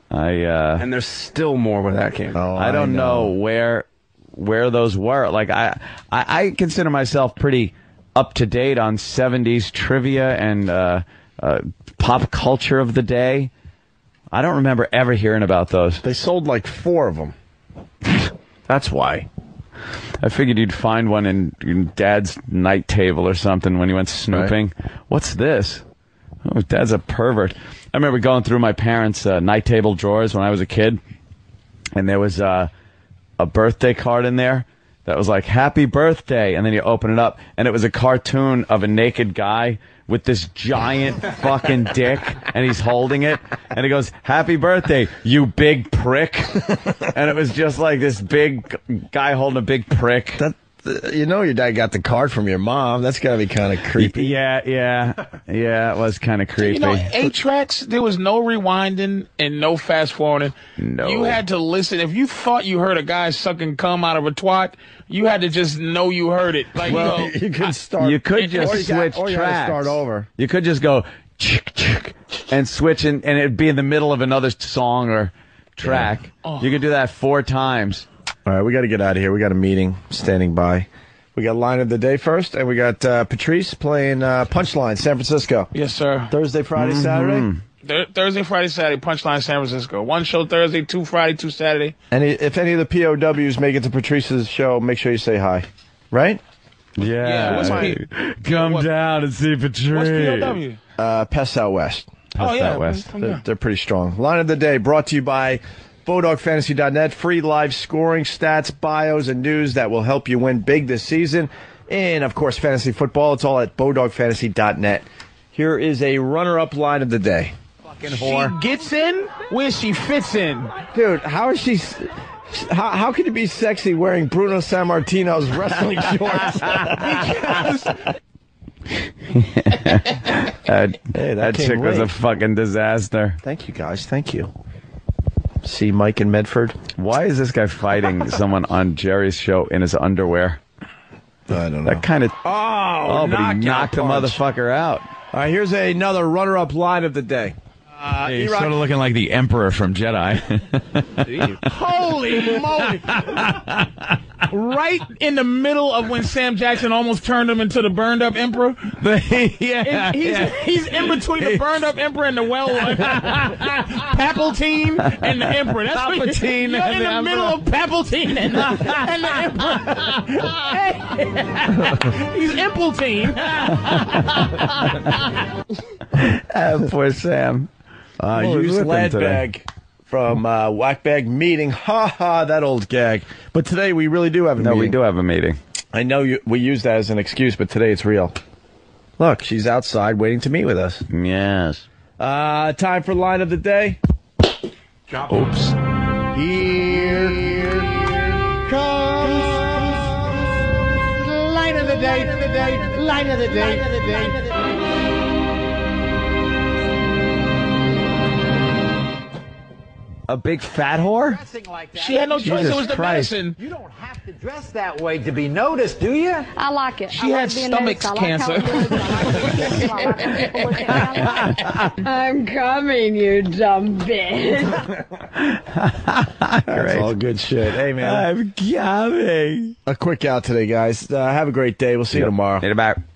I uh,
And there's still more where that came.
Oh,
I don't know. where where those were. Like I, I, I consider myself pretty up to date on '70s trivia and uh, uh, pop culture of the day. I don't remember ever hearing about those.
They sold like four of them. That's why.
I figured you'd find one in, in Dad's night table or something when he went snooping. What's this? Oh, Dad's a pervert. I remember going through my parents' uh, night table drawers when I was a kid, and there was uh, a birthday card in there that was like "Happy Birthday," and then you open it up, and it was a cartoon of a naked guy with this giant fucking dick, and he's holding it, and it goes "Happy Birthday, you big prick," and it was just like this big guy holding a big prick.
That uh, you know, your dad got the card from your mom. That's gotta be kind of creepy.
Yeah, yeah, yeah. It was kind of creepy.
You know, eight tracks, there was no rewinding and no fast forwarding. No. You had to listen. If you thought you heard a guy sucking cum out of a twat, you had to just know you heard it. Like,
Well,
you know,
you could start.
you could just
or you got-
switch
or you gotta
tracks.
start over.
You could just go chick chick and switch, and, and it'd be in the middle of another song or track.
Oh.
You could do that four times.
All right, we got to get out of here. We got a meeting standing by. We got line of the day first, and we got uh, Patrice playing uh, Punchline, San Francisco.
Yes, sir.
Thursday, Friday, Saturday.
Thur- Thursday, Friday, Saturday, Punchline San Francisco. One show Thursday, two Friday, two Saturday.
And i- if any of the POWs make it to Patrice's show, make sure you say hi. Right?
Yeah, what's P-
Come down and see Patrice.
What's POW?
Uh, Pests Out West.
Oh, Pests yeah, Out West. yeah.
They're, they're pretty strong. Line of the day brought to you by BodogFantasy.net. Free live scoring stats, bios, and news that will help you win big this season. And, of course, fantasy football. It's all at BodogFantasy.net. Here is a runner up line of the day.
She gets in where she fits in.
Dude, how is she. s- How, how can you be sexy wearing Bruno San Martino's wrestling shorts?
That,
Hey, that
that
came
chick was a
late.
fucking disaster.
Thank you, guys. Thank you. See Mike in Medford.
Why is this guy fighting someone on Jerry's show in his underwear?
I don't know.
That kind of
Oh,
oh, but he
knockout
knocked the
punch.
motherfucker out.
All right, here's another runner-up line of the day. Uh,
He's sort of looking like the Emperor from Jedi.
Holy moly! right in the middle of when Sam Jackson almost turned him into the burned up emperor.
yeah,
And he's,
yeah.
he's in between the burned up emperor and the well Papaltine and the emperor. That's what you-
Palpatine
you're
and
in
the
the,
emperor.
middle of Papaltine and the, and the emperor. Hey. he's Impletine.
Ah, Oh, poor Sam.
Uh,
Well,
use
look at them
lead
today.
bag from uh, Whack Bag Meeting. Ha ha, that old gag. But today we really do have a
No,
meeting.
we do have a meeting.
I know you, we use that as an excuse, but today it's real. Look, she's outside waiting to meet with us.
Yes.
Uh, time for line of the day. Oops. Here,
Light of the day, of the day, light of the day, of the
A big fat whore?
She had no choice.
Jesus
it was the
Christ.
medicine.
You don't have to dress that way to be noticed, do you?
I like it.
She
I
had
like being
stomach
noticed. I like how it
cancer.
looks. I like how people look at me.
I'm coming, you dumb bitch.
That's all good shit. Hey, man. I'm coming. A quick out today, guys. Uh, have a great day. We'll see you tomorrow.
Later, bye.